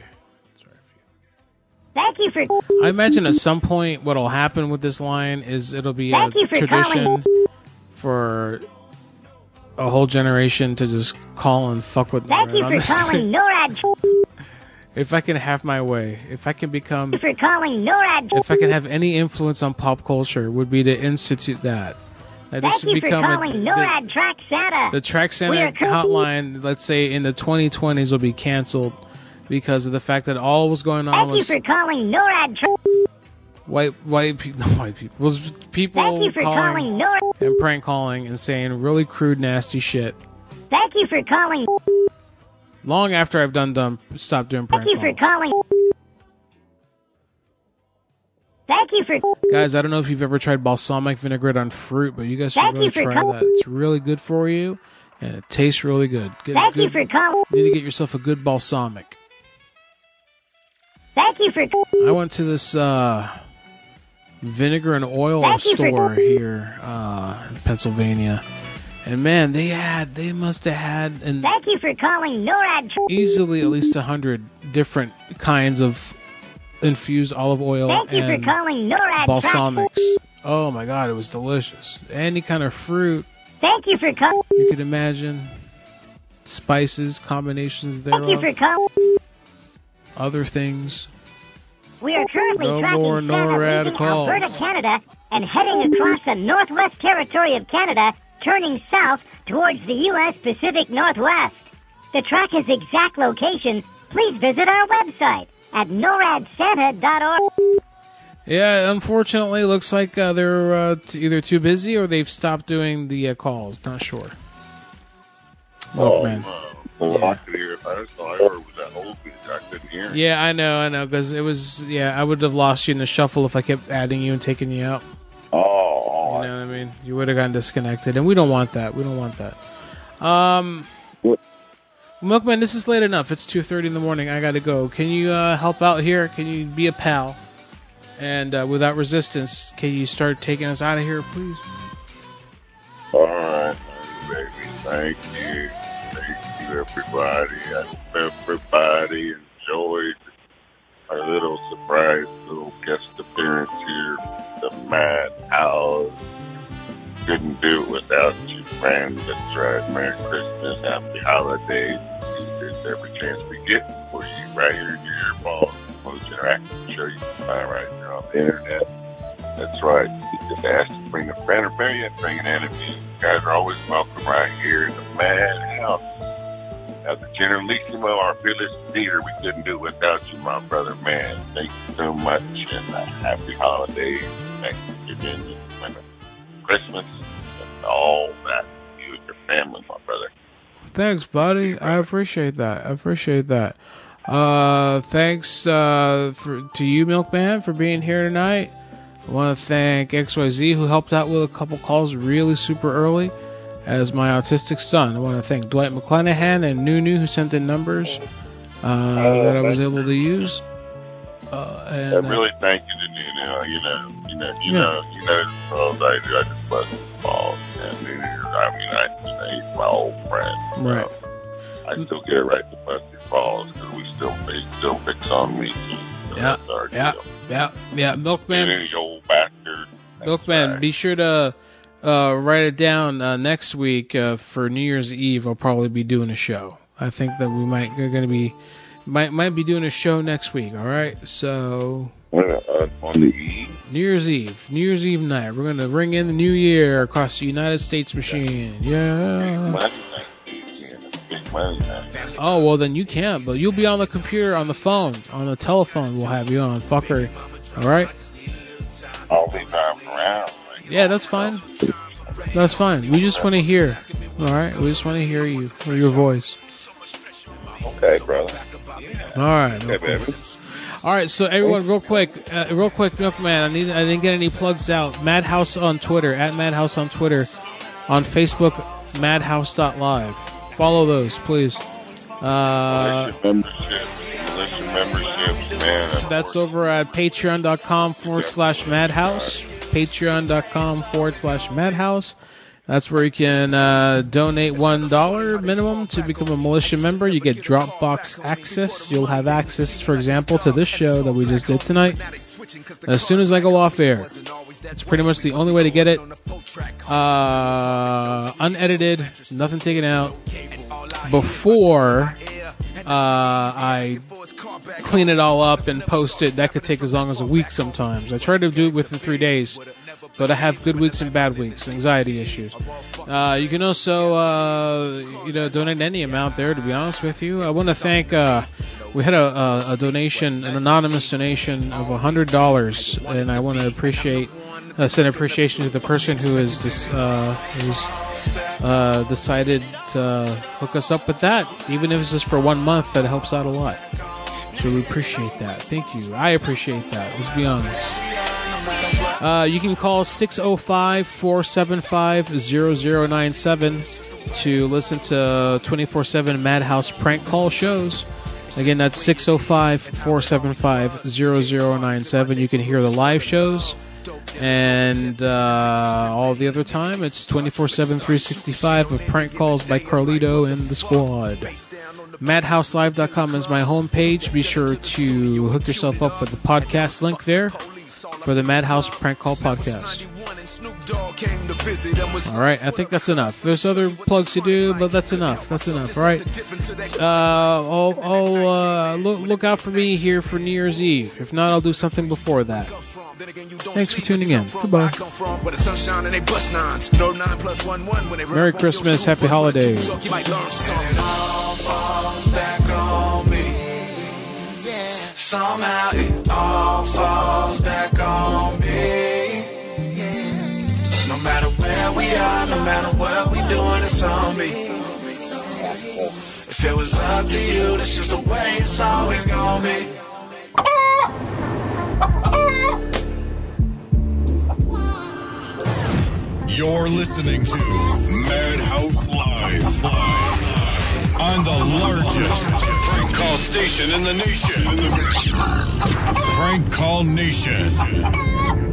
Speaker 12: Thank you for.
Speaker 3: I imagine at some point what'll happen with this line is it'll be a
Speaker 12: Thank you for
Speaker 3: tradition
Speaker 12: calling.
Speaker 3: for a whole generation to just call and fuck with
Speaker 12: Thank
Speaker 3: Norad
Speaker 12: you
Speaker 3: on
Speaker 12: for
Speaker 3: this
Speaker 12: calling
Speaker 3: thing.
Speaker 12: NORAD.
Speaker 3: If I can have my way, if I can become,
Speaker 12: Thank you for calling NORAD.
Speaker 3: if I can have any influence on pop culture, would be to institute that. That this
Speaker 12: Thank
Speaker 3: should
Speaker 12: you for
Speaker 3: become a-
Speaker 12: calling
Speaker 3: the,
Speaker 12: NORAD Track Santa.
Speaker 3: the track
Speaker 12: We
Speaker 3: center
Speaker 12: are
Speaker 3: hotline. Let's say in the 2020s will be canceled because of the fact that all was going on
Speaker 12: Thank you
Speaker 3: was
Speaker 12: for calling NORAD. Tra-
Speaker 3: white white people, not white people, was people
Speaker 12: Thank you for calling NORAD.
Speaker 3: and prank calling and saying really crude, nasty shit.
Speaker 12: Thank you for calling.
Speaker 3: Long after I've done done stopped doing prank
Speaker 12: Thank you for
Speaker 3: calling.
Speaker 12: calling. Thank you for.
Speaker 3: Guys, I don't know if you've ever tried balsamic vinaigrette on fruit, but you guys should
Speaker 12: Thank
Speaker 3: really
Speaker 12: you for
Speaker 3: try
Speaker 12: calling.
Speaker 3: that. It's really good for you, and it tastes really good. Get a
Speaker 12: Thank you
Speaker 3: good-
Speaker 12: for calling.
Speaker 3: You need to get yourself a good balsamic.
Speaker 12: Thank you for.
Speaker 3: I went to this uh vinegar and oil
Speaker 36: Thank you for-
Speaker 3: store here uh, in Pennsylvania. And man, they had they must have had an
Speaker 12: Thank you for calling NORAD. Tr-
Speaker 3: easily at least a hundred different kinds of infused olive oil
Speaker 12: Thank you for
Speaker 3: and
Speaker 12: calling NORAD. Tr-
Speaker 3: balsamics. Oh my god, it was delicious. Any kind of fruit
Speaker 12: Thank you for calling.
Speaker 3: you could imagine, spices, combinations
Speaker 12: Thank you for
Speaker 3: thereof,
Speaker 12: calling.
Speaker 3: other things.
Speaker 12: We are currently
Speaker 3: No
Speaker 12: tracking
Speaker 3: more
Speaker 12: Santa
Speaker 3: NORAD
Speaker 12: leaving
Speaker 3: calls.
Speaker 12: Alberta, Canada, and heading across the northwest territory of Canada, turning south towards the U.S. Pacific Northwest. To track his exact location, please visit our website at noradsanta.org.
Speaker 3: Yeah, unfortunately, looks like uh, they're uh, t- either too busy or they've stopped doing the uh, calls. Not sure.
Speaker 23: Oh,
Speaker 3: Milkman.
Speaker 23: Well, I
Speaker 3: Yeah.
Speaker 23: could hear it. I just thought I heard it was that old bitch. I couldn't hear it.
Speaker 3: Yeah, I know, I know, because it was. Yeah, I would have lost you in the shuffle if I kept adding you and taking you out.
Speaker 23: Oh,
Speaker 3: you know what I mean. You would have gotten disconnected, and we don't want that. We don't want that. Um, Milkman, this is late enough. It's two thirty in the morning. I gotta go. Can you uh, help out here? Can you be a pal? And uh, without resistance, can you start taking us out of here, please?
Speaker 23: All right, baby. Thank you. Thank you, everybody. I hope everybody enjoyed our little surprise, little guest appearance here. The Mad Owls. Couldn't do it without you, friend. That's right. Merry Christmas. Happy Holidays. There's every chance we get for you right here in your earballs. Most interactive show you can find right here on the internet. That's right. You just ask to bring a friend or better yet, bring an enemy. You guys are always welcome right here in the Mad House. As a generalissimo, our village theater, we couldn't do it without you, my brother, man. Thank you so much, and uh, happy holidays, Thanksgiving, and Christmas, and all that. You and your family, my brother.
Speaker 3: Thanks, buddy. I appreciate that. I appreciate that. Uh, thanks uh, for, to you, Milkman, for being here tonight. I want to thank XYZ, who helped out with a couple calls really super early, as my autistic son. I want to thank Dwight McClanahan and Nunu, who sent in numbers uh, that I was able to use. Uh, and,
Speaker 23: I really thank you to Nino. You know, you know, you
Speaker 3: Yeah.
Speaker 23: know, you know as well as I do. I just love his balls. And Nino, I mean, I, you know, he's my old friend.
Speaker 3: Right. Mm.
Speaker 23: I still get it right to bust his balls because we still, they still fix on me. So
Speaker 3: Yeah,
Speaker 23: that's our
Speaker 3: yeah,
Speaker 23: deal.
Speaker 3: yeah, yeah. Milkman.
Speaker 23: And any old bastard.
Speaker 3: Milkman, be sure to uh, write it down uh, next week uh, for New Year's Eve. I'll probably be doing a show. I think that we might going to be might might be doing a show next week. All right, so
Speaker 23: Uh, on the E.
Speaker 3: New Year's Eve, New Year's Eve night, we're going to ring in the new year across the United States machine. Yeah.
Speaker 23: Money night. Yeah, big money night.
Speaker 3: Oh well, then you can't. But you'll be on the computer, on the phone, on the telephone. We'll have you on, fucker. All right.
Speaker 23: I'll be driving around.
Speaker 3: Yeah, that's fine. That's fine. We just want to hear. All right, we just want to hear you or your voice.
Speaker 23: Okay, brother.
Speaker 3: All right.
Speaker 23: Okay, baby.
Speaker 3: All right, so everyone, real quick, uh, real quick, Milkman. I need. I didn't get any plugs out. Madhouse on Twitter at Madhouse on Twitter, on Facebook, Madhouse.live. Follow those, please. Uh,
Speaker 23: Membership. Listen, membership, man.
Speaker 3: that's over at patreon.com forward slash madhouse. Patreon.com forward slash madhouse. That's where you can uh, donate $1 minimum to become a militia member. You get Dropbox access. You'll have access, for example, to this show that we just did tonight as soon as I go off air. It's pretty much the only way to get it. Uh, unedited, nothing taken out. Before uh, I clean it all up and post it. That could take as long as a week sometimes. I try to do it within three days, but I have good weeks and bad weeks, anxiety issues. Uh, you can also, uh, you know, donate any amount there. To be honest with you, I want to thank. Uh, we had a, a, a donation, an anonymous donation of hundred dollars, and I want to appreciate, uh, send appreciation to the person who is this, uh, who's uh, decided to uh, hook us up with that. Even if it's just for one month, that helps out a lot. So we appreciate that. Thank you. I appreciate that. Let's be honest. Uh, you can call 605 475 0097 to listen to 24 7 Madhouse prank call shows. Again, that's 605 475 0097. You can hear the live shows And uh, all the other time, it's 24 7, 365 of prank calls by Carlito and the squad. MadhouseLive.com is my homepage. Be sure to hook yourself up with the podcast link there for the Madhouse Prank Call Podcast. All right, I think that's enough. There's other plugs to do, but that's enough. That's enough. All right. Uh, I'll, I'll uh, look, look out for me here for New Year's Eve. If not, I'll do something before that. Thanks for tuning in. Goodbye.
Speaker 15: Where the sunshine and they bust nines. No nine plus one one when they
Speaker 3: Merry Christmas. Happy holidays.
Speaker 15: talk, you might learn something.
Speaker 6: all falls back on me. Somehow it all falls back on me. No matter where we are, no matter what we doing, it's on me. If it was up to you, that's just the way it's always gonna be.
Speaker 16: You're listening to Madhouse Live, live, on the largest prank call station in the nation. Prank Call Nation.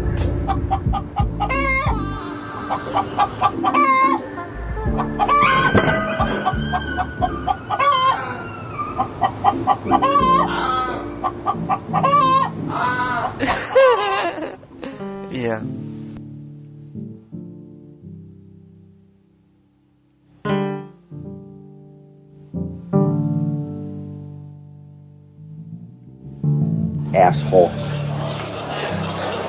Speaker 7: Yeah.
Speaker 37: Asshole.